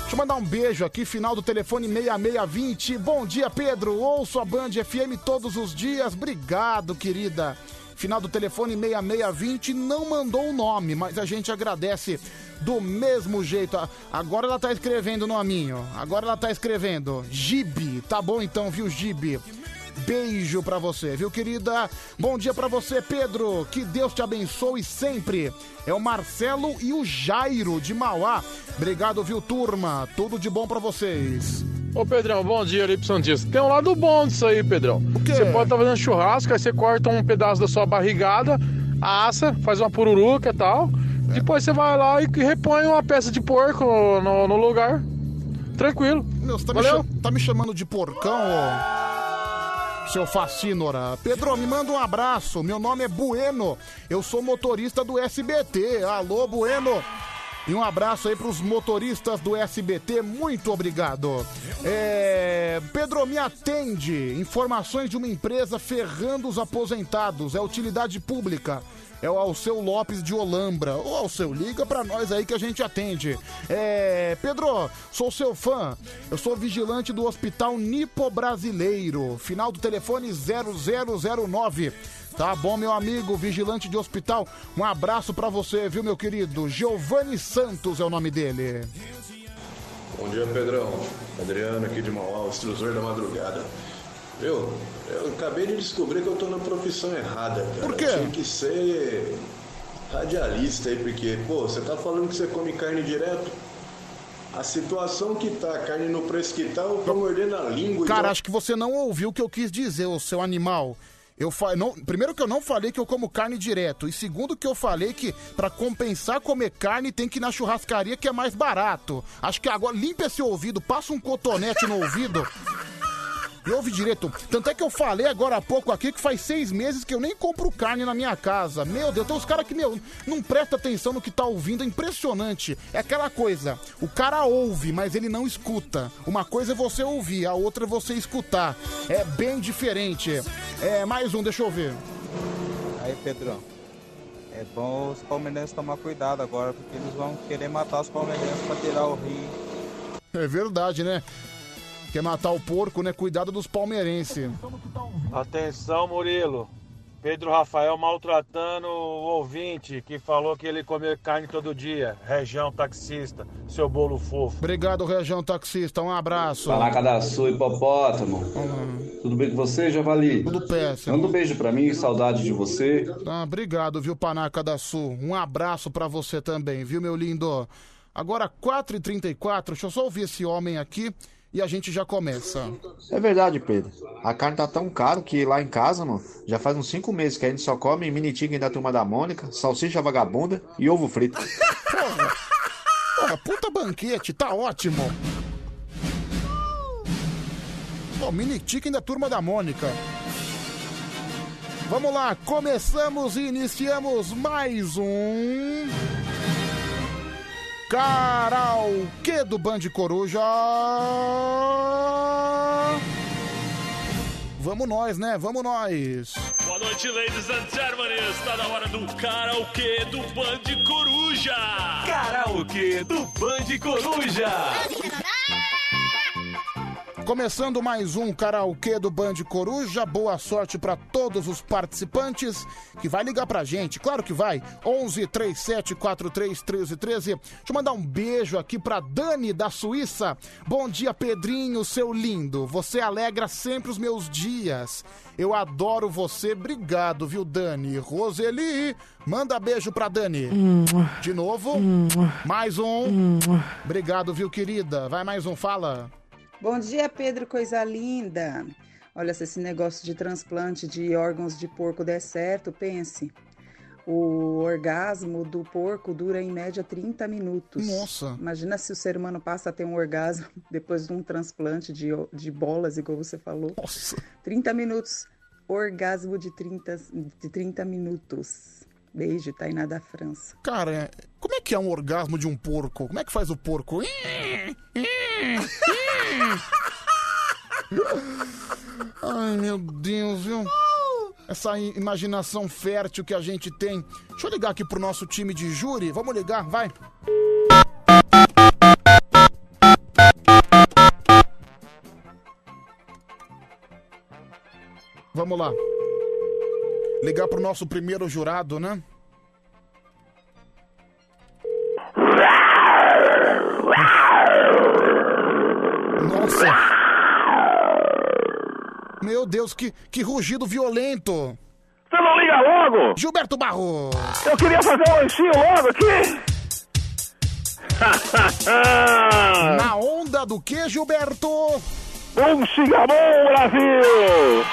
Speaker 2: Deixa eu mandar um beijo aqui, final do telefone 6620. Bom dia, Pedro. Ouço a Band FM todos os dias. Obrigado, querida. Final do telefone 6620 não mandou o nome, mas a gente agradece do mesmo jeito. A- Agora ela tá escrevendo o nominho. Agora ela tá escrevendo. Gibe. Tá bom então, viu, Gibe? Beijo pra você, viu, querida? Bom dia pra você, Pedro. Que Deus te abençoe sempre. É o Marcelo e o Jairo de Mauá. Obrigado, viu, turma? Tudo de bom pra vocês.
Speaker 13: Ô Pedrão, bom dia, Lipson Dias. Tem um lado bom disso aí, Pedrão. Você pode estar fazendo churrasco, aí você corta um pedaço da sua barrigada, assa, faz uma pururuca e tal.
Speaker 16: É.
Speaker 13: Depois você vai lá e repõe uma peça de porco no, no lugar. Tranquilo.
Speaker 2: Meu, você tá me, cha- tá me chamando de porcão, ô? Seu facínora. Pedro, me manda um abraço. Meu nome é Bueno. Eu sou motorista do SBT. Alô, Bueno. E um abraço aí pros motoristas do SBT. Muito obrigado. É, Pedro, me atende. Informações de uma empresa ferrando os aposentados. É utilidade pública. É o Alceu Lopes de Olambra. Ô Alceu, liga pra nós aí que a gente atende. É, Pedro, sou seu fã. Eu sou vigilante do Hospital Nipo Brasileiro. Final do telefone 0009. Tá bom, meu amigo, vigilante de hospital. Um abraço pra você, viu, meu querido? Giovanni Santos é o nome dele.
Speaker 16: Bom dia, Pedrão. Adriano aqui de Mauá, o instrutor da madrugada. Viu? Eu acabei de descobrir que eu tô na profissão errada, cara. Por quê? Eu tinha que ser radialista aí, porque, pô, você tá falando que você come carne direto? A situação que tá, a carne no preço que tá, eu tô mordendo a língua. e
Speaker 2: Cara,
Speaker 16: tô-
Speaker 2: acho que você não ouviu o que eu quis dizer, ô seu animal. Eu fa... não... Primeiro que eu não falei que eu como carne direto. E segundo que eu falei que pra compensar comer carne tem que ir na churrascaria que é mais barato. Acho que agora limpa esse ouvido, passa um cotonete
Speaker 16: (laughs)
Speaker 2: no ouvido. E ouve direito. Tanto é que eu falei agora há pouco aqui que faz seis meses que eu nem compro carne na minha casa. Meu Deus, tem uns caras que, meu, não presta atenção no que tá ouvindo. É impressionante. É aquela coisa. O cara ouve, mas ele não escuta. Uma coisa é você ouvir, a outra é você escutar. É bem diferente. É, mais um, deixa eu ver.
Speaker 21: Aí, Pedrão, é bom os palmeirenses tomar cuidado agora, porque eles vão querer matar os palmeirenses pra tirar o rim.
Speaker 2: É verdade, né? Quer matar o porco, né? Cuidado dos palmeirenses.
Speaker 25: Atenção, Murilo.
Speaker 22: Pedro Rafael maltratando o ouvinte que falou que ele comia carne todo dia. Região taxista, seu bolo fofo.
Speaker 2: Obrigado, Região Taxista. Um abraço.
Speaker 6: Palaca da sua hipopótamo. Tudo bem com você, Javali?
Speaker 2: Tudo péssimo.
Speaker 6: Manda um beijo pra mim, saudade de você.
Speaker 2: Ah, obrigado, viu, Panaca da Sul. Um abraço pra você também, viu, meu lindo? Agora, 4h34, deixa eu só ouvir esse homem aqui e a gente já começa.
Speaker 9: É verdade, Pedro. A carne tá tão caro que lá em casa, mano, já faz uns cinco meses que a gente só come mini chicken da turma da Mônica, salsicha vagabunda e ovo frito.
Speaker 2: Porra, puta banquete, tá ótimo. Bom, mini chicken da turma da Mônica. Vamos lá, começamos e iniciamos mais um. Karaokê do Band Coruja. Vamos nós, né? Vamos nós.
Speaker 24: Boa noite, ladies and gentlemen. Está na hora do karaokê do Band Coruja. Karaokê do Band Coruja.
Speaker 2: Começando mais um karaokê do Band Coruja. Boa sorte para todos os participantes que vai ligar pra gente. Claro que vai. 11 37 43 13 13. Deixa eu mandar um beijo aqui pra Dani da Suíça. Bom dia, Pedrinho, seu lindo. Você alegra sempre os meus dias. Eu adoro você. Obrigado, viu, Dani? Roseli, manda beijo pra Dani. De novo. Mais um. Obrigado, viu, querida? Vai mais um, fala.
Speaker 25: Bom dia, Pedro, coisa linda. Olha, se esse negócio de transplante de órgãos de porco der certo, pense. O orgasmo do porco dura em média 30 minutos.
Speaker 2: Nossa.
Speaker 25: Imagina se o ser humano passa a ter um orgasmo (laughs) depois de um transplante de, o- de bolas, igual você falou.
Speaker 2: Nossa.
Speaker 25: 30 minutos. Orgasmo de 30, de 30 minutos. Beijo, Tainá da França.
Speaker 2: Cara, como é que é um orgasmo de um porco? Como é que faz o porco? Ai, meu Deus, viu? Essa i- imaginação fértil que a gente tem. Deixa eu ligar aqui pro nosso time de júri. Vamos ligar, vai. Vamos lá. Ligar pro nosso primeiro jurado, né? Nossa! Meu Deus, que, que rugido violento! Você não liga logo! Gilberto Barro! Eu queria fazer um lanchinho logo aqui! Na onda do que, Gilberto? (laughs) Um cigamon, Brasil!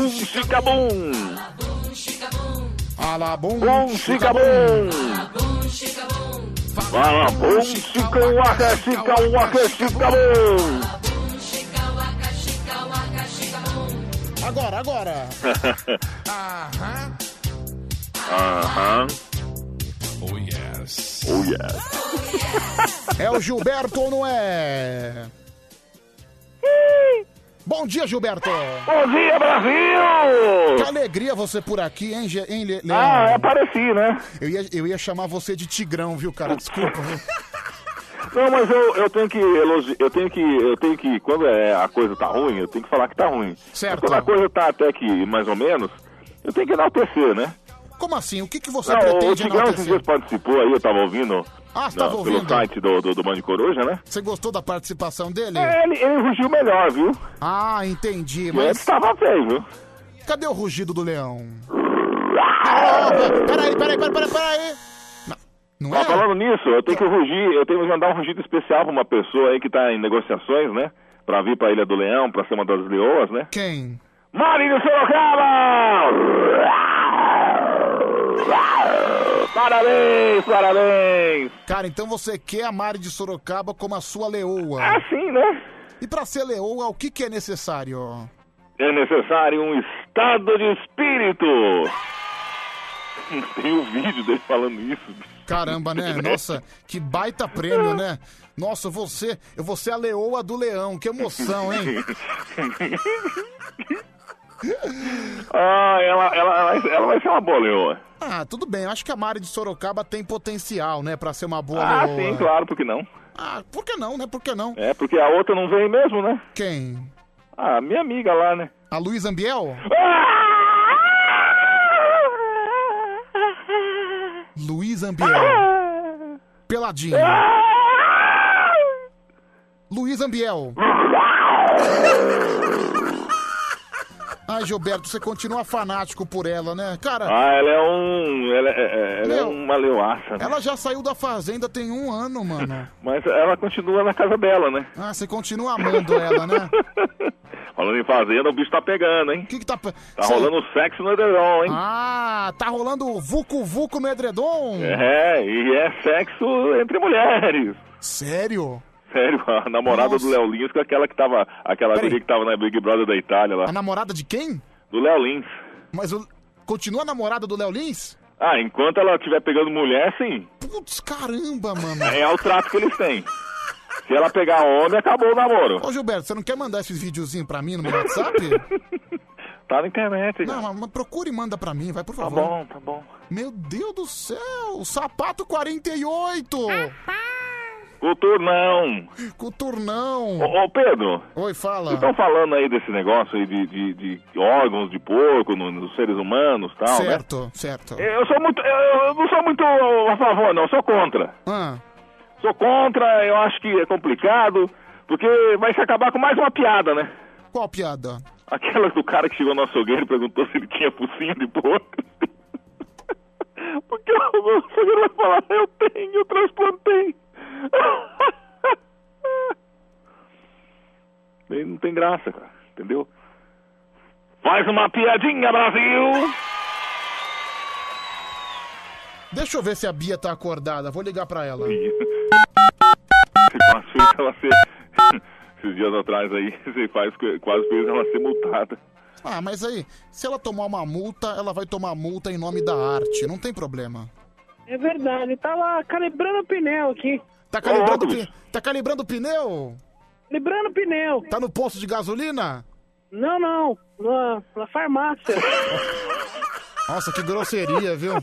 Speaker 24: Um chicabum.
Speaker 2: Alabum,
Speaker 24: Um chicabum. Alabum, chicão, aca, chicão, aca, chicabum.
Speaker 2: Agora, agora!
Speaker 24: (laughs) Aham. Oh yes. Oh yes.
Speaker 2: É o Gilberto ou não é? Bom dia, Gilberto!
Speaker 24: Bom dia, Brasil!
Speaker 2: Que alegria você por aqui, hein, Ge- hein Le- Leão?
Speaker 24: Ah, é, pareci,
Speaker 2: né? Eu ia, eu ia chamar você de Tigrão, viu, cara? Desculpa. viu?
Speaker 24: Não, mas eu, eu tenho que elogi... eu tenho que eu tenho que quando é a coisa tá ruim, eu tenho que falar que tá ruim.
Speaker 2: Certo.
Speaker 24: Mas quando a coisa tá até que mais ou menos, eu tenho que enaltecer, né?
Speaker 2: Como assim? O que, que você
Speaker 24: Não, o
Speaker 2: pretende
Speaker 24: Tigrão
Speaker 2: enaltecer?
Speaker 24: esses dias participou aí, eu tava ouvindo.
Speaker 2: Ah, você tava
Speaker 24: na-
Speaker 2: ouvindo?
Speaker 24: Pelo site do, do, do Band Coruja, né?
Speaker 2: Você gostou da participação dele?
Speaker 24: É, ele, ele rugiu melhor, viu?
Speaker 2: Ah, entendi,
Speaker 24: Mas...
Speaker 2: mas...
Speaker 24: Ele tava feio, viu?
Speaker 2: Cadê o rugido do leão?
Speaker 24: Ah!
Speaker 2: Caramba! Peraí, peraí, peraí, peraí, peraí! Não, é?
Speaker 24: Ó, falando nisso, eu tenho que rugir, eu tenho que mandar um rugido especial pra uma pessoa aí que tá em negociações, né? Pra vir pra Ilha do Leão, pra ser uma das leoas, né?
Speaker 2: Quem?
Speaker 24: Marinho Sorocaba! Parabéns, parabéns!
Speaker 2: Cara, então você quer a Mari de Sorocaba como a sua leoa?
Speaker 24: Ah, sim, né?
Speaker 2: E pra ser leoa, o que, que é necessário?
Speaker 24: É necessário um estado de espírito! (laughs) Tem um vídeo dele falando isso.
Speaker 2: Caramba,
Speaker 24: (laughs)
Speaker 2: né? Nossa, que baita prêmio, né? Nossa, você, eu vou ser a leoa do leão, que emoção,
Speaker 24: (laughs)
Speaker 2: hein?
Speaker 24: Ah, ela, ela, ela, vai- ela vai ser uma boa leoa.
Speaker 2: Ah, tudo bem, eu acho que a Mari de Sorocaba tem potencial, né, Pra ser uma boa
Speaker 24: ah,
Speaker 2: leoa.
Speaker 24: sim, claro, por que não?
Speaker 2: Ah, por que não, né? Por que não?
Speaker 24: É, porque a outra não veio mesmo, né?
Speaker 2: Quem?
Speaker 24: Ah, minha amiga lá, né?
Speaker 2: A Luiz Ambiel?
Speaker 24: Ah!
Speaker 2: Luiz Ambiel. Peladinho. Luiz Ambiel. Ai, Gilberto, você continua fanático por ela, né? Cara,
Speaker 24: Ah, ela é um. Ela, é, é- ela é
Speaker 2: Meu.
Speaker 24: uma leoaça, né?
Speaker 2: ela já saiu da fazenda tem um ano, mano.
Speaker 24: Mas ela continua na casa dela, né?
Speaker 2: Ah, você continua amando ela, né?
Speaker 24: Falando em fazenda, o bicho tá pegando, hein? O
Speaker 2: que, tá.
Speaker 24: Tá rolando sexo no edredom, hein?
Speaker 2: Ah, tá rolando o Vucu Vucu no edredom?
Speaker 24: É, e é sexo entre mulheres. (laughs)
Speaker 2: Sério?
Speaker 24: Sério, a namorada do Léo Lins com aquela que tava. Aquela guria que tava na Big Brother da Itália lá.
Speaker 2: A namorada de quem?
Speaker 24: Do Léo Lins.
Speaker 2: Mas o... continua a namorada do Léo Lins?
Speaker 24: Ah, enquanto ela estiver pegando mulher, sim.
Speaker 2: Putz, caramba, mano.
Speaker 24: É o trato que eles têm. Se ela pegar homem, acabou o namoro.
Speaker 2: Ô, Gilberto, você não quer mandar esses videozinhos pra mim no meu WhatsApp?
Speaker 24: (laughs) Tá na internet,
Speaker 2: Não, mas- mas procura e manda pra mim, vai, por favor.
Speaker 24: bom, tá bom.
Speaker 2: Meu Deus do céu, sapato 48!
Speaker 24: Culturnão.
Speaker 2: Coturnão!
Speaker 24: Ô, ô Pedro. Então-
Speaker 2: Oi, fala.
Speaker 24: Vocês estão falando aí desse negócio aí de, de- de órgãos de porco no- nos seres humanos e tal, né?
Speaker 2: certo, certo.
Speaker 24: Eu sou muito. Eu eu não sou muito a favor, não, eu sou contra.
Speaker 2: Ah,
Speaker 24: Sou contra, eu acho que é complicado, porque vai se acabar com mais uma piada, né?
Speaker 2: qual piada?
Speaker 24: Aquela do cara que chegou no açougueiro e perguntou se ele tinha focinho de porco. Porque o açougueiro vai falar, eu tenho, eu transplantei. Daí não tem graça, cara, entendeu? Faz uma piadinha, Brasil!
Speaker 2: Deixa eu ver se a Bia tá acordada, vou ligar pra ela.
Speaker 24: Você quase fez ela ser... (laughs) Esses dias atrás aí, (laughs) você faz, quase fez ela ser multada.
Speaker 2: Ah, mas aí, se ela tomar uma multa, ela vai tomar multa em nome da arte, não tem problema.
Speaker 11: É verdade, tá lá calibrando o
Speaker 24: (laughs)
Speaker 11: pneu aqui.
Speaker 2: Tá calibrando, o pi- tá calibrando o pneu?
Speaker 11: Calibrando o pneu.
Speaker 2: Tá no posto de gasolina?
Speaker 11: Não, não, na, na farmácia.
Speaker 2: (laughs) Nossa, que grosseria, viu?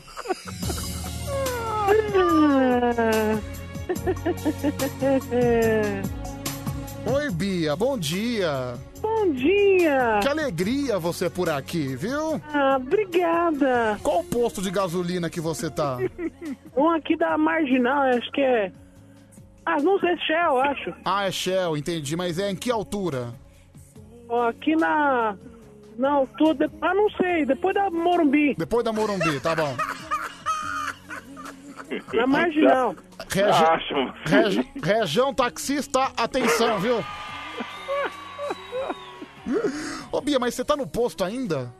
Speaker 2: Oi, Bia, bom dia.
Speaker 11: Bom dia.
Speaker 2: Que alegria você por aqui, viu?
Speaker 11: Ah, obrigada.
Speaker 2: Qual o posto de gasolina que você tá?
Speaker 11: (laughs) Um aqui da Marginal, acho que é... Ah, não sei, Shell, acho.
Speaker 2: Ah, é Shell, entendi, mas é em que altura?
Speaker 11: Ó, Aqui na... Na altura... de- Ah, não sei, depois da Morumbi.
Speaker 2: Depois da Morumbi, tá bom.
Speaker 11: Na Marginal.
Speaker 2: Regi...
Speaker 11: Ah,
Speaker 24: Acham.
Speaker 2: Regi- Região taxista, atenção,
Speaker 11: (laughs)
Speaker 2: viu? Ô Bia, mas você tá no posto ainda?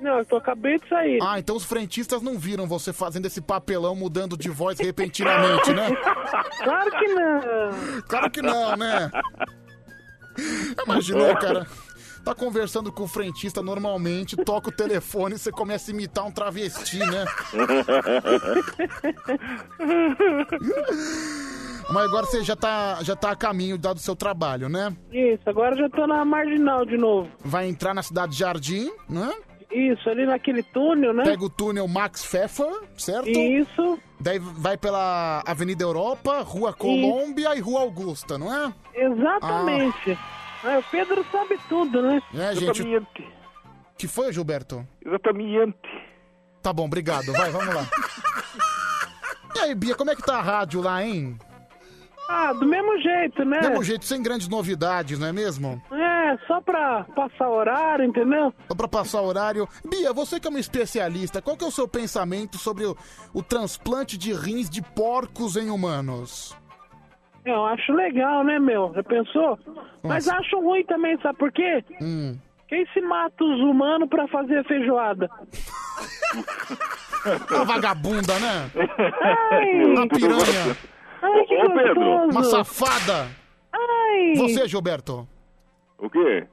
Speaker 11: Não, eu tô, acabei de sair.
Speaker 2: Ah, então os frentistas não viram você fazendo esse papelão mudando de voz repentinamente, né?
Speaker 11: (laughs) Claro que não.
Speaker 2: Claro que não, né? Imaginou, cara? Tá conversando com o frentista normalmente, toca o telefone e você começa a imitar um travesti, né? (laughs) Mas agora você já tá, já tá a caminho dado o seu trabalho, né?
Speaker 11: Isso, agora eu já tô na Marginal de novo.
Speaker 2: Vai entrar na cidade Jardim, né?
Speaker 11: Isso, ali naquele túnel, né?
Speaker 2: Pega o túnel Max Pfeffer, certo?
Speaker 11: Isso.
Speaker 2: Daí vai pela Avenida Europa, Rua Colômbia e Rua Augusta, não é?
Speaker 11: Exatamente. Ah, o Pedro sabe tudo, né?
Speaker 2: É, gente. Que foi, Gilberto?
Speaker 24: Exatamente.
Speaker 2: Tá bom, obrigado. Vai, vamos lá. E aí, Bia, como é que tá a rádio lá, hein?
Speaker 11: Ah, do mesmo jeito, né?
Speaker 2: Do mesmo jeito, sem grandes novidades, não é mesmo?
Speaker 11: É, só pra passar horário, entendeu?
Speaker 2: Só pra passar horário. Bia, você que é uma especialista, qual que é o seu pensamento sobre o, o transplante de rins de porcos em humanos?
Speaker 11: Eu acho legal, né, meu? Já pensou? Mas acho ruim também, sabe por quê?
Speaker 2: Hum.
Speaker 11: Quem se mata os humanos pra fazer feijoada?
Speaker 2: Uma vagabunda, né?
Speaker 11: Ai.
Speaker 2: Uma piranha.
Speaker 11: Ai, que
Speaker 2: Ô, Pedro.
Speaker 11: gostoso.
Speaker 2: Uma safada.
Speaker 11: Ai.
Speaker 2: Você, Gilberto?
Speaker 24: O quê?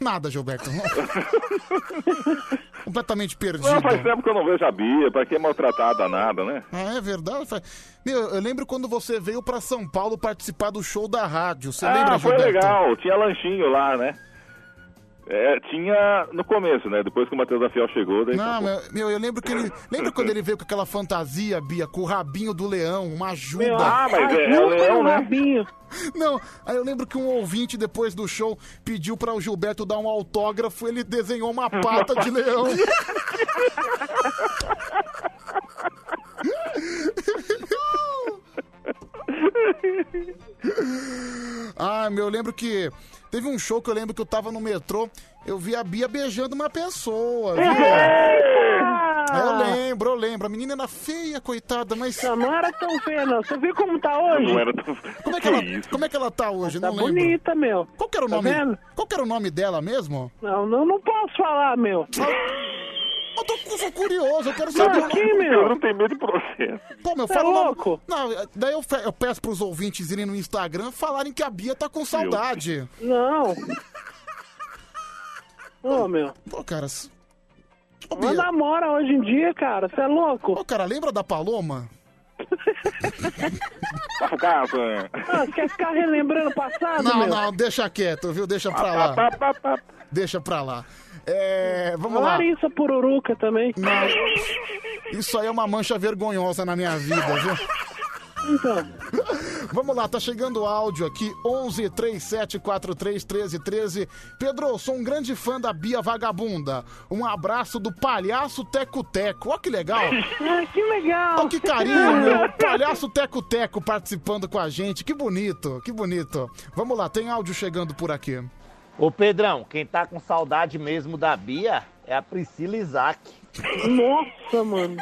Speaker 2: Nada, Gilberto. Completamente perdido.
Speaker 24: Não, faz tempo que eu não vejo a Bia, pra que maltratar a danada, né?
Speaker 2: Ah, é verdade? Fa- Meu, eu lembro quando você veio pra São Paulo participar do show da rádio. Você
Speaker 24: ah,
Speaker 2: lembra,
Speaker 24: foi
Speaker 2: Gilberto?
Speaker 24: legal, tinha lanchinho lá, né?
Speaker 1: É, tinha no começo, né? Depois que o Matheus da Fiel chegou, daí.
Speaker 2: Não, é meu, meu, eu lembro que ele. Lembra quando ele veio com aquela fantasia, Bia, com o rabinho do leão, uma ajuda.
Speaker 1: Meu, ah, mas é- é o leão, né?
Speaker 2: rabinho. Não, aí eu lembro que um ouvinte, depois do show, pediu pra o Gilberto dar um autógrafo, ele desenhou uma pata de
Speaker 1: (laughs)
Speaker 2: leão. (laughs) (laughs) Ah, meu, eu lembro que teve um show que eu lembro que eu tava no metrô, eu vi a Bia beijando uma pessoa. viu? Eu lembro, eu lembro. A menina era feia, coitada, mas. Não, era tão feia, não. Você viu como tá hoje?
Speaker 1: Não era tão.
Speaker 2: Como é que, ela, como é que ela tá hoje?
Speaker 11: Tá
Speaker 2: não lembro.
Speaker 11: bonita, meu.
Speaker 2: Qual que era o
Speaker 11: Tá
Speaker 2: nome?
Speaker 11: vendo?
Speaker 2: Qual que era o nome dela mesmo?
Speaker 11: Não, não, não posso falar, meu.
Speaker 2: Ah, Eu tô, eu sou curioso, eu quero
Speaker 11: Não,
Speaker 2: saber.
Speaker 11: aqui, meu. Eu não
Speaker 1: tenho medo de processo.
Speaker 2: Pô, meu,
Speaker 11: Tá
Speaker 2: fala o nome-
Speaker 11: louco?
Speaker 2: Não, daí eu, fe- eu peço pros ouvintes irem no Instagram falarem que a Bia tá com saudade. (laughs)
Speaker 11: Não. Ô, meu.
Speaker 2: Pô, cara. s- Ô,
Speaker 11: Mas namora hoje em dia, cara. Você é louco?
Speaker 2: Ô, cara, lembra da Paloma?
Speaker 1: Casa.
Speaker 11: Ah, você quer ficar relembrando o passado,
Speaker 2: Não,
Speaker 11: meu?
Speaker 2: não, deixa quieto, viu? Deixa pra lá.
Speaker 11: Pá,
Speaker 2: Deixa pra lá. É,
Speaker 11: (laughs)
Speaker 2: vamos lá.
Speaker 11: Larissa Pururuca também.
Speaker 2: Não. Isso aí é uma mancha vergonhosa na minha vida, viu?
Speaker 11: Então.
Speaker 2: Vamos lá, tá chegando o áudio aqui, 11 37 43 13 13. Pedro, eu sou um grande fã da Bia Vagabunda. Um abraço do Palhaço Teco Teco. Ó que legal.
Speaker 11: que legal.
Speaker 2: Ó que carinho, meu. Palhaço Teco Teco participando com a gente. Que bonito, que bonito. Vamos lá, tem áudio chegando por aqui.
Speaker 7: Ô Pedrão, quem tá com saudade mesmo da Bia é a Priscila Isaac.
Speaker 11: Nossa, mano.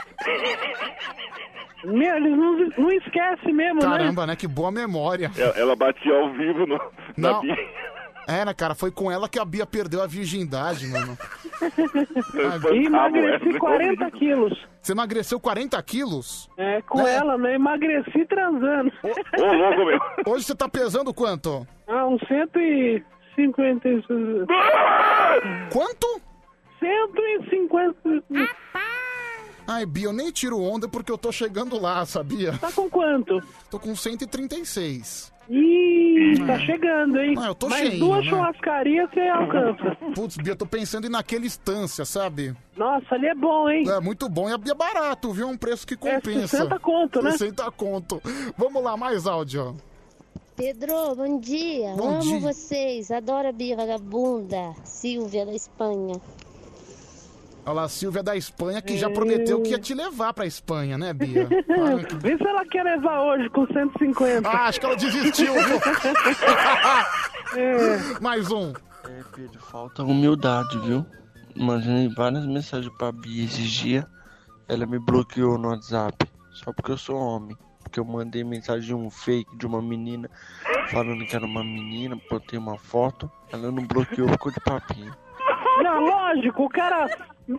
Speaker 11: Meu, eles não, não esquecem mesmo, né?
Speaker 2: Caramba, né? Que boa memória.
Speaker 1: Ela, ela batia ao vivo no, na
Speaker 2: Não.
Speaker 1: Bia.
Speaker 2: É, né, cara? Foi com ela que a Bia perdeu a virgindade, mano.
Speaker 11: E
Speaker 1: né?
Speaker 11: emagreci 40 quilos.
Speaker 2: Você emagreceu 40 quilos?
Speaker 11: É, com ela, né? Emagreci transando.
Speaker 2: Um,
Speaker 1: Ô, louco, meu.
Speaker 2: Hoje você tá pesando quanto?
Speaker 11: (laughs) Ah, uns 150 e...
Speaker 2: Quanto?
Speaker 11: 150...
Speaker 2: Ai, Bia, eu nem tiro onda porque eu tô chegando lá, sabia?
Speaker 11: Tá com quanto?
Speaker 2: Tô com 136.
Speaker 11: Ih, tá chegando, hein?
Speaker 2: Ah, eu tô
Speaker 11: Mais
Speaker 2: cheinho,
Speaker 11: duas
Speaker 2: né?
Speaker 11: churrascarias você alcança.
Speaker 2: Putz, Bia, tô pensando em ir naquela instância, sabe?
Speaker 11: Nossa, ali é bom, hein?
Speaker 2: É, muito bom. E é barato, viu? É um preço que compensa.
Speaker 11: 60 conto, né?
Speaker 2: 60 conto. Vamos lá, mais áudio.
Speaker 14: Pedro, bom dia.
Speaker 2: Bom
Speaker 14: Amo
Speaker 2: dia.
Speaker 14: vocês. Adoro a Bia Vagabunda. Silvia da Espanha.
Speaker 2: Olha lá, a Silvia é da Espanha, que
Speaker 11: É.
Speaker 2: já prometeu que ia te levar pra Espanha, né,
Speaker 11: (laughs)
Speaker 2: Bia?
Speaker 11: Vê se ela quer levar hoje com 150.
Speaker 2: Ah, acho que ela desistiu.
Speaker 11: É.
Speaker 2: (laughs) Mais um.
Speaker 4: É, Pedro, falta humildade, viu? Mandei várias mensagens pra Bia esses dias. Ela me bloqueou no WhatsApp. Só porque eu sou homem. Porque eu mandei mensagem de um fake de uma menina falando que era uma menina, botei uma foto. Ela não bloqueou, ficou de papinho.
Speaker 11: (laughs) Não, lógico, o cara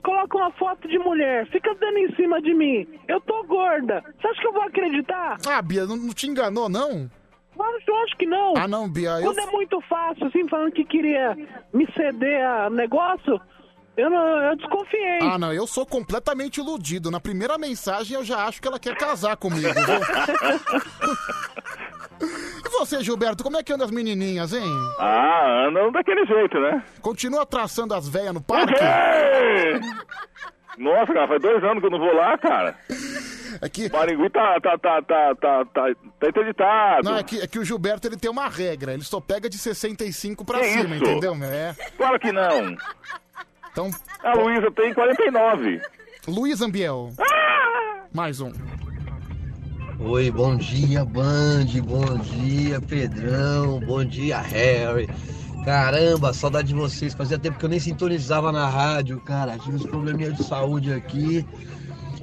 Speaker 11: coloca uma foto de mulher, fica dando em cima de mim. Eu tô gorda. Você acha que eu vou acreditar?
Speaker 2: Ah, Bia, não, não te enganou, não?
Speaker 11: Claro que eu acho que não.
Speaker 2: Ah, não, Bia. Eu...
Speaker 11: Quando é muito fácil, assim, falando que queria me ceder a negócio, eu, não, eu desconfiei.
Speaker 2: Ah, não, eu sou completamente iludido. Na primeira mensagem eu já acho que ela quer casar comigo.
Speaker 11: (laughs)
Speaker 2: viu? e você, Gilberto, como é que anda as menininhas, hein?
Speaker 1: Ah, andam daquele jeito, né?
Speaker 2: Continua traçando as velhas no parque?
Speaker 1: Ei! Nossa, cara, faz dois anos que eu não vou lá, cara.
Speaker 2: Aqui...
Speaker 1: Barigui tá, tá, tá, tá, tá, tá, tá interditado.
Speaker 2: Não, é que, é que o Gilberto ele tem uma regra, ele só pega de 65 pra
Speaker 1: Que
Speaker 2: cima,
Speaker 1: isso?
Speaker 2: entendeu? É.
Speaker 1: Claro que não.
Speaker 2: Então,
Speaker 1: A Luísa tem 49.
Speaker 2: Luiz Ambiel.
Speaker 1: Ah!
Speaker 2: Mais um.
Speaker 15: Oi, bom dia, Band, bom dia, Pedrão, bom dia, Harry. Caramba, saudade de vocês. Fazia tempo que eu nem sintonizava na rádio, cara. Tive uns probleminhas de saúde aqui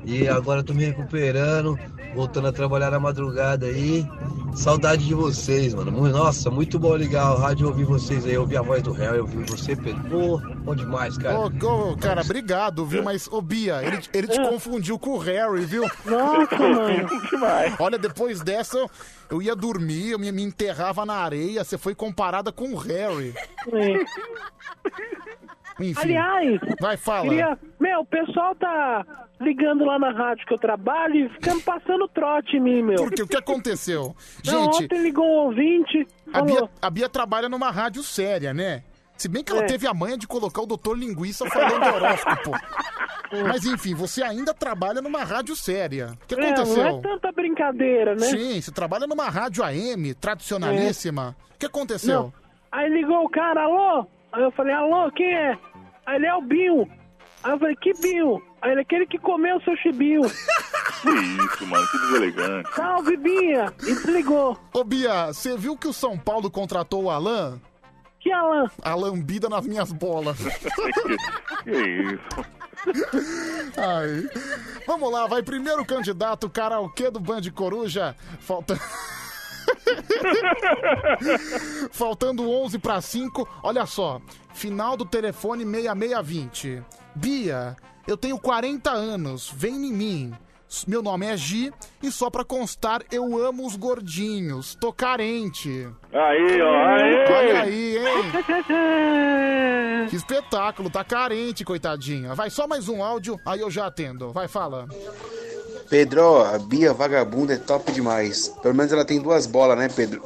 Speaker 15: e agora eu tô me recuperando, voltando a trabalhar na madrugada aí. Saudade de vocês, mano. Mu- Nossa, muito bom ligar a rádio e ouvir vocês aí. Ouvir a voz do Harry, ouvir você, Pedro. Pô, bom demais, cara.
Speaker 2: Ô, ô, cara, obrigado,
Speaker 1: É.
Speaker 2: viu? Mas, ô Bia, ele, ele te confundiu com o Harry, viu?
Speaker 11: Nossa, mano.
Speaker 2: Olha, depois dessa, eu, eu ia dormir, eu me, me enterrava na areia, você foi comparada com o Harry. Enfim.
Speaker 11: Aliás,
Speaker 2: Vai, fala.
Speaker 11: queria- meu, o pessoal tá ligando lá na rádio que eu trabalho e ficando passando trote em mim, meu.
Speaker 2: Porque o que aconteceu?
Speaker 11: Não,
Speaker 2: Gente,
Speaker 11: ontem ligou um ouvinte,
Speaker 2: a
Speaker 11: falou, É.
Speaker 2: Bia, a Bia trabalha numa rádio séria, né? Se bem que ela teve a manha de colocar o doutor Linguiça falando
Speaker 11: (laughs)
Speaker 2: horóscopo. Mas enfim, você ainda trabalha numa rádio séria. O que
Speaker 11: É, não é
Speaker 2: aconteceu?
Speaker 11: tanta brincadeira, né?
Speaker 2: Sim, você trabalha numa rádio AM, tradicionalíssima. O que aconteceu?
Speaker 11: É. Não. Aí ligou o cara, alô? Aí eu falei, alô, quem é? Aí ele é o Binho. Aí eu falei, que Binho? Aí ele, aquele que comeu o seu chibinho.
Speaker 24: Que isso, mano, que deselegante.
Speaker 11: Salve, Binha! E desligou.
Speaker 2: Ô, Bia, você viu que o São Paulo contratou o Alain?
Speaker 11: Que Alain?
Speaker 2: A lambida nas minhas
Speaker 11: (laughs)
Speaker 2: bolas.
Speaker 24: que
Speaker 1: Um
Speaker 24: isso.
Speaker 2: Ai. Vamos lá, vai primeiro candidato, karaokê do Band Coruja. Falta... (laughs) Faltando 11 para 5, olha só. Final do telefone 6620. Bia, eu tenho 40 anos, vem em mim. S- Meu nome é Gi e só pra constar, eu amo os gordinhos. Tô carente.
Speaker 24: Aí, ó, aí.
Speaker 2: Olha aí, hein? que espetáculo, tá carente, coitadinha. Vai só mais um áudio, aí eu já atendo. Vai, fala.
Speaker 3: Pedro, a Bia vagabunda é top demais. Pelo menos ela tem duas bolas, né, Pedro?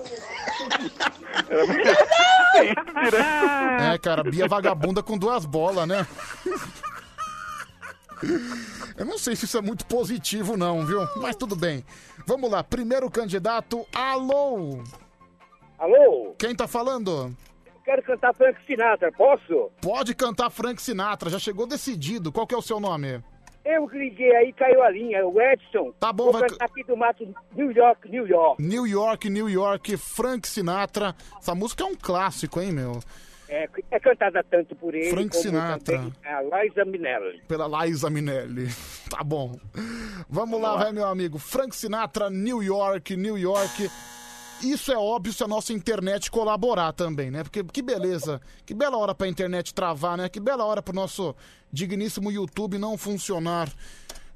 Speaker 2: É, cara, Bia vagabunda com duas bolas, né? Eu não sei se isso é muito positivo, não, viu? Mas tudo bem. Vamos lá, primeiro candidato, alô!
Speaker 5: Alô?
Speaker 2: Quem tá falando?
Speaker 5: Quero cantar Frank Sinatra, posso?
Speaker 2: Pode cantar Frank Sinatra, já chegou decidido. Qual que é o seu nome?
Speaker 5: (laughs) Eu liguei aí, caiu a linha, o Edson. Tá bom, Vou
Speaker 2: vai-
Speaker 5: cantar aqui do mato, New York, New York.
Speaker 2: New York, New York, Frank Sinatra. Essa música é um clássico, hein, meu?
Speaker 5: É, é cantada tanto por ele
Speaker 2: Frank
Speaker 5: como
Speaker 2: Sinatra.
Speaker 5: também a Liza Minelli.
Speaker 2: Pela Liza Minelli. (laughs) Tá bom. Vamos lá, vai, meu amigo. Frank Sinatra, New York, New York. Isso é óbvio se a nossa internet colaborar também, né? Porque que beleza. Que bela hora pra internet travar, né? Que bela hora pro nosso digníssimo YouTube não funcionar.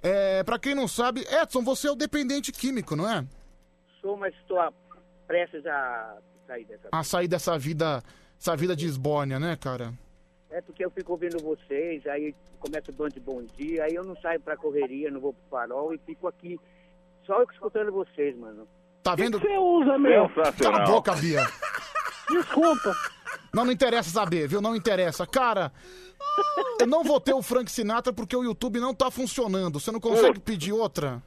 Speaker 2: É, pra quem não sabe, Edson, você é o dependente químico, não é?
Speaker 5: Sou, mas estou a- prestes a sair dessa.
Speaker 2: A sair dessa vida, essa vida de esbórnia, né, cara?
Speaker 5: É porque eu fico ouvindo vocês, aí começa o bando de bom dia, aí eu não saio pra correria, não vou pro farol e fico aqui só escutando vocês, mano.
Speaker 2: Tá vendo?
Speaker 5: você usa, meu?
Speaker 2: Cala a boca, Bia.
Speaker 5: Desculpa.
Speaker 2: Não, não interessa saber, viu? Não interessa. Cara, eu não vou ter o Frank Sinatra porque o YouTube não tá funcionando. Você não consegue pedir outra?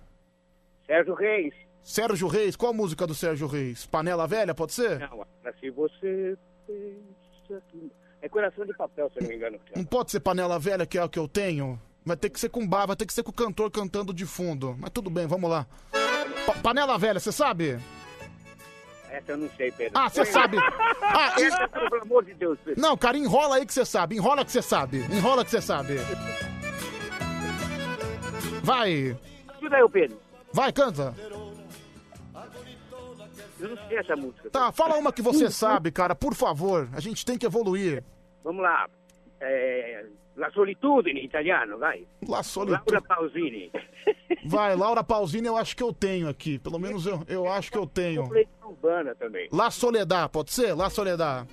Speaker 5: Sérgio Reis.
Speaker 2: Sérgio Reis? Qual a música do Sérgio Reis? Panela Velha, pode ser?
Speaker 5: Não, mas se você pensa que... É coração de papel, se eu não me engano.
Speaker 2: Não pode ser Panela Velha, que é o que eu tenho? Vai ter que ser com bar, vai ter que ser com o cantor cantando de fundo. Mas tudo bem, vamos lá. Pa- panela Velha, você sabe?
Speaker 5: Essa eu não sei, Pedro.
Speaker 2: Ah, você sabe. Ah,
Speaker 5: Essa, (laughs) pelo amor de Deus, Pedro.
Speaker 2: Não, cara, enrola aí que você sabe, enrola que você sabe, enrola que você sabe. Vai,
Speaker 5: Ajuda eu, Pedro.
Speaker 2: vai, canta.
Speaker 5: Eu não sei essa música.
Speaker 2: Tá, fala uma que você sabe, cara, por favor. A gente tem que evoluir.
Speaker 5: Vamos lá. É... La solitudine, em italiano, vai.
Speaker 2: La solitudine.
Speaker 5: Laura Pausini.
Speaker 2: Vai, Laura Pausini, eu acho que eu tenho aqui. Pelo menos eu, eu acho que eu tenho.
Speaker 5: Legião Urbana também.
Speaker 2: La Soledad, pode ser? La Soledad.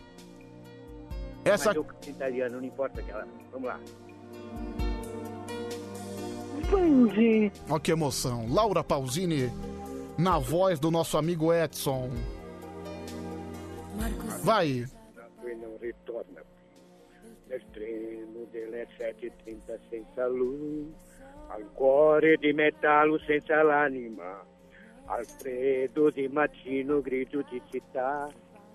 Speaker 2: Essa.
Speaker 5: Mas eu canto italiano, não importa aquela. Vamos lá.
Speaker 2: Entendi. Olha que emoção. Laura Pausini, na voz do nosso amigo Edson. Vai.
Speaker 5: e não ritorna più. Nel treno delle 7.30 senza lui, al cuore di metallo senza l'anima, al freddo di mattino grigio di città,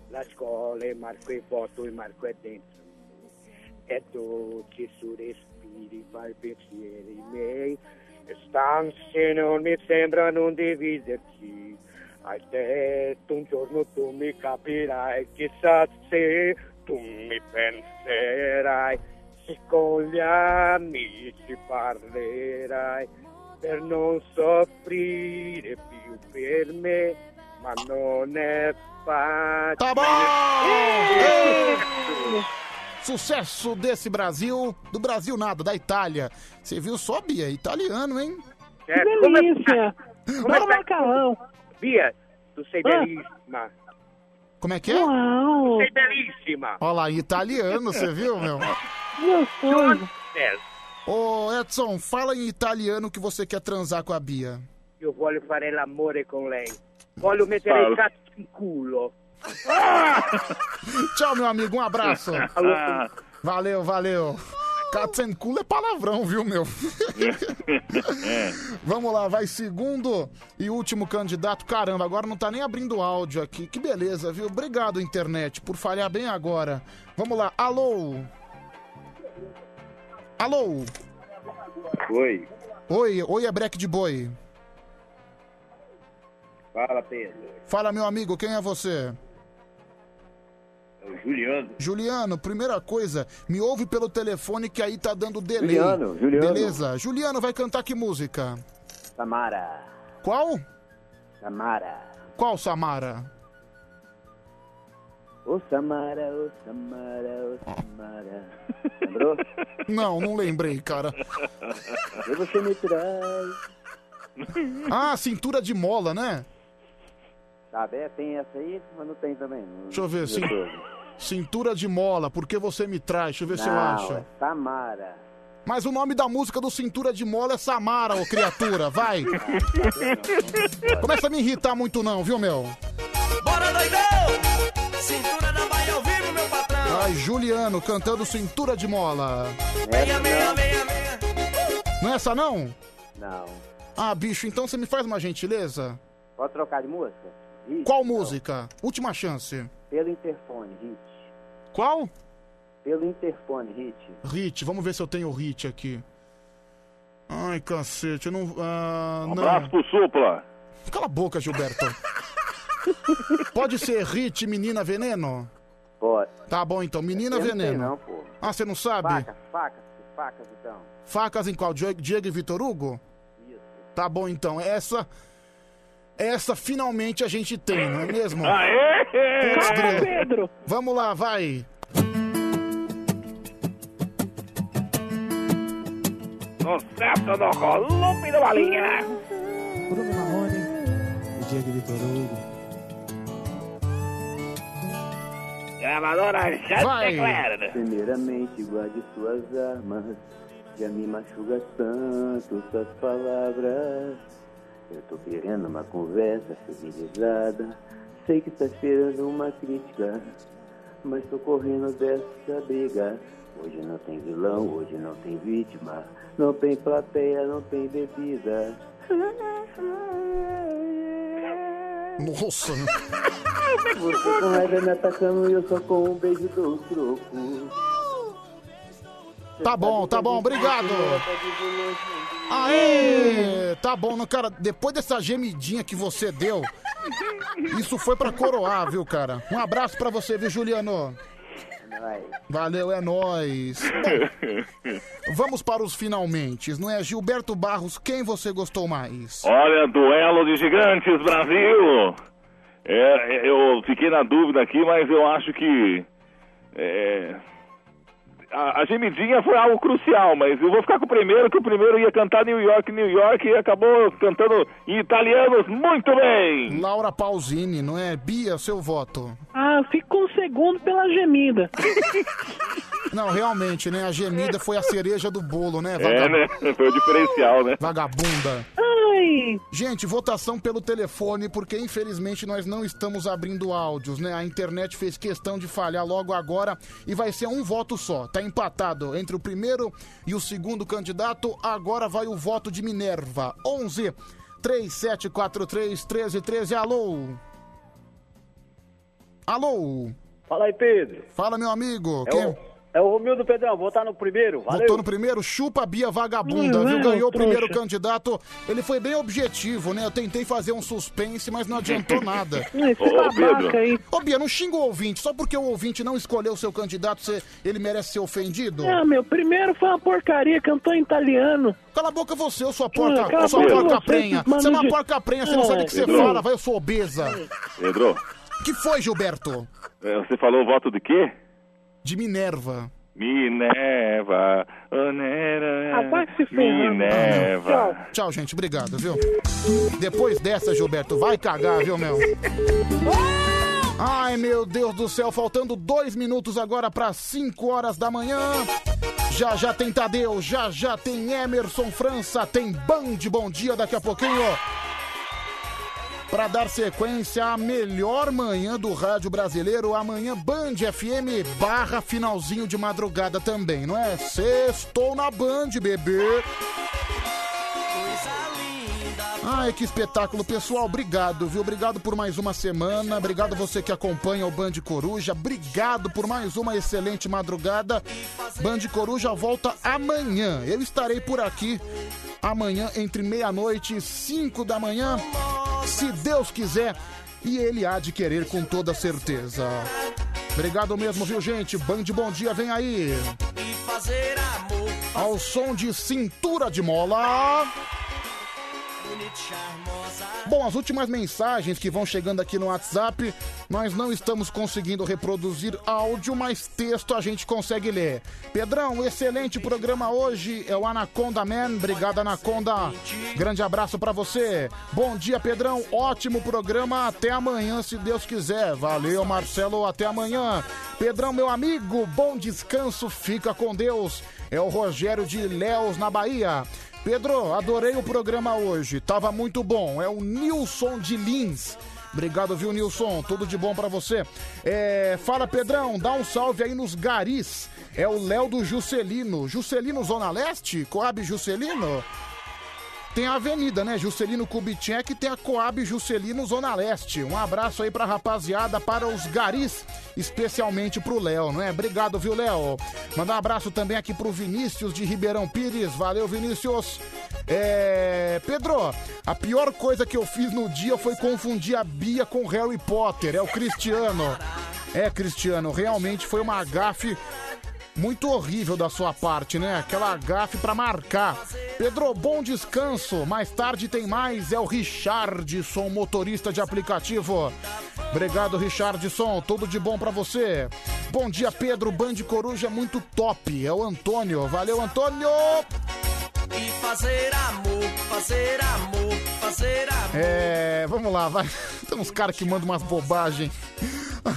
Speaker 5: la scuola e Marco è vuoto e Marco è dentro. E dolci su respiri, ma i pensieri miei, le stanze non mi sembra non dividerci. Hai detto un giorno tu mi capirai, chissà se tu mi penserai, se con gli amici parlerai, per non soffrire più per me, ma non è facile. Eh!
Speaker 2: Sucesso desse Brasil. Do Brasil nada, da Itália. Você viu só, Bia? Italiano, hein?
Speaker 5: Certo. Como é-
Speaker 2: delícia!
Speaker 5: Como é que tá- Bia, tu sei
Speaker 2: Ah.
Speaker 5: belíssima.
Speaker 2: Como é que é?
Speaker 5: Tu sei belíssima.
Speaker 2: Olha lá, italiano, você viu, meu?
Speaker 5: Certo.
Speaker 2: Ô, Edson, fala em italiano que você quer transar com a Bia.
Speaker 5: Io voglio fare l'amore con lei. Voglio mettere
Speaker 2: Falo.
Speaker 5: il cazzo in culo.
Speaker 2: Tchau, meu amigo. Um abraço.
Speaker 1: Ah.
Speaker 2: Valeu, valeu. Katsenkula é palavrão, viu, meu? Vamos lá, vai segundo e último candidato. Caramba, agora não tá nem abrindo áudio aqui. Que beleza, viu? Obrigado, internet, por falhar bem agora. Vamos lá, alô? Alô?
Speaker 5: Oi,
Speaker 2: Oi, oi, é breque de boi.
Speaker 5: fala Pedro.
Speaker 2: Fala, meu amigo, quem é você?
Speaker 5: É o Juliano.
Speaker 2: Juliano, primeira coisa, me ouve pelo telefone que aí tá dando delay.
Speaker 5: Juliano, Juliano.
Speaker 2: Beleza. Juliano vai cantar que música?
Speaker 5: Samara.
Speaker 2: Qual?
Speaker 5: Samara.
Speaker 2: Qual, Samara?
Speaker 5: Ô Samara, ô Samara, ô Samara. Lembrou?
Speaker 2: Não, não lembrei, cara.
Speaker 5: E você
Speaker 2: (laughs)
Speaker 5: me traz.
Speaker 2: Ah, cintura de mola, né?
Speaker 5: Tá bem, tem essa aí, mas não tem também. não.
Speaker 2: Deixa eu ver,
Speaker 5: Meu
Speaker 2: cin-
Speaker 5: Deus.
Speaker 2: cintura de mola, por que você me traz? Deixa eu ver se eu
Speaker 5: Não,
Speaker 2: acho.
Speaker 5: é Samara.
Speaker 2: Mas o nome da música do Cintura de Mola é Samara, ô criatura, vai! Começa a me irritar muito não, viu, meu?
Speaker 3: Bora, doidão! Cintura da Bahia ao vivo, meu patrão!
Speaker 2: Ai, Juliano cantando Cintura de Mola.
Speaker 5: Essa não.
Speaker 2: Não é essa não?
Speaker 5: Não.
Speaker 2: Ah, bicho, então você me faz uma gentileza?
Speaker 5: Pode trocar de música? Hit,
Speaker 2: Qual música? Última chance.
Speaker 5: Pelo interfone, hit.
Speaker 2: Qual?
Speaker 5: Pelo interfone, hit.
Speaker 2: Hit, vamos ver se eu tenho hit aqui. Ai, cacete, eu não. ah, não.
Speaker 1: Abraço pro Supla.
Speaker 2: Cala a boca,
Speaker 5: (laughs)
Speaker 2: Gilberto. Pode ser Hit, Menina Veneno?
Speaker 5: Pode.
Speaker 2: Tá bom então, Menina
Speaker 5: Eu não sei
Speaker 2: Veneno.
Speaker 5: não, pô.
Speaker 2: Ah, você não sabe?
Speaker 5: Facas, facas, facas então.
Speaker 2: Facas em qual? Die- Diego e Vitor Hugo? Tá bom então, essa. Essa finalmente a gente tem, não é mesmo?
Speaker 3: Aê!
Speaker 2: Putz,
Speaker 3: Cala,
Speaker 2: grilo. Vamos lá, vai!
Speaker 3: No centro do Colombo da Balinha.
Speaker 10: Bruno Marrone e Diego Vitor Hugo.
Speaker 5: Gravadora
Speaker 3: Vai. Declara.
Speaker 5: Primeiramente, guarde suas armas. Já me machuca tanto suas palavras. Eu tô querendo uma conversa civilizada. Sei que tá esperando uma crítica, mas tô correndo dessa briga. Hoje não tem vilão, hoje não tem vítima. Não tem plateia, não tem bebida.
Speaker 2: (laughs) Nossa!
Speaker 5: Você com raiva me atacando e é, eu só com um beijo do troco.
Speaker 2: Tá bom, tá bom, obrigado! Aê! Tá bom, não, cara, depois dessa gemidinha que você deu, isso foi pra coroar, viu, cara? Um abraço pra você, viu, Juliano? Valeu, é nóis! Bom, vamos para os finalmente, não é? Gilberto Barros, quem você gostou mais?
Speaker 1: Olha, duelo de gigantes, Brasil! É, é, eu fiquei na dúvida aqui, mas eu acho que. é, a, a gemidinha foi algo crucial, mas eu vou ficar com o primeiro, que o primeiro ia cantar New York, New York, e acabou cantando em italianos muito bem!
Speaker 2: Laura Pausini, não é? Bia, seu voto.
Speaker 11: Ah, eu fico com o segundo pela gemida.
Speaker 2: Não, realmente, né? A gemida foi a cereja do bolo, né?
Speaker 1: É, né? Foi o diferencial, né?
Speaker 2: Vagabunda.
Speaker 11: Ai!
Speaker 2: Gente, votação pelo telefone, porque infelizmente nós não estamos abrindo áudios, né? A internet fez questão de falhar logo agora e vai ser um voto só. Tá empatado entre o primeiro e o segundo candidato. Agora vai o voto de Minerva. 11 3743 1313. Alô? Alô?
Speaker 19: Fala aí, Pedro.
Speaker 2: Fala, meu amigo.
Speaker 19: É
Speaker 2: Quem-
Speaker 19: o, é o Romildo Pedrão, vou estar no primeiro. Valeu.
Speaker 2: Votou no primeiro, chupa a Bia Vagabunda,
Speaker 19: Hum,
Speaker 2: viu?
Speaker 19: é,
Speaker 2: Ganhou o
Speaker 19: trouxa.
Speaker 2: primeiro candidato. Ele foi bem objetivo, né? Eu tentei fazer um suspense, mas não
Speaker 11: (laughs)
Speaker 2: adiantou nada.
Speaker 11: Hum, esse Ô, babaca Pedro. aí.
Speaker 2: Ô, Bia, não xinga o ouvinte. Só porque o ouvinte não escolheu o seu candidato, você- ele merece ser ofendido?
Speaker 11: Ah, meu, primeiro foi uma porcaria, cantou em italiano.
Speaker 2: Cala a boca você, eu sou
Speaker 11: Hum,
Speaker 2: porca,
Speaker 11: cala a
Speaker 2: sua
Speaker 11: boca
Speaker 2: porca
Speaker 11: você,
Speaker 2: prenha.
Speaker 11: mano
Speaker 2: Você é uma
Speaker 11: de-
Speaker 2: porca prenha, você não sabe o que você
Speaker 1: Pedro.
Speaker 2: fala, vai, eu sou obesa.
Speaker 1: Pedro,
Speaker 2: Que foi, Gilberto?
Speaker 1: é, você falou voto de quê?
Speaker 2: De Minerva.
Speaker 1: Minerva, oh,
Speaker 24: É.
Speaker 1: nera,
Speaker 2: Ah, vai se ferrar.
Speaker 1: Minerva.
Speaker 2: Tchau, gente, obrigado, viu? Depois dessa, Gilberto, vai cagar, viu, meu? Ai, meu Deus do céu, faltando dois minutos agora para 5 horas da manhã. Já já tem Tadeu, já já tem Emerson França, tem Band Bom Dia daqui a pouquinho. Para dar sequência à melhor manhã do rádio brasileiro, amanhã Band FM barra finalzinho de madrugada também, não é? Sextou na Band, bebê. Ai, que espetáculo, pessoal. Obrigado, viu? Obrigado por mais uma semana. Obrigado você que acompanha o Band Coruja. Obrigado por mais uma excelente madrugada. Band Coruja volta amanhã. Eu estarei por aqui amanhã entre meia-noite e cinco da manhã, se Deus quiser. E ele há de querer com toda certeza. Obrigado mesmo, viu, gente? Band Bom Dia vem aí.
Speaker 3: Fazer amor
Speaker 2: Ao som de cintura de mola.
Speaker 3: bonito, charmosa.
Speaker 2: Bom, as últimas mensagens que vão chegando aqui no WhatsApp, nós não estamos conseguindo reproduzir áudio, mas texto a gente consegue ler. Pedrão, excelente programa hoje. É o Anaconda Man. Obrigado, Anaconda. Grande abraço pra você. Bom dia, Pedrão. Ótimo programa. Até amanhã, se Deus quiser. Valeu, Marcelo. Até amanhã. Pedrão, meu amigo, bom descanso. Fica com Deus. É o Rogério de Léus, na Bahia. Pedro, adorei o programa hoje. Tava muito bom. É o Nilson de Lins. Obrigado, viu, Nilson? Tudo de bom pra você. É, fala, Pedrão, dá um salve aí nos garis. É o Léo do Juscelino. Juscelino Zona Leste? Coab Juscelino? Tem a avenida, né? Juscelino Kubitschek tem a Coab Juscelino Zona Leste. Um abraço aí pra rapaziada, para os garis, especialmente pro Léo, não é? Obrigado, viu, Léo? Mandar um abraço também aqui pro Vinícius de Ribeirão Pires. Valeu, Vinícius. É... Pedro, a pior coisa que eu fiz no dia foi confundir a Bia com Harry Potter. É o Cristiano. É, Cristiano, realmente foi uma gafe muito horrível da sua parte, né? Aquela gafe pra marcar. Pedro, bom descanso. Mais tarde tem mais. É o Richardson, motorista de aplicativo. Obrigado, Richardson. Tudo de bom pra você. Bom dia, Pedro. Band Coruja muito top. É o Antônio. Valeu, Antônio.
Speaker 3: E fazer amor, fazer amor, fazer amor.
Speaker 2: É, vamos lá, vai. (laughs) Tem uns caras que mandam umas bobagens.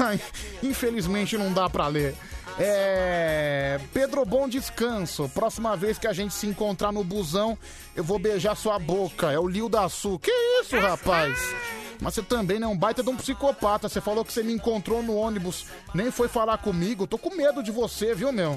Speaker 2: Ai, infelizmente não dá pra ler. É. Pedro, bom descanso. Próxima vez que a gente se encontrar no busão, eu vou beijar sua boca. É o Lio da Sul. Que isso, rapaz? Mas você também não é um baita de um psicopata. Você falou que você me encontrou no ônibus, nem foi falar comigo. Tô com medo de você, viu, meu?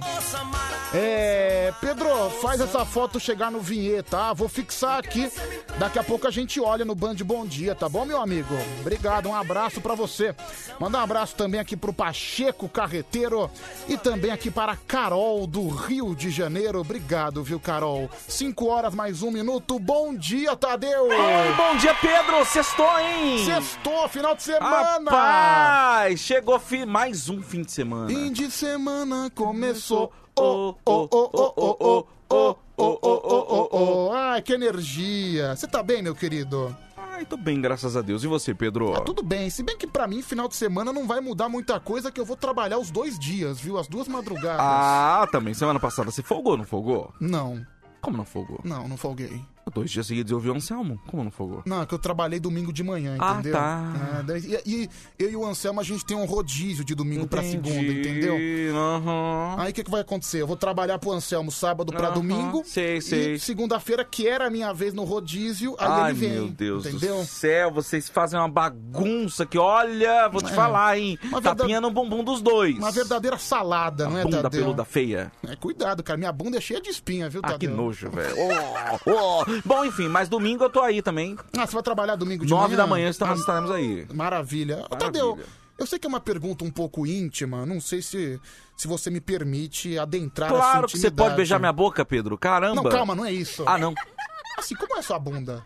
Speaker 2: É. Pedro, faz essa foto chegar no vinheta, tá? Vou fixar aqui. Daqui a pouco a gente olha no Band Bom Dia, tá bom, meu amigo? Obrigado, um abraço pra você. Manda um abraço também aqui pro Pacheco Carreteiro e também aqui para a Carol do Rio de Janeiro. Obrigado, viu, Carol? Cinco horas mais um minuto. Bom dia, Tadeu!
Speaker 8: Ei, bom dia, Pedro! Sextou, hein?
Speaker 2: Sextou, final de semana!
Speaker 8: Rapaz, chegou fi- mais um fim de semana.
Speaker 2: Fim de semana começou. Oh, oh, oh, oh, oh, oh, oh, oh, oh, oh, oh, oh. Ai, que energia. Você tá bem, meu querido?
Speaker 8: Ai, tô bem, graças a Deus. E você, Pedro?
Speaker 2: Tá Tudo bem. Se bem que pra mim, final de semana não vai mudar muita coisa, que eu vou trabalhar os dois dias, viu? As duas madrugadas.
Speaker 8: Ah, também. Semana passada você folgou, não folgou?
Speaker 2: Não.
Speaker 8: Como não folgou?
Speaker 2: Não, não folguei.
Speaker 8: Dois dias seguidos eu vi o Anselmo. Como não folgou?
Speaker 2: Não, é que eu trabalhei domingo de manhã,
Speaker 8: Ah,
Speaker 2: entendeu?
Speaker 8: tá.
Speaker 2: É, daí- e, e eu e o Anselmo, a gente tem um rodízio de domingo pra
Speaker 8: Entendi.
Speaker 2: segunda, entendeu?
Speaker 8: Aham.
Speaker 2: Aí o que, que vai acontecer? Eu vou trabalhar pro Anselmo sábado pra
Speaker 8: Aham.
Speaker 2: domingo.
Speaker 8: Sei, sei.
Speaker 2: E segunda-feira, que era a minha vez no rodízio, aí
Speaker 8: Ai,
Speaker 2: ele vem.
Speaker 8: meu Deus
Speaker 2: entendeu?
Speaker 8: do céu, vocês fazem uma bagunça que, olha, vou te
Speaker 2: É.
Speaker 8: falar, hein?
Speaker 2: Uma
Speaker 8: Tapinha
Speaker 2: verdade-
Speaker 8: no bumbum dos dois.
Speaker 2: Uma verdadeira salada, não é,
Speaker 8: Bunda
Speaker 2: Tadeu?
Speaker 8: peluda feia.
Speaker 2: É, cuidado, cara. Minha bunda é cheia de espinha, viu,
Speaker 8: Ah, que
Speaker 2: Tadeu?
Speaker 8: nojo, velho. Oh, oh. Bom, enfim, mas domingo eu tô aí também.
Speaker 2: (laughs) Ah, você vai trabalhar domingo de
Speaker 8: Nove
Speaker 2: manhã?
Speaker 8: da manhã tá estamos,
Speaker 2: Ah,
Speaker 8: estaremos aí.
Speaker 2: Maravilha. Ô, Tadeu, eu sei que é uma pergunta um pouco íntima, não sei se, se você me permite adentrar
Speaker 8: Claro
Speaker 2: essa
Speaker 8: que você pode
Speaker 2: intimidade.
Speaker 8: beijar minha boca, Pedro. Caramba.
Speaker 2: Não, calma, não é isso.
Speaker 8: Ah, não.
Speaker 2: Assim, como é a sua bunda?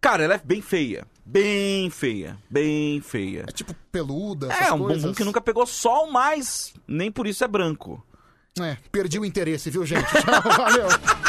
Speaker 8: Cara, ela é bem feia. Bem feia. Bem feia. É
Speaker 2: tipo peluda, essas
Speaker 8: É, um
Speaker 2: coisas.
Speaker 8: bumbum que nunca pegou sol, mas nem por isso é branco.
Speaker 2: É, perdi o interesse, viu, gente? (laughs) Tchau, valeu.